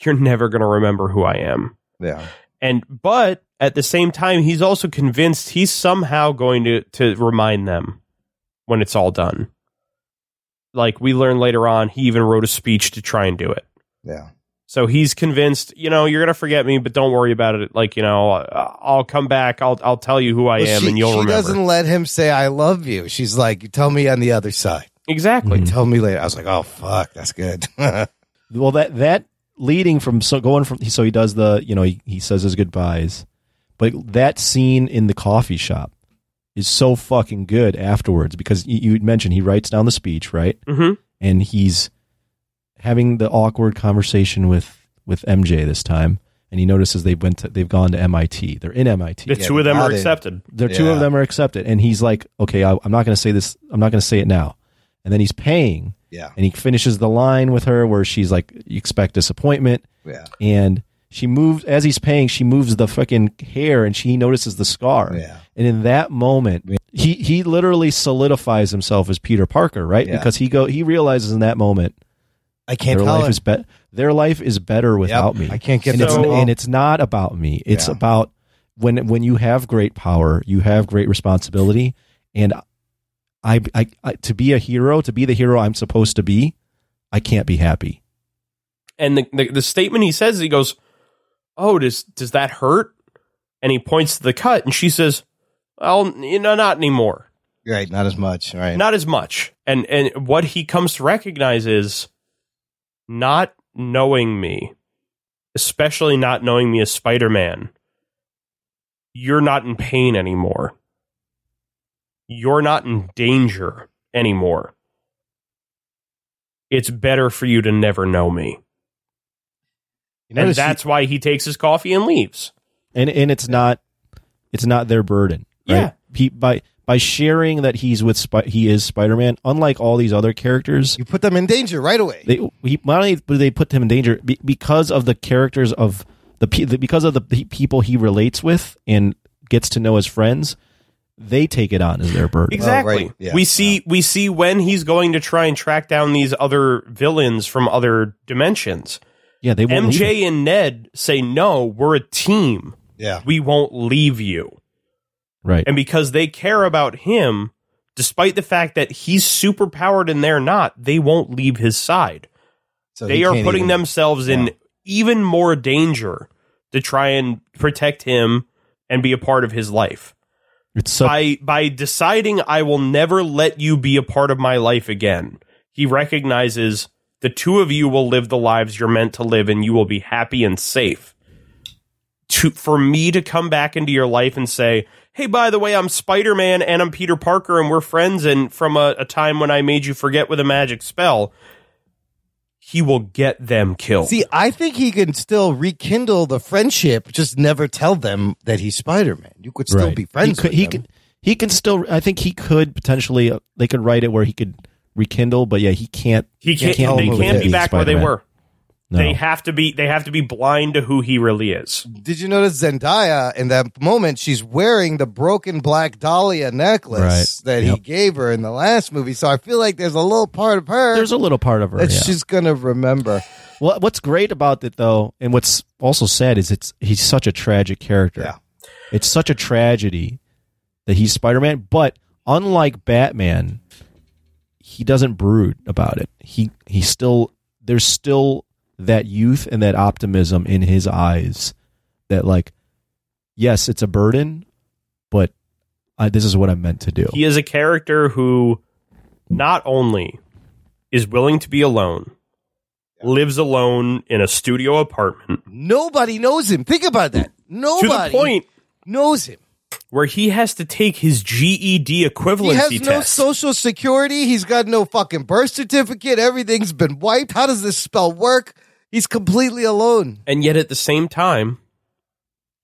Speaker 6: "You're never going to remember who I am."
Speaker 1: yeah.
Speaker 6: and but at the same time he's also convinced he's somehow going to to remind them when it's all done like we learn later on he even wrote a speech to try and do it
Speaker 1: Yeah.
Speaker 6: so he's convinced you know you're gonna forget me but don't worry about it like you know I- i'll come back i'll i'll tell you who i
Speaker 1: Well,
Speaker 6: am
Speaker 1: she,
Speaker 6: and you'll
Speaker 1: she
Speaker 6: remember
Speaker 1: doesn't let him say I love you. She's like, tell me on the other side.
Speaker 6: exactly
Speaker 1: Tell me later. I was like, oh fuck, that's good.
Speaker 7: Well, that that leading from so going from so he does the you know he, he says his goodbyes, but that scene in the coffee shop is so fucking good afterwards because you, you mentioned he writes down the speech right
Speaker 6: hmm
Speaker 7: and he's having the awkward conversation with with MJ this time and he notices they've went to, they've gone to MIT they're in MIT
Speaker 6: the
Speaker 1: Yeah,
Speaker 6: two of them are
Speaker 1: got it.
Speaker 6: accepted
Speaker 7: the two of
Speaker 1: Yeah.
Speaker 7: them are accepted and he's like okay I, i'm not going to say this i'm not going to say it now and then he's paying
Speaker 1: Yeah.
Speaker 7: and he finishes the line with her where she's like you expect disappointment
Speaker 1: yeah.
Speaker 7: and she moves as he's paying she moves the fucking hair and she notices the scar
Speaker 1: Yeah.
Speaker 7: and in that moment he he literally solidifies himself as peter parker right
Speaker 1: Yeah.
Speaker 7: because he go he realizes in that moment
Speaker 1: I can't
Speaker 7: their
Speaker 1: tell
Speaker 7: life
Speaker 1: him.
Speaker 7: is better. Their life is better without me.
Speaker 1: I can't get
Speaker 7: and it's,
Speaker 6: them
Speaker 2: Oh,
Speaker 6: all.
Speaker 7: and it's not about me. It's
Speaker 1: Yeah.
Speaker 7: about when when you have great power, you have great responsibility, and I, I, I to be a hero, to be the hero I'm supposed to be, I can't be happy.
Speaker 6: and the, the the statement he says he goes oh does does that hurt and he points to the cut and she says well you know not anymore
Speaker 1: Right, not as much. Right.
Speaker 6: not as much and and what he comes to recognize is not knowing me especially not knowing me as spider-man you're not in pain anymore you're not in danger anymore it's better for you to never know me
Speaker 1: You
Speaker 6: and
Speaker 1: notice he-
Speaker 6: that's why he takes his coffee and leaves
Speaker 7: And and it's not it's not their burden. Right?
Speaker 6: Yeah.
Speaker 7: He by by sharing that he's with Spi- he is Spider Man. Unlike all these other characters,
Speaker 1: you put them in danger right away.
Speaker 7: they he, not only do they put him in danger be, because of the characters of the, pe- the because of the pe- people he relates with and gets to know as friends they take it on as their burden
Speaker 6: Exactly.
Speaker 1: right. Yeah.
Speaker 6: we see we see when he's going to try and track down these other villains from other dimensions.
Speaker 7: yeah they won't leave him.
Speaker 6: MJ and Ned say, "No, we're a team.
Speaker 1: yeah.
Speaker 6: We won't leave you."
Speaker 7: right
Speaker 6: And because they care about him, despite the fact that he's super powered and they're not, they won't leave his side.
Speaker 1: So he
Speaker 6: they are
Speaker 1: can't
Speaker 6: putting
Speaker 1: even-
Speaker 6: themselves in
Speaker 1: Yeah.
Speaker 6: even more danger to try and protect him and be a part of his life
Speaker 7: it's so
Speaker 6: by by deciding I will never let you be a part of my life again. He recognizes the two of you will live the lives you're meant to live and you will be happy and safe. To for me to come back into your life and say, "Hey, by the way, I'm Spider-Man and I'm Peter Parker and we're friends and from a, a time when I made you forget with a magic spell." He will get them killed.
Speaker 1: See, I think he can still rekindle the friendship. Just never tell them that he's Spider Man. You could still
Speaker 7: right.
Speaker 1: be friends.
Speaker 7: he could,
Speaker 1: with
Speaker 7: he
Speaker 1: him.
Speaker 7: could he can still i think he could potentially uh, they could write it where he could rekindle but yeah he can't
Speaker 6: he can't,
Speaker 7: can't
Speaker 6: they
Speaker 7: live with
Speaker 6: can't be
Speaker 7: being
Speaker 6: back where they
Speaker 7: Spider-Man.
Speaker 6: were.
Speaker 7: no.
Speaker 6: They have to be they have to be blind to who he really is.
Speaker 1: Did you notice Zendaya in that moment? She's wearing the broken black Dahlia necklace
Speaker 7: Right.
Speaker 1: that he
Speaker 7: Yep.
Speaker 1: gave her in the last movie. So I feel like there's a little part of her
Speaker 7: there's a little part of her
Speaker 1: that
Speaker 7: yeah.
Speaker 1: she's gonna remember.
Speaker 7: Well, what's great about it though, and what's also sad is it's he's such a tragic character.
Speaker 1: Yeah.
Speaker 7: It's such a tragedy that he's Spider Man, but unlike Batman, he doesn't brood about it. He he still there's still that youth and that optimism in his eyes that like yes, it's a burden, but I, this is what I'm meant to do.
Speaker 6: He is a character who not only is willing to be alone, lives alone in a studio apartment.
Speaker 1: Nobody knows him. Think about that. Nobody
Speaker 6: to the point
Speaker 1: knows him.
Speaker 6: where he has to take his GED equivalency
Speaker 1: He has
Speaker 6: test.
Speaker 1: no social security. He's got no fucking birth certificate. Everything's been wiped. How does this spell work? He's completely alone.
Speaker 6: and yet at the same time,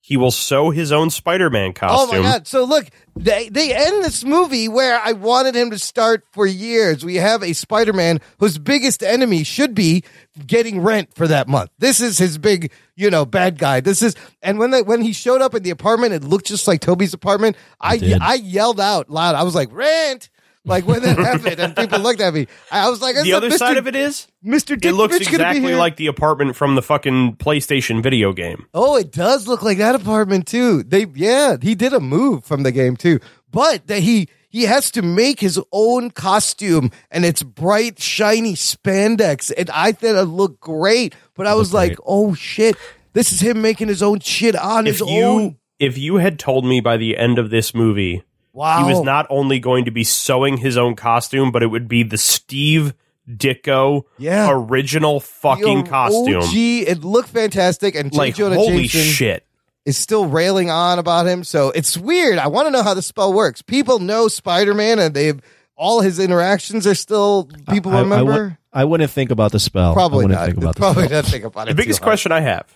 Speaker 6: he will sew his own Spider-Man
Speaker 1: Oh
Speaker 6: costume.
Speaker 1: my god! So look, they they end this movie where I wanted him to start for years. We have a Spider-Man whose biggest enemy should be getting rent for that month. This is his big, you know, bad guy. This is and when they, when he showed up in the apartment, it looked just like Toby's apartment. I
Speaker 7: did.
Speaker 1: I yelled out loud. I was like, "Rent!" Like when that happened, and people looked at me. I was like,
Speaker 6: The other side of it is
Speaker 1: Mr. Dick
Speaker 6: it looks
Speaker 1: Rich gonna be
Speaker 6: exactly
Speaker 1: here.
Speaker 6: like the apartment from the fucking PlayStation video game.
Speaker 1: Oh, it does look like that apartment too. They yeah, he did a move from the game too. But that he he has to make his own costume and it's bright shiny spandex and I thought it looked great, but I was like, "Oh shit. This is him making his own shit on
Speaker 6: If
Speaker 1: his
Speaker 6: you
Speaker 1: own."
Speaker 6: if you had told me by the end of this movie
Speaker 1: Wow.
Speaker 6: he was not only going to be sewing his own costume, but it would be the Steve Dicko
Speaker 1: Yeah.
Speaker 6: original fucking
Speaker 1: Yo,
Speaker 6: costume.
Speaker 1: OG, it looked fantastic and J.
Speaker 6: like
Speaker 1: Jonah
Speaker 6: holy
Speaker 1: Jameson
Speaker 6: shit.
Speaker 1: is still railing on about him, so it's weird. I want to know how the spell works. People know Spider-Man and they've all his interactions are still people
Speaker 7: I,
Speaker 1: remember.
Speaker 7: I, wou- I wouldn't think about the spell. I
Speaker 1: Probably
Speaker 7: wouldn't
Speaker 1: not.
Speaker 7: Think about the
Speaker 1: Probably
Speaker 7: spell.
Speaker 1: not think about it.
Speaker 6: The biggest
Speaker 1: too hard.
Speaker 6: question I have,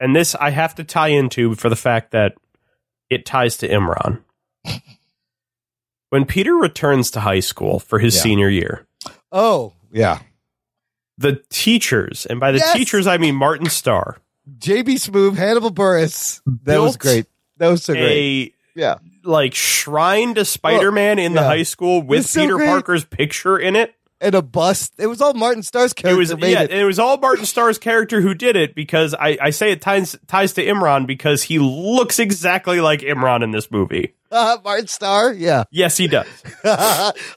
Speaker 6: and this I have to tie into for the fact that it ties to Imran. when Peter returns to high school for his
Speaker 1: Yeah.
Speaker 6: senior year,
Speaker 1: Oh, yeah.
Speaker 6: the teachers, and by the
Speaker 1: Yes!
Speaker 6: teachers I mean Martin Starr,
Speaker 1: JB Smoove, Hannibal Burris. That was
Speaker 6: Built
Speaker 1: great. That was so great.
Speaker 6: a
Speaker 1: Yeah.
Speaker 6: like shrine to Spider-Man in the
Speaker 1: yeah.
Speaker 6: high school with
Speaker 1: It's so
Speaker 6: Peter
Speaker 1: great.
Speaker 6: Parker's picture in it.
Speaker 1: And a bust. It was all Martin Starr's
Speaker 6: It
Speaker 1: character.
Speaker 6: was
Speaker 1: made
Speaker 6: yeah,
Speaker 1: it.
Speaker 6: it. was all Martin Starr's character who did it because I, I say it ties ties to Imran because he looks exactly like Imran in this movie.
Speaker 1: Uh, Martin Starr. Yeah.
Speaker 6: Yes, he does.
Speaker 1: and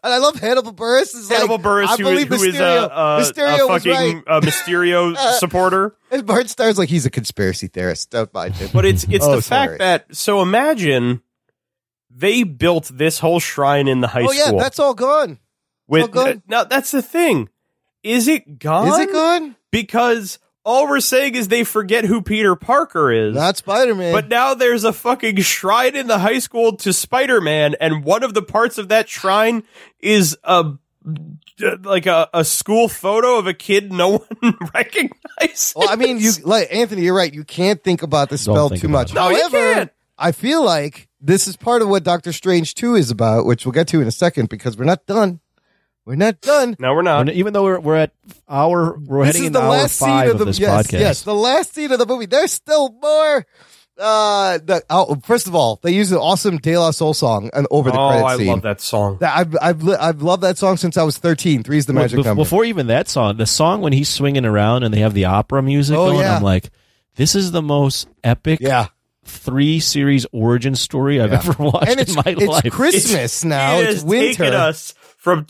Speaker 1: I love Hannibal Burris. It's like,
Speaker 6: Hannibal Burris,
Speaker 1: I
Speaker 6: who is,
Speaker 1: believe
Speaker 6: who is a,
Speaker 1: Mysterio.
Speaker 6: a,
Speaker 1: Mysterio
Speaker 6: a
Speaker 1: was
Speaker 6: fucking
Speaker 1: right.
Speaker 6: uh, Mysterio supporter.
Speaker 1: And Martin Starr's like, he's a conspiracy theorist. Don't mind him.
Speaker 6: But it's it's
Speaker 1: Oh,
Speaker 6: the fact
Speaker 1: sorry.
Speaker 6: that so imagine they built this whole shrine in the high
Speaker 1: oh, yeah.
Speaker 6: school.
Speaker 1: That's all gone.
Speaker 6: with
Speaker 1: all gone.
Speaker 6: now that's the thing. Is it gone?
Speaker 1: Is it gone?
Speaker 6: Because all we're saying is they forget who Peter Parker is.
Speaker 1: Not Spider Man.
Speaker 6: But now there's a fucking shrine in the high school to Spider Man, and one of the parts of that shrine is a like a, a school photo of a kid no one recognizes.
Speaker 1: Well, Oh, I mean, you like Anthony. You're right. You can't think about the spell
Speaker 7: think
Speaker 1: too much.
Speaker 7: about it.
Speaker 6: No, you can't.
Speaker 1: I feel like this is part of what Doctor Strange Two is about, which we'll get to in a second because we're not done. We're not done.
Speaker 6: No, we're
Speaker 7: We're
Speaker 6: not.
Speaker 7: not- even though we're, we're at hour, we're
Speaker 1: This
Speaker 7: heading
Speaker 1: is
Speaker 7: into
Speaker 1: the
Speaker 7: hour
Speaker 1: last
Speaker 7: five
Speaker 1: scene of the
Speaker 7: this
Speaker 1: yes,
Speaker 7: podcast.
Speaker 1: yes, the last scene of the movie. There's still more. Uh, the, oh, first of all, they use an awesome De La Soul song and over the
Speaker 6: oh,
Speaker 1: credits
Speaker 6: I
Speaker 1: scene.
Speaker 6: love that song.
Speaker 1: That- I've I've li- I've loved that song since I was 13. Three's the
Speaker 7: Well,
Speaker 1: magic
Speaker 7: bef-
Speaker 1: number.
Speaker 7: Before even that song, the song when he's swinging around and they have the opera music
Speaker 1: Oh,
Speaker 7: going,
Speaker 1: yeah.
Speaker 7: I'm like, this is the most epic
Speaker 1: yeah,
Speaker 7: three series origin story I've
Speaker 1: Yeah.
Speaker 7: ever watched
Speaker 1: and it's
Speaker 7: in my
Speaker 1: it's
Speaker 7: life.
Speaker 1: Christmas now.
Speaker 6: it
Speaker 1: It's
Speaker 6: has
Speaker 1: winter.
Speaker 6: taken us from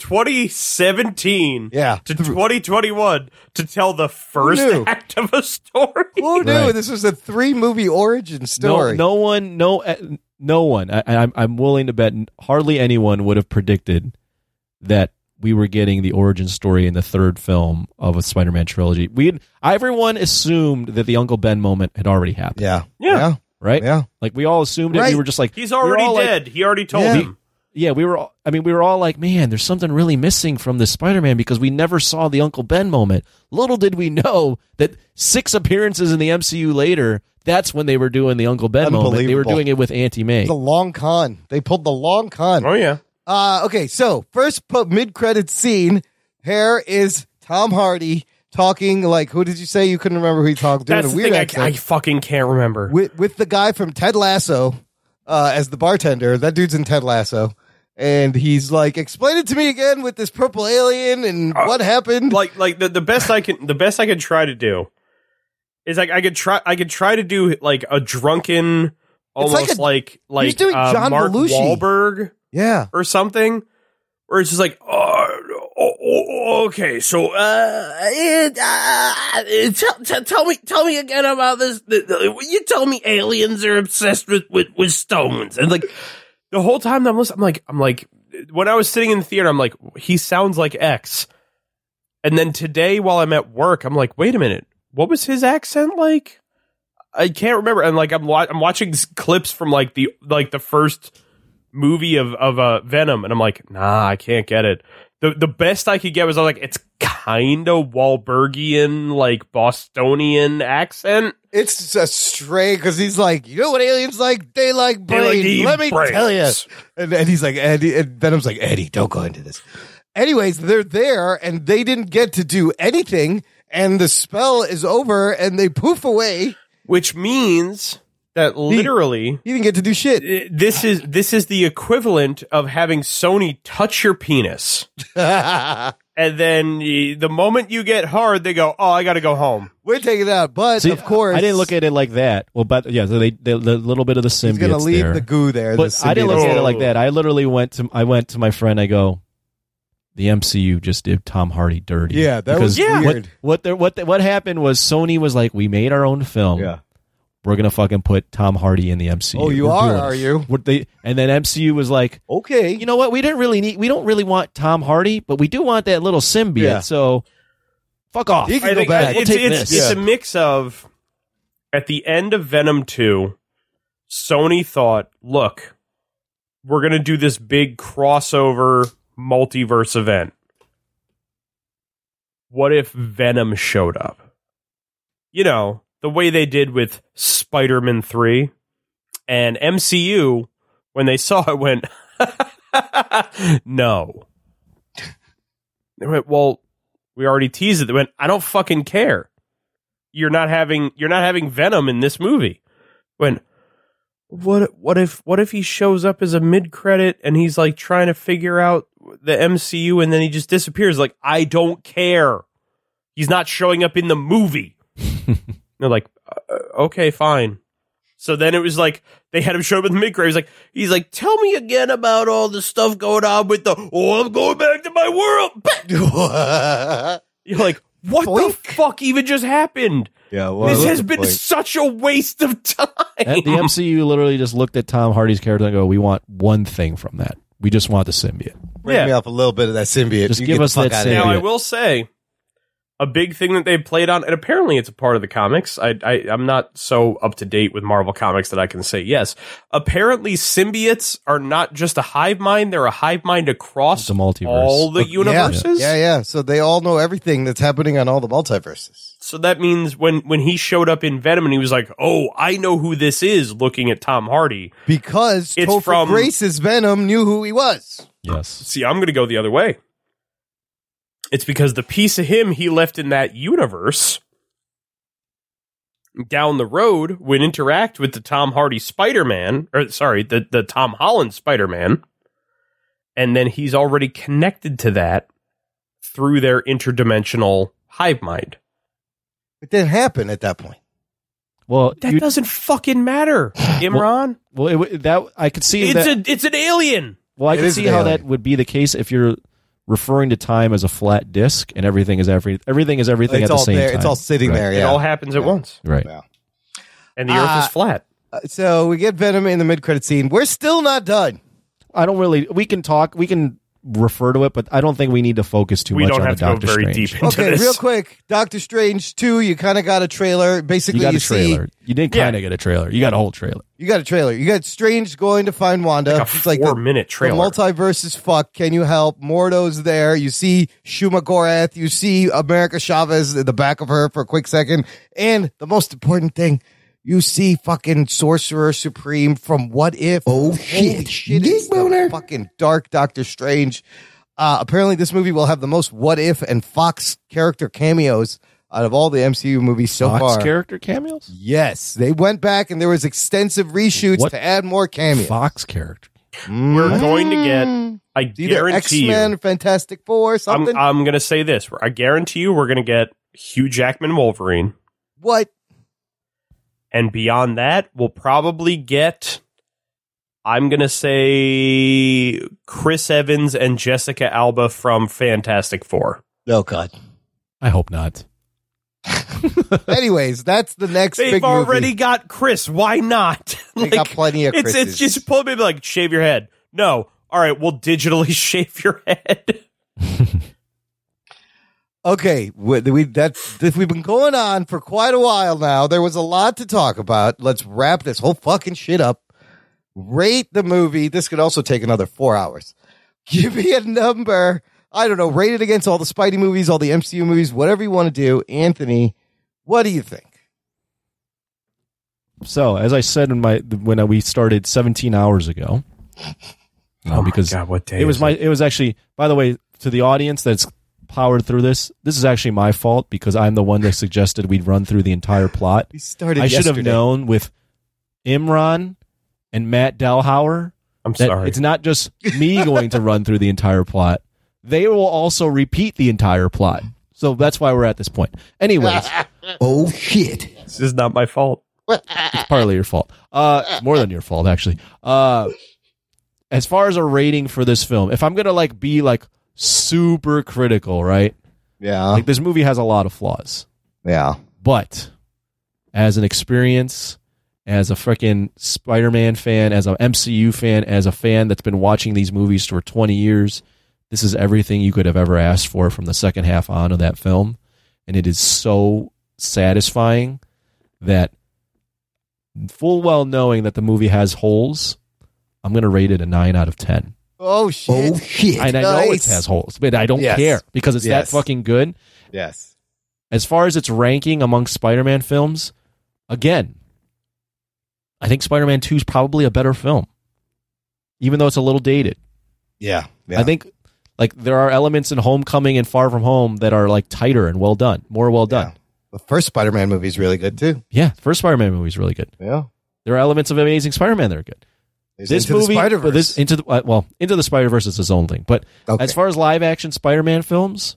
Speaker 6: 2017
Speaker 1: Yeah.
Speaker 6: to 2021 to tell the first
Speaker 1: Who knew?
Speaker 6: act of a story.
Speaker 1: Who knew
Speaker 7: Right.
Speaker 1: this was a three movie origin
Speaker 7: no,
Speaker 1: story?
Speaker 7: no one, no, uh, no one. I, I'm, I'm willing to bet hardly anyone would have predicted that we were getting the origin story in the third film of a Spider-Man trilogy. We, had, everyone assumed that the Uncle Ben moment had already happened,
Speaker 1: Yeah.
Speaker 6: Yeah.
Speaker 7: right?
Speaker 1: Yeah.
Speaker 7: Like we all assumed it.
Speaker 1: Right.
Speaker 7: We were just like,
Speaker 6: He's
Speaker 7: we were
Speaker 6: already
Speaker 7: all like-
Speaker 6: dead. he already told
Speaker 1: Yeah.
Speaker 6: him.
Speaker 7: yeah, we were. All, I mean, we were all like, man, there's something really missing from this Spider-Man because we never saw the Uncle Ben moment. Little did we know that six appearances in the MCU later, that's when they were doing the Uncle Ben moment. They were
Speaker 1: Unbelievable.
Speaker 7: doing it with Auntie May.
Speaker 1: The long con. They pulled the long con.
Speaker 6: Oh yeah.
Speaker 1: Uh, okay, so first po- mid-credit scene. Here is Tom Hardy talking like who did you say you couldn't remember who he talked? Doing
Speaker 6: That's
Speaker 1: a
Speaker 6: the
Speaker 1: weird
Speaker 6: thing. I,
Speaker 1: accent
Speaker 6: I fucking can't remember.
Speaker 1: with with the guy from Ted Lasso uh, as the bartender. That dude's in Ted Lasso, and he's like, "Explain it to me again with this purple alien and
Speaker 6: Uh,
Speaker 1: what happened."
Speaker 6: like like the, the best I can the best I could try to do is like I could try I could try to do like a drunken almost
Speaker 1: like a-
Speaker 6: like like
Speaker 1: he's doing
Speaker 6: uh,
Speaker 1: John
Speaker 6: Mark
Speaker 1: Belushi.
Speaker 6: Wahlberg
Speaker 1: yeah,
Speaker 6: or something where it's just like oh, oh,
Speaker 21: okay, so uh, it, uh, it- tell, tell- tell me tell me again about this. the- the- You tell me aliens are obsessed with with, with stones, and like
Speaker 6: the whole time that I'm listening, I'm like, I'm like, when I was sitting in the theater, I'm like, he sounds like X. And then today, while I'm at work, I'm like, wait a minute, what was his accent like? I can't remember. And like, I'm wa- I'm watching s- clips from like the like the first movie of of uh, Venom, and I'm like, nah, I can't get it. The the best I could get was I was like, it's kind of Wahlbergian, like Bostonian accent.
Speaker 1: It's a stray because he's like, you know what aliens like? They like
Speaker 6: They like
Speaker 1: brains.
Speaker 6: to eat
Speaker 1: Let me
Speaker 6: brains."
Speaker 1: tell you. And, and he's like, Eddie, and Venom's like, Eddie, don't go into this. Anyways, they're there and they didn't get to do anything, and the spell is over, and they poof away.
Speaker 6: Which means that literally
Speaker 1: you didn't get to do shit.
Speaker 6: This is this is the equivalent of having Sony touch your penis.
Speaker 1: and
Speaker 6: then y- the moment you get hard, they go, "Oh, I got to go home."
Speaker 1: We're taking that, but
Speaker 7: See,
Speaker 1: of course,
Speaker 7: I didn't look at it like that. Well, but yeah, so they, they the little bit of the symbiote.
Speaker 1: He's gonna leave
Speaker 7: there.
Speaker 1: the goo there. the
Speaker 7: But I didn't look
Speaker 1: symbiote's
Speaker 7: at it
Speaker 1: there.
Speaker 7: like that. I literally went to I went to my friend. I go, the MCU just did Tom Hardy dirty.
Speaker 1: Yeah, that was
Speaker 7: Because
Speaker 1: Yeah.
Speaker 7: What
Speaker 1: weird.
Speaker 7: what, there, what what happened was Sony was like, we made our own film. Yeah. We're gonna fucking put Tom Hardy in the MCU.
Speaker 1: Oh, you
Speaker 7: We're
Speaker 1: are,
Speaker 7: doing it."
Speaker 1: are you?
Speaker 7: What they and then MCU was like,
Speaker 1: okay,
Speaker 7: you know what? We didn't really need. We don't really want Tom Hardy, but we do want that little symbiote.
Speaker 6: Yeah.
Speaker 7: So fuck off.
Speaker 6: I think
Speaker 7: We'll
Speaker 6: It's,
Speaker 7: take
Speaker 6: it's,
Speaker 7: this.
Speaker 6: it's a mix of at the end of Venom 2, Sony thought, look, we're going to do this big crossover multiverse event. What if Venom showed up? You know, the way they did with Spider Man 3 and MCU, when they saw it, went, no. They went, well, we already teased it. They went, I don't fucking care. You're not having you're not having Venom in this movie. When what what if what if he shows up as a mid credit and he's like trying to figure out the MCU and then he just disappears? Like I don't care. He's not showing up in the movie. They're like, uh, okay, fine. So then it was like they had him show up in the mid credit. He's like, he's like, tell me again about all the stuff going on with the. Oh, I'm going back to my world. You're like, what the fuck even just happened?
Speaker 1: Yeah,
Speaker 6: this has been such a waste of time.
Speaker 7: At the MCU literally just looked at Tom Hardy's character and go, "We want one thing from that. We just want the symbiote."
Speaker 1: Bring me off a little bit of that symbiote.
Speaker 7: Just
Speaker 1: You
Speaker 7: give
Speaker 1: get the
Speaker 7: us
Speaker 1: fuck
Speaker 7: that
Speaker 1: out of
Speaker 6: Now
Speaker 1: here.
Speaker 6: I will say, a big thing that they played on, and apparently it's a part of the comics. I, I I'm not so up to date with Marvel comics that I can say yes. Apparently, symbiotes are not just a hive mind; they're a hive mind across
Speaker 7: multiverse.
Speaker 6: all the
Speaker 1: Look, yeah.
Speaker 6: universes.
Speaker 1: Yeah, yeah. So they all know everything that's happening on all the multiverses.
Speaker 6: So that means when when he showed up in Venom and he was like, "Oh, I know who this is," looking at Tom Hardy.
Speaker 1: Because
Speaker 6: It's
Speaker 1: Topher
Speaker 6: from-
Speaker 1: Grace's Venom knew who he was.
Speaker 7: Yes.
Speaker 6: See, I'm going to go the other way. It's because the piece of him he left in that universe down the road would interact with the Tom Hardy Spider Man, or sorry, the, the Tom Holland Spider Man. And then he's already connected to that through their interdimensional hive mind.
Speaker 1: It didn't happen at that point.
Speaker 7: Well,
Speaker 6: That doesn't fucking matter, Imran.
Speaker 7: Well, it, w- that I could see
Speaker 6: it's,
Speaker 7: that.
Speaker 6: a, it's an alien.
Speaker 7: well, I
Speaker 6: It
Speaker 7: could
Speaker 6: is
Speaker 7: see
Speaker 6: an
Speaker 7: how
Speaker 6: alien.
Speaker 7: that would be the case if you're referring to time as a flat disk and everything is every everything is everything
Speaker 1: It's
Speaker 7: at the
Speaker 1: all
Speaker 7: same
Speaker 1: there-
Speaker 7: time.
Speaker 1: it's all sitting there,
Speaker 6: It
Speaker 1: yeah.
Speaker 6: all happens at once.
Speaker 7: Right.
Speaker 6: And the earth
Speaker 1: Uh,
Speaker 6: is flat.
Speaker 1: Uh, So we get Venom in the mid-credit scene. We're still not done.
Speaker 7: I don't really. We can talk. We can refer to it, but I don't think we need to focus too
Speaker 6: We
Speaker 7: much
Speaker 6: don't
Speaker 7: on
Speaker 6: have
Speaker 7: the
Speaker 6: to go
Speaker 7: Doctor
Speaker 6: very
Speaker 7: Strange.
Speaker 6: deep into
Speaker 1: Okay,
Speaker 6: this.
Speaker 1: real quick, Doctor Strange two. You kind of got a trailer. Basically,
Speaker 7: You got a
Speaker 1: see-
Speaker 7: trailer. You didn't kind of get a trailer. You got a whole trailer.
Speaker 1: You got a trailer. You got Strange going to find Wanda.
Speaker 6: Like a
Speaker 1: it's like the-
Speaker 6: four-minute trailer.
Speaker 1: The multiverse is fucked. Can you help? Mordo's there. You see Shuma Gorath. You see America Chavez in the back of her for a quick second. And the most important thing, you see fucking Sorcerer Supreme from What If. Oh shit! shit it's the fucking dark Doctor Strange. Uh, apparently, this movie will have the most What If and Fox character cameos out of all the MCU movies so
Speaker 7: Fox
Speaker 1: far.
Speaker 7: character cameos.
Speaker 1: Yes, they went back and there was extensive reshoots
Speaker 7: What
Speaker 1: to add more cameos.
Speaker 7: Fox character.
Speaker 6: We're going to get. I
Speaker 1: Either X
Speaker 6: guarantee you.
Speaker 1: Men, Fantastic Four,
Speaker 6: I'm,
Speaker 1: something.
Speaker 6: I'm going to say this. I guarantee you we're going to get Hugh Jackman Wolverine.
Speaker 1: what?
Speaker 6: And beyond that, we'll probably get I'm gonna say Chris Evans and Jessica Alba from Fantastic Four.
Speaker 1: Oh God,
Speaker 7: I hope not.
Speaker 1: Anyways, that's the next.
Speaker 6: They've
Speaker 1: big
Speaker 6: already
Speaker 1: movie.
Speaker 6: got Chris. Why not?
Speaker 1: They got plenty of
Speaker 6: It's it's
Speaker 1: Chris's.
Speaker 6: just pull me like shave your head. No, all right, we'll digitally shave your head.
Speaker 1: Okay, we, we that's this, we've been going on for quite a while now. There was a lot to talk about. Let's wrap this whole fucking shit up. Rate the movie. This could also take another four hours. Give me a number. I don't know. Rate it against all the Spidey movies, all the MCU movies, whatever you want to do. Anthony, what do you think?
Speaker 7: So, as I said in my when we started 17 hours ago,
Speaker 1: Oh
Speaker 7: uh, because it was my it was actually by the way to the audience that's powered through this. This is actually my fault because I'm the one that suggested we'd run through the entire plot.
Speaker 1: We started
Speaker 7: I should have
Speaker 1: yesterday.
Speaker 7: known with Imran and Matt Dalhauer.
Speaker 6: I'm
Speaker 7: that
Speaker 6: sorry.
Speaker 7: It's not just me going to run through the entire plot. They will also repeat the entire plot. So that's why we're at this point. Anyways,
Speaker 1: oh shit.
Speaker 6: this is not my fault.
Speaker 7: it's partly your fault. Uh, more than your fault, actually. Uh, as far as a rating for this film, if I'm gonna like be like super critical, right?
Speaker 1: Yeah.
Speaker 7: Like this movie has a lot of flaws,
Speaker 1: Yeah.
Speaker 7: but as an experience, as a freaking Spider-Man fan, as a MCU fan, as a fan that's been watching these movies for 20 years, this is everything you could have ever asked for from the second half on of that film, and it is so satisfying that full well knowing that the movie has holes, I'm going to rate it a 9 out of 10.
Speaker 1: Oh shit. Oh shit.
Speaker 7: And I know it has holes, but I don't
Speaker 1: Yes.
Speaker 7: care because it's
Speaker 1: Yes.
Speaker 7: that fucking good.
Speaker 1: Yes.
Speaker 7: As far as its ranking among Spider Man films, again, I think Spider Man 2 is probably a better film, even though it's a little dated.
Speaker 1: Yeah.
Speaker 7: I think like there are elements in Homecoming and Far From Home that are like tighter and well done, more well done.
Speaker 1: the first Spider-Man movie is really good too.
Speaker 7: Yeah, the first Spider Man movie is really good.
Speaker 1: Yeah.
Speaker 7: There are elements of Amazing Spider Man that are good.
Speaker 1: There's
Speaker 7: this
Speaker 1: Into the
Speaker 7: movie,
Speaker 1: Spider-Verse.
Speaker 7: but this into the uh, well, into the Spider Verse is his own thing. But
Speaker 1: Okay.
Speaker 7: as far as live action Spider Man films,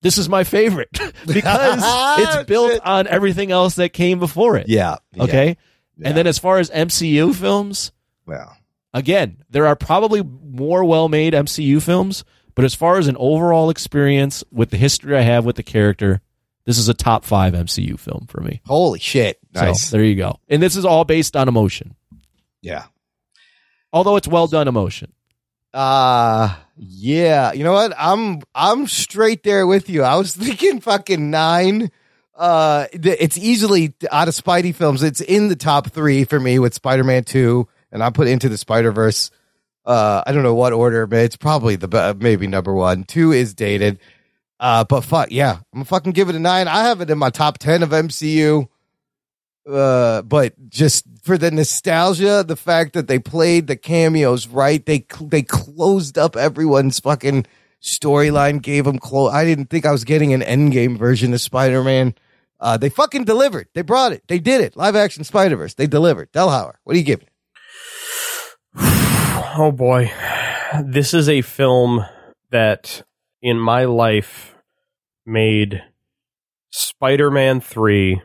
Speaker 7: this is my favorite because it's built on everything else that came before it.
Speaker 1: Yeah. yeah.
Speaker 7: Okay. And then as far as MCU films,
Speaker 1: Well.
Speaker 7: again, there are probably more well made MCU films, but as far as an overall experience with the history I have with the character, this is a top five MCU film for me.
Speaker 1: Holy shit. Nice.
Speaker 7: So there you go. And this is all based on emotion,
Speaker 1: yeah.
Speaker 7: although it's well done emotion.
Speaker 1: Uh yeah. You know what? I'm I'm straight there with you. I was thinking fucking nine. Uh th- it's easily out of Spidey films. It's in the top three for me with Spider Man two, and I put into the Spider Verse. Uh I don't know what order, but it's probably the be- maybe number one. Two is dated. Uh but fuck yeah. I'm gonna fucking give it a nine. I have it in my top ten of MCU uh, but just for the nostalgia, the fact that they played the cameos right, they cl- they closed up everyone's fucking storyline, gave them close. I didn't think I was getting an Endgame version of Spider Man. Uh, they fucking delivered. They brought it. They did it. Live action Spider Verse. They delivered. Delhauer, what do you give it?
Speaker 6: Oh boy. This is a film that in my life made Spider Man 3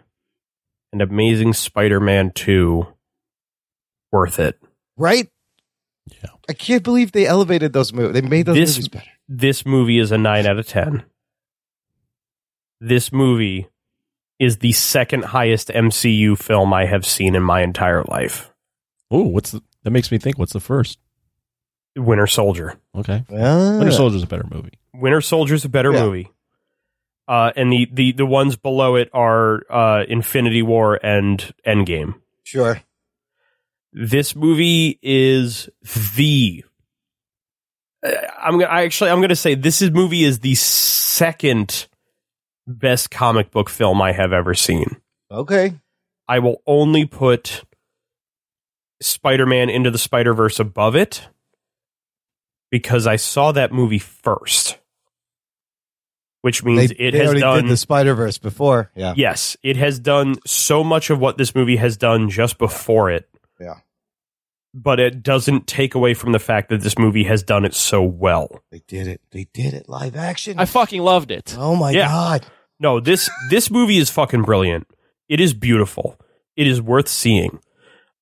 Speaker 6: and Amazing Spider Man 2 worth it.
Speaker 1: Right? Yeah. I can't believe they elevated those movies. They made those
Speaker 6: This-
Speaker 1: movies better.
Speaker 6: This movie is a 9 out of 10. This movie is the second highest MCU film I have seen in my entire life.
Speaker 7: Oh, what's the, that makes me think? What's the first? Uh,
Speaker 6: Winter Soldier.
Speaker 7: Okay,
Speaker 1: Ah.
Speaker 7: Winter Soldier's a better movie.
Speaker 6: Winter Soldier's a better
Speaker 1: Yeah.
Speaker 6: movie. Uh, and the, the, the ones below it are uh, Infinity War and Endgame.
Speaker 1: Sure.
Speaker 6: This movie is the. Uh, I'm gonna I actually I'm gonna say this is, movie is the second best comic book film I have ever seen.
Speaker 1: Okay.
Speaker 6: I will only put Spider-Man into the Spider-Verse above it because I saw that movie first. Which
Speaker 1: They,
Speaker 6: means it
Speaker 1: they
Speaker 6: has
Speaker 1: already
Speaker 6: done
Speaker 1: did the Spider Verse before. Yeah.
Speaker 6: Yes, it has done so much of what this movie has done just before it.
Speaker 1: Yeah.
Speaker 6: But it doesn't take away from the fact that this movie has done it so well.
Speaker 1: They did it. They did it live action.
Speaker 7: I fucking loved it.
Speaker 1: oh my
Speaker 6: Yeah.
Speaker 1: God.
Speaker 6: No, this this movie is fucking brilliant. It is beautiful. It is worth seeing.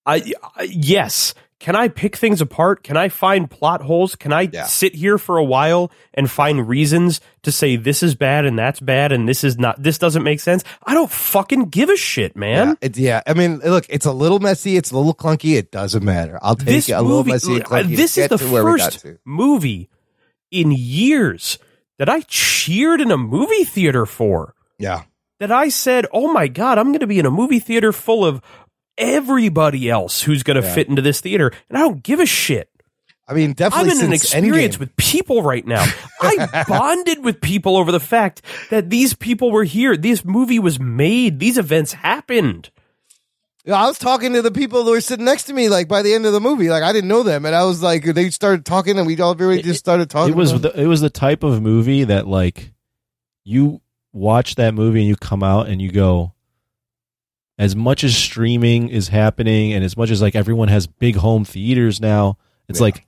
Speaker 6: I, I yes, can I pick things apart? Can I find plot holes? Can I
Speaker 1: Yeah.
Speaker 6: sit here for a while and find reasons to say this is bad and that's bad and this is not this doesn't make sense? I don't fucking give a shit, man.
Speaker 1: Yeah, it's, yeah. I mean, look, it's a little messy. It's a little clunky. It doesn't matter. I'll take
Speaker 6: this
Speaker 1: it a
Speaker 6: movie, uh,
Speaker 1: little messy. And clunky to
Speaker 6: this is
Speaker 1: get
Speaker 6: the
Speaker 1: to where we got
Speaker 6: first
Speaker 1: to.
Speaker 6: movie in years that I cheered in a movie theater for.
Speaker 1: Yeah.
Speaker 6: That I said, oh my God, I'm going to be in a movie theater full of everybody else who's going to
Speaker 1: Yeah.
Speaker 6: fit into this theater. And I don't give a shit.
Speaker 1: I mean,
Speaker 6: I'm
Speaker 1: definitely
Speaker 6: in an
Speaker 1: since
Speaker 6: experience
Speaker 1: Endgame.
Speaker 6: with people right now. I bonded with people over the fact that these people were here. This movie was made. These events happened.
Speaker 1: Yeah, I was talking to the people that were sitting next to me, like by the end of the movie, like I didn't know them, and I was like, they started talking, and we all everybody just started talking.
Speaker 7: It was
Speaker 1: about-
Speaker 7: the, it was the type of movie that like you watch that movie and you come out and you go as much as streaming is happening and as much as like everyone has big home theaters now, it's like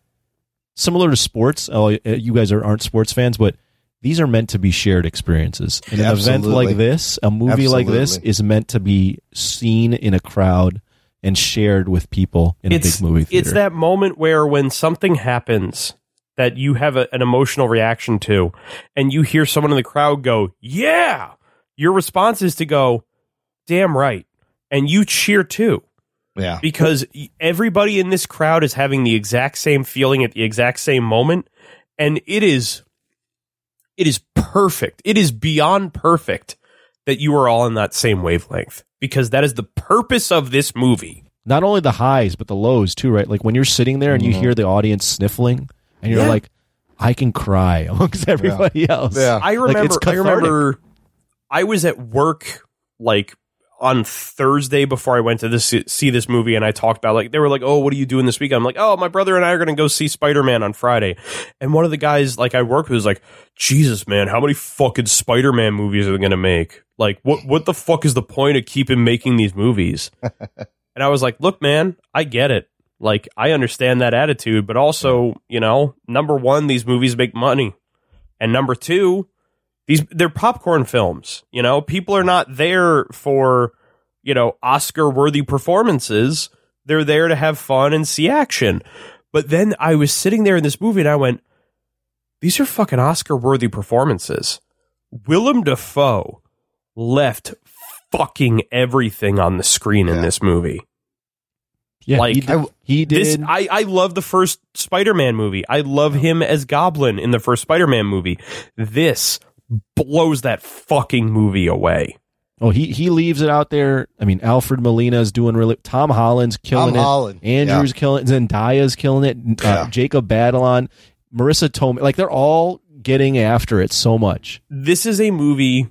Speaker 7: similar to sports. Oh, uh, you guys are, aren't sports fans, but these are meant to be shared experiences. And an event
Speaker 1: Absolutely.
Speaker 7: like this, a movie like this,
Speaker 1: Absolutely.
Speaker 7: is meant to be seen in a crowd and shared with people in
Speaker 6: it's,
Speaker 7: a big movie theater.
Speaker 6: It's that moment where when something happens that you have a, an emotional reaction to, and you hear someone in the crowd go, "Yeah," your response is to go, "Damn right," and you cheer too.
Speaker 1: Yeah,
Speaker 6: because y- everybody in this crowd is having the exact same feeling at the exact same moment, and it is, it is perfect. It is beyond perfect that you are all on that same wavelength because that is the purpose of this movie.
Speaker 7: not only the highs but the lows too, right? Like when you're sitting there
Speaker 1: Mm-hmm.
Speaker 7: and you hear the audience sniffling, and you're
Speaker 6: Yeah.
Speaker 7: like, I can cry amongst everybody else.
Speaker 6: I
Speaker 7: Like,
Speaker 6: remember.
Speaker 7: it's
Speaker 6: I
Speaker 7: cathartic.
Speaker 6: remember. I was at work like on Thursday before I went to this see this movie, and I talked about like they were like, "Oh, what are you doing this week?" I'm like, "Oh, my brother and I are going to go see Spider Man on Friday," and one of the guys like I worked with was like, "Jesus, man, how many fucking Spider Man movies are they going to make? Like, what what the fuck is the point of keeping making these movies?" And I was like, look, man, I get it. Like, I understand that attitude, but also, you know, number one, these movies make money. And number two, these they're popcorn films. You know, people are not there for, you know, Oscar worthy performances. They're there to have fun and see action. But then I was sitting there in this movie and I went, these are fucking Oscar worthy performances. Willem Dafoe left fucking everything on the screen in this movie.
Speaker 7: Yeah,
Speaker 6: like
Speaker 7: he did. He did
Speaker 6: This, I, I love the first Spider-Man movie. I love him as Goblin in the first Spider-Man movie. This blows that fucking movie away.
Speaker 7: oh, he he leaves it out there. I mean, Alfred Molina's doing really. Tom Holland's killing it.
Speaker 1: Holland,
Speaker 7: Andrew's killing. Zendaya's killing it. Uh, Jacob Batalon, Marissa Tomei. Like they're all getting after it so much.
Speaker 6: This is a movie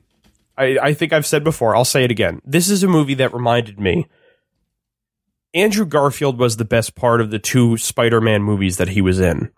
Speaker 6: I, I think I've said before, I'll say it again. This is a movie that reminded me Andrew Garfield was the best part of the two Spider-Man movies that he was in.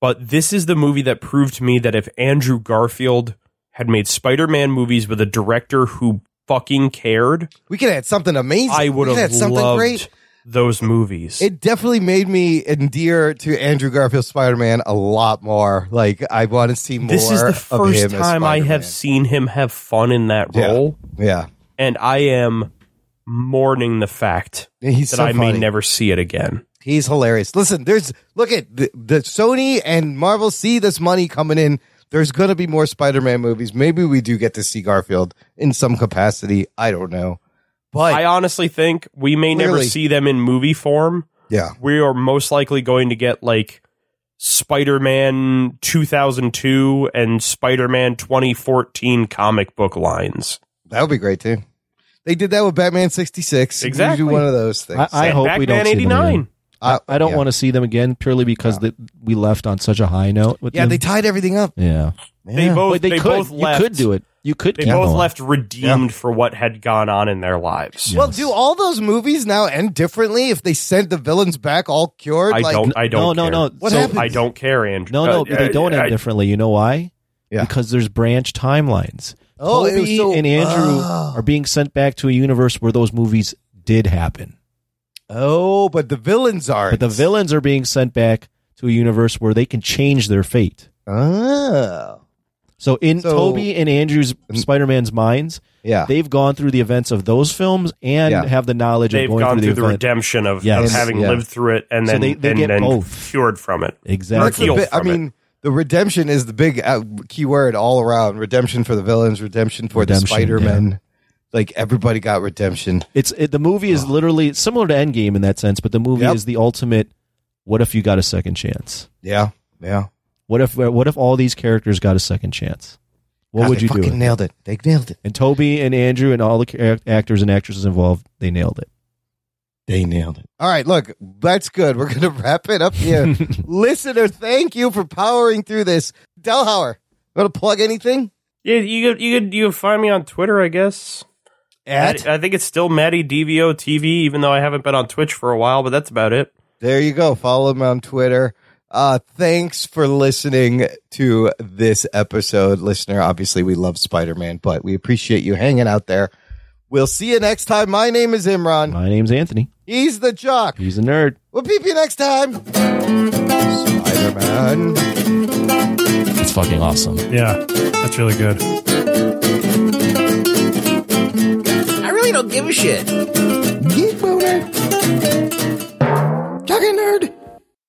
Speaker 6: But this is the movie that proved to me that if Andrew Garfield had made Spider-Man movies with a director who fucking cared,
Speaker 1: we could have had something amazing.
Speaker 6: I
Speaker 1: We
Speaker 6: would
Speaker 1: could
Speaker 6: have
Speaker 1: had something
Speaker 6: loved
Speaker 1: great.
Speaker 6: those movies.
Speaker 1: It definitely made me endear to Andrew Garfield Spider Man a lot more. Like I want to see more.
Speaker 6: this is the
Speaker 1: of
Speaker 6: first
Speaker 1: him as
Speaker 6: time I
Speaker 1: Spider-Man.
Speaker 6: have seen him have fun in that
Speaker 1: Yeah.
Speaker 6: role,
Speaker 1: Yeah,
Speaker 6: and I am mourning the fact
Speaker 1: Yeah, he's
Speaker 6: that
Speaker 1: so
Speaker 6: I may
Speaker 1: funny.
Speaker 6: never see it again.
Speaker 1: He's hilarious. Listen, there's look at the, the Sony and Marvel see this money coming in. There's going to be more Spider-Man movies. Maybe we do get to see Garfield in some capacity. I don't know. But
Speaker 6: I honestly think we may never
Speaker 1: Clearly.
Speaker 6: see them in movie form.
Speaker 1: Yeah.
Speaker 6: We are most likely going to get like Spider Man 2002 and Spider Man 2014 comic book lines.
Speaker 1: that would be great too. They did that with Batman 66. We
Speaker 6: Exactly.
Speaker 1: do one of those things.
Speaker 7: I, I hope we don't
Speaker 6: Batman
Speaker 7: see them again.
Speaker 6: 89.
Speaker 7: I, I don't
Speaker 1: yeah.
Speaker 7: want to see them again purely because the, we left on such a high note. With
Speaker 1: yeah,
Speaker 7: them.
Speaker 1: they tied everything up.
Speaker 7: Yeah.
Speaker 6: They both,
Speaker 7: But
Speaker 6: they,
Speaker 7: could.
Speaker 6: both left.
Speaker 7: You could do it. You could.
Speaker 6: They
Speaker 7: keep
Speaker 6: both
Speaker 7: going.
Speaker 6: left redeemed for what had gone on in their lives.
Speaker 1: Well, do all those movies now end differently if they sent the villains back all cured?
Speaker 6: I
Speaker 1: Like-
Speaker 6: don't. I don't.
Speaker 7: No, no,
Speaker 6: care.
Speaker 7: no.
Speaker 1: What
Speaker 7: So-
Speaker 1: happened?
Speaker 6: I don't care, Andrew.
Speaker 7: No, no,
Speaker 6: Uh,
Speaker 7: they don't end
Speaker 6: I-
Speaker 7: differently. You know why?
Speaker 1: Yeah.
Speaker 7: Because there's branch timelines.
Speaker 1: Oh, it was
Speaker 7: Toby
Speaker 1: so-
Speaker 7: and Andrew
Speaker 1: Ah.
Speaker 7: are being sent back to a universe where those movies did happen.
Speaker 1: Oh, but the villains are.
Speaker 7: But the villains are being sent back to a universe where they can change their fate.
Speaker 1: Oh.
Speaker 7: So in
Speaker 2: So-
Speaker 7: Toby and Andrew's Spider Man's minds,
Speaker 1: yeah,
Speaker 7: they've gone through the events of those films and
Speaker 6: Yeah.
Speaker 7: have the knowledge
Speaker 6: They've
Speaker 7: of going
Speaker 6: gone
Speaker 7: through,
Speaker 6: through
Speaker 7: the,
Speaker 6: the,
Speaker 7: event.
Speaker 6: redemption of,
Speaker 7: Yes.
Speaker 6: of having
Speaker 7: Yeah.
Speaker 6: lived through it and
Speaker 7: So
Speaker 6: then
Speaker 7: they- they
Speaker 6: and
Speaker 7: get
Speaker 6: then
Speaker 7: both.
Speaker 6: cured from it.
Speaker 7: Exactly.
Speaker 6: Or healed
Speaker 1: I
Speaker 6: from it.
Speaker 1: mean, the redemption is the big uh, key word all around. Redemption for the villains, redemption for the
Speaker 7: Redemption,
Speaker 1: Spider Men. Like everybody got redemption.
Speaker 7: It's it, the movie is literally similar to Endgame in that sense, but the movie
Speaker 1: Yep.
Speaker 7: is the ultimate. What if you got a second chance?
Speaker 1: Yeah, yeah.
Speaker 7: What if what if all these characters got a second chance? What
Speaker 1: God,
Speaker 7: would
Speaker 1: they
Speaker 7: you do?
Speaker 1: fucking nailed it. They nailed it.
Speaker 7: And Toby and Andrew and all the char- actors and actresses involved, they nailed it.
Speaker 1: They nailed it. All right, look, that's good. We're gonna wrap it up here, listener. Thank you for powering through this. Delhauer, gonna plug anything?
Speaker 6: Yeah, you could you could you could find me on Twitter, I guess.
Speaker 1: At?
Speaker 6: I, I think it's still Matty DVO TV, even though I haven't been on Twitch for a while, but that's about it.
Speaker 1: There you go. Follow him on Twitter. Uh, thanks for listening to this episode, listener. Obviously, we love Spider Man, but we appreciate you hanging out there. We'll see you next time. My name is Imran.
Speaker 7: My name's Anthony.
Speaker 1: He's the jock.
Speaker 7: He's a nerd.
Speaker 1: We'll peep you next time. Spider Man.
Speaker 2: It's fucking awesome.
Speaker 23: Yeah, that's really good.
Speaker 21: I really don't give a shit.
Speaker 1: Geek boner. Jogging nerd.